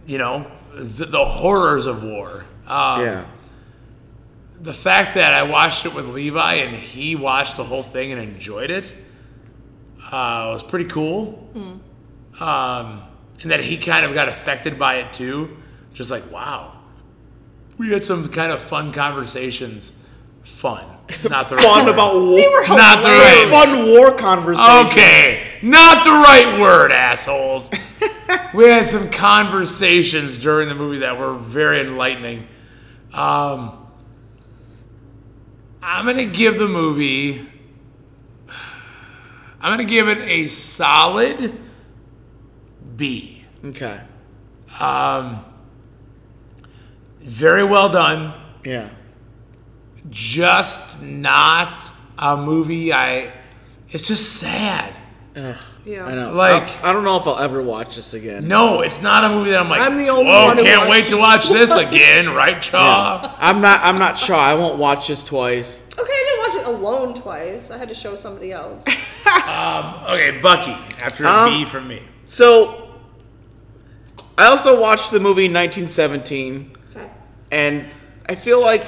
Speaker 5: you know the, the horrors of war. Um,
Speaker 1: yeah.
Speaker 5: the fact that I watched it with Levi and he watched the whole thing and enjoyed it uh, was pretty cool. Um, and that he kind of got affected by it too. Just like, wow. We had some kind of fun conversations. Fun. Not the right
Speaker 1: Fun
Speaker 5: word.
Speaker 1: about war.
Speaker 5: Not the right
Speaker 1: fun war conversation.
Speaker 5: Okay, not the right word, assholes. we had some conversations during the movie that were very enlightening. Um, I'm gonna give the movie. I'm gonna give it a solid B.
Speaker 1: Okay.
Speaker 5: Um, very well done
Speaker 1: Yeah.
Speaker 5: just not a movie I it's just sad.
Speaker 1: Ugh,
Speaker 3: Yeah.
Speaker 1: I know.
Speaker 5: Like-
Speaker 1: I, I don't know if I'll ever watch this again.
Speaker 5: No, it's not a movie that I'm like
Speaker 3: I'm the only
Speaker 5: "Whoa,
Speaker 3: one who
Speaker 5: can't
Speaker 3: watched
Speaker 5: wait to
Speaker 3: it
Speaker 5: watch this again, right, Chaw?
Speaker 1: I'm not. I'm not sure. I won't watch this twice.
Speaker 3: Okay, I didn't watch it alone twice. I had to show somebody else.
Speaker 5: Okay, Bucky, after a
Speaker 1: Um,
Speaker 5: B from me.
Speaker 1: So, I also watched the movie 1917,
Speaker 3: Okay.
Speaker 1: and I feel like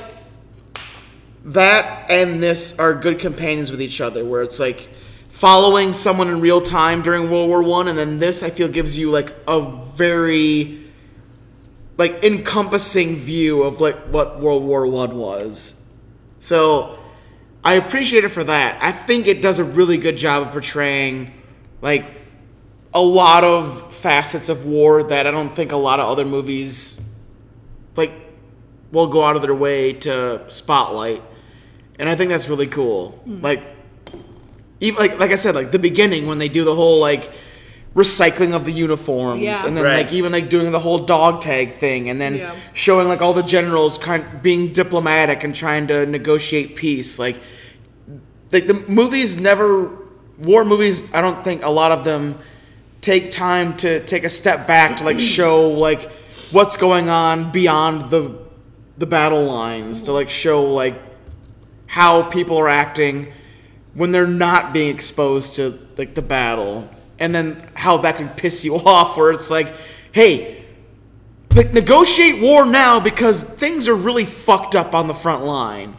Speaker 1: that and this are good companions with each other. Where it's like following someone in real time during World War One, and then this I feel gives you like a very like encompassing view of like what World War One was. So I appreciate it for that. I think it does a really good job of portraying like a lot of facets of war that I don't think a lot of other movies like will go out of their way to spotlight. And I think that's really cool. Like even like like I said, like the beginning when they do the whole like recycling of the uniforms
Speaker 3: Yeah.
Speaker 1: and then
Speaker 5: Right.
Speaker 1: like even like doing the whole dog tag thing and then
Speaker 3: Yeah.
Speaker 1: showing like all the generals kind being diplomatic and trying to negotiate peace like like the movies never war movies i don't think a lot of them take time to take a step back to like show like what's going on beyond the the battle lines to like show like how people are acting when they're not being exposed to like the battle and then how that can piss you off where it's like hey like negotiate war now because things are really fucked up on the front line.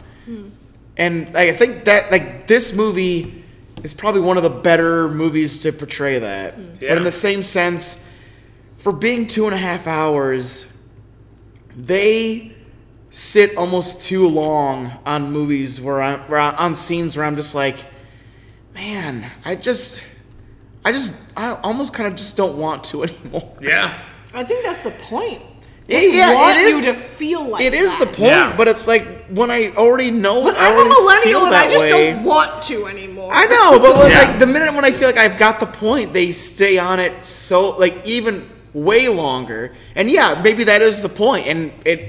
Speaker 1: And I think that like this movie is probably one of the better movies to portray that. But in the same sense, for being two and a half hours, they sit almost too long on movies where I where I, on scenes where I'm just like, man, I just, I just, I almost kind of just don't want to anymore.
Speaker 5: Yeah.
Speaker 3: I think that's the point.
Speaker 1: Yeah,
Speaker 3: I want
Speaker 1: it is.
Speaker 3: you to feel like
Speaker 1: It is
Speaker 3: that.
Speaker 1: the point,
Speaker 5: Yeah.
Speaker 1: but it's like when I already know.
Speaker 3: But
Speaker 1: I
Speaker 3: I'm a
Speaker 1: already
Speaker 3: millennial
Speaker 1: feel
Speaker 3: and I
Speaker 1: that
Speaker 3: just
Speaker 1: way.
Speaker 3: don't want to anymore.
Speaker 1: I know, but when,
Speaker 5: Yeah.
Speaker 1: like the minute when I feel like I've got the point, they stay on it so like even way longer. And yeah, maybe that is the point, and it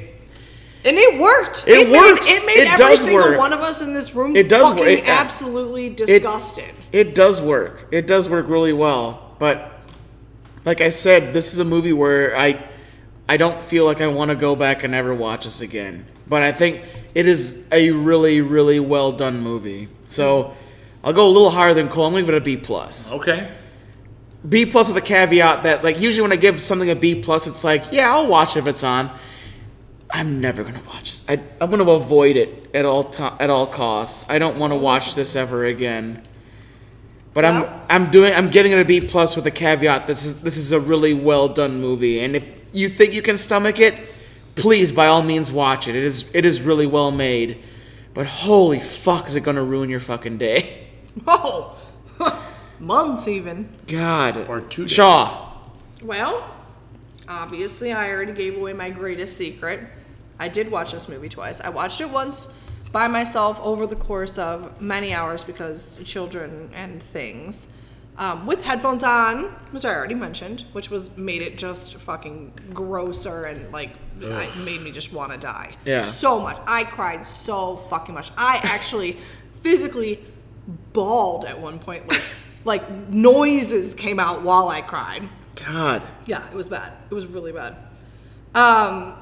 Speaker 3: And it worked.
Speaker 1: It
Speaker 3: made-
Speaker 1: works.
Speaker 3: it made
Speaker 1: It
Speaker 3: every
Speaker 1: does
Speaker 3: single
Speaker 1: work.
Speaker 3: one of us in this room
Speaker 1: It does work.
Speaker 3: fucking
Speaker 1: It-
Speaker 3: absolutely disgusted.
Speaker 1: It, it does work. It does work really well. But like I said, this is a movie where I I don't feel like I want to go back and ever watch this again. But I think it is a really, really well done movie. So I'll go a little higher than Cole. I'm gonna give it a B plus.
Speaker 5: Okay.
Speaker 1: B plus with a caveat that like usually when I give something a B plus, it's like yeah I'll watch if it's on. I'm never gonna watch. This. I I'm gonna avoid it at all to- at all costs. I don't want to watch this ever again. But
Speaker 3: Yeah.
Speaker 1: I'm I'm doing I'm giving it a B plus with a caveat. This is this is a really well done movie, and if you think you can stomach it, please by all means watch it. It is it is really well made. But holy fuck, is it gonna ruin your fucking day?
Speaker 3: Oh, month even.
Speaker 1: God.
Speaker 5: Or two days.
Speaker 1: Shaw.
Speaker 3: Well, obviously, I already gave away my greatest secret. I did watch this movie twice. I watched it once by myself over the course of many hours because children and things. Um, with headphones on, which I already mentioned, which was made it just fucking grosser and like I, made me just want to die.
Speaker 1: Yeah.
Speaker 3: So much. I cried so fucking much. I actually physically bawled at one point. Like, like noises came out while I cried.
Speaker 1: God.
Speaker 3: Yeah, it was bad. It was really bad. Um,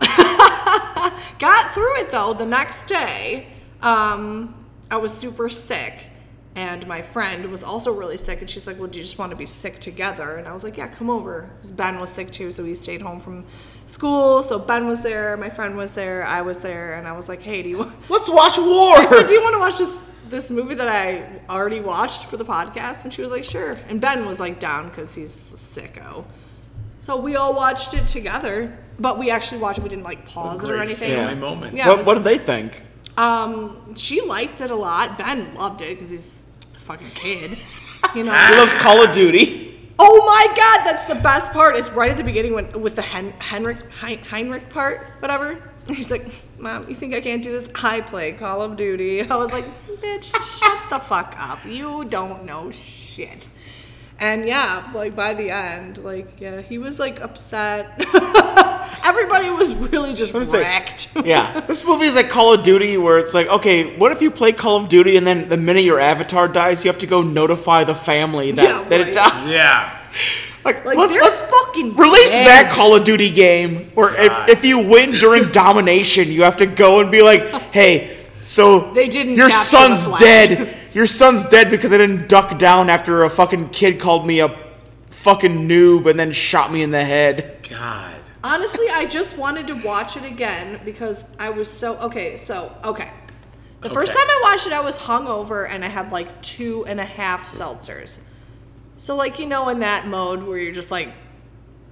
Speaker 3: got through it though. The next day, um, I was super sick, and my friend was also really sick. And she's like, "Well, do you just want to be sick together?" And I was like, "Yeah, come over." 'Cause Ben was sick too, so he stayed home from school. So Ben was there, my friend was there, I was there, and I was like, "Hey, do you?" Want-
Speaker 1: Let's watch war.
Speaker 3: I said, "Do you want to watch this this movie that I already watched for the podcast?" And she was like, "Sure." And Ben was like down because he's a sicko. So we all watched it together, but we actually watched it. We didn't like pause it or
Speaker 5: Great
Speaker 3: anything.
Speaker 5: family moment.
Speaker 3: Yeah, it
Speaker 1: what,
Speaker 3: was-
Speaker 1: what do they think?
Speaker 3: Um, she liked it a lot. Ben loved it because he's a fucking kid. You know.
Speaker 1: He loves Call of Duty.
Speaker 3: Oh my god, that's the best part. Is right at the beginning when with the Hen- Henrik Hein- Heinrich part, whatever. He's like, "Mom, you think I can't do this? I play Call of Duty." I was like, "Bitch, shut the fuck up. You don't know shit." And yeah, like by the end, like yeah, he was like upset. Everybody was really just
Speaker 1: me see.
Speaker 3: wrecked.
Speaker 1: Yeah, this movie is like Call of Duty, where it's like, okay, what if you play Call of Duty and then the minute your avatar dies, you have to go notify the family that,
Speaker 3: Yeah,
Speaker 1: that
Speaker 3: right.
Speaker 1: it died.
Speaker 5: Yeah.
Speaker 1: Like,
Speaker 3: Like
Speaker 1: let,
Speaker 3: they're
Speaker 1: us
Speaker 3: fucking
Speaker 1: release
Speaker 3: dead.
Speaker 1: that Call of Duty game where if, if you win during domination, you have to go and be like, hey, so
Speaker 3: They didn't
Speaker 1: your
Speaker 3: capture the
Speaker 1: son's
Speaker 3: flag.
Speaker 1: dead. Your son's dead because I didn't duck down after a fucking kid called me a fucking noob and then shot me in the head.
Speaker 5: God.
Speaker 3: Honestly, I just wanted to watch it again because I was so okay. So okay, the first
Speaker 5: Okay.
Speaker 3: time I watched it, I was hungover and I had like two and a half seltzers. So like you know, in that mode where you're just like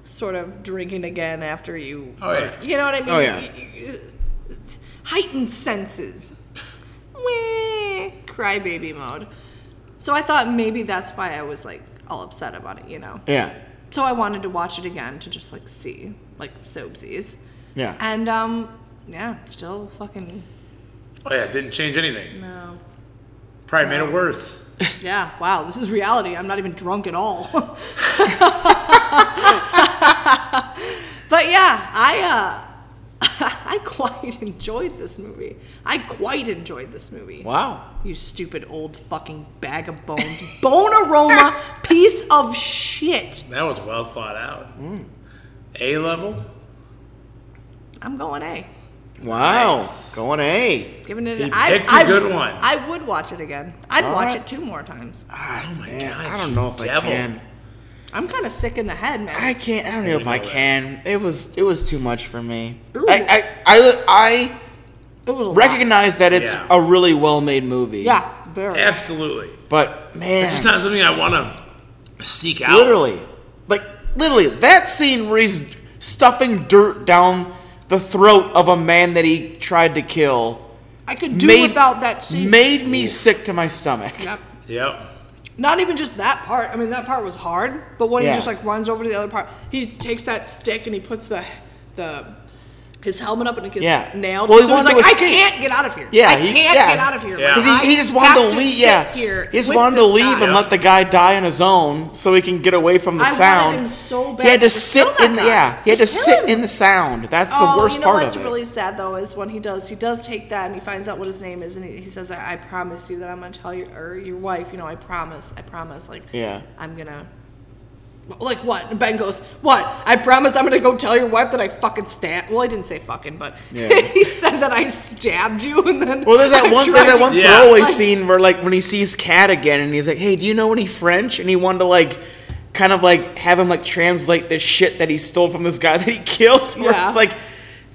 Speaker 3: sort of drinking again after you,
Speaker 5: Oh, yeah.
Speaker 3: you know what I mean?
Speaker 1: Oh, yeah.
Speaker 3: heightened senses. Wah, Crybaby mode. So I thought maybe that's why I was like all upset about it, you know.
Speaker 1: Yeah,
Speaker 3: So I wanted to watch it again to just like see, like soapsies.
Speaker 1: yeah.
Speaker 3: And um, yeah, still fucking
Speaker 5: Oh, yeah. Didn't change anything.
Speaker 3: no.
Speaker 5: Probably made it worse.
Speaker 3: Yeah, wow, this is reality. I'm not even drunk at all. but yeah, I uh, I quite enjoyed this movie. I quite enjoyed this movie.
Speaker 1: wow.
Speaker 3: You stupid old fucking bag of bones, bone aroma, piece of shit.
Speaker 5: That was well thought out. A level?
Speaker 3: I'm going A.
Speaker 1: Wow. Going A.
Speaker 3: Giving it.
Speaker 5: He
Speaker 3: an, I-
Speaker 5: picked a
Speaker 3: I-
Speaker 5: good one.
Speaker 3: I would watch it again. I'd
Speaker 1: All
Speaker 3: watch
Speaker 1: right.
Speaker 3: it two more times.
Speaker 1: Oh
Speaker 5: my
Speaker 1: man,
Speaker 5: God,
Speaker 1: I don't
Speaker 5: you
Speaker 1: know if
Speaker 5: devil.
Speaker 1: I can.
Speaker 3: I'm kind of sick in the head, man.
Speaker 1: I can't. I don't know if I
Speaker 5: know this.
Speaker 1: can. It was it was too much for me.
Speaker 3: Ooh.
Speaker 1: I I I,
Speaker 3: It was
Speaker 1: I
Speaker 3: a lot.
Speaker 1: recognize that it's
Speaker 5: Yeah.
Speaker 1: a really well made movie.
Speaker 3: Yeah, very.
Speaker 5: Absolutely.
Speaker 1: But man,
Speaker 5: It's not something I want to seek out.
Speaker 1: literally, like literally, that scene where he's stuffing dirt down the throat of a man that he tried to kill
Speaker 3: I could do without that scene.
Speaker 1: made me sick to my stomach.
Speaker 3: Yep.
Speaker 5: Yep.
Speaker 3: Not even just that part. I mean, that part was hard. But when
Speaker 1: Yeah.
Speaker 3: he just like runs over to the other part, he takes that stick and he puts the the his helmet up and it gets
Speaker 1: Yeah.
Speaker 3: nailed.
Speaker 1: Well, he
Speaker 3: so he's
Speaker 1: wanted
Speaker 3: like,
Speaker 1: to
Speaker 3: I
Speaker 1: escape.
Speaker 3: can't get out of here.
Speaker 1: Yeah,
Speaker 3: I
Speaker 1: he-
Speaker 3: can't
Speaker 1: yeah.
Speaker 3: get out of here.
Speaker 5: Yeah.
Speaker 3: Like,
Speaker 1: Because
Speaker 3: I
Speaker 1: he, he just wanted
Speaker 3: have
Speaker 1: to leave.
Speaker 3: sit
Speaker 1: Yeah,
Speaker 3: here
Speaker 1: he just
Speaker 3: with
Speaker 1: wanted to
Speaker 3: this
Speaker 1: leave
Speaker 3: guy.
Speaker 1: and let the guy die on his own, so he can get away from the
Speaker 3: I wanted
Speaker 1: sound.
Speaker 3: him so bad
Speaker 1: He had
Speaker 3: to
Speaker 1: to
Speaker 3: just
Speaker 1: sit
Speaker 3: kill that
Speaker 1: in the
Speaker 3: guy.
Speaker 1: yeah. He had to
Speaker 3: Just kill
Speaker 1: sit
Speaker 3: him.
Speaker 1: in the sound. That's
Speaker 3: oh,
Speaker 1: the worst
Speaker 3: you know
Speaker 1: part
Speaker 3: what's
Speaker 1: of it.
Speaker 3: really sad though is when he does he does take that and he finds out what his name is and he, he says I, I promise you that I'm gonna tell your or your wife you know I promise I promise like
Speaker 1: Yeah.
Speaker 3: I'm gonna like what and Ben goes what I promise I'm gonna go tell your wife that I fucking stabbed well I didn't say fucking but
Speaker 1: Yeah.
Speaker 3: he said that I stabbed you and then
Speaker 1: well, there's that
Speaker 3: I
Speaker 1: one.
Speaker 3: tried
Speaker 1: There's that
Speaker 3: to-
Speaker 1: one
Speaker 5: Yeah.
Speaker 1: throwaway
Speaker 3: Like-
Speaker 1: scene where, like, when he sees Cat again, and he's like, "Hey, do you know any French?" And he wanted to like, kind of like have him like translate this shit that he stole from this guy that he killed. Where
Speaker 3: Yeah.
Speaker 1: it's like,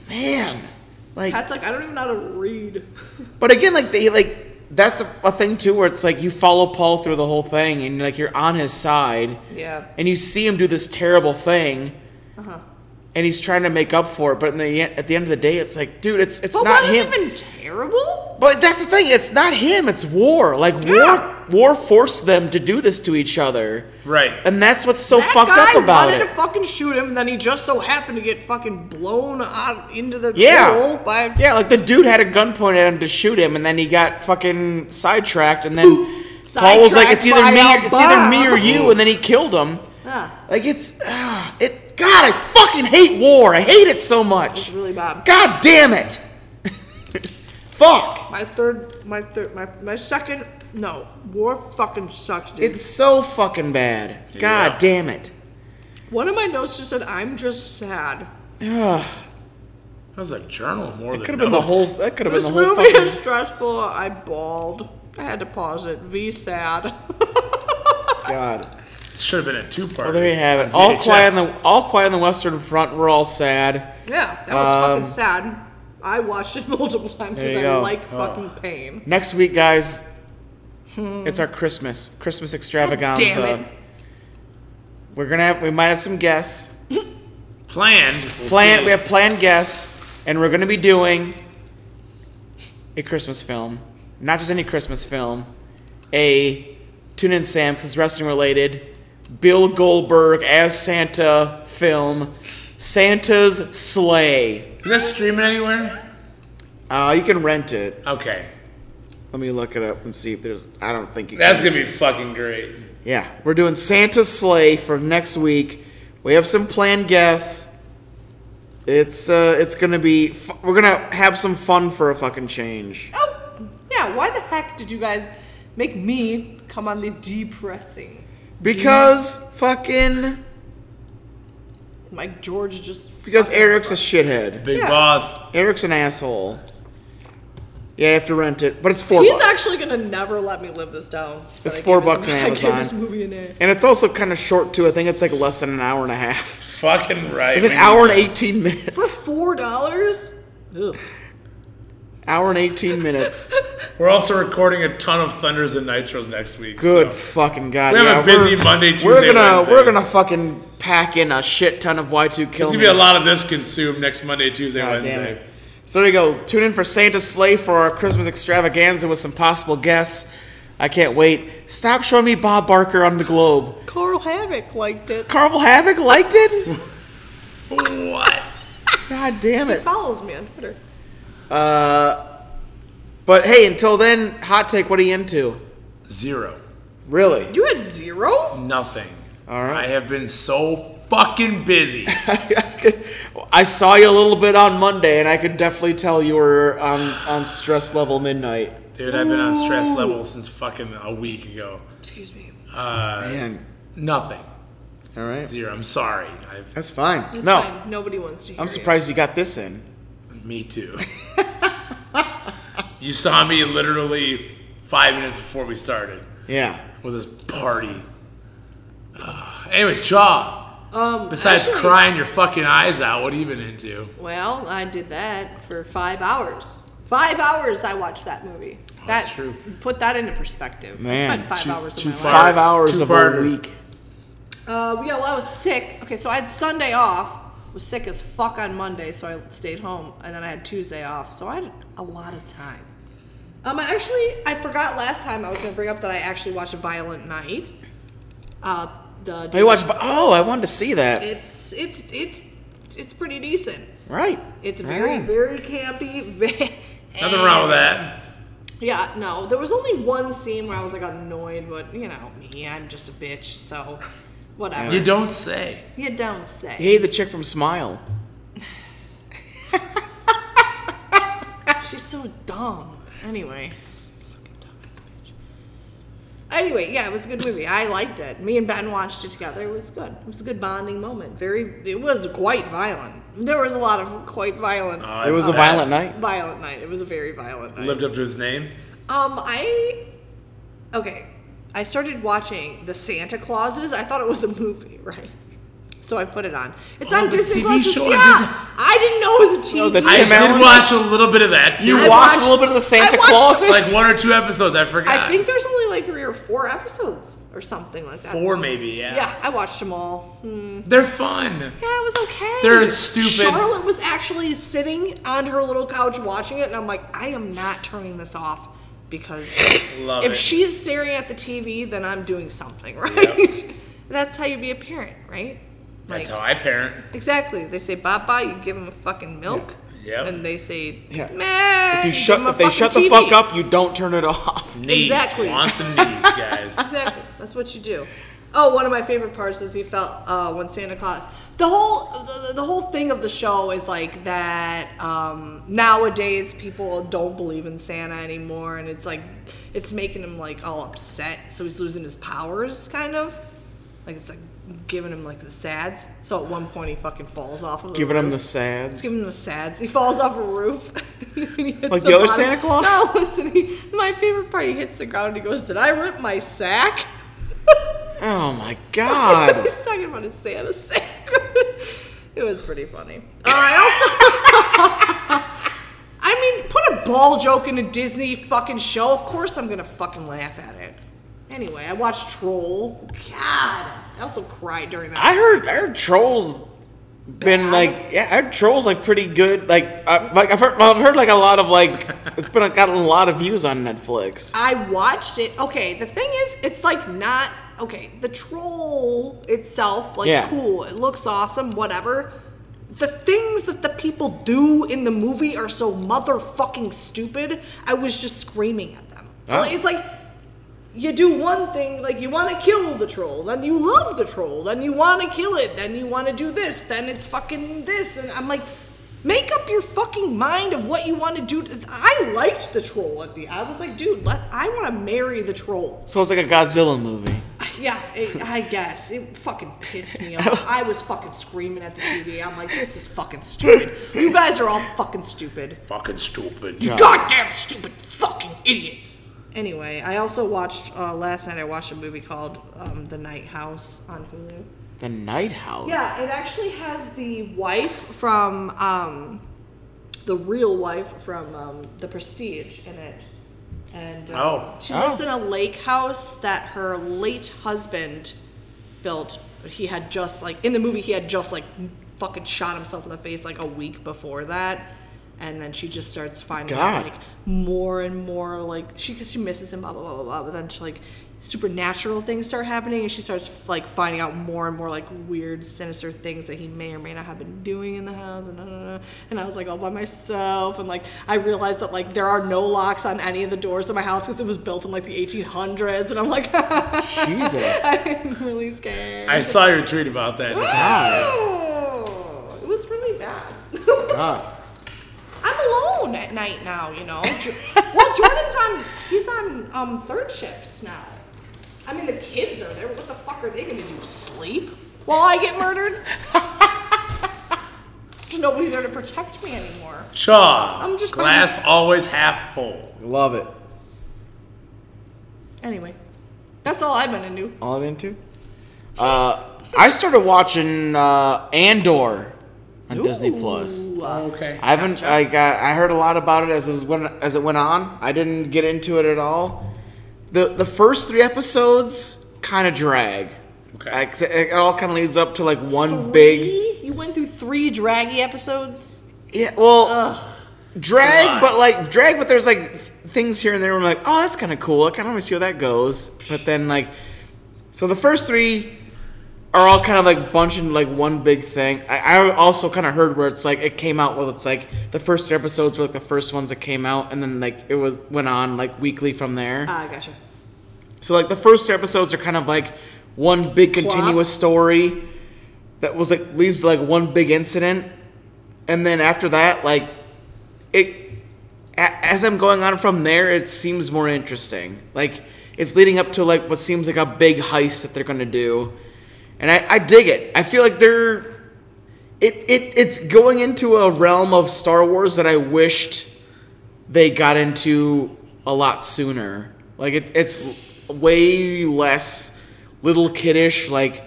Speaker 1: man, like
Speaker 3: Pat's like I don't even know how to read
Speaker 1: But again, like they like that's a, a thing too, where it's like you follow Paul through the whole thing, and like you're on his side,
Speaker 3: yeah
Speaker 1: and you see him do this terrible thing,
Speaker 3: Uh-huh.
Speaker 1: and he's trying to make up for it. But in the en- at the end of the day, it's like, dude, it's it's
Speaker 3: but
Speaker 1: not him.
Speaker 3: wasn't even terrible
Speaker 1: But that's the thing, it's not him. It's war. Like
Speaker 3: Yeah.
Speaker 1: war war forced them to do this to each other.
Speaker 5: Right.
Speaker 1: And that's what's so
Speaker 3: that
Speaker 1: fucked
Speaker 3: guy
Speaker 1: up about
Speaker 3: wanted
Speaker 1: it.
Speaker 3: to fucking shoot him, and then he just so happened to get fucking blown out into the
Speaker 1: yeah.
Speaker 3: hole by
Speaker 1: yeah, like the dude had a gun pointed at him to shoot him, and then he got fucking sidetracked, and then Paul was like, "It's either
Speaker 3: Sidetracked
Speaker 1: me,
Speaker 3: by
Speaker 1: or,
Speaker 3: a
Speaker 1: it's either me or
Speaker 3: bomb."
Speaker 1: you," and then he killed him.
Speaker 3: Yeah.
Speaker 1: Like it's, uh, it. God, I fucking hate war. I hate it so much.
Speaker 3: It's really bad.
Speaker 1: God damn it. Fuck.
Speaker 3: My third, my third, my, my second. No, war fucking sucks, dude.
Speaker 1: It's so fucking bad. God damn it.
Speaker 3: One of my notes just said, "I'm just sad."
Speaker 5: That was a journal more than
Speaker 1: Could have been the whole.
Speaker 5: notes.
Speaker 1: That could have been
Speaker 3: This
Speaker 1: the whole.
Speaker 3: movie
Speaker 1: Fucking,
Speaker 3: is stressful. I bawled. I had to pause it. V sad.
Speaker 1: God.
Speaker 5: Should have been a two part.
Speaker 1: Well, there you have it. All quiet on the All quiet on the Western Front. We're all sad.
Speaker 3: yeah, that was
Speaker 1: Um,
Speaker 3: fucking sad. I watched it multiple times
Speaker 1: there
Speaker 3: because I
Speaker 1: you go. Oh.
Speaker 3: like fucking pain.
Speaker 1: Next week, guys, it's our Christmas Christmas extravaganza.
Speaker 3: Damn it.
Speaker 1: We're gonna have. We might have some guests.
Speaker 5: Planned. We'll
Speaker 1: Plan.
Speaker 5: see.
Speaker 1: We have planned guests, and we're gonna be doing a Christmas film. Not just any Christmas film. A tune in Sam because it's wrestling related. Bill Goldberg as Santa film. Santa's sleigh.
Speaker 5: Is this streaming anywhere?
Speaker 1: Uh, you can rent it.
Speaker 5: Okay.
Speaker 1: Let me look it up and see if there's. I don't think you.
Speaker 5: That's
Speaker 1: can.
Speaker 5: gonna be fucking great.
Speaker 1: Yeah, we're doing Santa's sleigh for next week. We have some planned guests. It's uh, it's gonna be. Fu- we're gonna have some fun for a fucking change.
Speaker 3: Oh, yeah. Why the heck did you guys make me come on the depressing?
Speaker 1: Because fucking
Speaker 3: My George just.
Speaker 1: because
Speaker 3: fucking-
Speaker 1: Eric's a shithead.
Speaker 5: Big
Speaker 3: Yeah.
Speaker 5: boss.
Speaker 1: Eric's an asshole. Yeah, I have to rent it, but it's four.
Speaker 3: He's
Speaker 1: bucks.
Speaker 3: actually gonna never let me live this down. that
Speaker 1: It's
Speaker 3: I
Speaker 1: four
Speaker 3: gave this-
Speaker 1: bucks on
Speaker 3: I gave
Speaker 1: Amazon.
Speaker 3: this movie an A.
Speaker 1: and it's also kind of short too. I think it's like less than an hour and a half.
Speaker 5: Fucking right.
Speaker 1: It's an
Speaker 5: We-
Speaker 1: hour and eighteen
Speaker 3: For
Speaker 1: minutes.
Speaker 3: four dollars? Ugh.
Speaker 1: Hour and eighteen minutes.
Speaker 5: We're also recording a ton of Thunders and Nitros next week.
Speaker 1: Good
Speaker 5: so-
Speaker 1: fucking god.
Speaker 5: We have a
Speaker 1: yeah,
Speaker 5: busy
Speaker 1: we're-
Speaker 5: Monday, Tuesday,
Speaker 1: We're gonna
Speaker 5: Wednesday.
Speaker 1: we're gonna fucking pack in a shit ton of Y two kill
Speaker 5: There's
Speaker 1: me.
Speaker 5: gonna be a lot of this consumed next Monday, Tuesday,
Speaker 1: God damn
Speaker 5: Wednesday.
Speaker 1: it. So there you go. Tune in for Santa Sleigh for our Christmas extravaganza with some possible guests. I can't wait. Stop showing me Bob Barker on the globe.
Speaker 3: Carl Havoc liked it.
Speaker 1: Carvel Havoc liked it?
Speaker 5: What?
Speaker 1: God damn it.
Speaker 3: Follows me on Twitter.
Speaker 1: Uh, but hey, until then, hot take, what are you into?
Speaker 5: Zero.
Speaker 1: Really?
Speaker 3: You had zero?
Speaker 5: Nothing.
Speaker 1: All right.
Speaker 5: I have been so fucking busy.
Speaker 1: I saw you a little bit on Monday, and I could definitely tell you were on, on stress level midnight.
Speaker 5: Dude, I've been on stress level since fucking a week ago.
Speaker 3: Excuse me.
Speaker 1: Man.
Speaker 5: Nothing.
Speaker 1: All right.
Speaker 5: Zero. I'm sorry. I've,
Speaker 1: That's fine.
Speaker 3: It's
Speaker 1: no,
Speaker 3: fine. Nobody wants to hear
Speaker 1: I'm surprised you got this in.
Speaker 5: me too. you saw me literally five minutes before we started
Speaker 1: Yeah.
Speaker 5: with this party. Ugh. anyways, Chaw,
Speaker 3: You. Um,
Speaker 5: besides
Speaker 3: actually-
Speaker 5: crying your fucking eyes out, what have you been into?
Speaker 3: Well, I did that for five hours. Five hours I watched that movie.
Speaker 5: that's
Speaker 3: that,
Speaker 5: true.
Speaker 3: Put that into perspective.
Speaker 1: Man,
Speaker 3: I spent five
Speaker 5: two-
Speaker 3: hours
Speaker 5: two
Speaker 3: of my life.
Speaker 5: parts.
Speaker 1: Five hours of a
Speaker 5: Two-parter.
Speaker 1: week.
Speaker 3: Uh, yeah, well, I was sick. Okay, so I had Sunday off. Was sick as fuck on Monday, so I stayed home, and then I had Tuesday off. So I had a lot of time. Um, I actually I forgot last time I was gonna bring up that I actually watched Violent Night. Uh, the
Speaker 1: I watched. Oh, I wanted to see that.
Speaker 3: It's it's it's it's pretty decent.
Speaker 1: Right.
Speaker 3: It's very
Speaker 1: Right.
Speaker 3: very campy.
Speaker 5: Nothing wrong with that.
Speaker 3: Yeah, no. There was only one scene where I was like annoyed, but you know me, I'm just a bitch, so whatever.
Speaker 5: You don't say.
Speaker 3: You don't say.
Speaker 1: Hey, the chick from Smile.
Speaker 3: She's so dumb. Anyway. Fucking dumbass bitch. Anyway, yeah, it was a good movie. I liked it. Me and Ben watched it together. It was good. It was a good bonding moment. Very. It was quite violent. There was a lot of quite violent,
Speaker 5: Uh,
Speaker 1: It was a
Speaker 5: that
Speaker 1: violent night.
Speaker 3: violent night. It was a very violent night.
Speaker 5: Lived up to his name.
Speaker 3: Um, I okay. I started watching the Santa Clauses. I thought it was a movie, right? So I put it on. It's on
Speaker 5: Oh, the TV
Speaker 3: Disney Plus.
Speaker 5: show on
Speaker 3: yeah,
Speaker 5: Disney-
Speaker 3: I didn't know it was a TV.
Speaker 1: No, the
Speaker 5: I
Speaker 1: Tim Allen?
Speaker 5: did watch a little bit of that. Too.
Speaker 1: You
Speaker 3: I
Speaker 1: watched,
Speaker 3: watched-
Speaker 1: a little bit of the Santa
Speaker 3: I watched-
Speaker 1: Clauses?
Speaker 5: like one or two episodes. I forgot.
Speaker 3: I think there's only like three or four episodes or something like that.
Speaker 5: four, maybe. Yeah.
Speaker 3: Yeah, I watched them all. Hmm.
Speaker 5: They're fun.
Speaker 3: Yeah, it was okay.
Speaker 5: They're stupid.
Speaker 3: Charlotte was actually sitting on her little couch watching it, and I'm like, I am not turning this off because
Speaker 5: Love
Speaker 3: if
Speaker 5: it.
Speaker 3: she's staring at the TV, then I'm doing something, right? That's how you be a parent, right?
Speaker 5: That's
Speaker 3: Like-
Speaker 5: how I parent.
Speaker 3: Exactly. They say bye bye, you give them a fucking milk.
Speaker 5: Yep.
Speaker 3: And they say,
Speaker 1: Yeah.
Speaker 3: man.
Speaker 1: If you shut, if they shut the fuck up, you don't turn it off.
Speaker 5: Needs,
Speaker 3: Exactly.
Speaker 5: wants and needs, guys.
Speaker 3: Exactly. That's what you do. Oh, one of my favorite parts is he felt uh, when Santa Claus. The whole the, the- the whole thing of the show is like that. Um, nowadays, people don't believe in Santa anymore, and it's like it's making him like all upset. So he's losing his powers, kind of. Like it's like giving him like the sads. So at one point, he fucking falls off of the
Speaker 1: Giving
Speaker 3: roof.
Speaker 1: him the sads.
Speaker 3: Give him the sads. He falls off a roof. and he hits
Speaker 1: Like the other
Speaker 3: bottom.
Speaker 1: Santa Claus?
Speaker 3: No, listen. He, my favorite part. He hits the ground. and He goes, "Did I rip my sack?"
Speaker 1: Oh my god.
Speaker 3: He's talking about his Santa sack. it was pretty funny. Uh, I also. I mean, put a ball joke in a Disney fucking show. Of course, I'm gonna fucking laugh at it. Anyway, I watched Troll. God, I also cried during that.
Speaker 1: I heard I heard trolls been like yeah, I heard trolls like pretty good like I, like I've heard well, I've heard like a lot of like it's been like, gotten a lot of views on Netflix.
Speaker 3: I watched it. Okay, the thing is, it's like not okay. The troll itself, like
Speaker 1: Yeah.
Speaker 3: cool, it looks awesome, whatever. The things that the people do in the movie are so motherfucking stupid. I was just screaming at them.
Speaker 1: Oh.
Speaker 3: It's like you do one thing, like you want to kill the troll, then you love the troll, then you want to kill it, then you want to do this, then it's fucking this, and I'm like, make up your fucking mind of what you want to do. I liked the troll at the. I was like, dude, let, I want to marry the troll.
Speaker 1: So it's like a Godzilla movie.
Speaker 3: Yeah, it, I guess it fucking pissed me off. I was fucking screaming at the TV. I'm like, this is fucking stupid. You guys are all fucking stupid.
Speaker 5: Fucking stupid.
Speaker 3: Goddamn stupid fucking idiots. Anyway, I also watched uh, last night. I watched a movie called um, The Night House on Hulu.
Speaker 1: The Night House.
Speaker 3: Yeah, it actually has the wife from um, the real wife from um, The Prestige in it, and uh,
Speaker 5: Oh.
Speaker 3: she lives in a lake house that her late husband built. He had just like in the movie, he had just like fucking shot himself in the face like a week before that. And then she just starts finding
Speaker 1: God.
Speaker 3: out like more and more like she because she misses him, blah blah blah blah blah. But then she like supernatural things start happening, and she starts like finding out more and more like weird, sinister things that he may or may not have been doing in the house. And da, da, da. and I was like all by myself, and like I realized that like there are no locks on any of the doors of my house because it was built in like the 1800s, and I'm like
Speaker 1: Jesus.
Speaker 3: I'm really scared.
Speaker 5: I saw your tweet about that.
Speaker 3: Oh, it was really bad.
Speaker 1: God.
Speaker 3: I'm alone at night now, you know. Jo- well, Jordan's on. He's on um, third shifts now. I mean, the kids are there. What the fuck are they gonna do? Sleep while I get murdered? There's nobody there to protect me anymore.
Speaker 5: Shaw.
Speaker 3: I'm just gonna-
Speaker 5: glass always half full.
Speaker 1: Love it.
Speaker 3: Anyway, that's all I've been into.
Speaker 1: All I'm into. Uh, I started watching uh, Andor on Disney Plus.
Speaker 5: Oh, Okay.
Speaker 1: I haven't. I got. I heard a lot about it as it was when as it went on. I didn't get into it at all. the The first three episodes kind of drag.
Speaker 5: Okay.
Speaker 1: Like, it, it all kind of leads up to like one big.
Speaker 3: Three? You went through three draggy episodes.
Speaker 1: Yeah. Well,
Speaker 5: Why?
Speaker 1: drag, but like drag, but there's like things here and there. Where I'm like, oh, that's kind of cool. I kind of want to see where that goes. But then like, so the first three are all kind of like bunched into like one big thing. I, I also kind of heard where it's like it came out. Well, it's like the first three episodes were like the first ones that came out, and then like it was went on like weekly from there.
Speaker 3: Ah, gotcha.
Speaker 1: So like the first three episodes are kind of like one big continuous story that was like leads to like one big incident, and then after that, like it a- as I'm going on from there, it seems more interesting. Like it's leading up to like what seems like a big heist that they're gonna do, and I, I dig it. I feel like they're it, it it's going into a realm of Star Wars that I wished they got into a lot sooner. Like it, it's way less little kiddish, like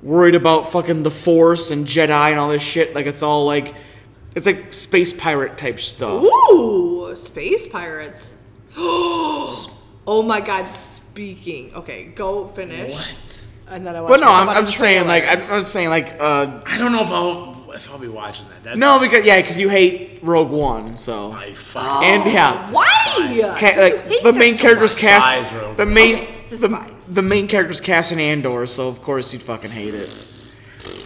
Speaker 1: worried about fucking the Force and Jedi and all this shit. Like it's all like it's like space pirate type stuff.
Speaker 3: Ooh, space pirates. oh my god, speaking. Okay, go finish. What? And then I
Speaker 1: But no,
Speaker 3: wanna talk
Speaker 1: I'm,
Speaker 3: about
Speaker 1: I'm
Speaker 3: a
Speaker 1: just saying like
Speaker 3: trailer.
Speaker 1: I'm, I'm just saying like uh,
Speaker 5: I don't know if I'll I'll, if I'll be watching that. That's
Speaker 1: No, because yeah, because you hate Rogue One, so
Speaker 5: I fucking
Speaker 1: and yeah,
Speaker 3: Why?
Speaker 1: Ca-
Speaker 3: Did you
Speaker 1: like
Speaker 3: hate
Speaker 1: the
Speaker 3: that
Speaker 1: main
Speaker 3: so
Speaker 1: character's
Speaker 3: much?
Speaker 1: cast,
Speaker 5: Despise Rogue
Speaker 1: the
Speaker 5: One.
Speaker 1: main
Speaker 3: Okay,
Speaker 1: the,
Speaker 3: despise.
Speaker 1: the main character's cast in Andor, so of course you'd fucking hate it.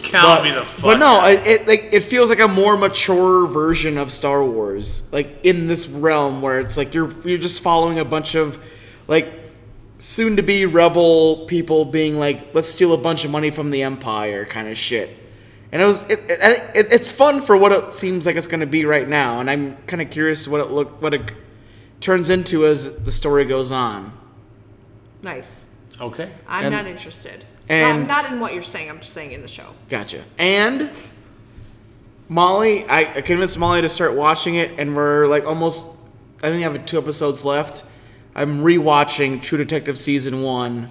Speaker 5: count me the fuck.
Speaker 1: but no, it, it like it feels like a more mature version of Star Wars, like in this realm where it's like you're you're just following a bunch of like soon to be rebel people being like, let's steal a bunch of money from the Empire kind of shit. And it was it, it, it it's fun for what it seems like it's going to be right now, and I'm kind of curious what it look what it turns into as the story goes on.
Speaker 3: Nice.
Speaker 5: Okay.
Speaker 3: I'm
Speaker 1: And-
Speaker 3: not interested.
Speaker 1: and-
Speaker 3: no, not in what you're saying. I'm just saying in the show.
Speaker 1: Gotcha. And Molly, I I convinced Molly to start watching it, and we're like almost. I think I have two episodes left. I'm rewatching True Detective season one.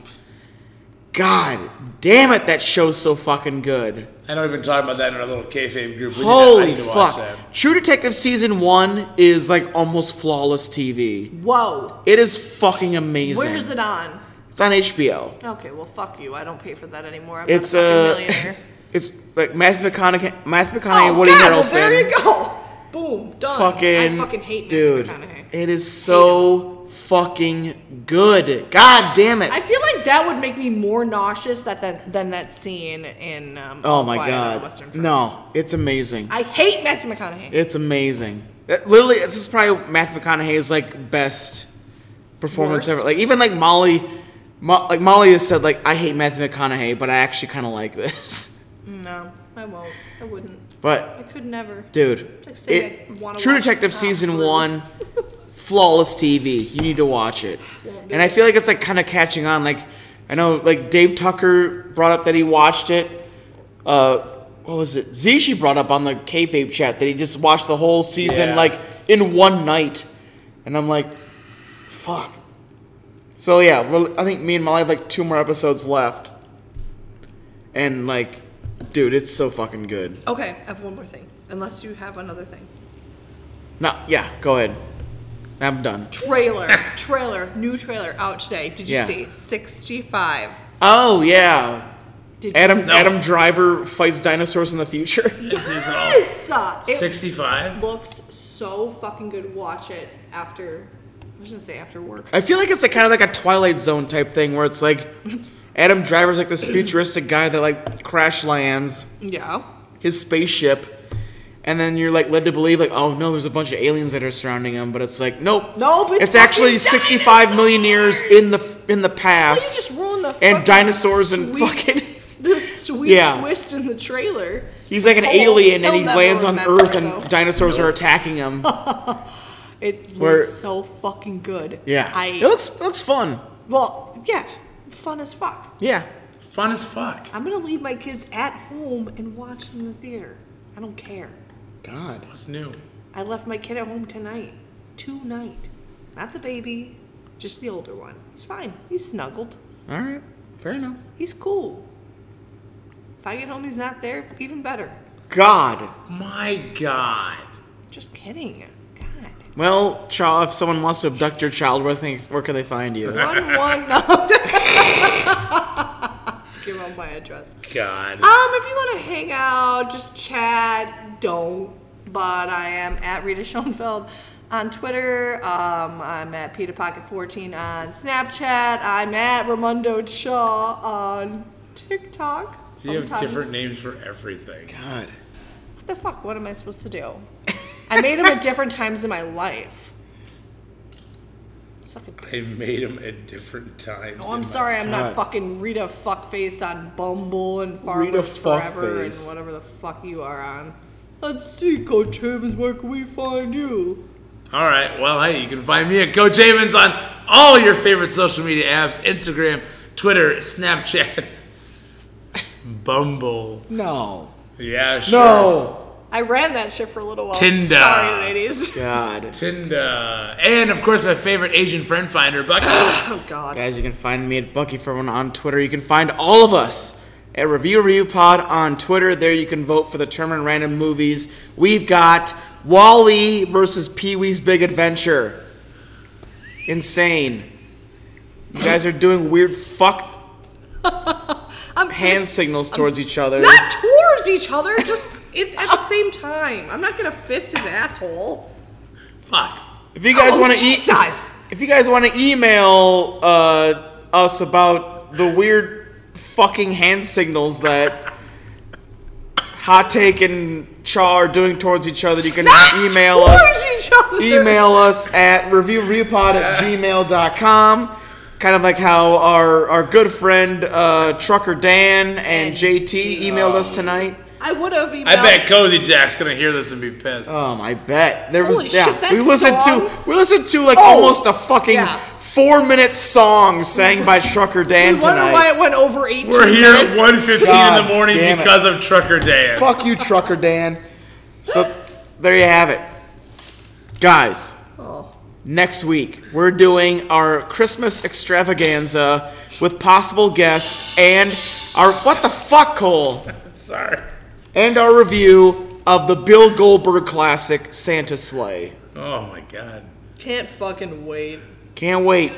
Speaker 1: God damn it, that show's so fucking good.
Speaker 5: I know we've been talking about that in our little kayfabe group. We
Speaker 1: Holy
Speaker 5: need to, I need to
Speaker 1: fuck!
Speaker 5: Watch that.
Speaker 1: True Detective season one is like almost flawless TV.
Speaker 3: Whoa.
Speaker 1: It is fucking amazing.
Speaker 3: Where's the Don?
Speaker 1: It's on HBO.
Speaker 3: Okay, well, fuck you. I don't pay for that anymore. I'm
Speaker 1: It's
Speaker 3: not a
Speaker 1: uh,
Speaker 3: fucking millionaire.
Speaker 1: it's like Matthew McConaughey, Matthew McConaughey,
Speaker 3: oh,
Speaker 1: and Woody
Speaker 3: God, well,
Speaker 1: Harrelson.
Speaker 3: there you go. Boom. Done.
Speaker 1: fucking,
Speaker 3: I fucking hate
Speaker 1: dude.
Speaker 3: Matthew McConaughey.
Speaker 1: It is so fucking good. God damn it!
Speaker 3: I feel like that would make me more nauseous that, than, than that scene in um,
Speaker 1: oh
Speaker 3: All
Speaker 1: my
Speaker 3: Quiet on the
Speaker 1: god!
Speaker 3: Western Front.
Speaker 1: No, it's amazing.
Speaker 3: I hate Matthew McConaughey.
Speaker 1: it's amazing. That- literally, this is probably Matthew McConaughey's like best performance
Speaker 3: Worst?
Speaker 1: ever. Like even like Molly, Mo- like Molly has said like I hate Matthew McConaughey, but I actually kind of like this.
Speaker 3: No, I won't. I wouldn't. I
Speaker 1: But
Speaker 3: could never.
Speaker 1: dude,
Speaker 3: Like, say I
Speaker 1: it,
Speaker 3: wanna
Speaker 1: True
Speaker 3: watch
Speaker 1: Detective
Speaker 3: Tom
Speaker 1: season
Speaker 3: Cruise.
Speaker 1: one. flawless TV. You need to watch it. And I feel like it's like kind of catching on. Like I know like Dave Tucker brought up that he watched it. Uh, what was it? Zishi brought up on the kayfabe chat that he just watched the whole season
Speaker 5: Yeah.
Speaker 1: like in one night, and I'm like, fuck. So yeah, well, I think me and Molly have like two more episodes left, and like, dude, it's so fucking good.
Speaker 3: Okay, I have one more thing. Unless you have another thing.
Speaker 1: No, yeah, go ahead. I'm done.
Speaker 3: Trailer, trailer, new trailer out today. Did you
Speaker 1: Yeah.
Speaker 3: see 65?
Speaker 1: Oh yeah,
Speaker 3: Did you
Speaker 1: Adam
Speaker 3: see?
Speaker 1: Adam Driver fights dinosaurs in the future.
Speaker 5: It is all
Speaker 3: Yes! Uh, It
Speaker 5: 65.
Speaker 3: looks so fucking good. Watch it after. I was gonna say after work.
Speaker 1: I feel like it's like kind of like a Twilight Zone type thing where it's like Adam Driver's like this futuristic guy that like crash lands
Speaker 3: Yeah.
Speaker 1: his spaceship, and then you're like led to believe like oh no, there's a bunch of aliens that are surrounding him, but it's like nope,
Speaker 3: Nope, it's
Speaker 1: it's actually
Speaker 3: fucking
Speaker 1: 65 million years in the in the
Speaker 3: You
Speaker 1: past.
Speaker 3: just ruined the fucking
Speaker 1: and dinosaurs and
Speaker 3: sweet-
Speaker 1: fucking.
Speaker 3: the sweet
Speaker 1: Yeah.
Speaker 3: twist in the trailer.
Speaker 1: He's like an
Speaker 3: Oh,
Speaker 1: alien and
Speaker 3: he'll
Speaker 1: he
Speaker 3: never
Speaker 1: lands on
Speaker 3: remember,
Speaker 1: Earth and
Speaker 3: though.
Speaker 1: dinosaurs are attacking him.
Speaker 3: It
Speaker 1: Where-
Speaker 3: looks so fucking good.
Speaker 1: Yeah,
Speaker 3: I
Speaker 1: it looks it looks fun.
Speaker 3: well, yeah, fun as fuck.
Speaker 1: Yeah,
Speaker 5: Fun as fuck.
Speaker 3: I'm gonna leave my kids at home and watch in the theater. I don't care.
Speaker 1: God.
Speaker 5: What's new?
Speaker 3: I left my kid at home tonight. Tonight. Not the baby, just the older one. He's fine. He's snuggled.
Speaker 1: All right, fair enough.
Speaker 3: He's cool. If I get home, he's not there, even better.
Speaker 1: God.
Speaker 5: My God.
Speaker 3: Just kidding. God.
Speaker 1: Well, child, if someone wants to abduct your child, where, think, where can they find you?
Speaker 3: One, one, no. Give out my address.
Speaker 5: God.
Speaker 1: Ah,
Speaker 3: Um, if you want to hang out, just chat, don't. But I am at Rita Schoenfeld on Twitter. Um, I'm at PeterPocket14 on Snapchat. I'm at Ramundo Shaw on TikTok.
Speaker 5: You have different
Speaker 3: Sometimes.
Speaker 5: names for everything.
Speaker 1: God.
Speaker 3: What the fuck? What am I supposed to do? I made them at different times in my life. Suck a dick.
Speaker 5: I made them at different times.
Speaker 3: Oh, I'm
Speaker 5: in my-
Speaker 3: sorry, I'm not
Speaker 1: God.
Speaker 3: fucking Rita Fuckface on Bumble and
Speaker 1: Rita
Speaker 3: Farmers Forever and
Speaker 1: Fuckface.
Speaker 3: whatever the fuck you are on. Let's see, Coach Havens, where can we find you?
Speaker 5: All right. Well, hey, you can find me at Coach Havens on all your favorite social media apps Instagram, Twitter, Snapchat, Bumble.
Speaker 1: No.
Speaker 5: Yeah, sure.
Speaker 1: No.
Speaker 3: I ran that shit for a little while.
Speaker 5: Tinder.
Speaker 3: Sorry, ladies.
Speaker 1: God.
Speaker 5: Tinder. And, of course, my favorite Asian friend finder, Bucky.
Speaker 3: Oh, God.
Speaker 1: Guys, you can find me at Bucky Furman on Twitter. You can find all of us at Review Review Pod on Twitter. There you can vote for the term and random movies. We've got Wally versus Pee Wee's Big Adventure. Insane. You guys are doing weird fuck
Speaker 3: I'm
Speaker 1: hand
Speaker 3: just-
Speaker 1: signals towards each other.
Speaker 3: Not towards each other, just it, at the same time. I'm not gonna fist his asshole.
Speaker 5: Fuck.
Speaker 1: If you guys
Speaker 3: Oh,
Speaker 1: want to eat,
Speaker 3: Jesus.
Speaker 1: if you guys want to email uh, us about the weird fucking hand signals that Hot Take and Chaw are doing towards each other, you can email us.
Speaker 3: Towards each other.
Speaker 1: Email us at reviewreviewpod at gmail.com. Kind of like how our, our good friend uh, Trucker Dan and
Speaker 3: And
Speaker 1: JT emailed us tonight.
Speaker 3: I would have emailed.
Speaker 5: I bet Cozy Jack's gonna hear this and be pissed.
Speaker 1: Um, I bet there was
Speaker 3: Holy
Speaker 1: yeah.
Speaker 3: shit, that
Speaker 1: we listened
Speaker 3: song?
Speaker 1: to we listened to like
Speaker 3: Oh!
Speaker 1: almost a fucking
Speaker 3: Yeah.
Speaker 1: four minute song sang by Trucker Dan
Speaker 3: You wonder
Speaker 1: tonight.
Speaker 3: why it went over 18
Speaker 5: We're here at
Speaker 3: minutes.
Speaker 5: 1.15 in
Speaker 1: God
Speaker 5: the morning
Speaker 1: damn it.
Speaker 5: because of Trucker Dan.
Speaker 1: Fuck you, Trucker Dan. So there you have it, guys.
Speaker 3: Oh.
Speaker 1: Next week we're doing our Christmas extravaganza with possible guests and our what the fuck, Cole,
Speaker 5: Sorry.
Speaker 1: and our review of the Bill Goldberg classic Santa Sleigh.
Speaker 5: Oh my god.
Speaker 3: Can't fucking wait.
Speaker 1: Can't wait.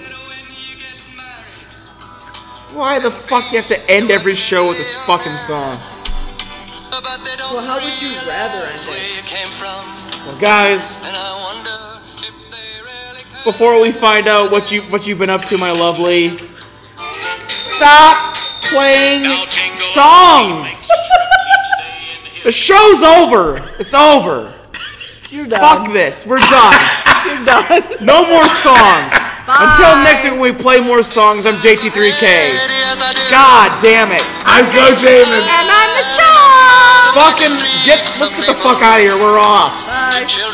Speaker 1: Why the fuck do you have to end every show with this fucking song?
Speaker 4: But they don't
Speaker 3: Well, how would you rather end
Speaker 4: realize
Speaker 3: it?
Speaker 4: where you came from,
Speaker 1: Well, guys,
Speaker 4: and I wonder if they really care.
Speaker 1: before we find out what you what you've been up to, my lovely, stop playing songs. The show's over. It's over.
Speaker 3: You're done.
Speaker 1: Fuck this. We're done.
Speaker 3: You're done.
Speaker 1: No more songs. Until next week when we play more songs, I'm JT3K.
Speaker 4: Yes, I do.
Speaker 1: God damn it.
Speaker 5: I'm Coach Jamin.
Speaker 3: and I'm the child.
Speaker 1: Fucking get let's get the fuck out of here. We're off.
Speaker 3: Bye.
Speaker 4: Children